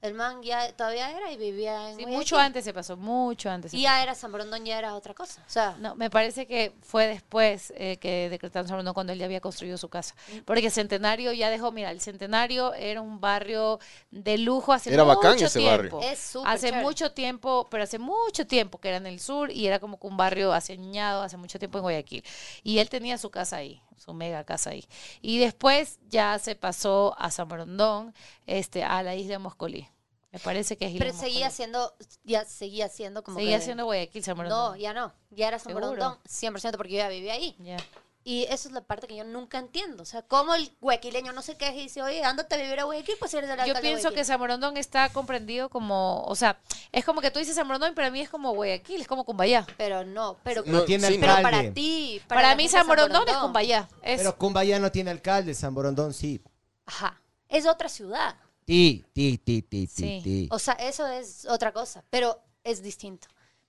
[SPEAKER 5] el man ya todavía era y vivía en
[SPEAKER 4] Sí,
[SPEAKER 5] Guayaquil.
[SPEAKER 4] mucho antes se pasó, mucho antes. se
[SPEAKER 5] Y ya era San Brondón, ya era otra cosa. O sea,
[SPEAKER 4] No, me parece que fue después eh, que decretaron San Bruno cuando él ya había construido su casa.
[SPEAKER 5] Mm.
[SPEAKER 4] Porque Centenario ya dejó, mira, el Centenario era un barrio de lujo hace
[SPEAKER 6] Era
[SPEAKER 4] mucho
[SPEAKER 6] bacán ese
[SPEAKER 4] tiempo.
[SPEAKER 6] barrio.
[SPEAKER 5] es súper
[SPEAKER 4] Hace
[SPEAKER 5] chévere.
[SPEAKER 4] mucho tiempo, pero hace mucho tiempo que era en el sur y era como que un barrio aseñado hace mucho tiempo en Guayaquil. Y él tenía su casa ahí, su mega casa ahí. Y después ya se pasó a San Brondón, este, a la isla de Moscolí. Me parece que es isla
[SPEAKER 5] Pero
[SPEAKER 4] de
[SPEAKER 5] seguía
[SPEAKER 4] Moscolí.
[SPEAKER 5] siendo, ya seguía siendo como
[SPEAKER 4] Seguía
[SPEAKER 5] que-
[SPEAKER 4] siendo Guayaquil, San
[SPEAKER 5] No,
[SPEAKER 4] Brondón.
[SPEAKER 5] ya no. Ya era San
[SPEAKER 4] ¿Seguro?
[SPEAKER 5] Brondón, 100% porque yo ya vivía ahí.
[SPEAKER 4] Ya.
[SPEAKER 5] Y eso es la parte que yo nunca entiendo. O sea, cómo el huequileño no se queja y dice, oye, ándate a vivir a Guayaquil, pues si eres del
[SPEAKER 4] Yo
[SPEAKER 5] alcalde de
[SPEAKER 4] pienso que
[SPEAKER 5] Guayaquil".
[SPEAKER 4] San Borondón está comprendido como, o sea, es como que tú dices San Borondón, pero a mí es como Guayaquil, es como Cumbayá.
[SPEAKER 5] Pero no, pero,
[SPEAKER 2] No tiene
[SPEAKER 6] sí,
[SPEAKER 5] pero para
[SPEAKER 2] alcalde.
[SPEAKER 5] ti, para,
[SPEAKER 4] Para,
[SPEAKER 5] la
[SPEAKER 4] mí
[SPEAKER 5] gente de
[SPEAKER 4] San Borondón es
[SPEAKER 5] Borondón.
[SPEAKER 4] Cumbayá. Es,
[SPEAKER 2] Pero Cumbaya no tiene alcalde, San Borondón sí.
[SPEAKER 5] Ajá. Es otra ciudad.
[SPEAKER 2] Ti, ti, ti, ti,
[SPEAKER 4] Sí.
[SPEAKER 2] ti, ti.
[SPEAKER 5] O sea, eso es otra cosa, pero es distinto.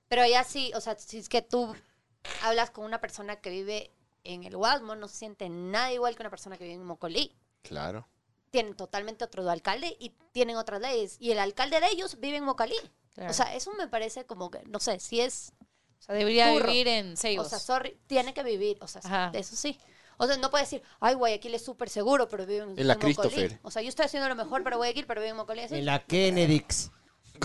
[SPEAKER 5] Pero allá sí, o sea, si es que tú hablas con una persona que vive en el Guasmo, no se siente nada igual que una persona que vive en Mocolí.
[SPEAKER 6] Claro.
[SPEAKER 5] tienen totalmente otro alcalde y tienen otras leyes. Y el alcalde de ellos vive en Mocalí.
[SPEAKER 4] claro.
[SPEAKER 5] O sea, eso me parece como que, no sé, si es,
[SPEAKER 4] O sea, debería
[SPEAKER 5] turro.
[SPEAKER 4] vivir en Seibos.
[SPEAKER 5] o sea, sorry, tiene que vivir, o sea,
[SPEAKER 4] Ajá.
[SPEAKER 5] eso sí. O sea, no puede decir, ay, Guayaquil es súper seguro, pero vive en,
[SPEAKER 6] En la
[SPEAKER 5] en Mocolí".
[SPEAKER 6] Christopher.
[SPEAKER 5] O sea, yo estoy haciendo lo mejor para Guayaquil, pero vive en Mocolí. así.
[SPEAKER 2] En la Kennedix.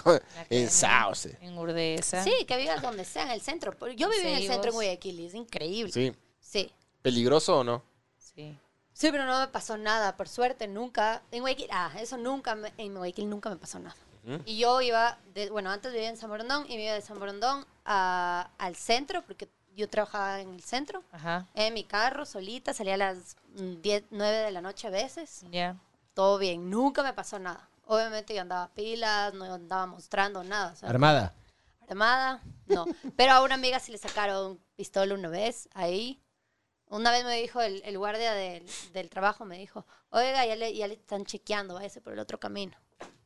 [SPEAKER 6] [laughs] en Sauce.
[SPEAKER 4] en Urdesa.
[SPEAKER 5] Sí, que vivas donde sea, en el centro. Pero Yo viví en el
[SPEAKER 4] Sí,
[SPEAKER 5] centro
[SPEAKER 4] vos.
[SPEAKER 5] en Guayaquil y es increíble. Sí.
[SPEAKER 6] Sí.
[SPEAKER 5] sí.
[SPEAKER 6] ¿Peligroso o no?
[SPEAKER 4] Sí.
[SPEAKER 5] pero no me pasó nada, por suerte, nunca. En Guayaquil, ah, eso nunca, me- en Guayaquil nunca me pasó nada.
[SPEAKER 6] Ujú.
[SPEAKER 5] Y yo iba, de- bueno, antes vivía en San Borondón y me iba de San Borondón a- al centro, porque yo trabajaba en el centro,
[SPEAKER 4] Ajá.
[SPEAKER 5] en mi carro, solita, salía a las mm, 10, 9 de la noche a veces.
[SPEAKER 4] Ya.
[SPEAKER 5] Todo bien, nunca me pasó nada. Obviamente yo andaba pilas, no andaba mostrando nada. o sea,
[SPEAKER 2] Armada.
[SPEAKER 5] armada, no. Pero a una amiga sí le sacaron pistola una vez, ahí. Una vez me dijo el, el guardia del, del trabajo, me dijo, oiga, ya le, ya le están chequeando, váyase por el otro camino.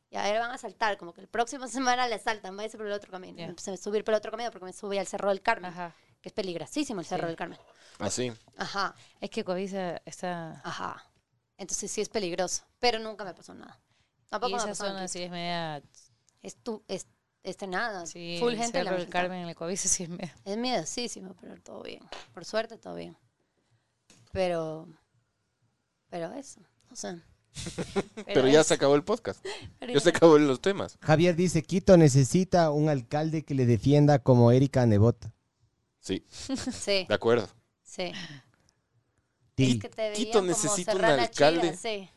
[SPEAKER 5] Ya le van a saltar, como que el próximo [laughs] semana le saltan, váyase por el otro camino.
[SPEAKER 4] Ya.
[SPEAKER 5] Y Empecé a subir por el otro camino porque me subí al Cerro del Carmen,
[SPEAKER 4] Ajá.
[SPEAKER 5] que es peligrosísimo el Cerro
[SPEAKER 4] Sí.
[SPEAKER 5] del Carmen.
[SPEAKER 6] Así.
[SPEAKER 5] Ajá,
[SPEAKER 4] Es que Coavisa
[SPEAKER 5] Ah,
[SPEAKER 4] está...
[SPEAKER 5] ajá. Entonces sí es peligroso, pero nunca me pasó nada. Tampoco
[SPEAKER 4] Y
[SPEAKER 5] me
[SPEAKER 4] esa
[SPEAKER 5] pasó
[SPEAKER 4] zona
[SPEAKER 5] nada.
[SPEAKER 4] sí es media...
[SPEAKER 5] Es tu, es, este nada,
[SPEAKER 4] Sí,
[SPEAKER 5] full
[SPEAKER 4] el
[SPEAKER 5] gente. en la
[SPEAKER 4] Cerro del
[SPEAKER 5] Marginal.
[SPEAKER 4] Carmen, el Coavisa sí es media...
[SPEAKER 5] Es miedosísimo, pero todo bien. Por suerte, todo bien. Pero. Pero eso. O sea.
[SPEAKER 6] Pero ya se acabó el podcast. Ya se acabó los temas.
[SPEAKER 2] Javier dice, Quito necesita un alcalde que le defienda como Erika Nebot.
[SPEAKER 6] Sí,
[SPEAKER 5] Sí,
[SPEAKER 6] de acuerdo.
[SPEAKER 5] sí.
[SPEAKER 2] Ti.
[SPEAKER 5] Es que te
[SPEAKER 6] Quito
[SPEAKER 5] veían como
[SPEAKER 6] necesita un
[SPEAKER 5] serrana
[SPEAKER 6] alcalde.
[SPEAKER 5] chida, sí.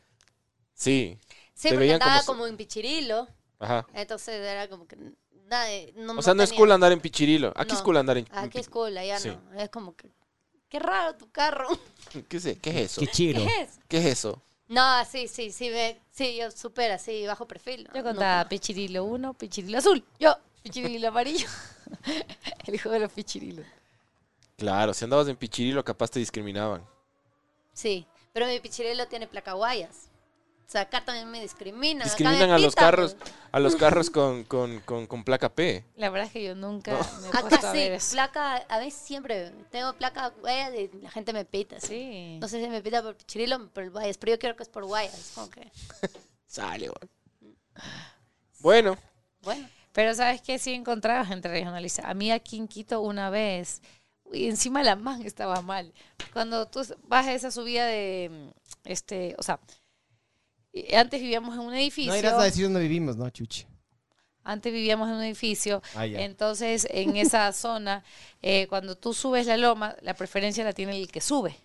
[SPEAKER 6] Sí.
[SPEAKER 5] Sí,
[SPEAKER 6] Te
[SPEAKER 5] porque
[SPEAKER 6] veían
[SPEAKER 5] andaba
[SPEAKER 6] como se-
[SPEAKER 5] como en Pichirilo.
[SPEAKER 6] Ajá.
[SPEAKER 5] Entonces era como que. Nadie, no,
[SPEAKER 6] O sea, no es
[SPEAKER 5] tenía-
[SPEAKER 6] cool andar en Pichirilo. Aquí
[SPEAKER 5] No. Ah,
[SPEAKER 6] es cool andar en
[SPEAKER 5] Aquí es cool, allá
[SPEAKER 6] Sí.
[SPEAKER 5] no. Es como que. Qué raro tu carro.
[SPEAKER 6] ¿Qué es, ¿Qué es eso?
[SPEAKER 2] Qué chido.
[SPEAKER 5] ¿Qué es?
[SPEAKER 6] ¿Qué es eso?
[SPEAKER 5] No, sí, sí, sí. ve- sí, yo súper así, bajo perfil.
[SPEAKER 4] Yo
[SPEAKER 5] No,
[SPEAKER 4] contaba
[SPEAKER 5] no.
[SPEAKER 4] Pichirilo 1, Pichirilo azul. Yo, Pichirilo
[SPEAKER 5] [laughs]
[SPEAKER 4] amarillo. el juego de los Pichirilos.
[SPEAKER 6] Claro, si andabas en Pichirilo, capaz te discriminaban.
[SPEAKER 5] Sí, pero mi Pichirilo tiene placahuayas. O sea, acá también me discriminan. acá me
[SPEAKER 6] Discriminan a los
[SPEAKER 5] pitan,
[SPEAKER 6] carros,
[SPEAKER 5] pues.
[SPEAKER 6] a los carros con, con, con, con placa P.
[SPEAKER 4] La verdad es que yo nunca me he puesto
[SPEAKER 5] Acá
[SPEAKER 4] Pues a ver
[SPEAKER 5] sí,
[SPEAKER 4] eso.
[SPEAKER 5] placa, a veces siempre tengo placa guayas y la gente me pita. ¿sí?
[SPEAKER 4] Sí.
[SPEAKER 5] No sé si me pita por pichirilo o por guayas, pero yo creo que es por guayas. Como que,
[SPEAKER 6] Sale, güey. Bueno,
[SPEAKER 5] bueno,
[SPEAKER 4] Pero ¿sabes qué? Sí encontraba gente regionalista. A mí aquí en Quito una vez, y encima la man estaba mal. Cuando tú vas a esa subida de, mm, este, o sea, y- antes vivíamos en un
[SPEAKER 2] No
[SPEAKER 4] edificio.
[SPEAKER 2] irás a decir dónde vivimos, ¿no, Chuchi? [laughs]
[SPEAKER 4] Antes vivíamos en un edificio.
[SPEAKER 2] Ah, ya. [laughs]
[SPEAKER 4] Entonces, en esa zona, eh, cuando tú subes la loma, la preferencia la tiene el que sube.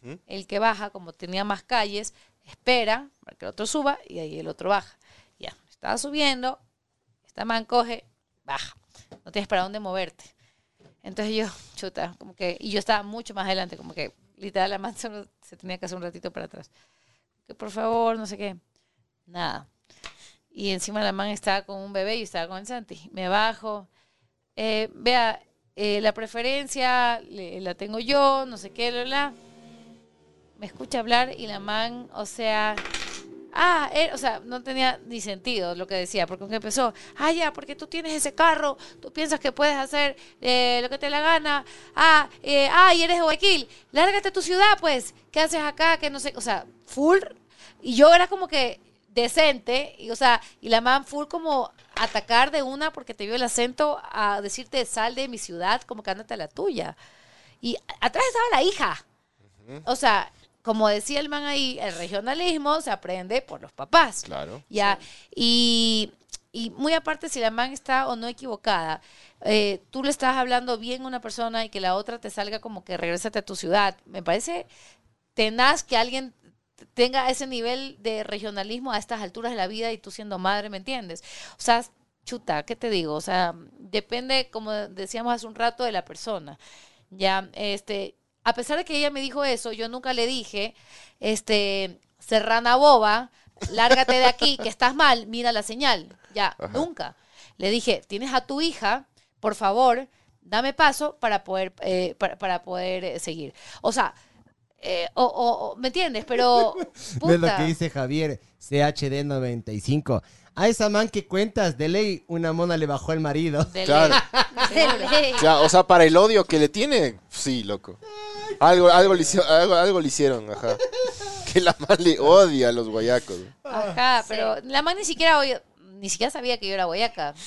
[SPEAKER 6] ¿Mm?
[SPEAKER 4] El que baja, como tenía más calles, espera para que el otro suba y ahí el otro baja. Ya, estaba subiendo, esta man coge, baja. No tienes para dónde moverte. Entonces yo, chuta, como que, y yo estaba mucho más adelante, como que literal la man solo se tenía que hacer un ratito para atrás. Que por favor, no sé qué. Nada. Y encima la man estaba con un bebé y yo estaba con el Santi. Me bajo. eh, vea, eh, la preferencia le- la tengo yo, no sé qué, bla, bla. Me escucha hablar y la man, o sea, Ah, eh, o sea, no tenía ni sentido lo que decía, porque aunque empezó, ah, ya, porque tú tienes ese carro, tú piensas que puedes hacer eh, lo que te la gana, ah, eh, ah, y eres de Guayaquil, lárgate a tu ciudad, pues, ¿qué haces acá? Que no sé, o sea, full, y yo era como que decente, y o sea, y la man full como atacar de una porque te vio el acento a decirte sal de mi ciudad, como que ándate a la tuya. Y a- atrás estaba la hija. O sea, como decía el man ahí, el regionalismo se aprende por los papás.
[SPEAKER 6] Claro.
[SPEAKER 4] Ya. Y, y muy aparte, si la man está o no equivocada, eh, tú le estás hablando bien a una persona y que la otra te salga como que regrésate a tu ciudad. Me parece tenaz que alguien t- tenga ese nivel de regionalismo a estas alturas de la vida y tú siendo madre, ¿me entiendes? O sea, chuta, ¿qué te digo? O sea, depende, como decíamos hace un rato, de la persona. Ya, este, a pesar de que ella me dijo eso, yo nunca le dije, este, serrana boba, lárgate de aquí, que estás mal, mira la señal. Ya, nunca. Le dije, tienes a tu hija, por favor, dame paso para poder, eh, para, para poder eh, seguir. O sea, eh, o, o- o- ¿me entiendes?
[SPEAKER 2] [laughs]
[SPEAKER 4] Pero,
[SPEAKER 2] No es lo
[SPEAKER 4] puta.
[SPEAKER 2] que dice Javier, CHD95. A esa man que cuentas, de ley, una mona le bajó el marido.
[SPEAKER 4] de
[SPEAKER 6] Claro.
[SPEAKER 4] ley, seguro.
[SPEAKER 6] Claro, o sea, para el odio que le tiene, sí, loco. Algo, algo, le, hici- algo, algo le hicieron, ajá. Que la man le odia a los guayacos.
[SPEAKER 4] Ajá,
[SPEAKER 5] Ah, Sí.
[SPEAKER 4] pero la man ni siquiera oy- ni siquiera sabía que yo era boyaca. ¿Me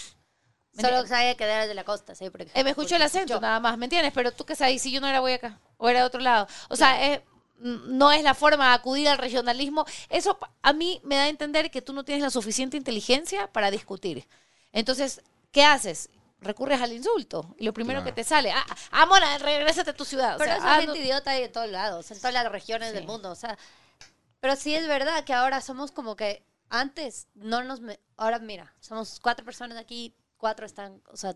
[SPEAKER 5] [laughs] Solo
[SPEAKER 4] entiendes?
[SPEAKER 5] sabía que era de la costa, sí. Porque,
[SPEAKER 4] Eh, me escuchó el
[SPEAKER 5] porque
[SPEAKER 4] acento
[SPEAKER 5] escuchó.
[SPEAKER 4] nada más, ¿me entiendes? Pero tú qué sabes si yo no era boyaca o era de otro lado. O sea, es- n- no es la forma de acudir al regionalismo. Eso pa- a mí me da a entender que tú no tienes la suficiente inteligencia para discutir. Entonces, ¿qué haces? Recurres al insulto. Y lo primero que te sale, ah, ah, mona, regrésate a tu ciudad. O
[SPEAKER 5] Pero
[SPEAKER 4] sea,
[SPEAKER 5] esa
[SPEAKER 4] ah,
[SPEAKER 5] gente
[SPEAKER 4] no-
[SPEAKER 5] idiota hay en todos lados, en todas las regiones
[SPEAKER 4] Sí.
[SPEAKER 5] del mundo. O sea, pero sí es verdad que ahora somos como que antes no nos. me- ahora mira, somos cuatro personas aquí, cuatro están. O sea,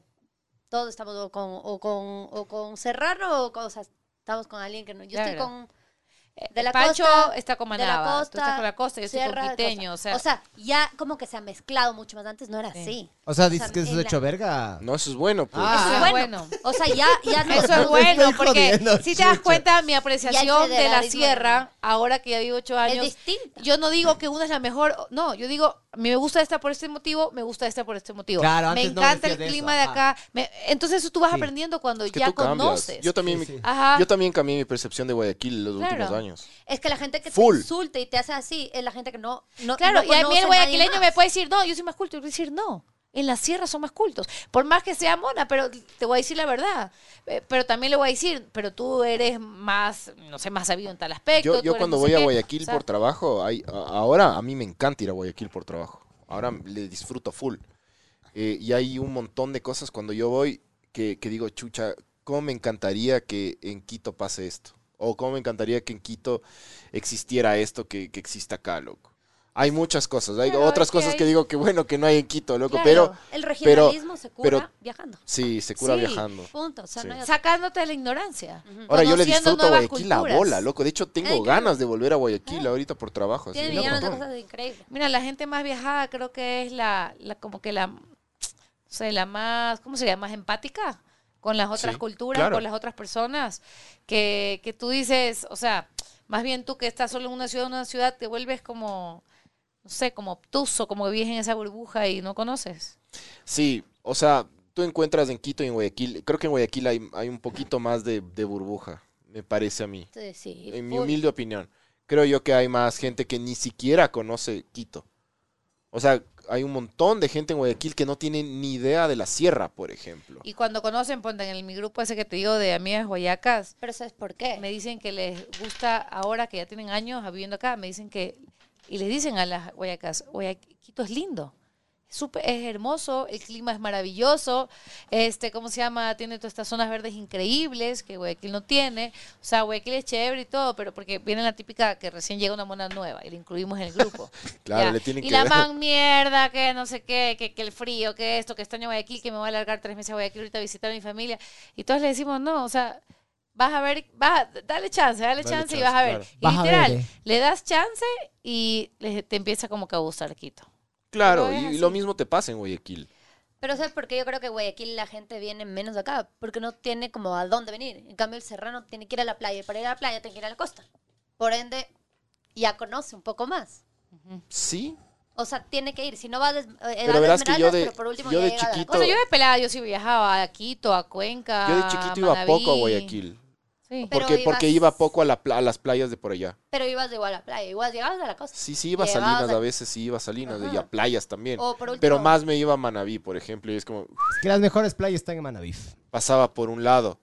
[SPEAKER 5] todos estamos o con, o con, o con Serrano o con. o sea, estamos con alguien que no. Yo estoy
[SPEAKER 4] Claro.
[SPEAKER 5] con. De la
[SPEAKER 4] eh, Pancho
[SPEAKER 5] costa,
[SPEAKER 4] está con
[SPEAKER 5] de la
[SPEAKER 4] Manaba, tú estás
[SPEAKER 5] costa,
[SPEAKER 4] con la costa, yo estoy con
[SPEAKER 5] Sierra,
[SPEAKER 4] Quiteño,
[SPEAKER 5] cosa.
[SPEAKER 4] o sea-
[SPEAKER 5] ya como que se ha mezclado mucho más. Antes no era
[SPEAKER 4] Sí.
[SPEAKER 5] así.
[SPEAKER 2] O sea,
[SPEAKER 5] O
[SPEAKER 2] dices
[SPEAKER 5] sea,
[SPEAKER 2] que eso
[SPEAKER 5] en
[SPEAKER 2] es
[SPEAKER 5] la-
[SPEAKER 2] hecho verga.
[SPEAKER 6] No, eso es bueno, pues.
[SPEAKER 2] Ah.
[SPEAKER 4] Eso es bueno.
[SPEAKER 5] O sea, ya, ya no.
[SPEAKER 4] Eso es bueno,
[SPEAKER 2] estoy
[SPEAKER 4] porque
[SPEAKER 2] jodiendo,
[SPEAKER 4] si te das
[SPEAKER 2] chucha.
[SPEAKER 4] cuenta, mi apreciación de la
[SPEAKER 5] federalismo
[SPEAKER 4] sierra,
[SPEAKER 5] hermano.
[SPEAKER 4] ahora que ya vivo ocho
[SPEAKER 5] es
[SPEAKER 4] años,
[SPEAKER 5] distinta.
[SPEAKER 4] yo no digo que una es la mejor, no, yo digo, me gusta esta por este motivo, me gusta esta por este motivo.
[SPEAKER 2] Claro,
[SPEAKER 4] me
[SPEAKER 2] antes no
[SPEAKER 4] encanta
[SPEAKER 2] decías
[SPEAKER 4] el
[SPEAKER 2] de eso,
[SPEAKER 4] clima de
[SPEAKER 2] ajá.
[SPEAKER 4] acá. me- entonces tú vas
[SPEAKER 2] Sí.
[SPEAKER 4] aprendiendo cuando
[SPEAKER 6] Es que
[SPEAKER 4] ya
[SPEAKER 6] tú cambias.
[SPEAKER 4] conoces.
[SPEAKER 6] Yo también,
[SPEAKER 2] Sí,
[SPEAKER 6] mi-
[SPEAKER 2] sí.
[SPEAKER 4] Ajá.
[SPEAKER 6] yo también cambié mi percepción de Guayaquil en los
[SPEAKER 4] Claro.
[SPEAKER 6] últimos años.
[SPEAKER 5] Es que la gente que
[SPEAKER 6] Full.
[SPEAKER 5] te insulta y te hace así es la gente que no. no
[SPEAKER 4] claro,
[SPEAKER 5] no
[SPEAKER 4] y a mí el
[SPEAKER 5] conoce a nadie
[SPEAKER 4] guayaquileño
[SPEAKER 5] más.
[SPEAKER 4] me puede decir, no, yo soy más culto. Y voy a decir, no, en la sierra son más cultos. Por más que sea mona, pero te voy a decir la verdad. Eh, Pero también le voy a decir, pero tú eres más, no sé, más sabido en tal aspecto.
[SPEAKER 6] Yo,
[SPEAKER 4] tú
[SPEAKER 6] yo
[SPEAKER 4] eres
[SPEAKER 6] cuando
[SPEAKER 4] no sé
[SPEAKER 6] voy a
[SPEAKER 4] qué.
[SPEAKER 6] Guayaquil
[SPEAKER 4] O sea,
[SPEAKER 6] por trabajo, hay- a- ahora a mí me encanta ir a Guayaquil por trabajo. Ahora le disfruto full. Eh, y hay un montón de cosas cuando yo voy que, que digo, chucha, ¿cómo me encantaría que en Quito pase esto? O cómo me encantaría que en Quito existiera esto que, que exista acá, loco. Hay muchas cosas. Hay
[SPEAKER 4] Claro,
[SPEAKER 6] otras
[SPEAKER 4] es que
[SPEAKER 6] cosas que
[SPEAKER 4] hay-
[SPEAKER 6] digo que bueno que no hay en Quito, loco.
[SPEAKER 4] Claro.
[SPEAKER 6] Pero
[SPEAKER 5] El regionalismo se cura
[SPEAKER 6] pero-
[SPEAKER 5] viajando.
[SPEAKER 6] sí, se cura
[SPEAKER 4] Sí.
[SPEAKER 6] viajando.
[SPEAKER 5] Punto. O sea,
[SPEAKER 6] Sí.
[SPEAKER 5] no hay otra-
[SPEAKER 4] sacándote de la ignorancia.
[SPEAKER 6] Ahora yo le disfruto
[SPEAKER 4] Conociendo
[SPEAKER 6] a
[SPEAKER 4] nuevas
[SPEAKER 6] Guayaquil la
[SPEAKER 4] culturas.
[SPEAKER 6] bola, loco. De hecho, tengo
[SPEAKER 5] Ay, claro.
[SPEAKER 6] ganas de volver a Guayaquil ahorita por trabajo. así,
[SPEAKER 5] Tiene
[SPEAKER 6] loco.
[SPEAKER 5] millones de cosas increíbles.
[SPEAKER 4] Mira, la gente más viajada creo que es la, la como que la, no sé, la más, ¿cómo sería? Más empática con las otras
[SPEAKER 6] Sí,
[SPEAKER 4] culturas,
[SPEAKER 6] claro.
[SPEAKER 4] con las otras personas, que, que tú dices, o sea, más bien tú que estás solo en una ciudad, en una ciudad, te vuelves como, no sé, como obtuso, como que vives en esa burbuja y no conoces.
[SPEAKER 6] Sí, o sea, tú encuentras en Quito y en Guayaquil. Creo que en Guayaquil hay, hay un poquito más de, de burbuja, me parece a mí.
[SPEAKER 5] Sí, Este, sí.
[SPEAKER 6] En mi
[SPEAKER 5] full.
[SPEAKER 6] humilde opinión. Creo yo que hay más gente que ni siquiera conoce Quito. O sea, hay un montón de gente en Guayaquil que no tiene ni idea de la sierra, por ejemplo.
[SPEAKER 4] Y cuando conocen, ponte en el, mi grupo ese que te digo de amigas guayacas,
[SPEAKER 5] Pero ¿sabes por qué?
[SPEAKER 4] me dicen que les gusta ahora que ya tienen años viviendo acá, me dicen que y les dicen a las guayacas, Guayaquito es lindo. súper- es hermoso, el clima es maravilloso, este, ¿cómo se llama? Tiene todas estas zonas verdes increíbles que Guayaquil no tiene. O sea, Guayaquil es chévere y todo, pero porque viene la típica que recién llega una mona nueva y la incluimos en el grupo.
[SPEAKER 3] Claro,
[SPEAKER 4] Ya.
[SPEAKER 3] le tienen
[SPEAKER 4] y
[SPEAKER 3] que
[SPEAKER 4] la
[SPEAKER 3] dar.
[SPEAKER 4] man mierda, que no sé qué, que, que el frío, que esto, que está en Guayaquil, que me voy a alargar tres meses a Guayaquil ahorita a visitar a mi familia. Y todos le decimos, no, o sea, vas a ver, vas a- dale chance, dale,
[SPEAKER 3] Dale
[SPEAKER 4] chance, y
[SPEAKER 3] chance,
[SPEAKER 4] vas a ver.
[SPEAKER 3] claro.
[SPEAKER 4] Y
[SPEAKER 2] Vas a ver,
[SPEAKER 4] literal,
[SPEAKER 2] eh.
[SPEAKER 4] le das chance y le- te empieza como que a gustar Quito.
[SPEAKER 3] Claro,
[SPEAKER 4] Pero es
[SPEAKER 3] y, y
[SPEAKER 4] así.
[SPEAKER 3] lo mismo te pasa en Guayaquil.
[SPEAKER 5] Pero ¿sabes por qué yo creo que Guayaquil la gente viene menos de acá? Porque no tiene como a dónde venir. En cambio, el serrano tiene que ir a la playa. Y para ir a la playa tiene que ir a la costa. Por ende, ya conoce un poco más.
[SPEAKER 3] Sí,
[SPEAKER 5] O sea, tiene que ir. Si no va a des- eh, va a
[SPEAKER 3] pero verás que yo
[SPEAKER 5] Esmeraldas,
[SPEAKER 3] de,
[SPEAKER 5] pero por último
[SPEAKER 3] yo
[SPEAKER 5] ya
[SPEAKER 3] de
[SPEAKER 5] llega a la
[SPEAKER 3] chiquito,
[SPEAKER 4] Bueno, yo de pelada, yo sí viajaba a Quito, a Cuenca.
[SPEAKER 3] yo de chiquito iba
[SPEAKER 4] a
[SPEAKER 3] poco a
[SPEAKER 4] Manaví.
[SPEAKER 3] Guayaquil.
[SPEAKER 4] Sí.
[SPEAKER 5] Ah, Pero
[SPEAKER 3] Porque, porque
[SPEAKER 5] ibas-
[SPEAKER 3] iba poco a, la pla- a las playas de por allá.
[SPEAKER 5] costa. Pero ibas igual a la playa. Igual llegabas a la costa.
[SPEAKER 3] Sí, sí, iba a
[SPEAKER 5] Llegabas
[SPEAKER 3] Salinas
[SPEAKER 5] a-
[SPEAKER 3] a veces, sí, iba a Salinas y
[SPEAKER 5] Ajá.
[SPEAKER 3] a playas también.
[SPEAKER 5] O por último,
[SPEAKER 3] Pero más me iba a Manaví, por ejemplo, y es como,
[SPEAKER 2] Es que las mejores playas están en Manavif.
[SPEAKER 3] pasaba por un lado.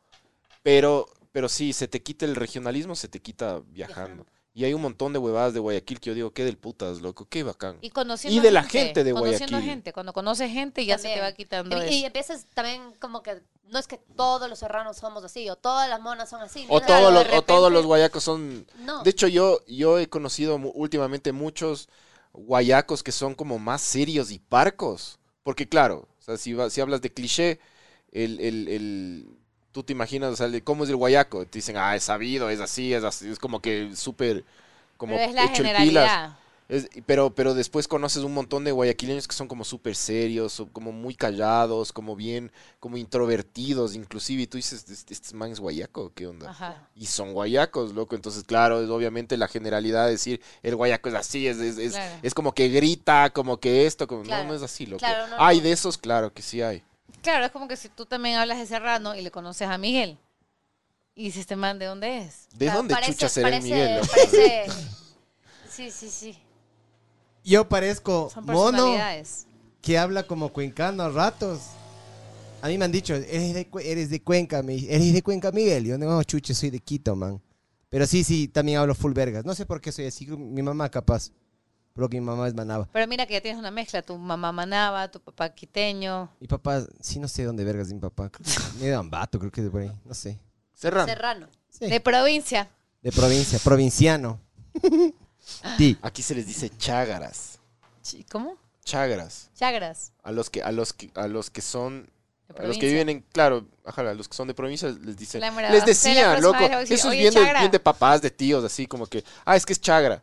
[SPEAKER 3] Pero, pero sí, se te quita el regionalismo, se te quita viajando. Y hay un montón de huevadas de Guayaquil que yo digo, qué del putas, loco, qué bacán.
[SPEAKER 4] Y, conociendo
[SPEAKER 3] Y de la gente de
[SPEAKER 4] Conociendo
[SPEAKER 3] Guayaquil.
[SPEAKER 4] gente. Cuando conoces gente ya se te
[SPEAKER 5] También.
[SPEAKER 4] va quitando
[SPEAKER 5] Y,
[SPEAKER 4] eso.
[SPEAKER 5] y empiezas también como que no es que todos los serranos somos así o todas las monas son así.
[SPEAKER 3] O,
[SPEAKER 5] no,
[SPEAKER 3] todos
[SPEAKER 5] de
[SPEAKER 3] los, o
[SPEAKER 5] repente-
[SPEAKER 3] todos los guayacos son...
[SPEAKER 5] No.
[SPEAKER 3] De hecho, yo, yo he conocido mu- últimamente muchos guayacos que son como más serios y parcos. Porque claro, o sea, si, va- si hablas de cliché, el, el- el- tú te imaginas, o sea, de cómo es el guayaco. Te dicen, ah, es sabido, es así, es así. Es como que súper... Como
[SPEAKER 4] Pero es la
[SPEAKER 3] hecho el pilas.
[SPEAKER 4] generalidad.
[SPEAKER 3] Es- pero, pero después conoces un montón de guayaquileños que son como súper serios, o como muy callados, como bien, como introvertidos inclusive. Y tú dices, ¿este, este man es guayaco? ¿Qué onda?
[SPEAKER 4] Ajá.
[SPEAKER 3] Y son guayacos, loco. Entonces, claro, es obviamente la generalidad de decir, el guayaco es así, es, es, es-
[SPEAKER 4] Claro.
[SPEAKER 3] es como que grita, como que esto, como...
[SPEAKER 5] Claro.
[SPEAKER 3] No, no es así, loco.
[SPEAKER 5] Claro, no,
[SPEAKER 3] hay
[SPEAKER 5] no.
[SPEAKER 3] de esos, claro, que sí hay.
[SPEAKER 4] Claro, es como que si tú también hablas de Serrano y le conoces a Miguel. Y dices, este man, ¿de dónde es?
[SPEAKER 3] ¿De
[SPEAKER 5] Pa-
[SPEAKER 3] dónde
[SPEAKER 5] parece-
[SPEAKER 3] chucha será el
[SPEAKER 5] parece-
[SPEAKER 3] Miguel? loco? [laughs]
[SPEAKER 5] parece- Sí, sí, sí.
[SPEAKER 2] Yo parezco
[SPEAKER 4] Son
[SPEAKER 2] mono
[SPEAKER 4] personalidades.
[SPEAKER 2] que habla como cuencano a ratos. A mí me han dicho, eres de, Cue- eres de Cuenca, me- eres de Cuenca, Miguel. Yo no, chuche, soy de Quito, man. Pero sí, sí, también hablo full vergas. No sé por qué soy así, mi mamá capaz. Pero que mi mamá es manaba.
[SPEAKER 4] Pero mira que ya tienes una mezcla. Tu mamá manaba, tu papá quiteño.
[SPEAKER 2] Mi papá, sí, no sé dónde vergas de mi papá. Me de Ambato, creo que de por ahí. No sé.
[SPEAKER 3] Serrano.
[SPEAKER 5] Serrano.
[SPEAKER 2] Sí.
[SPEAKER 4] De provincia.
[SPEAKER 2] De provincia, provinciano. [laughs] Sí.
[SPEAKER 3] Aquí se les dice chágaras.
[SPEAKER 4] Ch- ¿Cómo?
[SPEAKER 3] Chágaras.
[SPEAKER 4] Chagras.
[SPEAKER 3] A los que, a los que, a los que son
[SPEAKER 4] De
[SPEAKER 3] A los que
[SPEAKER 4] provincia.
[SPEAKER 3] viven en, claro, ajá, a los que son de provincia les dicen,
[SPEAKER 4] La mera-
[SPEAKER 3] les
[SPEAKER 4] la
[SPEAKER 3] decían,
[SPEAKER 4] próxima
[SPEAKER 3] loco,
[SPEAKER 4] vez le voy a decir,
[SPEAKER 3] eso es
[SPEAKER 4] "Oye,
[SPEAKER 3] bien de,
[SPEAKER 4] chagra".
[SPEAKER 3] bien de papás, de tíos, así como que, ah, es que es chagra.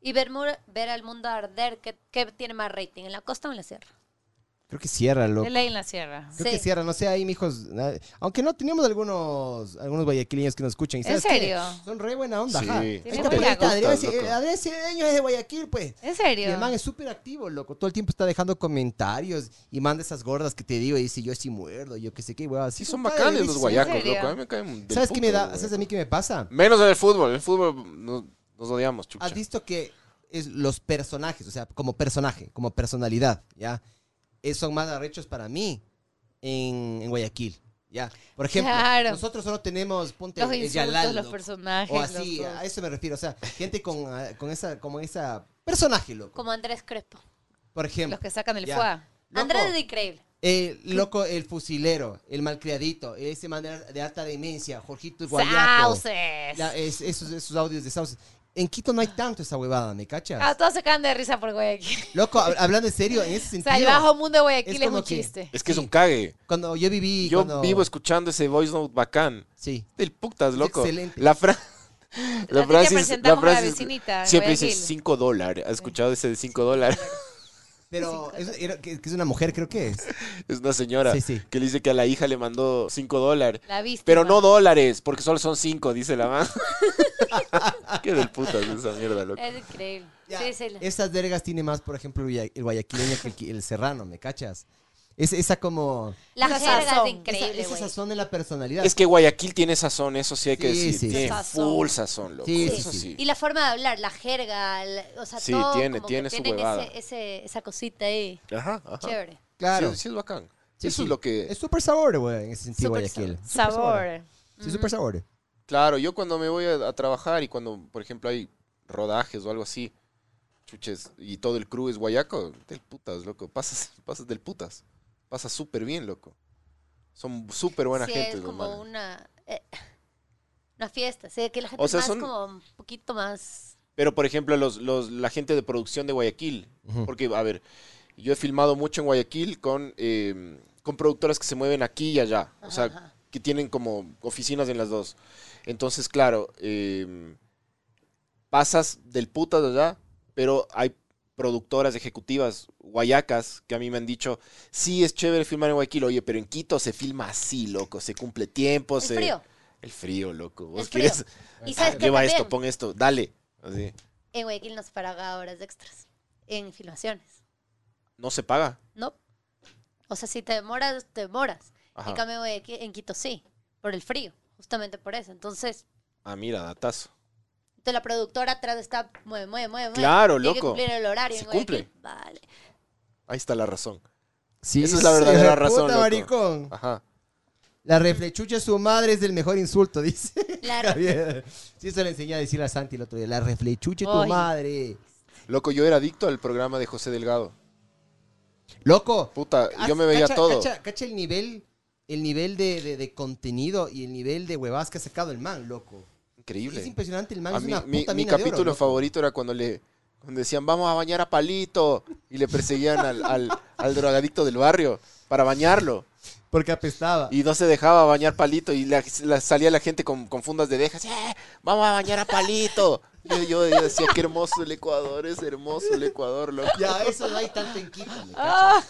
[SPEAKER 5] Y ver, mur- ver al mundo arder, ¿qué, qué tiene más rating? ¿En la costa o en la sierra?
[SPEAKER 2] Creo que cierra, loco.
[SPEAKER 4] De ley en la sierra.
[SPEAKER 2] Creo que
[SPEAKER 5] Sí.
[SPEAKER 2] cierra, no sé, ahí, mijos. na- Aunque no, tenemos algunos algunos guayaquileños que nos escuchan. ¿Y
[SPEAKER 4] ¿En
[SPEAKER 2] sabes qué?
[SPEAKER 4] serio?
[SPEAKER 2] Son re buena onda,
[SPEAKER 3] Sí.
[SPEAKER 2] ajá.
[SPEAKER 3] Tiene
[SPEAKER 2] Ahí está,
[SPEAKER 4] buena
[SPEAKER 2] pues, ahí está,
[SPEAKER 3] onda.
[SPEAKER 2] Adrián,
[SPEAKER 3] Loco.
[SPEAKER 2] eh, Adrián Cedeño es de Guayaquil, pues.
[SPEAKER 4] ¿En
[SPEAKER 2] Y
[SPEAKER 4] serio?
[SPEAKER 2] el man es súper activo, loco. Todo el tiempo está dejando comentarios y manda esas gordas que te digo y dice, yo sí muerdo, yo qué sé qué, weón.
[SPEAKER 3] Sí, son bacanes los guayacos,
[SPEAKER 4] serio?
[SPEAKER 3] loco, a mí me caen del
[SPEAKER 2] ¿Sabes qué me
[SPEAKER 3] puto,
[SPEAKER 2] da?
[SPEAKER 3] güey.
[SPEAKER 2] ¿Sabes a mí qué me Ah, pasa?
[SPEAKER 3] Menos en el fútbol, en el fútbol nos, nos odiamos, chucha.
[SPEAKER 2] Has visto que es los personajes, o sea, como personaje, como personalidad, ¿ya? Eh, son más arrechos para mí en, en Guayaquil, ¿ya? Por ejemplo,
[SPEAKER 4] Claro.
[SPEAKER 2] nosotros solo tenemos, ponte,
[SPEAKER 4] Los
[SPEAKER 2] el
[SPEAKER 4] insultos,
[SPEAKER 2] Yalal,
[SPEAKER 4] los
[SPEAKER 2] loco,
[SPEAKER 4] personajes.
[SPEAKER 2] o así,
[SPEAKER 4] los-
[SPEAKER 2] a eso me refiero, o sea, gente con, ah, con esa, como esa, personaje, loco,
[SPEAKER 5] Como Andrés Crespo.
[SPEAKER 2] por
[SPEAKER 4] los
[SPEAKER 2] ejemplo.
[SPEAKER 4] que sacan el
[SPEAKER 2] Ya.
[SPEAKER 4] fuá.
[SPEAKER 2] Loco,
[SPEAKER 5] Andrés es increíble.
[SPEAKER 2] eh, loco, el fusilero, el malcriadito, ese man de, de alta demencia, Jorgito el Guayaco.
[SPEAKER 4] ¡Sauces!
[SPEAKER 2] Ya, es- esos, esos audios de sauces. En Quito no hay tanto esa huevada, ¿me cachas?
[SPEAKER 4] Ah, todos se caen de risa por Guayaquil.
[SPEAKER 2] Loco, hab- hablando en serio, en ese
[SPEAKER 4] O
[SPEAKER 2] sentido.
[SPEAKER 4] sea, el bajo mundo de Guayaquil
[SPEAKER 2] es
[SPEAKER 4] es,
[SPEAKER 2] como
[SPEAKER 4] un
[SPEAKER 2] que-
[SPEAKER 4] chiste.
[SPEAKER 3] Es que
[SPEAKER 2] Sí.
[SPEAKER 3] es un cague.
[SPEAKER 2] Cuando yo viví.
[SPEAKER 3] Yo
[SPEAKER 2] cuando-
[SPEAKER 3] vivo escuchando ese voice note bacán.
[SPEAKER 2] Sí.
[SPEAKER 3] Del putas, loco.
[SPEAKER 2] excelente.
[SPEAKER 3] La,
[SPEAKER 4] [laughs]
[SPEAKER 3] fra-
[SPEAKER 4] La
[SPEAKER 3] la
[SPEAKER 4] frase
[SPEAKER 3] frase
[SPEAKER 4] que
[SPEAKER 3] es-
[SPEAKER 4] presentamos
[SPEAKER 3] la
[SPEAKER 4] a la
[SPEAKER 3] frase es-
[SPEAKER 4] vecinita. en
[SPEAKER 3] siempre dice
[SPEAKER 4] Guayaquil.
[SPEAKER 3] 5 dólares. ¿Has escuchado ese de 5 dólares?
[SPEAKER 2] Pero es, era- que, que es una mujer, creo que es.
[SPEAKER 3] [laughs] Es una señora
[SPEAKER 2] Sí, sí.
[SPEAKER 3] que le dice que a la hija le mandó 5 dólares.
[SPEAKER 4] La víctima.
[SPEAKER 3] Pero no dólares, porque solo son cinco, dice la mamá. [laughs] Qué del putas esa mierda, loco.
[SPEAKER 2] Eh,
[SPEAKER 5] Es increíble.
[SPEAKER 2] Ya,
[SPEAKER 5] Sí, sí. la-
[SPEAKER 2] Esas vergas tiene más, por ejemplo, el guaya- el guayaquileño que el, qui- el serrano, ¿me cachas? Es, esa como.
[SPEAKER 5] La
[SPEAKER 4] Esa
[SPEAKER 5] jerga
[SPEAKER 4] sazón.
[SPEAKER 5] es increíble,
[SPEAKER 2] esa, esa
[SPEAKER 5] güey.
[SPEAKER 2] sazón de la personalidad.
[SPEAKER 3] Es que Guayaquil tiene sazón, eso sí hay que
[SPEAKER 2] Sí,
[SPEAKER 3] decir.
[SPEAKER 2] sí,
[SPEAKER 3] tiene
[SPEAKER 5] sí. Sazón.
[SPEAKER 3] full sazón, loco.
[SPEAKER 2] Sí, sí,
[SPEAKER 3] eso
[SPEAKER 2] sí.
[SPEAKER 3] sí.
[SPEAKER 5] Y la forma de hablar, la jerga, la- o sea,
[SPEAKER 3] Sí,
[SPEAKER 5] todo
[SPEAKER 3] tiene-
[SPEAKER 5] como que
[SPEAKER 3] tiene su
[SPEAKER 5] tienen
[SPEAKER 3] huevada.
[SPEAKER 5] ese, ese- esa cosita ahí.
[SPEAKER 3] Ajá, ajá.
[SPEAKER 5] Chévere.
[SPEAKER 2] Claro.
[SPEAKER 3] Sí, sí es bacán.
[SPEAKER 2] Sí,
[SPEAKER 3] eso
[SPEAKER 2] sí.
[SPEAKER 3] es lo que.
[SPEAKER 2] Es súper sabor, güey, en ese sentido,
[SPEAKER 5] Súper
[SPEAKER 2] Guayaquil.
[SPEAKER 5] sabor.
[SPEAKER 2] Súper
[SPEAKER 4] Sabor.
[SPEAKER 2] Sí, súper sabor.
[SPEAKER 3] Claro, yo cuando me voy a, a trabajar y cuando, por ejemplo, hay rodajes o algo así, chuches, y todo el crew es guayaco, del putas, loco. Pasas, pasas del putas. Pasas súper bien, loco. Son súper buena
[SPEAKER 5] sí,
[SPEAKER 3] gente,
[SPEAKER 5] es
[SPEAKER 3] los
[SPEAKER 5] como
[SPEAKER 3] manes.
[SPEAKER 5] una, eh, una fiesta. Sí, que la gente
[SPEAKER 3] O sea,
[SPEAKER 5] es más
[SPEAKER 3] son-
[SPEAKER 5] como un poquito más...
[SPEAKER 3] Pero, por ejemplo, los, los, la gente de producción de Guayaquil.
[SPEAKER 2] Ujú.
[SPEAKER 3] Porque, a ver, yo he filmado mucho en Guayaquil con, eh, con productoras que se mueven aquí y allá. O sea,
[SPEAKER 5] Ajá.
[SPEAKER 3] que tienen como oficinas en las dos. Entonces, claro, eh, pasas del putas allá, pero hay productoras ejecutivas guayacas que a mí me han dicho, sí, es chévere filmar en Guayaquil, oye, pero en Quito se filma así, loco, se cumple tiempo,
[SPEAKER 5] El
[SPEAKER 3] se...
[SPEAKER 5] frío.
[SPEAKER 3] El frío, loco. ¿Vos
[SPEAKER 5] El frío.
[SPEAKER 3] quieres?
[SPEAKER 5] Y sabes que
[SPEAKER 3] Lleva
[SPEAKER 5] también
[SPEAKER 3] esto, pon esto, dale. Así.
[SPEAKER 5] en Guayaquil nos paga horas extras en filmaciones,
[SPEAKER 3] No se paga.
[SPEAKER 5] ¿no? O sea, si te demoras, te demoras.
[SPEAKER 3] Ajá.
[SPEAKER 5] En cambio, en Guayaquil- en Quito sí, por el frío, justamente por eso. Entonces,
[SPEAKER 3] Ah, mira, datazo.
[SPEAKER 5] entonces la productora atrás está, mueve, mueve, mueve. mueve.
[SPEAKER 3] Claro,
[SPEAKER 5] Tiene que
[SPEAKER 3] loco.
[SPEAKER 5] cumplir el horario.
[SPEAKER 3] Se
[SPEAKER 5] en Guayaquil.
[SPEAKER 3] cumple.
[SPEAKER 5] Vale.
[SPEAKER 3] Ahí está la razón.
[SPEAKER 2] Sí,
[SPEAKER 3] Esa es la
[SPEAKER 2] sí,
[SPEAKER 3] verdadera
[SPEAKER 2] hijo de
[SPEAKER 3] razón,
[SPEAKER 2] puta,
[SPEAKER 3] loco.
[SPEAKER 2] maricón.
[SPEAKER 3] Ajá.
[SPEAKER 2] La reflechucha de su madre es el mejor insulto, dice.
[SPEAKER 3] [laughs]
[SPEAKER 5] Claro.
[SPEAKER 2] Javier. Sí, eso le enseñé a decir a Santi el otro día. La reflechucha de tu
[SPEAKER 5] Ay.
[SPEAKER 2] madre.
[SPEAKER 3] Loco, yo era adicto al programa de José Delgado.
[SPEAKER 2] Loco.
[SPEAKER 3] Puta, yo
[SPEAKER 2] haz-
[SPEAKER 3] me veía
[SPEAKER 2] cacha-
[SPEAKER 3] todo.
[SPEAKER 2] Cacha, cacha el nivel, el nivel de, de- de contenido y el nivel de huevas que ha sacado el man, loco.
[SPEAKER 3] Increíble.
[SPEAKER 2] Es impresionante, el man
[SPEAKER 3] A
[SPEAKER 2] es
[SPEAKER 3] mí-
[SPEAKER 2] una
[SPEAKER 3] mi,
[SPEAKER 2] puta
[SPEAKER 3] mi
[SPEAKER 2] mina de oro,
[SPEAKER 3] capítulo
[SPEAKER 2] loco.
[SPEAKER 3] favorito era cuando le cuando decían vamos a bañar a Palito y le perseguían al, al- al drogadicto del barrio para bañarlo
[SPEAKER 2] Porque apestaba.
[SPEAKER 3] y no se dejaba bañar Palito y la- la- salía la gente con, con fundas de dejas "Eh, vamos a bañar a Palito yo, yo- yo decía qué hermoso el Ecuador es hermoso el Ecuador loco
[SPEAKER 2] Ya, eso no hay tanto en Quito, me cachas.
[SPEAKER 4] Ah,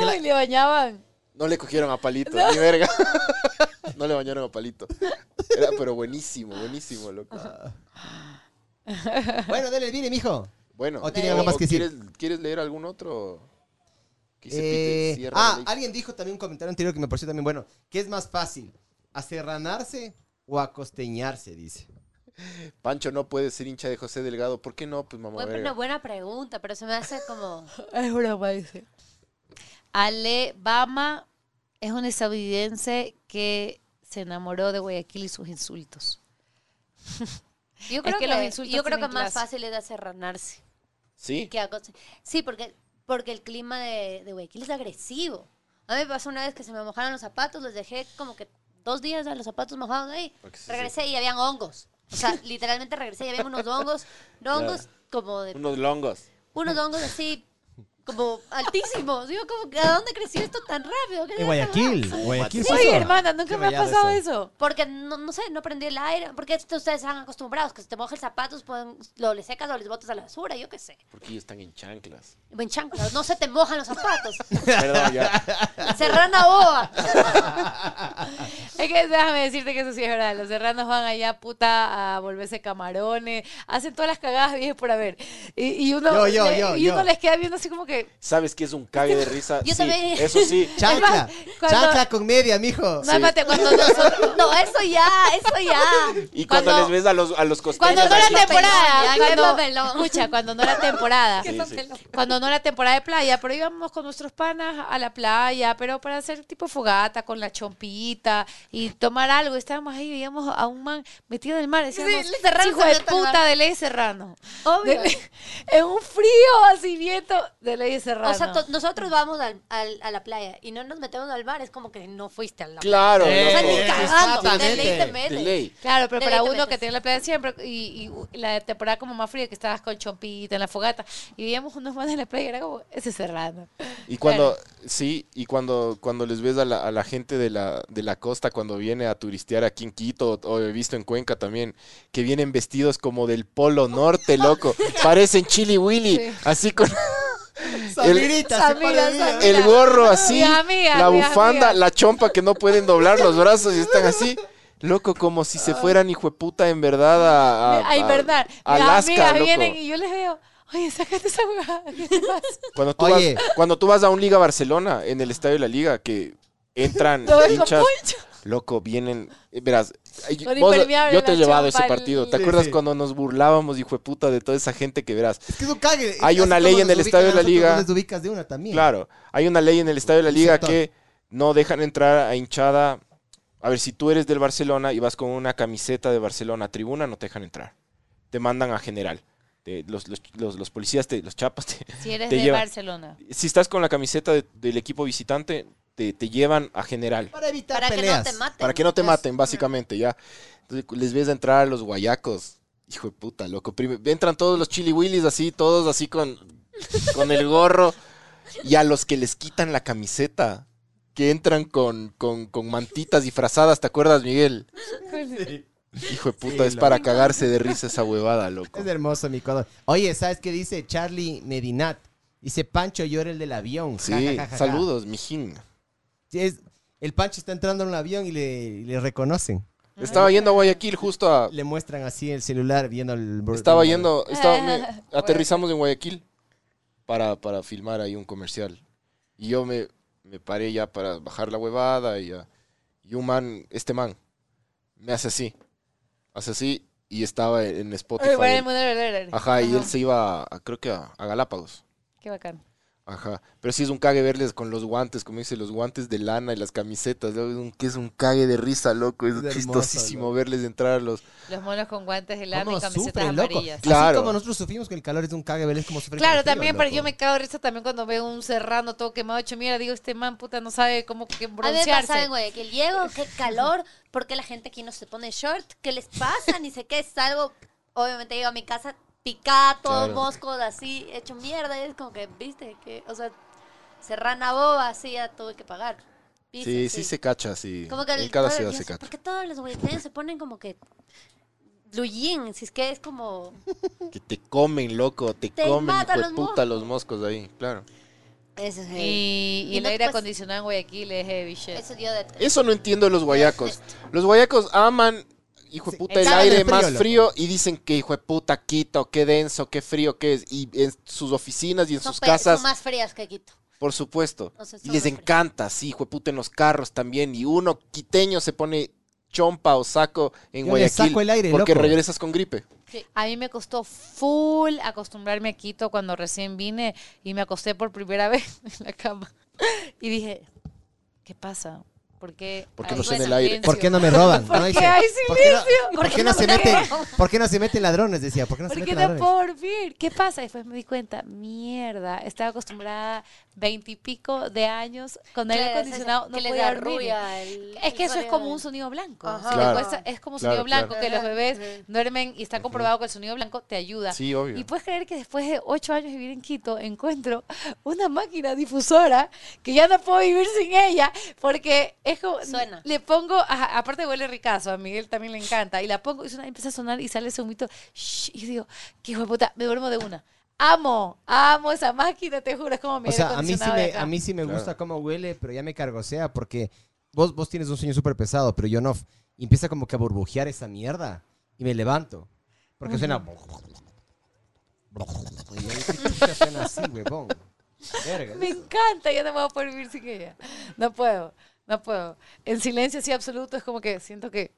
[SPEAKER 4] no, y le bañaban.
[SPEAKER 3] no le cogieron a Palito ni verga [laughs] no le bañaron a Palito era pero buenísimo buenísimo loco
[SPEAKER 2] Bueno, dale, mire, mijo.
[SPEAKER 3] bueno
[SPEAKER 2] ¿O tiene algo más que decir?
[SPEAKER 3] ¿quieres, quieres leer algún otro que se
[SPEAKER 2] Eh,
[SPEAKER 3] pite, cierra,
[SPEAKER 2] ah,
[SPEAKER 3] ley?
[SPEAKER 2] alguien dijo también un comentario anterior que me pareció también bueno. ¿Qué es más fácil? ¿Acerranarse o acosteñarse? Dice.
[SPEAKER 3] Pancho no puede ser hincha de José Delgado. ¿Por qué no? Pues mamá.
[SPEAKER 5] Bueno,
[SPEAKER 3] verga.
[SPEAKER 5] una buena pregunta, pero se me hace como...
[SPEAKER 4] Es broma, dice. Ale Bama es un estadounidense que se enamoró de Guayaquil y sus insultos.
[SPEAKER 5] [laughs] Yo creo
[SPEAKER 4] que
[SPEAKER 5] que,
[SPEAKER 4] los insultos
[SPEAKER 5] yo creo que
[SPEAKER 4] tienen
[SPEAKER 5] más
[SPEAKER 4] clase.
[SPEAKER 5] fácil es acerranarse.
[SPEAKER 3] Sí.
[SPEAKER 5] que acos- Sí, porque, porque el clima de, de Guayaquil es agresivo. A mí me pasó una vez que se me mojaron los zapatos, los dejé como que dos días a los zapatos mojados ahí.
[SPEAKER 3] Porque sí,
[SPEAKER 5] Regresé y habían hongos. O sea, [laughs] literalmente regresé y había unos hongos, no hongos como de...
[SPEAKER 3] Unos longos.
[SPEAKER 5] Unos hongos así, como altísimos. Yo como, que, ¿a dónde creció esto tan rápido? ¿Qué
[SPEAKER 2] En Guayaquil. Guayaquil
[SPEAKER 4] Oye, hermana, nunca
[SPEAKER 2] Qué
[SPEAKER 4] me ha
[SPEAKER 2] rayado
[SPEAKER 4] pasado
[SPEAKER 2] eso.
[SPEAKER 4] eso.
[SPEAKER 5] Porque no, no sé, no prendí el aire. Porque esto ustedes están acostumbrados, que se te moja el zapato, se ponen- lo le secas o les botas a la basura, yo qué sé.
[SPEAKER 3] Porque ellos están en chanclas.
[SPEAKER 5] En chanclas, no se te mojan los zapatos.
[SPEAKER 3] [laughs] Perdón, ya.
[SPEAKER 5] Serrana boba.
[SPEAKER 4] Es que déjame decirte que eso sí es verdad. Los serranos van allá, puta, a volverse camarones. Hacen todas las cagadas viejas por haber. Y, y uno,
[SPEAKER 2] Yo, yo,
[SPEAKER 4] le-
[SPEAKER 2] yo,
[SPEAKER 4] y uno
[SPEAKER 2] yo.
[SPEAKER 4] les queda viendo así como que...
[SPEAKER 3] ¿Sabes qué es un cague de risa?
[SPEAKER 5] [laughs] Yo
[SPEAKER 3] sí,
[SPEAKER 5] también.
[SPEAKER 3] eso sí.
[SPEAKER 2] Chancla.
[SPEAKER 4] cuando-
[SPEAKER 2] Chancla con media, mijo.
[SPEAKER 4] No, mate, cuando [laughs] nosotros...
[SPEAKER 5] No, eso ya, eso ya.
[SPEAKER 3] Y cuando,
[SPEAKER 4] Cuando-
[SPEAKER 3] les ves a los, a los costeños.
[SPEAKER 4] Cuando no
[SPEAKER 5] Qué
[SPEAKER 4] era
[SPEAKER 5] papelón,
[SPEAKER 4] temporada,
[SPEAKER 5] ya, qué papelón.
[SPEAKER 4] cuando, escucha, cuando no era temporada,
[SPEAKER 3] Sí, sí.
[SPEAKER 4] cuando no era temporada de playa, pero íbamos con nuestros panas a la playa, pero para hacer tipo fogata con la chompita y tomar algo, estábamos ahí, veíamos a un man metido en el mar, decíamos,
[SPEAKER 5] Sí, Serrano
[SPEAKER 4] hijo
[SPEAKER 5] se
[SPEAKER 4] de
[SPEAKER 5] metió en el
[SPEAKER 4] puta
[SPEAKER 5] mar".
[SPEAKER 4] de ley serrano,
[SPEAKER 5] [laughs] Obvio.
[SPEAKER 4] De- en un frío así viento de ley serrano.
[SPEAKER 5] O sea, to- nosotros vamos al- al- a la playa y no nos metemos al mar, es como que no fuiste al mar.
[SPEAKER 3] Claro.
[SPEAKER 5] O sea, ni
[SPEAKER 2] Eh,
[SPEAKER 5] cagando, de
[SPEAKER 2] exactamente.
[SPEAKER 5] ley te
[SPEAKER 3] loco.
[SPEAKER 5] metes.
[SPEAKER 3] De ley.
[SPEAKER 4] Claro, pero
[SPEAKER 5] De
[SPEAKER 4] para
[SPEAKER 5] ahí te
[SPEAKER 4] uno que
[SPEAKER 5] metes.
[SPEAKER 4] tiene la playa siempre y, y u- la temporada como más fría que estabas con chompita en la fogata y veíamos unos manes en la playa y era como ese serrano.
[SPEAKER 3] Y cuando, sí, y cuando, cuando les ves a la, a la gente de la, de la costa cuando viene a turistear aquí en Quito, o, o he visto en Cuenca también, que vienen vestidos como del polo norte,
[SPEAKER 4] [laughs]
[SPEAKER 3] loco. Parecen Chili Willy,
[SPEAKER 4] Sí.
[SPEAKER 3] así con
[SPEAKER 2] Samirita, se
[SPEAKER 4] Samira,
[SPEAKER 2] para de mí,
[SPEAKER 4] Samira.
[SPEAKER 2] ¿eh?
[SPEAKER 3] el gorro así,
[SPEAKER 4] Mi amiga,
[SPEAKER 3] la
[SPEAKER 4] mi
[SPEAKER 3] bufanda,
[SPEAKER 4] amiga.
[SPEAKER 3] la chompa que no pueden doblar los brazos y están así. Loco, como si
[SPEAKER 4] Ah.
[SPEAKER 3] se fueran hijo de puta en verdad a, a-
[SPEAKER 4] a invernar.
[SPEAKER 3] a
[SPEAKER 4] Mis
[SPEAKER 3] Ah, Alaska,
[SPEAKER 4] amigas
[SPEAKER 3] loco.
[SPEAKER 4] vienen y yo les veo, oye, sácate esa huevada. ¿qué te
[SPEAKER 5] [laughs]
[SPEAKER 4] pasa?"
[SPEAKER 3] Cuando tú,
[SPEAKER 2] Oye.
[SPEAKER 3] vas, cuando tú vas a un Liga Barcelona, en el estadio de la Liga, que
[SPEAKER 4] [laughs]
[SPEAKER 3] entran
[SPEAKER 4] Lo ves con
[SPEAKER 3] hinchas,
[SPEAKER 4] poncho.
[SPEAKER 3] loco, vienen, eh, verás, ay,
[SPEAKER 4] Con
[SPEAKER 3] vos-
[SPEAKER 4] impermeable,
[SPEAKER 3] yo te he
[SPEAKER 4] la
[SPEAKER 3] llevado ese
[SPEAKER 4] chompa,
[SPEAKER 3] partido, ¿te
[SPEAKER 2] el- Sí,
[SPEAKER 3] acuerdas
[SPEAKER 2] sí.
[SPEAKER 3] cuando nos burlábamos, hijo de puta, de toda esa gente que verás?
[SPEAKER 2] Es que es un cague.
[SPEAKER 3] Hay
[SPEAKER 2] Así
[SPEAKER 3] una
[SPEAKER 2] como
[SPEAKER 3] ley
[SPEAKER 2] nos
[SPEAKER 3] en el
[SPEAKER 2] ubican
[SPEAKER 3] estadio de la
[SPEAKER 2] nosotros,
[SPEAKER 3] liga.
[SPEAKER 2] nos ubicas de una también.
[SPEAKER 3] Claro, hay una ley en el estadio de la liga
[SPEAKER 2] Exacto.
[SPEAKER 3] que no dejan entrar a hinchada. A ver, si tú eres del Barcelona y vas con una camiseta de Barcelona a tribuna, no te dejan entrar. Te mandan a general. te- los, los- los- los policías, te- los chapas, te-
[SPEAKER 4] Si eres
[SPEAKER 3] Te
[SPEAKER 4] de
[SPEAKER 3] lleva-
[SPEAKER 4] Barcelona.
[SPEAKER 3] si estás con la camiseta de- del equipo visitante, te, te llevan a general.
[SPEAKER 2] Para evitar
[SPEAKER 5] Para que no
[SPEAKER 2] peleas.
[SPEAKER 5] te maten.
[SPEAKER 3] Para que no te
[SPEAKER 5] Es-
[SPEAKER 3] maten, básicamente, ya. Entonces, les ves entrar a los guayacos. Hijo de puta, loco. Prim- Entran todos los chili willies así, todos así con, con el gorro. Y a los que les quitan la camiseta, que entran con, con, con mantitas disfrazadas, ¿te acuerdas, Miguel?
[SPEAKER 2] Sí.
[SPEAKER 3] Hijo de puta,
[SPEAKER 2] Sí,
[SPEAKER 3] es
[SPEAKER 2] loco.
[SPEAKER 3] para cagarse de risa esa huevada, loco.
[SPEAKER 2] [laughs] Es hermoso mi codo. Oye, ¿sabes qué dice Charlie Medinat? Dice Pancho, yo era el del avión. Ja,
[SPEAKER 3] Sí,
[SPEAKER 2] ja, ja, ja, ja.
[SPEAKER 3] saludos, mijín.
[SPEAKER 2] Sí, es- el Pancho está entrando en un avión y le, y le reconocen.
[SPEAKER 3] Estaba yendo a Guayaquil justo a...
[SPEAKER 2] Le muestran así el celular viendo el...
[SPEAKER 3] Estaba yendo... estaba- me-
[SPEAKER 4] Ah,
[SPEAKER 3] aterrizamos en Guayaquil para, para filmar ahí un comercial. Y yo me, me paré ya para bajar la huevada y ya. Y un man, este man, me hace así. Hace así y estaba en Spotify.
[SPEAKER 4] Ay, para el modelo, era, era, era.
[SPEAKER 3] Ajá, y
[SPEAKER 4] Ajá,
[SPEAKER 3] él se iba, a- creo que a, a Galápagos.
[SPEAKER 4] Qué bacán.
[SPEAKER 3] Ajá. Pero sí es un cague verles con los guantes, como dice, los guantes de lana y las camisetas. ¿no? Es un- Que es un cague de risa, loco. Es,
[SPEAKER 2] Es hermoso,
[SPEAKER 3] chistosísimo
[SPEAKER 2] loco.
[SPEAKER 3] verles entrar a los.
[SPEAKER 4] Los monos con guantes de lana
[SPEAKER 2] ¿Cómo
[SPEAKER 4] y camisetas
[SPEAKER 2] sufren, loco?
[SPEAKER 4] amarillas.
[SPEAKER 2] Así
[SPEAKER 3] Claro.
[SPEAKER 2] como nosotros sufrimos con el calor, es un cague, ¿verdad? es como sufrir con
[SPEAKER 4] Claro,
[SPEAKER 2] el frío,
[SPEAKER 4] también, pero yo
[SPEAKER 2] loco.
[SPEAKER 4] me cago de risa también cuando veo un serrano todo quemado hecho mierda. Digo, este man puta no sabe cómo que
[SPEAKER 5] A mí me pasaba
[SPEAKER 4] broncearse.
[SPEAKER 5] en Guayaquil. Llego, qué calor, ¿por qué la gente aquí no se pone short? ¿Qué les pasa? Ni sé qué, salgo, obviamente llego a mi casa picada, todo
[SPEAKER 3] Claro.
[SPEAKER 5] mosco, así, hecho mierda. Y es como que, viste, que, o sea, serrana boba, así ya tuve que pagar.
[SPEAKER 3] Sí,
[SPEAKER 5] Viste,
[SPEAKER 3] sí, se cacha, sí.
[SPEAKER 5] Como que
[SPEAKER 3] en
[SPEAKER 5] el-
[SPEAKER 3] cada
[SPEAKER 5] todo-
[SPEAKER 3] ciudad
[SPEAKER 5] yo
[SPEAKER 3] se
[SPEAKER 5] sé
[SPEAKER 3] cacha.
[SPEAKER 5] ¿Por qué todos los guayaquileños se ponen como que luyin? Si es que es como...
[SPEAKER 3] Que te comen, loco, te,
[SPEAKER 5] Te
[SPEAKER 3] comen, hijo
[SPEAKER 5] matan
[SPEAKER 3] de
[SPEAKER 5] los
[SPEAKER 3] puta, los moscos ahí, claro.
[SPEAKER 5] Eso es
[SPEAKER 4] Y, y
[SPEAKER 5] Y
[SPEAKER 4] el
[SPEAKER 5] no te
[SPEAKER 4] aire
[SPEAKER 5] pas-
[SPEAKER 4] acondicionado en Guayaquil es heavy shit.
[SPEAKER 5] Eso yo detesto.
[SPEAKER 3] Eso no entiendo de los guayacos. Los guayacos aman, hijo de puta, el
[SPEAKER 2] cagan de
[SPEAKER 3] aire
[SPEAKER 2] frío,
[SPEAKER 3] más
[SPEAKER 2] loco.
[SPEAKER 3] frío y dicen que, hijo de puta, Quito, qué denso, qué frío que es. Y en sus oficinas y en
[SPEAKER 5] Son,
[SPEAKER 3] sus
[SPEAKER 5] pe- son
[SPEAKER 3] casas,
[SPEAKER 5] más frías que Quito.
[SPEAKER 3] por supuesto.
[SPEAKER 5] O sea,
[SPEAKER 3] Y
[SPEAKER 5] son
[SPEAKER 3] les
[SPEAKER 5] más frías.
[SPEAKER 3] encanta, sí, hijo de puta, en los carros también. Y uno quiteño se pone chompa o saco en
[SPEAKER 2] Yo le
[SPEAKER 3] Guayaquil
[SPEAKER 2] saco el aire,
[SPEAKER 3] porque
[SPEAKER 2] loco.
[SPEAKER 3] regresas con gripe.
[SPEAKER 4] A mí me costó full acostumbrarme a Quito cuando recién vine y me acosté por primera [laughs] vez en la cama. Y dije, ¿qué pasa? ¿Por qué?
[SPEAKER 3] ¿Por qué
[SPEAKER 4] hay
[SPEAKER 3] no suena el aire?
[SPEAKER 4] silencio?
[SPEAKER 2] ¿Por qué no me roban?
[SPEAKER 4] [laughs] ¿Por
[SPEAKER 2] No,
[SPEAKER 4] qué
[SPEAKER 2] dice,
[SPEAKER 4] hay
[SPEAKER 2] ¿por qué no-
[SPEAKER 4] silencio?
[SPEAKER 2] ¿Por qué no se
[SPEAKER 4] me
[SPEAKER 2] meten?
[SPEAKER 4] roban?
[SPEAKER 2] ¿Por qué no se meten ladrones? Decía, ¿por qué no se
[SPEAKER 4] ¿Por qué
[SPEAKER 2] meten
[SPEAKER 4] no
[SPEAKER 2] ladrones?
[SPEAKER 4] puedo dormir? ¿Qué pasa? Después me di cuenta, mierda, estaba acostumbrada veintipico de años con aire
[SPEAKER 5] Claro, es eso,
[SPEAKER 4] acondicionado, no
[SPEAKER 5] que les
[SPEAKER 4] podía
[SPEAKER 5] da
[SPEAKER 4] dormir.
[SPEAKER 5] ruido el-
[SPEAKER 4] Es que eso
[SPEAKER 5] el
[SPEAKER 4] es
[SPEAKER 5] sonido
[SPEAKER 4] como
[SPEAKER 5] del-
[SPEAKER 4] un sonido blanco.
[SPEAKER 5] Ajá.
[SPEAKER 4] Si te
[SPEAKER 3] Claro.
[SPEAKER 4] cuesta- es como
[SPEAKER 3] Claro,
[SPEAKER 4] sonido blanco,
[SPEAKER 5] claro.
[SPEAKER 4] que los bebés
[SPEAKER 5] Ajá.
[SPEAKER 4] duermen y está comprobado que el sonido blanco te ayuda.
[SPEAKER 3] Sí, obvio.
[SPEAKER 4] Y puedes creer que después de ocho años de vivir en Quito, encuentro una máquina difusora que ya no puedo vivir sin ella porque es como.
[SPEAKER 5] Suena.
[SPEAKER 4] Le pongo. ajá, aparte huele ricazo, a Miguel también le encanta. Y la pongo y suena- empieza a sonar y sale ese humito. shh, y yo digo, qué hijo de puta, me duermo de una. Amo, amo esa máquina, te juro, es como mi
[SPEAKER 2] O
[SPEAKER 4] aire
[SPEAKER 2] sea, a mí sí
[SPEAKER 4] acondicionado de
[SPEAKER 2] me,
[SPEAKER 4] acá.
[SPEAKER 2] a mí sí me
[SPEAKER 3] Claro.
[SPEAKER 2] gusta cómo huele, pero ya me cargosea porque vos, vos tienes un sueño súper pesado, pero yo no. Y empieza como que a burbujear esa mierda y me levanto. Porque suena... Y yo [laughs] dije, "Chucha, suena así, huevón. Verga.
[SPEAKER 4] Me encanta, yo no puedo poder vivir sin ella. No puedo, no puedo. En silencio así absoluto es como que siento que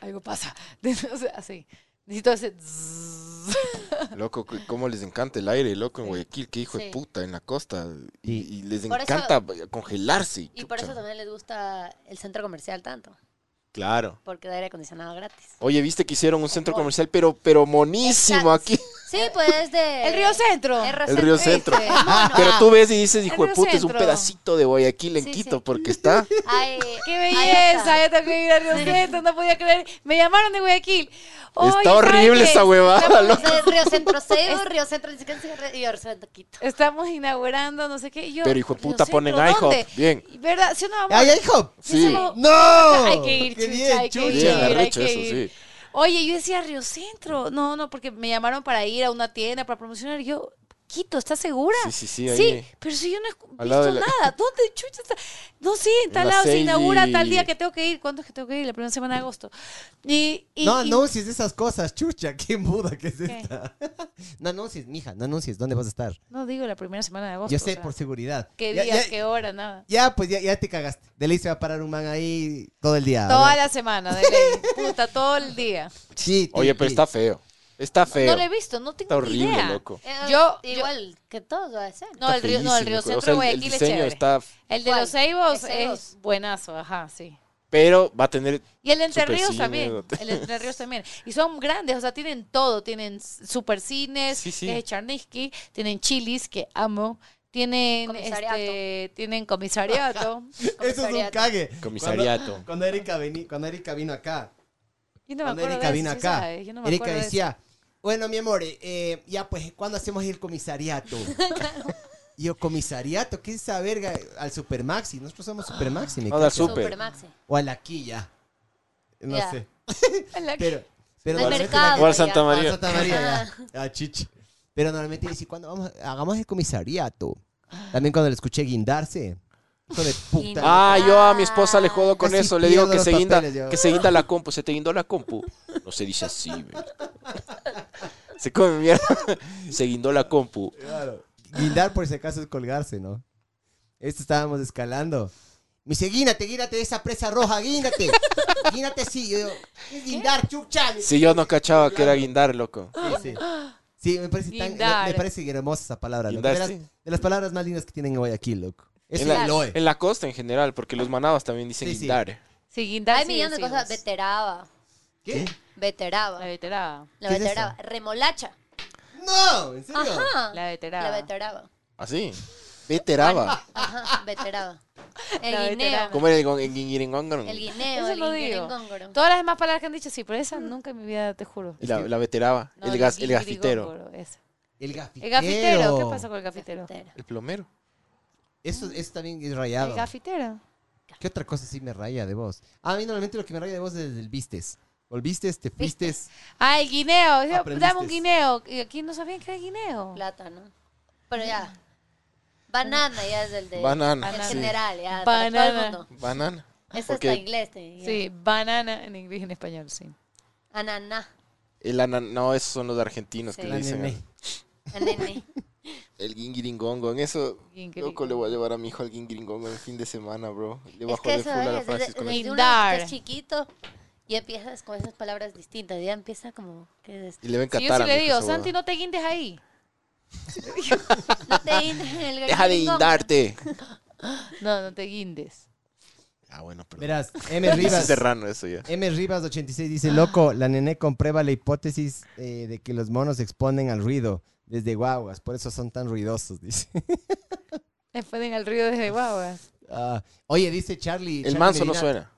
[SPEAKER 4] algo pasa. [laughs] O sea, así. Necesito ese... zzzz.
[SPEAKER 3] Loco, cu- cómo les encanta el aire, loco, en Guayaquil, qué hijo de
[SPEAKER 5] Sí.
[SPEAKER 3] puta, en la costa. Y,
[SPEAKER 2] Y-
[SPEAKER 3] y les
[SPEAKER 5] Por eso-
[SPEAKER 3] encanta congelarse.
[SPEAKER 5] Y por
[SPEAKER 3] chucha.
[SPEAKER 5] eso también les gusta el centro comercial tanto,
[SPEAKER 3] Claro.
[SPEAKER 5] porque da aire acondicionado gratis.
[SPEAKER 3] Oye, viste que hicieron un centro comercial, pero, pero monísimo aquí. [laughs]
[SPEAKER 5] Sí, pues de... Este,
[SPEAKER 4] El río Centro.
[SPEAKER 5] El río
[SPEAKER 3] El río Centro.
[SPEAKER 5] ¿viste? Mono.
[SPEAKER 3] Pero tú ves y dices, hijo
[SPEAKER 4] Río
[SPEAKER 3] de puta, es un
[SPEAKER 4] Centro.
[SPEAKER 3] pedacito de Guayaquil en
[SPEAKER 5] Sí,
[SPEAKER 3] Quito,
[SPEAKER 5] sí.
[SPEAKER 3] porque está.
[SPEAKER 5] Ay,
[SPEAKER 4] [laughs] ¡Qué
[SPEAKER 5] ahí está.
[SPEAKER 4] belleza! eh, Yo también ir a Río Centro, no podía creer. Me llamaron de Guayaquil. Oye, ¿sabes
[SPEAKER 3] horrible
[SPEAKER 4] qué?
[SPEAKER 3] esa huevada,
[SPEAKER 4] Estamos-
[SPEAKER 3] loco.
[SPEAKER 4] [laughs]
[SPEAKER 5] Entonces, Río Centro Ceibo, Río Centro ni siquiera se ríe- y Río Centro Quito.
[SPEAKER 4] Estamos inaugurando, no sé qué. y yo,
[SPEAKER 3] Pero, hijo de
[SPEAKER 4] Río
[SPEAKER 3] puta, ponen
[SPEAKER 4] Centro,
[SPEAKER 3] IHOP.
[SPEAKER 4] ¿dónde?
[SPEAKER 3] Bien.
[SPEAKER 4] ¿Verdad? ¿Sí o no, amor?
[SPEAKER 2] ¡Ay, ay, hijo!
[SPEAKER 3] Sí.
[SPEAKER 4] Eso-
[SPEAKER 2] ¡No!
[SPEAKER 4] Hay que ir,
[SPEAKER 2] ¡Qué
[SPEAKER 4] chucha,
[SPEAKER 2] bien,
[SPEAKER 4] hay que
[SPEAKER 2] chucha!
[SPEAKER 4] ir,
[SPEAKER 3] Bien,
[SPEAKER 4] hay
[SPEAKER 3] arrecho
[SPEAKER 4] que
[SPEAKER 3] eso,
[SPEAKER 4] ir.
[SPEAKER 3] sí.
[SPEAKER 4] Oye, yo decía Río Centro. No, no, porque me llamaron para ir a una tienda para promocionar. Y Yo, Quito, ¿estás segura?
[SPEAKER 3] Sí, sí, sí, ahí.
[SPEAKER 4] pero si yo no he escu-
[SPEAKER 3] Al lado
[SPEAKER 4] visto
[SPEAKER 3] de la- [laughs]
[SPEAKER 4] nada. ¿Dónde chucha está? No, sí, en tal
[SPEAKER 3] la
[SPEAKER 4] lado se
[SPEAKER 3] seis
[SPEAKER 4] inaugura
[SPEAKER 3] y-
[SPEAKER 4] tal día que tengo que ir. ¿Cuándo es que tengo que ir? La primera semana de agosto. Y, y-
[SPEAKER 2] No
[SPEAKER 4] y-
[SPEAKER 2] anuncies esas cosas, chucha. Qué muda que es
[SPEAKER 4] ¿Qué?
[SPEAKER 2] esta. [laughs] No anuncies, mija, no anuncies. ¿Dónde vas a estar?
[SPEAKER 4] No digo la primera semana de agosto.
[SPEAKER 2] Yo
[SPEAKER 4] o
[SPEAKER 2] sé
[SPEAKER 4] sea,
[SPEAKER 2] por seguridad.
[SPEAKER 4] ¿Qué
[SPEAKER 2] Ya-
[SPEAKER 4] día,
[SPEAKER 2] ya-
[SPEAKER 4] qué hora, nada?
[SPEAKER 2] Ya, pues ya, ya te cagaste. De ley se va a parar un man ahí todo el día.
[SPEAKER 4] Toda
[SPEAKER 2] ¿verdad?
[SPEAKER 4] la semana,
[SPEAKER 2] [laughs]
[SPEAKER 4] de ley. Puta, todo el día.
[SPEAKER 2] Sí,
[SPEAKER 3] Oye,
[SPEAKER 2] sí,
[SPEAKER 3] pero
[SPEAKER 2] sí.
[SPEAKER 3] está feo. Está feo.
[SPEAKER 4] No lo he visto, no tengo
[SPEAKER 3] Está horrible,
[SPEAKER 4] idea.
[SPEAKER 3] loco.
[SPEAKER 5] Eh,
[SPEAKER 4] Yo-
[SPEAKER 5] igual que todos va a ser.
[SPEAKER 4] No, el río, no, el
[SPEAKER 3] Feísimo,
[SPEAKER 4] río
[SPEAKER 3] o sea,
[SPEAKER 4] centro de
[SPEAKER 3] el-
[SPEAKER 4] Guayaquil
[SPEAKER 3] el
[SPEAKER 4] es
[SPEAKER 3] diseño
[SPEAKER 4] chévere.
[SPEAKER 3] está
[SPEAKER 4] El de
[SPEAKER 5] ¿Cuál?
[SPEAKER 4] los Seibos
[SPEAKER 5] ¿De Seibos?
[SPEAKER 4] es buenazo, ajá, sí.
[SPEAKER 3] Pero va a tener
[SPEAKER 4] Y el Entre
[SPEAKER 3] Super
[SPEAKER 4] Ríos
[SPEAKER 3] cine,
[SPEAKER 4] también.
[SPEAKER 3] hotel.
[SPEAKER 4] El
[SPEAKER 3] [laughs]
[SPEAKER 4] Entre Ríos también. Y son grandes, o sea, tienen todo. Tienen supercines,
[SPEAKER 3] Sí, sí.
[SPEAKER 4] que es Charnisky, tienen chilis, que amo, tienen
[SPEAKER 5] Comisariato.
[SPEAKER 4] este, tienen
[SPEAKER 5] [laughs]
[SPEAKER 4] comisariato.
[SPEAKER 2] Eso es un
[SPEAKER 5] Comisariato.
[SPEAKER 2] cague.
[SPEAKER 3] comisariato.
[SPEAKER 2] Cuando, cuando Erika, veni- cuando Erika vino acá,
[SPEAKER 4] Yo no me
[SPEAKER 2] cuando
[SPEAKER 4] acuerdo
[SPEAKER 2] Erika
[SPEAKER 4] de
[SPEAKER 2] vino
[SPEAKER 4] eso,
[SPEAKER 2] acá,
[SPEAKER 4] ¿sabes? Yo no me
[SPEAKER 2] Erika
[SPEAKER 4] acuerdo de eso.
[SPEAKER 2] decía, bueno, mi amor, eh, eh, ya pues, ¿cuándo hacemos el
[SPEAKER 4] [laughs]
[SPEAKER 2] comisariato? Y yo, comisariato, ¿qué es esa verga? Al Supermaxi, nosotros somos Supermaxi, mi
[SPEAKER 3] No, da
[SPEAKER 2] cacho.
[SPEAKER 3] Ah, súper.
[SPEAKER 5] Maxi.
[SPEAKER 2] O a la quilla. No
[SPEAKER 5] Ya.
[SPEAKER 2] sé.
[SPEAKER 4] Hola,
[SPEAKER 2] Pero, pero
[SPEAKER 5] Al
[SPEAKER 2] normalmente
[SPEAKER 5] mercado.
[SPEAKER 3] Igual Santa
[SPEAKER 5] ya.
[SPEAKER 3] María.
[SPEAKER 2] la- Ah, Santa María,
[SPEAKER 4] [laughs]
[SPEAKER 2] ya. Ah, chichi. Pero normalmente dice, ¿cuándo vamos? a- Hagamos el comisariato. También cuando le escuché guindarse. Hijo de puta.
[SPEAKER 3] Ah, yo a mi esposa le jodo con
[SPEAKER 2] Casi
[SPEAKER 3] eso. Le digo
[SPEAKER 2] pierdo
[SPEAKER 3] que
[SPEAKER 2] los
[SPEAKER 3] se, guinda,
[SPEAKER 2] papeles, yo.
[SPEAKER 3] que se guinda la compu. Se te guindó la compu. No se dice así, ve. Se come mierda. Se guindó la compu.
[SPEAKER 2] Claro. Guindar, por si acaso, es colgarse, ¿no? Esto estábamos escalando. Me dice, guínate, guínate de esa presa roja,
[SPEAKER 4] [laughs]
[SPEAKER 2] guínate. guínate, sí. Yo digo, ¿qué es guindar, chucha? Me-
[SPEAKER 3] Si yo no cachaba que era guindar, loco.
[SPEAKER 2] Sí, sí. Sí, me parece, tan,
[SPEAKER 4] Guindar.
[SPEAKER 2] me me parece hermosa esa palabra. loco. De las,
[SPEAKER 3] Guindaste.
[SPEAKER 2] de las palabras más lindas que tienen en Guayaquil, loco. Es
[SPEAKER 3] En
[SPEAKER 2] el
[SPEAKER 3] la,
[SPEAKER 2] loe.
[SPEAKER 3] en la costa en general, porque los manabas también dicen
[SPEAKER 2] Sí, sí.
[SPEAKER 3] guindar.
[SPEAKER 4] Sí, Guindar,
[SPEAKER 5] Hay
[SPEAKER 4] sí,
[SPEAKER 5] millones de
[SPEAKER 4] decimos.
[SPEAKER 5] cosas. Veteraba.
[SPEAKER 2] ¿Qué?
[SPEAKER 5] Veteraba.
[SPEAKER 4] La veteraba.
[SPEAKER 5] La
[SPEAKER 2] ¿Qué es
[SPEAKER 5] veteraba. Remolacha.
[SPEAKER 2] ¡No! ¿En serio?
[SPEAKER 5] Ajá.
[SPEAKER 4] La veteraba.
[SPEAKER 5] La veteraba.
[SPEAKER 3] Así. Veteraba.
[SPEAKER 5] Ajá. Veteraba.
[SPEAKER 4] La
[SPEAKER 5] El guineo.
[SPEAKER 4] veteraba.
[SPEAKER 3] ¿Cómo era el gon- en guingiringongorong?
[SPEAKER 5] El guineo.
[SPEAKER 4] Eso
[SPEAKER 5] el
[SPEAKER 4] no
[SPEAKER 5] guineo
[SPEAKER 4] digo.
[SPEAKER 5] en góngoro.
[SPEAKER 4] Todas las demás palabras que han dicho sí, pero
[SPEAKER 5] Mm.
[SPEAKER 4] esa nunca en mi vida, te juro.
[SPEAKER 3] La, la veteraba.
[SPEAKER 4] No,
[SPEAKER 3] el, gas, el
[SPEAKER 4] guiri-
[SPEAKER 3] gafitero.
[SPEAKER 4] gorgoro, esa.
[SPEAKER 2] El gafitero.
[SPEAKER 4] El gafitero, ¿qué pasa con el gafitero?
[SPEAKER 5] Cafetera.
[SPEAKER 3] El plomero.
[SPEAKER 2] Eso, eso también es
[SPEAKER 4] El
[SPEAKER 2] rayado.
[SPEAKER 4] gafitero.
[SPEAKER 2] ¿Qué otra cosa sí me raya de vos? A mí normalmente lo que me raya de vos es el vistes. O el vistes, te fuistes.
[SPEAKER 4] Ah, el guineo. Yo,
[SPEAKER 2] Aprendiste.
[SPEAKER 4] Dame un guineo. Y aquí no sabían que era guineo.
[SPEAKER 5] Plátano. Pero ya. Banana ya es el de.
[SPEAKER 3] Banana,
[SPEAKER 5] En
[SPEAKER 4] sí.
[SPEAKER 5] general, ya. para todo el
[SPEAKER 4] Banana.
[SPEAKER 5] mundo.
[SPEAKER 3] Banana.
[SPEAKER 5] Ese
[SPEAKER 3] Porque
[SPEAKER 5] está inglés. Sí.
[SPEAKER 4] Sí, banana en inglés y en español, sí.
[SPEAKER 5] Ananá.
[SPEAKER 3] el ana- no, esos son los argentinos que
[SPEAKER 5] Sí.
[SPEAKER 3] le dicen.
[SPEAKER 5] Anene.
[SPEAKER 3] [laughs] El guingiringongo. En eso,
[SPEAKER 4] Guingiringo.
[SPEAKER 3] loco, le voy a llevar a mi hijo al guingiringongo el fin de semana, bro. Le
[SPEAKER 5] Es
[SPEAKER 3] bajo
[SPEAKER 5] que
[SPEAKER 3] de
[SPEAKER 5] eso
[SPEAKER 3] full a la
[SPEAKER 5] es. Desde,
[SPEAKER 3] Francis con eso.
[SPEAKER 5] desde uno
[SPEAKER 4] Indar.
[SPEAKER 5] que es chiquito. Y empiezas con esas palabras distintas. Ya empieza como. ¿Qué es
[SPEAKER 3] Y le va a
[SPEAKER 4] Si
[SPEAKER 3] encantar
[SPEAKER 4] yo sí
[SPEAKER 3] a mi hijo
[SPEAKER 4] le digo,
[SPEAKER 3] esa
[SPEAKER 4] Santi,
[SPEAKER 3] huevada.
[SPEAKER 4] no te guindes ahí.
[SPEAKER 3] [laughs]
[SPEAKER 5] No te hindas en el
[SPEAKER 3] Deja de
[SPEAKER 5] gringo.
[SPEAKER 3] guindarte.
[SPEAKER 4] No, no te guindes.
[SPEAKER 3] Ah, bueno, perdón. [laughs]
[SPEAKER 2] Verás, M. Rivas.
[SPEAKER 3] Es serrano eso ya.
[SPEAKER 2] M. Rivas 86 dice, loco, la nené comprueba la hipótesis eh, de que los monos se exponen al ruido desde guaguas, por eso son tan ruidosos, [laughs] dice.
[SPEAKER 4] Me ponen al río desde guaguas.
[SPEAKER 2] Ah, oye, dice Charlie.
[SPEAKER 3] El
[SPEAKER 2] Charlie
[SPEAKER 3] manso no
[SPEAKER 2] Medina,
[SPEAKER 3] suena.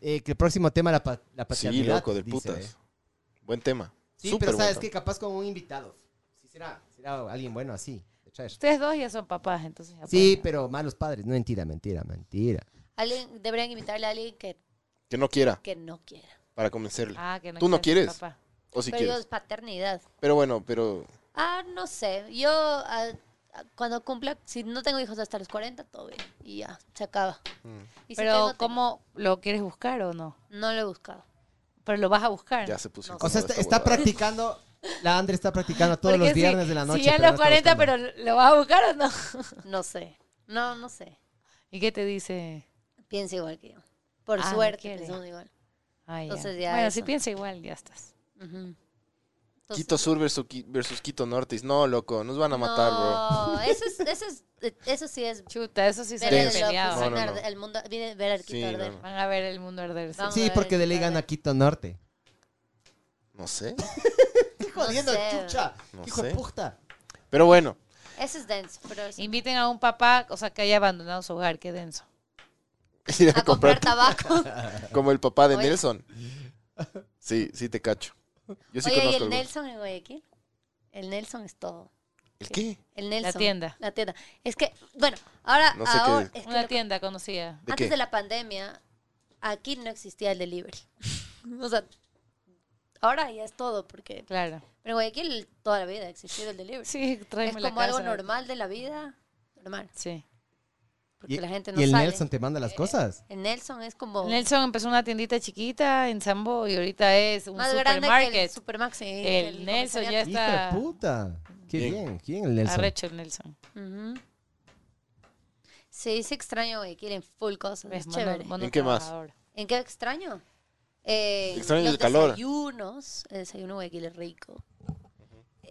[SPEAKER 2] eh, que el próximo tema la, pa- la
[SPEAKER 3] Sí,
[SPEAKER 2] paternidad.
[SPEAKER 3] loco, de
[SPEAKER 2] dice,
[SPEAKER 3] putas.
[SPEAKER 2] eh.
[SPEAKER 3] Buen tema.
[SPEAKER 2] Sí,
[SPEAKER 3] Súper
[SPEAKER 2] pero
[SPEAKER 3] buen
[SPEAKER 2] sabes
[SPEAKER 3] tema.
[SPEAKER 2] que capaz con un invitado. Sí, será, será alguien bueno así. de traer.
[SPEAKER 4] Ustedes dos ya son papás, entonces. ya
[SPEAKER 2] Sí,
[SPEAKER 4] pueden.
[SPEAKER 2] pero malos padres. No, mentira, mentira, mentira.
[SPEAKER 5] Alguien, deberían invitarle a alguien que,
[SPEAKER 3] Que no quiera,
[SPEAKER 5] que no quiera.
[SPEAKER 3] para convencerle.
[SPEAKER 4] Ah, que no
[SPEAKER 3] Tú no
[SPEAKER 4] quieres
[SPEAKER 3] quieres.
[SPEAKER 4] ser papá.
[SPEAKER 3] o si
[SPEAKER 5] Pero
[SPEAKER 3] quieres.
[SPEAKER 5] digo, es paternidad.
[SPEAKER 3] Pero bueno, pero
[SPEAKER 5] Ah, no sé. Yo, ah, ah, cuando cumpla, si no tengo hijos hasta los 40, todo bien. Y ya, se acaba.
[SPEAKER 3] Mm.
[SPEAKER 5] Y si tengo,
[SPEAKER 4] Pero,
[SPEAKER 5] tengo.
[SPEAKER 4] ¿cómo lo quieres buscar o no?
[SPEAKER 5] No lo he buscado.
[SPEAKER 4] Pero lo vas a buscar.
[SPEAKER 3] ya se puso.
[SPEAKER 2] O sea,
[SPEAKER 3] incómoda
[SPEAKER 2] está,
[SPEAKER 3] esta
[SPEAKER 2] está
[SPEAKER 3] huevada.
[SPEAKER 2] practicando. La Andre está practicando todos
[SPEAKER 4] Porque
[SPEAKER 2] los
[SPEAKER 4] si-
[SPEAKER 2] viernes de la noche.
[SPEAKER 4] Si ya a
[SPEAKER 2] pero
[SPEAKER 4] los
[SPEAKER 2] no está
[SPEAKER 4] 40, pero ¿lo vas a buscar o no? [laughs]
[SPEAKER 5] No sé. No, no sé.
[SPEAKER 4] ¿Y qué te dice?
[SPEAKER 5] Piensa igual que yo. Por
[SPEAKER 4] Ah, no
[SPEAKER 5] suerte,
[SPEAKER 4] quiere.
[SPEAKER 5] pensamos igual.
[SPEAKER 4] Ay, ya.
[SPEAKER 5] Entonces ya
[SPEAKER 4] Bueno,
[SPEAKER 5] eso.
[SPEAKER 4] si piensa igual, ya estás.
[SPEAKER 5] Ujú. Entonces-
[SPEAKER 3] Quito Sur versus, Qui- versus Quito Norte. No, loco, nos van a matar, bro.
[SPEAKER 5] No, [laughs] eso, es, eso, es, eh, eso sí es
[SPEAKER 4] Chuta, eso sí se
[SPEAKER 5] ver el,
[SPEAKER 3] Denso. Denso.
[SPEAKER 4] han peleado.
[SPEAKER 3] No, no,
[SPEAKER 5] arte,
[SPEAKER 3] no.
[SPEAKER 5] el mundo, viene- ver el
[SPEAKER 3] Sí,
[SPEAKER 5] Quito
[SPEAKER 3] no,
[SPEAKER 5] arder.
[SPEAKER 3] no.
[SPEAKER 4] Van a ver el mundo arderse.
[SPEAKER 5] Vamos
[SPEAKER 2] Sí,
[SPEAKER 5] a
[SPEAKER 2] porque
[SPEAKER 5] ver,
[SPEAKER 2] delegan
[SPEAKER 5] a
[SPEAKER 2] a
[SPEAKER 5] ver.
[SPEAKER 2] Quito Norte.
[SPEAKER 3] No sé.
[SPEAKER 2] Qué
[SPEAKER 5] jodiendo, sé. chucha.
[SPEAKER 3] No
[SPEAKER 2] Hijo de
[SPEAKER 3] sé.
[SPEAKER 2] puta.
[SPEAKER 3] Pero bueno, [laughs]
[SPEAKER 5] Eso es denso. Pero es-
[SPEAKER 4] Inviten a un papá, o sea, que haya abandonado su hogar, qué denso.
[SPEAKER 3] ir a
[SPEAKER 5] a
[SPEAKER 3] comprar
[SPEAKER 5] comprar tabaco.
[SPEAKER 3] [laughs] como el papá de
[SPEAKER 5] Oye.
[SPEAKER 3] Nelson. Sí, sí te cacho. Yo sí conozco
[SPEAKER 5] Oye, ¿y el
[SPEAKER 3] algunos.
[SPEAKER 5] Nelson en Guayaquil? El Nelson es todo.
[SPEAKER 3] ¿El qué?
[SPEAKER 5] El Nelson.
[SPEAKER 4] tienda.
[SPEAKER 5] La tienda. Es que, bueno, ahora.
[SPEAKER 3] No sé
[SPEAKER 5] ahora-
[SPEAKER 3] qué-
[SPEAKER 5] es que
[SPEAKER 4] Una
[SPEAKER 5] lo-
[SPEAKER 4] tienda conocida.
[SPEAKER 3] ¿De
[SPEAKER 5] antes
[SPEAKER 3] qué?
[SPEAKER 5] de la pandemia, aquí no existía el delivery. [laughs] o sea, ahora ya es todo, porque.
[SPEAKER 4] Claro.
[SPEAKER 5] Pero en Guayaquil toda la vida ha existido el delivery.
[SPEAKER 4] Sí,
[SPEAKER 5] es
[SPEAKER 4] tráeme la
[SPEAKER 5] como algo
[SPEAKER 4] casa.
[SPEAKER 5] normal de la vida. Normal.
[SPEAKER 4] Sí.
[SPEAKER 5] Porque la gente no
[SPEAKER 2] y el
[SPEAKER 5] sale.
[SPEAKER 2] Nelson te manda las cosas.
[SPEAKER 5] El Nelson es como.
[SPEAKER 4] Nelson empezó una tiendita chiquita en Sambo y ahorita es un
[SPEAKER 5] más grande que
[SPEAKER 4] supermarket.
[SPEAKER 5] el Supermax. sí,
[SPEAKER 4] El Nelson ya
[SPEAKER 5] comercial.
[SPEAKER 2] Hijo de
[SPEAKER 4] está
[SPEAKER 2] puta. Qué
[SPEAKER 3] Bien.
[SPEAKER 2] bien. ¿Quién el Nelson?
[SPEAKER 4] Arrecho el Nelson.
[SPEAKER 5] Ujú. Sí, sí extraño Guayaquil en full cosas.
[SPEAKER 4] Es
[SPEAKER 5] Es chévere.
[SPEAKER 4] mono-
[SPEAKER 3] ¿En qué más?
[SPEAKER 4] trabajador.
[SPEAKER 5] ¿En qué extraño? Eh,
[SPEAKER 3] Extraño
[SPEAKER 5] los
[SPEAKER 3] el calor.
[SPEAKER 5] desayunos. El desayuno de Guayaquil es rico.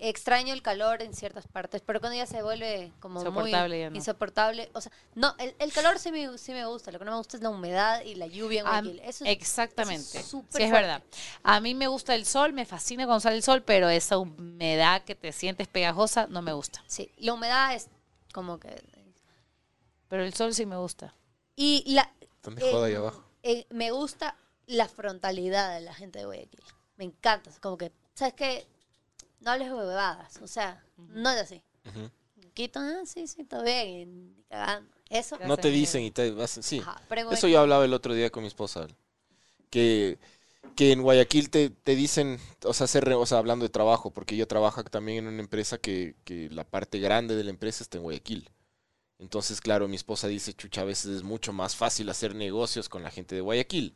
[SPEAKER 5] extraño el calor en ciertas partes, pero cuando ya se vuelve como
[SPEAKER 4] Soportable
[SPEAKER 5] muy
[SPEAKER 4] ya no.
[SPEAKER 5] insoportable, o sea, no, el, el calor sí me, sí me gusta, lo que no me gusta es la humedad y la lluvia en
[SPEAKER 4] Ah,
[SPEAKER 5] Guayaquil. Eso es-
[SPEAKER 4] Exactamente.
[SPEAKER 5] eso es
[SPEAKER 4] sí, es
[SPEAKER 5] súper
[SPEAKER 4] verdad. A mí me gusta el sol, me fascina cuando sale el sol, pero esa humedad que te sientes pegajosa no me gusta.
[SPEAKER 5] sí, la humedad es como que
[SPEAKER 4] Pero el sol sí me gusta.
[SPEAKER 5] y la
[SPEAKER 3] ¿Dónde joda ahí
[SPEAKER 5] eh,
[SPEAKER 3] abajo?
[SPEAKER 5] eh, me gusta la frontalidad de la gente de Guayaquil. Me encanta, es como que sabes que no hables huevadas, o sea, no es así. Quito, ah, sí, sí, todo bien, y ni cagando. Eso.
[SPEAKER 4] Gracias,
[SPEAKER 3] No te
[SPEAKER 4] amigo.
[SPEAKER 3] dicen y te hacen, sí.
[SPEAKER 5] Ajá, pero en
[SPEAKER 3] Eso
[SPEAKER 5] Guayaquil-
[SPEAKER 3] yo hablaba el otro día con mi esposa. Que, que en Guayaquil te, te dicen, o sea, hacer, re- o sea, hablando de trabajo, porque yo trabajo también en una empresa que, que la parte grande de la empresa está en Guayaquil. Entonces, claro, mi esposa dice, chucha, a veces es mucho más fácil hacer negocios con la gente de Guayaquil.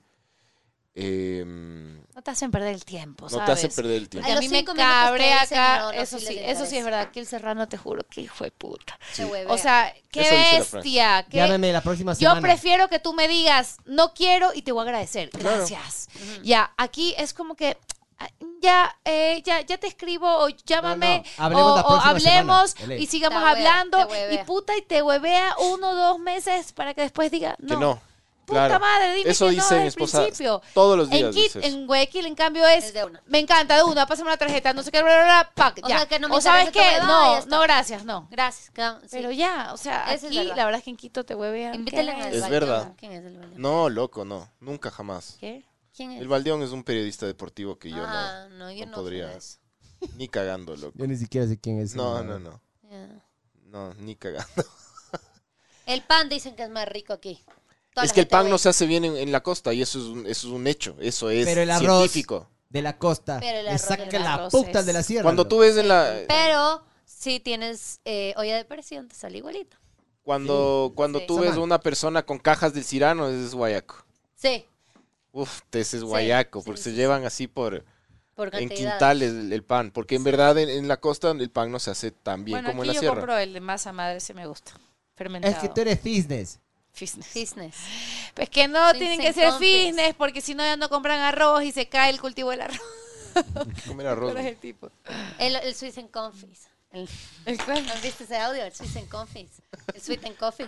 [SPEAKER 3] Em,
[SPEAKER 4] No te hacen perder el tiempo,
[SPEAKER 3] no
[SPEAKER 4] ¿sabes?
[SPEAKER 3] te hace perder el tiempo.
[SPEAKER 4] Porque
[SPEAKER 5] A
[SPEAKER 4] a
[SPEAKER 5] los
[SPEAKER 4] mí me
[SPEAKER 5] cinco minutos que
[SPEAKER 4] cabré
[SPEAKER 5] dicen
[SPEAKER 4] acá,
[SPEAKER 5] no, no,
[SPEAKER 4] eso
[SPEAKER 5] sí
[SPEAKER 4] sí,
[SPEAKER 5] les
[SPEAKER 4] eso sí es
[SPEAKER 5] interesa.
[SPEAKER 4] verdad, que el serrano te juro que hijo de puta.
[SPEAKER 5] Se huevea.
[SPEAKER 4] O sea, qué
[SPEAKER 3] Eso dice la frase.
[SPEAKER 4] bestia, qué-
[SPEAKER 2] Llámeme la próxima semana.
[SPEAKER 4] Yo prefiero que tú me digas, no quiero y te voy a agradecer. Gracias. Ya, aquí es como que, ah, ya, eh, ya, ya te escribo o llámame
[SPEAKER 2] No, no, hablemos
[SPEAKER 4] o,
[SPEAKER 2] la
[SPEAKER 4] o
[SPEAKER 2] próxima
[SPEAKER 4] hablemos
[SPEAKER 2] semana, Belén.
[SPEAKER 4] y sigamos
[SPEAKER 5] Te huevea,
[SPEAKER 4] hablando
[SPEAKER 5] te huevea.
[SPEAKER 4] y puta y te huevea uno o dos meses para que después diga, no.
[SPEAKER 3] que no.
[SPEAKER 4] Puta
[SPEAKER 3] claro.
[SPEAKER 4] madre, dime
[SPEAKER 3] Eso
[SPEAKER 4] que no
[SPEAKER 3] dice
[SPEAKER 4] desde
[SPEAKER 3] mi
[SPEAKER 4] el
[SPEAKER 3] esposa
[SPEAKER 4] principio.
[SPEAKER 3] todos los días.
[SPEAKER 4] en, Kit,
[SPEAKER 3] dice eso.
[SPEAKER 4] en Guayaquil, en cambio, es.
[SPEAKER 5] Es de una.
[SPEAKER 4] Me encanta, de una, pásame una tarjeta, no sé qué, bla, bla, bla, pac,
[SPEAKER 5] O
[SPEAKER 4] ya.
[SPEAKER 5] sea, que no me
[SPEAKER 4] o sabes
[SPEAKER 5] interesa tu
[SPEAKER 4] qué,
[SPEAKER 5] huevada y ya
[SPEAKER 4] no,
[SPEAKER 5] está.
[SPEAKER 4] no, gracias, no.
[SPEAKER 5] Gracias. quedamos- sí.
[SPEAKER 4] Pero ya, o sea,
[SPEAKER 5] Eso es
[SPEAKER 4] aquí
[SPEAKER 5] verdad.
[SPEAKER 4] la verdad es que en Quito te huevean.
[SPEAKER 5] Invítale
[SPEAKER 4] ¿qué?
[SPEAKER 5] al
[SPEAKER 3] Es
[SPEAKER 5] Valdeón.
[SPEAKER 3] verdad.
[SPEAKER 5] ¿Quién es el Valdeón?
[SPEAKER 3] No, loco, no. Nunca jamás.
[SPEAKER 4] ¿Qué?
[SPEAKER 5] ¿Quién es?
[SPEAKER 3] El Baldeón es un periodista deportivo que yo
[SPEAKER 5] ah, no, yo
[SPEAKER 3] no
[SPEAKER 5] no, soy
[SPEAKER 3] podría.
[SPEAKER 5] de eso.
[SPEAKER 3] no. Ni cagando, loco.
[SPEAKER 2] Yo ni siquiera sé quién es.
[SPEAKER 3] No, no, no.
[SPEAKER 5] Ya.
[SPEAKER 3] No, ni cagando.
[SPEAKER 5] El pan dicen que es más rico aquí. Toda
[SPEAKER 3] Es
[SPEAKER 5] la
[SPEAKER 3] que el
[SPEAKER 5] gente
[SPEAKER 3] pan no
[SPEAKER 5] güey,
[SPEAKER 3] se hace bien en, en la costa y eso es un, eso es un hecho. Eso es
[SPEAKER 2] Pero el arroz-
[SPEAKER 3] científico.
[SPEAKER 2] De la costa.
[SPEAKER 5] Pero el
[SPEAKER 2] Le
[SPEAKER 5] arroz-
[SPEAKER 2] saca
[SPEAKER 4] el
[SPEAKER 2] la
[SPEAKER 4] arroz
[SPEAKER 2] puta
[SPEAKER 4] es-
[SPEAKER 2] de la sierra.
[SPEAKER 3] Cuando
[SPEAKER 2] loco.
[SPEAKER 3] tú ves en la...
[SPEAKER 5] Pero si tienes eh, olla de presión, te sale igualito.
[SPEAKER 3] Cuando, cuando
[SPEAKER 5] Sí.
[SPEAKER 3] tú
[SPEAKER 2] Está
[SPEAKER 3] ves
[SPEAKER 2] mal.
[SPEAKER 3] una persona con cajas del cirano, ese es guayaco.
[SPEAKER 5] Sí,
[SPEAKER 3] Uf, ese es guayaco, porque
[SPEAKER 5] sí,
[SPEAKER 3] se
[SPEAKER 5] sí,
[SPEAKER 3] llevan así por...
[SPEAKER 5] por
[SPEAKER 3] En
[SPEAKER 5] cantidad.
[SPEAKER 3] quintales el, el pan, porque en verdad en, en la costa el pan no se hace tan bien
[SPEAKER 4] bueno,
[SPEAKER 3] como en la
[SPEAKER 4] aquí yo
[SPEAKER 3] sierra.
[SPEAKER 4] compro el de masa madre, se me gusta. Fermentado.
[SPEAKER 2] Es que tú eres fitness.
[SPEAKER 4] Fitness.
[SPEAKER 5] Business.
[SPEAKER 4] Es que no
[SPEAKER 5] Sí,
[SPEAKER 4] tienen
[SPEAKER 5] sí,
[SPEAKER 4] que ser
[SPEAKER 5] entonces.
[SPEAKER 4] fitness porque si no ya no compran arroz y se cae el cultivo del arroz.
[SPEAKER 3] Comer arroz,
[SPEAKER 4] ¿Cuál es
[SPEAKER 3] güey.
[SPEAKER 4] el tipo?
[SPEAKER 5] El, el Swiss and Confis. El-
[SPEAKER 4] [laughs] ¿El cuál?
[SPEAKER 5] ¿No viste ese audio? El Swiss and Confis. El Sweet and Coffee.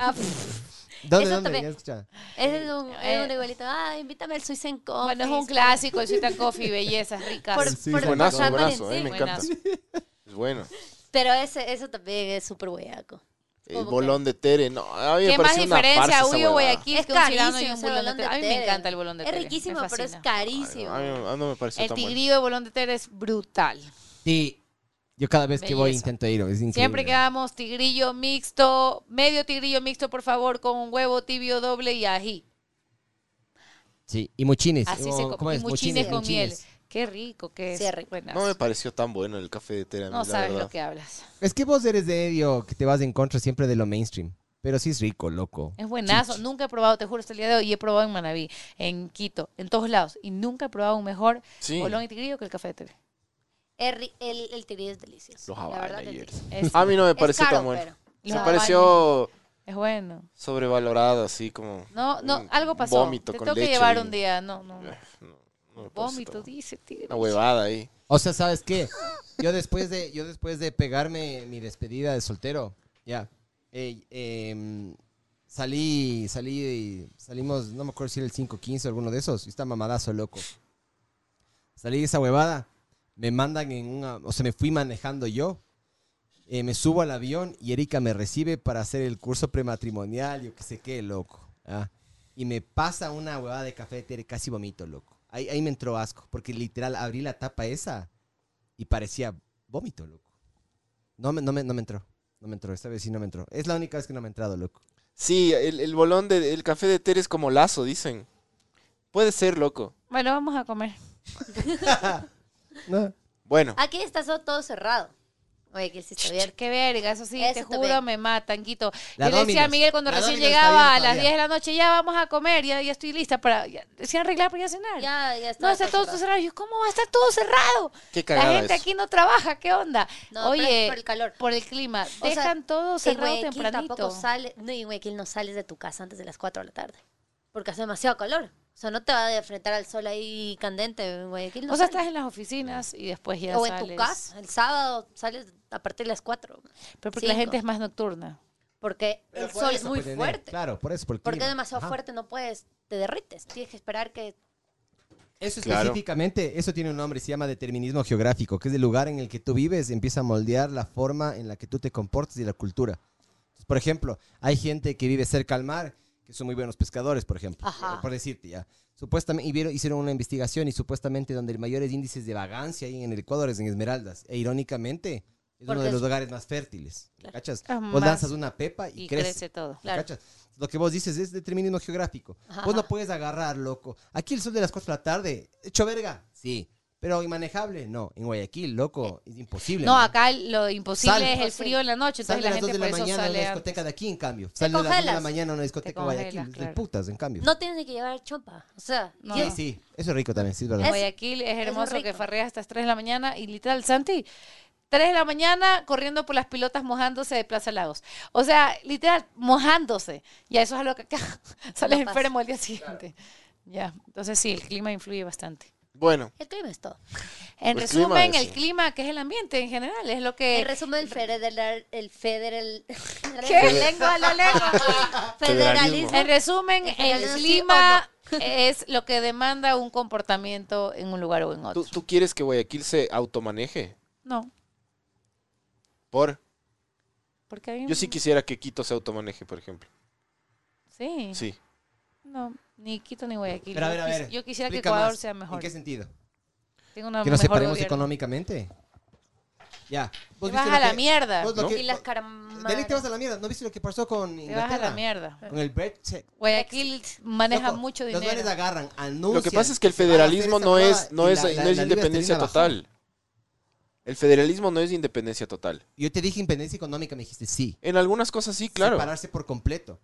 [SPEAKER 4] Ah, pff.
[SPEAKER 2] ¿Dónde,
[SPEAKER 5] Eso
[SPEAKER 2] dónde?
[SPEAKER 5] también.
[SPEAKER 2] Ya escucha.
[SPEAKER 5] Ese es un,
[SPEAKER 4] Eh.
[SPEAKER 5] es un igualito. Ah, invítame al Swiss and Coffee.
[SPEAKER 4] bueno, es un clásico, el sweet and coffee, bellezas ricas.
[SPEAKER 5] Por,
[SPEAKER 2] Sí,
[SPEAKER 5] por
[SPEAKER 3] buenazo,
[SPEAKER 5] pasarnos
[SPEAKER 3] buenazo, eh, me
[SPEAKER 5] encima.
[SPEAKER 3] encanta.
[SPEAKER 4] Buenazo.
[SPEAKER 3] Es bueno.
[SPEAKER 5] Pero ese, eso también es súper huellaco.
[SPEAKER 3] El
[SPEAKER 5] ¿Cómo que?
[SPEAKER 3] bolón de Tere, no, a mí me
[SPEAKER 4] ¿Qué más
[SPEAKER 3] parece una
[SPEAKER 4] diferencia
[SPEAKER 3] farsa esa
[SPEAKER 4] Uyo
[SPEAKER 3] huevada.
[SPEAKER 4] Guayaquil que un cirano y un bolón de tere? A mí me
[SPEAKER 5] tere.
[SPEAKER 4] encanta el bolón de
[SPEAKER 5] Es
[SPEAKER 4] tere. me
[SPEAKER 5] riquísimo, pero es
[SPEAKER 4] fascina.
[SPEAKER 5] carísimo.
[SPEAKER 3] A mí, a mí no me pareció
[SPEAKER 4] El
[SPEAKER 3] tan bueno.
[SPEAKER 4] tigrillo de bolón de tere es brutal.
[SPEAKER 2] Sí. Yo cada vez que voy
[SPEAKER 4] Belleza.
[SPEAKER 2] intento ir. Es increíble.
[SPEAKER 4] Siempre quedamos tigrillo mixto, medio tigrillo mixto, por favor, con un huevo tibio doble y ají.
[SPEAKER 2] Sí. Y muchines.
[SPEAKER 4] Así
[SPEAKER 2] o-
[SPEAKER 4] se come.
[SPEAKER 2] Oh, ¿cómo
[SPEAKER 4] Y
[SPEAKER 2] es?
[SPEAKER 4] muchines con miel.
[SPEAKER 2] muchines.
[SPEAKER 4] Qué rico que es.
[SPEAKER 5] Sí, es rico.
[SPEAKER 4] Buenas.
[SPEAKER 3] No me pareció tan bueno el café de Tere, a mí,
[SPEAKER 4] No
[SPEAKER 3] la
[SPEAKER 4] sabes
[SPEAKER 3] verdad.
[SPEAKER 4] lo que hablas.
[SPEAKER 2] Es que vos eres de ello que te vas en contra siempre de lo mainstream. Pero sí es rico, loco.
[SPEAKER 4] Es buenazo. Nunca he probado, te juro, hasta el día de hoy. Y he probado en Manaví, en Quito, en todos lados. Y nunca he probado un mejor
[SPEAKER 3] Sí.
[SPEAKER 4] bolón y tigrillo que el café de TV.
[SPEAKER 5] Es ri- El, el tigrillo es delicioso.
[SPEAKER 3] Los
[SPEAKER 5] la verdad,
[SPEAKER 3] Havana
[SPEAKER 5] es
[SPEAKER 3] ayer.
[SPEAKER 5] delicioso.
[SPEAKER 4] Es,
[SPEAKER 3] A mí no me
[SPEAKER 5] Es
[SPEAKER 3] pareció
[SPEAKER 5] caro,
[SPEAKER 3] tan bueno.
[SPEAKER 5] pero-
[SPEAKER 4] Los
[SPEAKER 3] Ah, Me
[SPEAKER 4] Havana.
[SPEAKER 3] pareció
[SPEAKER 4] es bueno.
[SPEAKER 3] sobrevalorado, así como...
[SPEAKER 4] No, no,
[SPEAKER 3] Un
[SPEAKER 4] algo pasó.
[SPEAKER 3] vómito
[SPEAKER 4] te
[SPEAKER 3] con
[SPEAKER 4] tengo que
[SPEAKER 3] leche
[SPEAKER 4] llevar
[SPEAKER 3] y-
[SPEAKER 4] un día. No, no.
[SPEAKER 3] eh, no, no me pareció
[SPEAKER 4] Vómito,
[SPEAKER 3] tan-
[SPEAKER 4] dice tigre.
[SPEAKER 3] Una huevada ahí.
[SPEAKER 2] O sea, ¿sabes qué? Yo después de, yo después de pegarme mi despedida de soltero, ya, eh, eh, salí, salí, salimos, no me acuerdo si era el 515 o alguno de esos, y está mamadazo loco. Salí de esa huevada, me mandan en una, o sea, me fui manejando yo, eh, me subo al avión y Erika me recibe para hacer el curso prematrimonial, yo qué sé qué, loco. ah. Y me pasa una huevada de café de té, casi vomito, loco. Ahí, ahí me entró asco, porque literal abrí la tapa esa y parecía vómito, loco. No me, no me, no me entró. No me entró, esta vez sí no me entró. Es la única vez que no me ha entrado, loco.
[SPEAKER 3] Sí, el, el bolón del café de Tere es como lazo, dicen. Puede ser, loco.
[SPEAKER 4] Bueno, vamos a comer.
[SPEAKER 2] No.
[SPEAKER 3] Bueno,
[SPEAKER 4] Ah,
[SPEAKER 5] Aquí está so- todo cerrado. Oye, que sí está abierto.
[SPEAKER 4] Qué verga, eso sí,
[SPEAKER 5] Eso
[SPEAKER 4] te
[SPEAKER 5] está
[SPEAKER 4] juro,
[SPEAKER 5] bien.
[SPEAKER 4] me matan, Quito.
[SPEAKER 2] La
[SPEAKER 4] Yo le decía a
[SPEAKER 2] Domino's.
[SPEAKER 4] Miguel cuando
[SPEAKER 2] La
[SPEAKER 4] recién
[SPEAKER 2] Domino's está bien
[SPEAKER 4] llegaba a las
[SPEAKER 2] todavía.
[SPEAKER 4] 10 de la noche, ya vamos a comer, ya, ya estoy lista para. Ya, decían arreglar para ir a cenar.
[SPEAKER 5] Ya, ya está.
[SPEAKER 4] no, está todo cerrado. Yo, ¿cómo va a estar todo cerrado?
[SPEAKER 3] qué
[SPEAKER 4] La
[SPEAKER 3] cagada
[SPEAKER 4] gente
[SPEAKER 3] eso.
[SPEAKER 4] aquí no trabaja, ¿qué onda?
[SPEAKER 5] No, pero
[SPEAKER 4] Oye,
[SPEAKER 5] es por el calor.
[SPEAKER 4] por el clima,
[SPEAKER 5] sea,
[SPEAKER 4] dejan todo cerrado
[SPEAKER 5] en Guayaquil
[SPEAKER 4] tempranito.
[SPEAKER 5] tampoco sale, no, y en Guayaquil no sales de tu casa antes de las 4 de la tarde. Porque hace demasiado calor. O sea, no te va a enfrentar al sol ahí candente en Guayaquil. no
[SPEAKER 4] O sea,
[SPEAKER 5] sale.
[SPEAKER 4] estás en las oficinas y después ya
[SPEAKER 5] o en
[SPEAKER 4] sales.
[SPEAKER 5] tu casa. El sábado sales a partir de las 4.
[SPEAKER 4] Pero porque la
[SPEAKER 5] Cinco.
[SPEAKER 4] gente es más nocturna.
[SPEAKER 5] Porque el sol es Eh, muy
[SPEAKER 2] Por pues,
[SPEAKER 5] fuerte.
[SPEAKER 2] Claro, por eso, por el
[SPEAKER 5] pues, Porque es
[SPEAKER 2] clima.
[SPEAKER 5] demasiado
[SPEAKER 2] Ajá.
[SPEAKER 5] fuerte, no puedes, te derrites. Tienes que esperar que...
[SPEAKER 2] Eso
[SPEAKER 6] Claro.
[SPEAKER 2] específicamente, eso tiene un nombre, se llama determinismo geográfico, que es el lugar en el que tú vives, empieza a moldear la forma en la que tú te comportas y la cultura. Entonces, por ejemplo, hay gente que vive cerca al mar, que son muy buenos pescadores, por ejemplo,
[SPEAKER 5] Ajá.
[SPEAKER 2] por decirte ya. Supuestamente, y vieron- hicieron una investigación y supuestamente donde hay mayores índices de vagancia ahí en el Ecuador es en Esmeraldas. E irónicamente, es uno
[SPEAKER 5] Porque
[SPEAKER 2] de
[SPEAKER 5] es-
[SPEAKER 2] los lugares más fértiles. ¿Cachas?
[SPEAKER 4] Ah,
[SPEAKER 2] Vos
[SPEAKER 4] más.
[SPEAKER 2] lanzas una pepa y,
[SPEAKER 4] Y
[SPEAKER 2] crece.
[SPEAKER 4] crece todo.
[SPEAKER 5] Claro.
[SPEAKER 2] ¿Cachas? Lo que vos dices es determinismo geográfico.
[SPEAKER 5] Ajá,
[SPEAKER 2] Vos no
[SPEAKER 5] ajá.
[SPEAKER 2] puedes agarrar, loco. Aquí el sol de las 4 de la tarde, hecho verga. Sí. Pero inmanejable, no. En Guayaquil, loco, es imposible.
[SPEAKER 4] Eh, No,
[SPEAKER 2] man.
[SPEAKER 4] acá lo imposible
[SPEAKER 2] Sale.
[SPEAKER 4] es el frío en la noche,
[SPEAKER 2] Sale
[SPEAKER 4] entonces
[SPEAKER 2] a
[SPEAKER 4] la
[SPEAKER 2] las 2 de
[SPEAKER 4] gente por
[SPEAKER 2] la
[SPEAKER 4] eso
[SPEAKER 2] mañana a una
[SPEAKER 4] sale antes.
[SPEAKER 2] discoteca de aquí, en cambio. Sale a las 2 de la
[SPEAKER 5] congelas.
[SPEAKER 2] mañana a una discoteca de
[SPEAKER 4] congelas,
[SPEAKER 2] Guayaquil. Es de
[SPEAKER 4] claro.
[SPEAKER 2] putas, en cambio.
[SPEAKER 5] No tienes ni que llevar chompa. O sea,
[SPEAKER 4] No.
[SPEAKER 5] y-
[SPEAKER 2] Sí, sí. Eso es rico también, sí, es verdad.
[SPEAKER 5] Es-
[SPEAKER 4] Guayaquil es
[SPEAKER 5] muy
[SPEAKER 4] hermoso que
[SPEAKER 5] rico.
[SPEAKER 4] farreas hasta las 3 de la mañana y literal, Santi, 3 de la mañana corriendo por las pilotas mojándose de Plaza Lagos. O sea, literal, mojándose. Ya eso es algo que acá [laughs] sales
[SPEAKER 5] pasa.
[SPEAKER 4] enfermo al día siguiente. Ya, entonces sí, el clima influye bastante.
[SPEAKER 3] Bueno,
[SPEAKER 5] el clima es todo.
[SPEAKER 4] En
[SPEAKER 3] El Pues clima
[SPEAKER 4] resumen,
[SPEAKER 3] es-
[SPEAKER 4] el clima, que es el ambiente en general, es lo que...
[SPEAKER 5] En resumen, el federal... El federal...
[SPEAKER 4] Eh,
[SPEAKER 5] [laughs]
[SPEAKER 4] ¿Qué? Lengua, la lengua.
[SPEAKER 5] Federalismo.
[SPEAKER 4] En resumen,
[SPEAKER 5] ¿En
[SPEAKER 4] el
[SPEAKER 5] general sí
[SPEAKER 4] clima [laughs] es lo que demanda un comportamiento en un lugar o en otro.
[SPEAKER 3] ¿tú, tú quieres que Guayaquil se automaneje?
[SPEAKER 4] No,
[SPEAKER 3] Por.
[SPEAKER 4] porque hay un...
[SPEAKER 3] Yo sí quisiera que Quito se automaneje, por ejemplo.
[SPEAKER 4] Sí.
[SPEAKER 3] Sí.
[SPEAKER 4] No, ni Quito ni Guayaquil.
[SPEAKER 2] Pero a
[SPEAKER 4] Yo
[SPEAKER 2] ver, a
[SPEAKER 4] quis-
[SPEAKER 2] ver.
[SPEAKER 4] Yo quisiera que
[SPEAKER 2] explica
[SPEAKER 4] Ecuador
[SPEAKER 2] más.
[SPEAKER 4] sea mejor.
[SPEAKER 2] ¿En qué sentido?
[SPEAKER 4] Tenga una
[SPEAKER 2] ¿Que nos
[SPEAKER 4] mejor
[SPEAKER 2] separemos
[SPEAKER 4] gobierno.
[SPEAKER 2] económicamente? Ya. ¿Vos viste
[SPEAKER 4] Te vas
[SPEAKER 2] lo
[SPEAKER 4] a la
[SPEAKER 2] que-
[SPEAKER 4] mierda.
[SPEAKER 2] vos lo
[SPEAKER 3] ¿No?
[SPEAKER 2] que-
[SPEAKER 5] Y las
[SPEAKER 2] De ahí te vas
[SPEAKER 5] caramaras.
[SPEAKER 2] a la mierda. ¿No viste lo que pasó con
[SPEAKER 4] Te vas a la
[SPEAKER 2] Inglaterra?
[SPEAKER 4] mierda.
[SPEAKER 2] Con el Brexit.
[SPEAKER 4] Guayaquil maneja
[SPEAKER 2] Loco,
[SPEAKER 4] mucho
[SPEAKER 2] Los manes
[SPEAKER 4] dinero.
[SPEAKER 2] agarran, anuncian.
[SPEAKER 3] Lo que pasa es que el
[SPEAKER 2] van a hacer
[SPEAKER 3] federalismo
[SPEAKER 2] Ah, esa
[SPEAKER 3] no
[SPEAKER 2] huevada
[SPEAKER 3] es, no
[SPEAKER 2] y
[SPEAKER 3] es,
[SPEAKER 2] la- la-
[SPEAKER 3] no es
[SPEAKER 2] la libra
[SPEAKER 3] independencia
[SPEAKER 2] esterlina bajó.
[SPEAKER 3] total. El federalismo no es independencia total.
[SPEAKER 2] Yo te dije independencia económica, me dijiste sí.
[SPEAKER 3] En algunas cosas sí, claro.
[SPEAKER 2] Separarse por completo.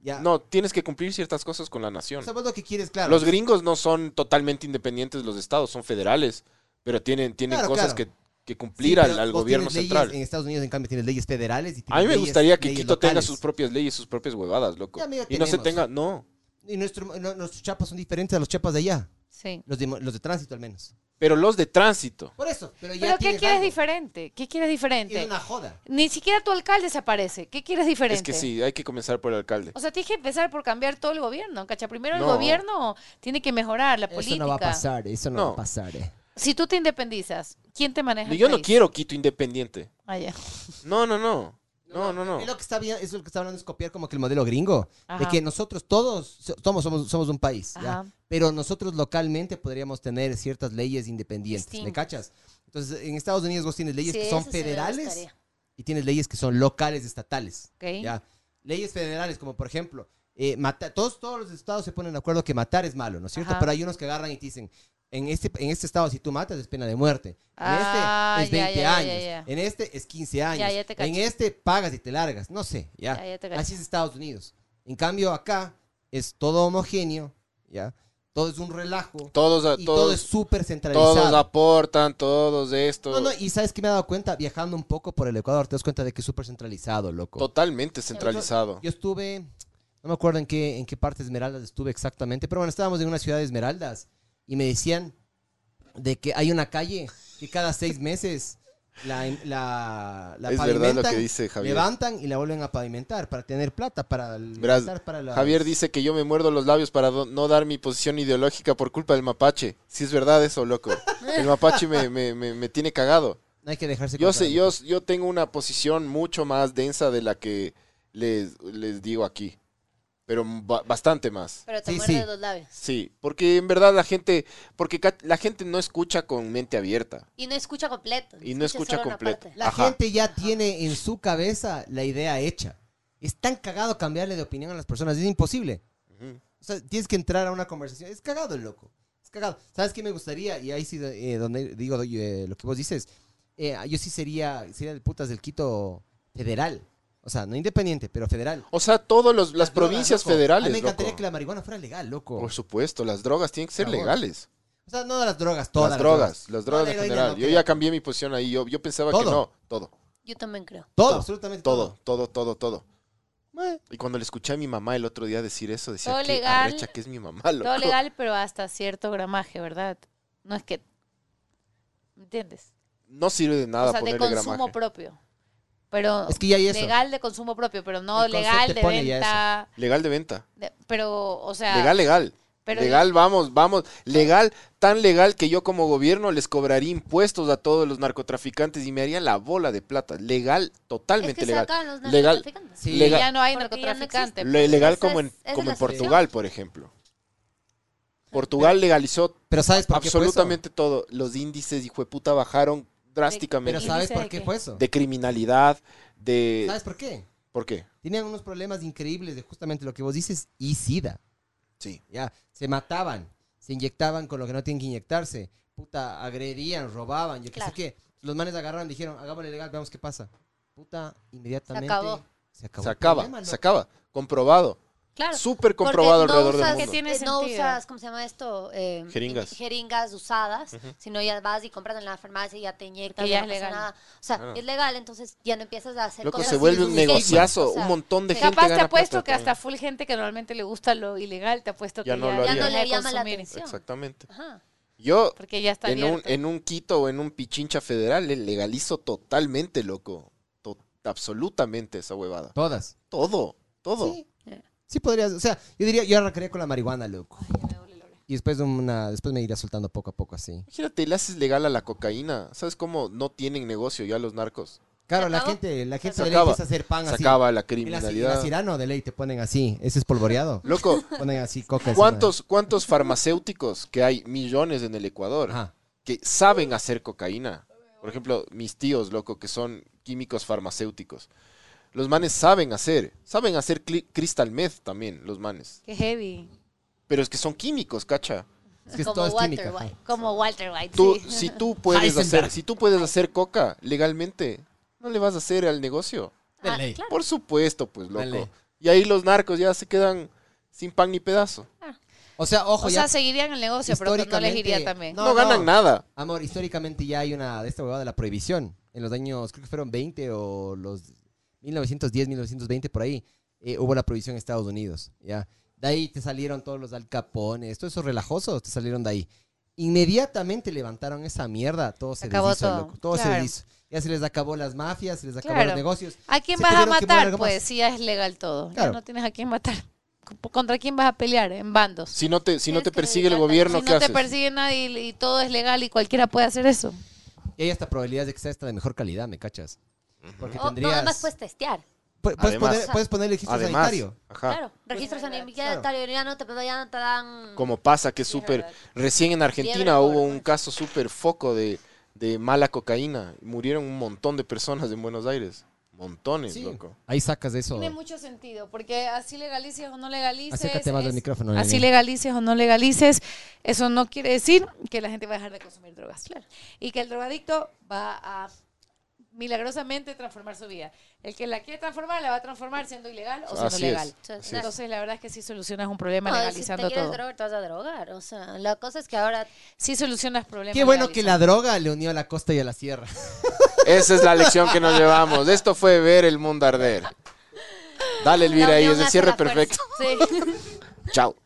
[SPEAKER 2] Ya.
[SPEAKER 3] No, tienes que cumplir ciertas cosas con la nación.
[SPEAKER 2] Sabes lo que quieres, claro.
[SPEAKER 3] Los gringos no son totalmente independientes los estados, son federales, pero tienen, tienen
[SPEAKER 2] Claro,
[SPEAKER 3] cosas
[SPEAKER 2] claro.
[SPEAKER 3] Que, que
[SPEAKER 2] Sí,
[SPEAKER 3] cumplir al,
[SPEAKER 2] pero
[SPEAKER 3] al
[SPEAKER 2] vos
[SPEAKER 3] gobierno
[SPEAKER 2] tienes leyes-
[SPEAKER 3] central.
[SPEAKER 2] En Estados Unidos, en cambio, tienes leyes federales. Y
[SPEAKER 3] A mí me
[SPEAKER 2] tienes
[SPEAKER 3] gustaría que
[SPEAKER 2] leyes
[SPEAKER 3] Quito tenga
[SPEAKER 2] locales.
[SPEAKER 3] sus propias leyes, sus propias huevadas, loco.
[SPEAKER 2] Ya, amigo,
[SPEAKER 3] y no se tenga,
[SPEAKER 2] tenemos.
[SPEAKER 3] no.
[SPEAKER 2] Y nuestro- no- nuestros chapas son diferentes a los chapas de allá.
[SPEAKER 4] Sí.
[SPEAKER 2] Los de, los de tránsito, al menos.
[SPEAKER 3] Pero los de tránsito.
[SPEAKER 2] Por eso. Pero, ya
[SPEAKER 4] Pero ¿qué
[SPEAKER 2] tienes
[SPEAKER 4] quieres
[SPEAKER 2] algo.
[SPEAKER 4] diferente? ¿Qué quieres
[SPEAKER 2] Es
[SPEAKER 4] diferente?
[SPEAKER 2] una joda.
[SPEAKER 4] Ni siquiera tu alcalde se aparece. ¿Qué quieres diferente?
[SPEAKER 3] Es que sí, hay que comenzar por el alcalde.
[SPEAKER 4] O sea, tienes que empezar por cambiar todo el gobierno, ¿cacha? Primero el
[SPEAKER 3] No.
[SPEAKER 4] gobierno tiene que mejorar la política.
[SPEAKER 2] Eso no va a pasar, eso no,
[SPEAKER 3] No.
[SPEAKER 2] va a pasar. eh.
[SPEAKER 4] Si tú te independizas, ¿quién te maneja? el
[SPEAKER 3] yo no
[SPEAKER 4] país?
[SPEAKER 3] quiero Quito independiente.
[SPEAKER 4] Ah, ya.
[SPEAKER 3] No, no, no. No, no, no.
[SPEAKER 2] Es lo que está bien, es lo que está hablando es copiar como que el modelo gringo, de
[SPEAKER 4] Ajá.
[SPEAKER 2] que nosotros todos so- somos somos, somos un país, ¿ya?
[SPEAKER 4] Ajá.
[SPEAKER 2] pero nosotros localmente podríamos tener ciertas leyes independientes, ¿me
[SPEAKER 4] Distintas.
[SPEAKER 2] cachas? Entonces, en Estados Unidos vos tienes leyes
[SPEAKER 5] Sí,
[SPEAKER 2] que son
[SPEAKER 5] eso sí me
[SPEAKER 2] federales
[SPEAKER 5] gustaría.
[SPEAKER 2] y tienes leyes que son locales estatales,
[SPEAKER 4] Ok.
[SPEAKER 2] ¿ya? Leyes federales como por ejemplo, eh, mata- todos todos los estados se ponen de acuerdo que matar es malo, ¿no es cierto?
[SPEAKER 4] Ajá.
[SPEAKER 2] Pero hay unos que agarran y te dicen en este, en este estado, si tú matas, es pena de muerte. En
[SPEAKER 4] Ah,
[SPEAKER 2] este es
[SPEAKER 4] ya,
[SPEAKER 2] 20
[SPEAKER 4] ya, ya,
[SPEAKER 2] años.
[SPEAKER 4] ya.
[SPEAKER 2] En este es 15 años.
[SPEAKER 4] ya te cacho.
[SPEAKER 2] en este pagas y te largas. No sé, ya.
[SPEAKER 4] Ya, ya te cacho.
[SPEAKER 2] Así es Estados Unidos. En cambio, acá es todo homogéneo, ya. Todo es un relajo.
[SPEAKER 3] Todos, a-
[SPEAKER 2] y todo
[SPEAKER 3] todos,
[SPEAKER 2] es súper centralizado.
[SPEAKER 3] todos aportan, todos esto.
[SPEAKER 2] no, no, y sabes que me he dado cuenta, viajando un poco por el Ecuador, te das cuenta de que es súper centralizado, loco.
[SPEAKER 3] Totalmente centralizado.
[SPEAKER 2] Yo estuve, no me acuerdo en qué, en qué parte de Esmeraldas estuve exactamente, pero bueno, estábamos en una ciudad de Esmeraldas y me decían de que hay una calle que cada seis meses la, la, la
[SPEAKER 3] Es verdad lo
[SPEAKER 2] pavimentan,
[SPEAKER 3] que dice Javier.
[SPEAKER 2] levantan y la vuelven a pavimentar para tener plata, para el-
[SPEAKER 3] Verás,
[SPEAKER 2] gastar para las-
[SPEAKER 3] Javier dice que yo me muerdo los labios para do- no dar mi posición ideológica por culpa del mapache. Si es verdad eso, loco. El mapache me, me- me- me tiene cagado.
[SPEAKER 2] No hay que dejarse
[SPEAKER 3] Yo
[SPEAKER 2] comprar,
[SPEAKER 3] sé, yo, yo tengo una posición mucho más densa de la que les, les digo aquí. Pero ba- bastante más.
[SPEAKER 5] Pero te
[SPEAKER 2] Sí,
[SPEAKER 5] muerdes
[SPEAKER 2] sí.
[SPEAKER 5] los labios.
[SPEAKER 3] Sí, porque en verdad la gente, porque ca- la gente no escucha con mente abierta.
[SPEAKER 5] Y no escucha completo.
[SPEAKER 3] Y no escucha
[SPEAKER 5] solo una
[SPEAKER 3] completo.
[SPEAKER 5] parte.
[SPEAKER 2] La
[SPEAKER 3] Ajá.
[SPEAKER 2] gente ya tiene en su cabeza la idea hecha. Es tan cagado cambiarle de opinión a las personas, es imposible.
[SPEAKER 3] Ujú.
[SPEAKER 2] O sea, tienes que entrar a una conversación. Es cagado el loco. Es cagado. ¿Sabes qué me gustaría? Y ahí sí, eh, donde digo doy, eh, lo que vos dices. Eh, yo sí sería, sería el putas del Quito federal. O sea, no independiente, pero federal.
[SPEAKER 3] O sea, todas los- las
[SPEAKER 2] drogas,
[SPEAKER 3] provincias
[SPEAKER 2] loco. A
[SPEAKER 3] federales,
[SPEAKER 2] mí me encantaría
[SPEAKER 3] loco.
[SPEAKER 2] que la marihuana fuera legal, loco.
[SPEAKER 3] Por supuesto, las drogas tienen que ser
[SPEAKER 2] Por favor.
[SPEAKER 3] legales.
[SPEAKER 2] O sea, no de las drogas, todas.
[SPEAKER 3] las drogas,
[SPEAKER 2] Toda
[SPEAKER 3] las drogas
[SPEAKER 2] la
[SPEAKER 3] en
[SPEAKER 2] heroína,
[SPEAKER 3] general.
[SPEAKER 2] no
[SPEAKER 3] yo
[SPEAKER 2] creo.
[SPEAKER 3] ya cambié mi posición ahí. Yo, yo pensaba
[SPEAKER 2] Todo.
[SPEAKER 3] que no. Todo,
[SPEAKER 5] Yo también creo.
[SPEAKER 2] Todo, absolutamente
[SPEAKER 3] todo, todo, todo, todo.
[SPEAKER 2] Meh.
[SPEAKER 3] Y cuando le escuché a mi mamá el otro día decir eso, decía,
[SPEAKER 4] Todo
[SPEAKER 3] qué
[SPEAKER 4] legal.
[SPEAKER 3] arrecha que es mi mamá, [laughs] loco.
[SPEAKER 4] Todo legal, pero hasta cierto gramaje, ¿verdad? No es que. ¿Me entiendes?
[SPEAKER 3] No sirve de nada
[SPEAKER 4] o sea, de
[SPEAKER 3] ponerle
[SPEAKER 4] consumo
[SPEAKER 3] gramaje.
[SPEAKER 4] propio. Pero.
[SPEAKER 2] Es que ya hay eso.
[SPEAKER 4] legal de consumo propio, pero no
[SPEAKER 2] El concepto
[SPEAKER 4] legal de
[SPEAKER 2] pone ya
[SPEAKER 4] venta.
[SPEAKER 3] Legal de venta.
[SPEAKER 4] de- pero, o sea.
[SPEAKER 3] legal, legal.
[SPEAKER 4] pero-
[SPEAKER 3] legal, vamos, vamos. Legal, tan legal que yo como gobierno les cobraría impuestos a todos los narcotraficantes y me haría la bola de plata. Legal,
[SPEAKER 5] Es
[SPEAKER 3] totalmente
[SPEAKER 5] que
[SPEAKER 3] legal.
[SPEAKER 5] sacan los
[SPEAKER 3] Legal.
[SPEAKER 5] narcotraficantes.
[SPEAKER 2] Sí.
[SPEAKER 4] y
[SPEAKER 3] legal.
[SPEAKER 4] ya no hay
[SPEAKER 5] Porque ya no
[SPEAKER 4] narcotraficante.
[SPEAKER 3] Le- legal
[SPEAKER 5] Esa
[SPEAKER 3] como en,
[SPEAKER 5] es- esa es
[SPEAKER 3] como
[SPEAKER 5] la
[SPEAKER 3] en
[SPEAKER 5] solución.
[SPEAKER 3] Portugal, por ejemplo. Portugal legalizó
[SPEAKER 2] Pero ¿sabes por qué fue eso?
[SPEAKER 3] absolutamente todo. Los índices, hijo de puta, bajaron
[SPEAKER 2] Pero
[SPEAKER 3] drásticamente.
[SPEAKER 2] ¿sabes
[SPEAKER 4] ¿Índice
[SPEAKER 2] por
[SPEAKER 4] de
[SPEAKER 2] qué
[SPEAKER 4] qué?
[SPEAKER 2] fue eso?
[SPEAKER 3] de criminalidad, de...
[SPEAKER 2] ¿Sabes por qué?
[SPEAKER 3] ¿Por qué?
[SPEAKER 2] Tenían unos problemas increíbles de justamente lo que vos dices y SIDA.
[SPEAKER 3] Sí.
[SPEAKER 2] Ya, se mataban, se inyectaban con lo que no tienen que inyectarse. Puta, agredían, robaban, yo qué
[SPEAKER 4] Claro.
[SPEAKER 2] sé qué. Los manes agarraron, dijeron, hagámosle legal, veamos qué pasa. Puta, inmediatamente.
[SPEAKER 5] acabó.
[SPEAKER 2] Se acabó.
[SPEAKER 3] se
[SPEAKER 2] el
[SPEAKER 3] acaba,
[SPEAKER 2] problema,
[SPEAKER 3] se
[SPEAKER 2] loco.
[SPEAKER 3] acaba. Comprobado.
[SPEAKER 5] Claro.
[SPEAKER 3] Súper
[SPEAKER 5] porque
[SPEAKER 3] comprobado
[SPEAKER 5] no
[SPEAKER 3] alrededor del
[SPEAKER 5] usas-
[SPEAKER 3] mundo.
[SPEAKER 4] que tiene
[SPEAKER 5] eh, no
[SPEAKER 4] sentido.
[SPEAKER 5] usas, ¿cómo se llama esto? Eh,
[SPEAKER 3] Jeringas.
[SPEAKER 5] Jeringas usadas, sino ya vas y compras en la farmacia y ya te inyectan.
[SPEAKER 4] Que
[SPEAKER 5] ya
[SPEAKER 4] ya
[SPEAKER 5] no
[SPEAKER 4] es
[SPEAKER 5] pasa
[SPEAKER 4] legal.
[SPEAKER 5] nada. O sea,
[SPEAKER 3] Claro.
[SPEAKER 5] es legal, entonces ya no empiezas a hacer
[SPEAKER 3] Loco,
[SPEAKER 5] cosas
[SPEAKER 3] se vuelve
[SPEAKER 5] así,
[SPEAKER 3] un
[SPEAKER 5] es legal.
[SPEAKER 3] negociazo.
[SPEAKER 5] O sea,
[SPEAKER 3] un montón de gente
[SPEAKER 4] Capaz te
[SPEAKER 3] gana
[SPEAKER 4] apuesto
[SPEAKER 3] plata
[SPEAKER 4] que hasta full gente que normalmente le gusta lo ilegal, te apuesto que
[SPEAKER 3] Ya
[SPEAKER 4] ya,
[SPEAKER 3] no lo
[SPEAKER 4] ya
[SPEAKER 3] haría.
[SPEAKER 4] no
[SPEAKER 5] Ya no
[SPEAKER 4] le
[SPEAKER 5] le llama la
[SPEAKER 4] consumir,
[SPEAKER 5] atención.
[SPEAKER 3] Exactamente.
[SPEAKER 5] Ajá.
[SPEAKER 3] Yo,
[SPEAKER 4] Porque ya está
[SPEAKER 3] en un,
[SPEAKER 4] abierto.
[SPEAKER 3] en un Quito o en un Pichincha Federal, le legalizo totalmente, loco. To- absolutamente esa huevada.
[SPEAKER 2] Todas.
[SPEAKER 3] Todo, todo.
[SPEAKER 2] Sí. Sí podrías, o sea, yo diría, yo arrancaría con la marihuana, loco. Y después de una, después me irá soltando poco a poco así.
[SPEAKER 3] Imagínate, le haces legal a la cocaína. ¿Sabes cómo no tienen negocio ya los narcos?
[SPEAKER 2] Claro, la
[SPEAKER 5] acabó?
[SPEAKER 2] gente, la gente
[SPEAKER 3] Se
[SPEAKER 2] de ley
[SPEAKER 3] acaba.
[SPEAKER 2] empieza a hacer pan
[SPEAKER 3] Se
[SPEAKER 2] así.
[SPEAKER 3] acaba la
[SPEAKER 2] En la, en la
[SPEAKER 3] criminalidad.
[SPEAKER 2] Cirano de ley te ponen así, ese es polvoreado.
[SPEAKER 3] [laughs] Loco,
[SPEAKER 2] Ponen así coca. encima.
[SPEAKER 3] ¿cuántos, ¿cuántos farmacéuticos que hay millones en el Ecuador
[SPEAKER 2] Ajá.
[SPEAKER 3] que saben hacer cocaína? Por ejemplo, mis tíos, loco, que son químicos farmacéuticos. Los manes saben hacer. Saben hacer cli- crystal meth también, los manes.
[SPEAKER 4] Qué heavy.
[SPEAKER 3] Pero es que son químicos, cacha.
[SPEAKER 2] Es que
[SPEAKER 5] Como
[SPEAKER 2] todo es
[SPEAKER 5] Walter
[SPEAKER 2] química.
[SPEAKER 5] White.
[SPEAKER 2] ajá.
[SPEAKER 4] Como Walter White.
[SPEAKER 3] Tú,
[SPEAKER 4] sí.
[SPEAKER 3] si, tú puedes
[SPEAKER 2] Heisenberg.
[SPEAKER 3] hacer, si tú puedes hacer coca legalmente, no le vas a hacer al negocio.
[SPEAKER 2] De
[SPEAKER 5] Ah,
[SPEAKER 2] ley.
[SPEAKER 5] claro.
[SPEAKER 3] Por supuesto, pues, loco.
[SPEAKER 2] Dale.
[SPEAKER 3] Y ahí los narcos ya se quedan sin pan ni pedazo.
[SPEAKER 2] O sea, ojo,
[SPEAKER 4] O
[SPEAKER 2] ya
[SPEAKER 4] sea, seguirían el negocio, pero no les
[SPEAKER 2] históricamente-
[SPEAKER 4] iría también.
[SPEAKER 3] No, ganan nada.
[SPEAKER 2] Amor, históricamente ya hay una de esta huevada de la prohibición. En los años, creo que fueron 20 o los 1910, 1920, por ahí, eh, hubo la prohibición en Estados Unidos. ¿ya? De ahí te salieron todos los alcapones, todos esos relajosos te salieron de ahí. Inmediatamente levantaron esa mierda, todo se,
[SPEAKER 4] Se acabó
[SPEAKER 2] deshizo,
[SPEAKER 4] todo,
[SPEAKER 2] loco, todo se
[SPEAKER 4] claro.
[SPEAKER 2] deshizo. Ya se les acabó las mafias, se les acabó
[SPEAKER 4] Claro.
[SPEAKER 2] los negocios.
[SPEAKER 4] ¿A quién
[SPEAKER 2] Se
[SPEAKER 4] vas a
[SPEAKER 2] tuvieron que mover
[SPEAKER 4] matar?
[SPEAKER 2] algo
[SPEAKER 4] Pues
[SPEAKER 2] más.
[SPEAKER 4] si ya es legal todo. Ya
[SPEAKER 2] Claro.
[SPEAKER 4] no tienes a quién matar. [laughs] ¿Contra quién vas a pelear? En bandos.
[SPEAKER 3] Si no te, si no
[SPEAKER 5] Tienes
[SPEAKER 3] te
[SPEAKER 5] que
[SPEAKER 3] persigue el
[SPEAKER 5] dedicarte.
[SPEAKER 3] gobierno,
[SPEAKER 4] si
[SPEAKER 3] ¿qué
[SPEAKER 4] no te
[SPEAKER 3] haces?
[SPEAKER 4] persigue nadie y, y todo es legal y cualquiera puede hacer eso.
[SPEAKER 2] Y hay hasta probabilidades de que sea esta de mejor calidad, ¿me cachas? Porque
[SPEAKER 5] O, no,
[SPEAKER 2] tendrías...
[SPEAKER 5] además puedes testear.
[SPEAKER 2] Pu- puedes,
[SPEAKER 3] Además.
[SPEAKER 2] poner, puedes poner el registro
[SPEAKER 3] Además,
[SPEAKER 2] sanitario.
[SPEAKER 3] ajá,
[SPEAKER 5] Claro. Registro
[SPEAKER 4] Pues, eh,
[SPEAKER 5] sanitario, ya no te ya no te dan.
[SPEAKER 3] como pasa que súper, recién en Argentina
[SPEAKER 5] Fiebre por
[SPEAKER 3] hubo un
[SPEAKER 5] pues.
[SPEAKER 3] caso súper foco de, de mala cocaína. Murieron un montón de personas en Buenos Aires. Montones,
[SPEAKER 2] Sí,
[SPEAKER 3] loco.
[SPEAKER 2] Ahí sacas de eso.
[SPEAKER 4] Tiene mucho sentido, porque así legalices o no legalices.
[SPEAKER 2] Acércate más
[SPEAKER 4] es-
[SPEAKER 2] del micrófono.
[SPEAKER 4] Así
[SPEAKER 2] Nelly.
[SPEAKER 4] legalices o no legalices, eso no quiere decir que la gente va a dejar de consumir drogas. Y que el drogadicto va a milagrosamente transformar su vida. El que la quiere transformar, la va a transformar siendo ilegal o siendo
[SPEAKER 3] Así es,
[SPEAKER 4] legal.
[SPEAKER 5] así es.
[SPEAKER 4] Entonces, la verdad es que sí solucionas un problema
[SPEAKER 5] No,
[SPEAKER 4] legalizando
[SPEAKER 5] si te quieres
[SPEAKER 4] todo.
[SPEAKER 5] drogar, te vas a drogar. O sea, la cosa es que ahora
[SPEAKER 4] Sí solucionas problemas.
[SPEAKER 2] Qué bueno que la
[SPEAKER 4] legalizando.
[SPEAKER 2] droga le unió a la costa y a la sierra.
[SPEAKER 3] Esa es la lección que nos llevamos. Esto fue ver el mundo arder. Dale, Elvira,
[SPEAKER 5] La
[SPEAKER 3] ahí
[SPEAKER 5] unión
[SPEAKER 3] es el
[SPEAKER 5] hace
[SPEAKER 3] cierre
[SPEAKER 5] la fuerza.
[SPEAKER 3] perfecto.
[SPEAKER 5] Sí.
[SPEAKER 3] Chao.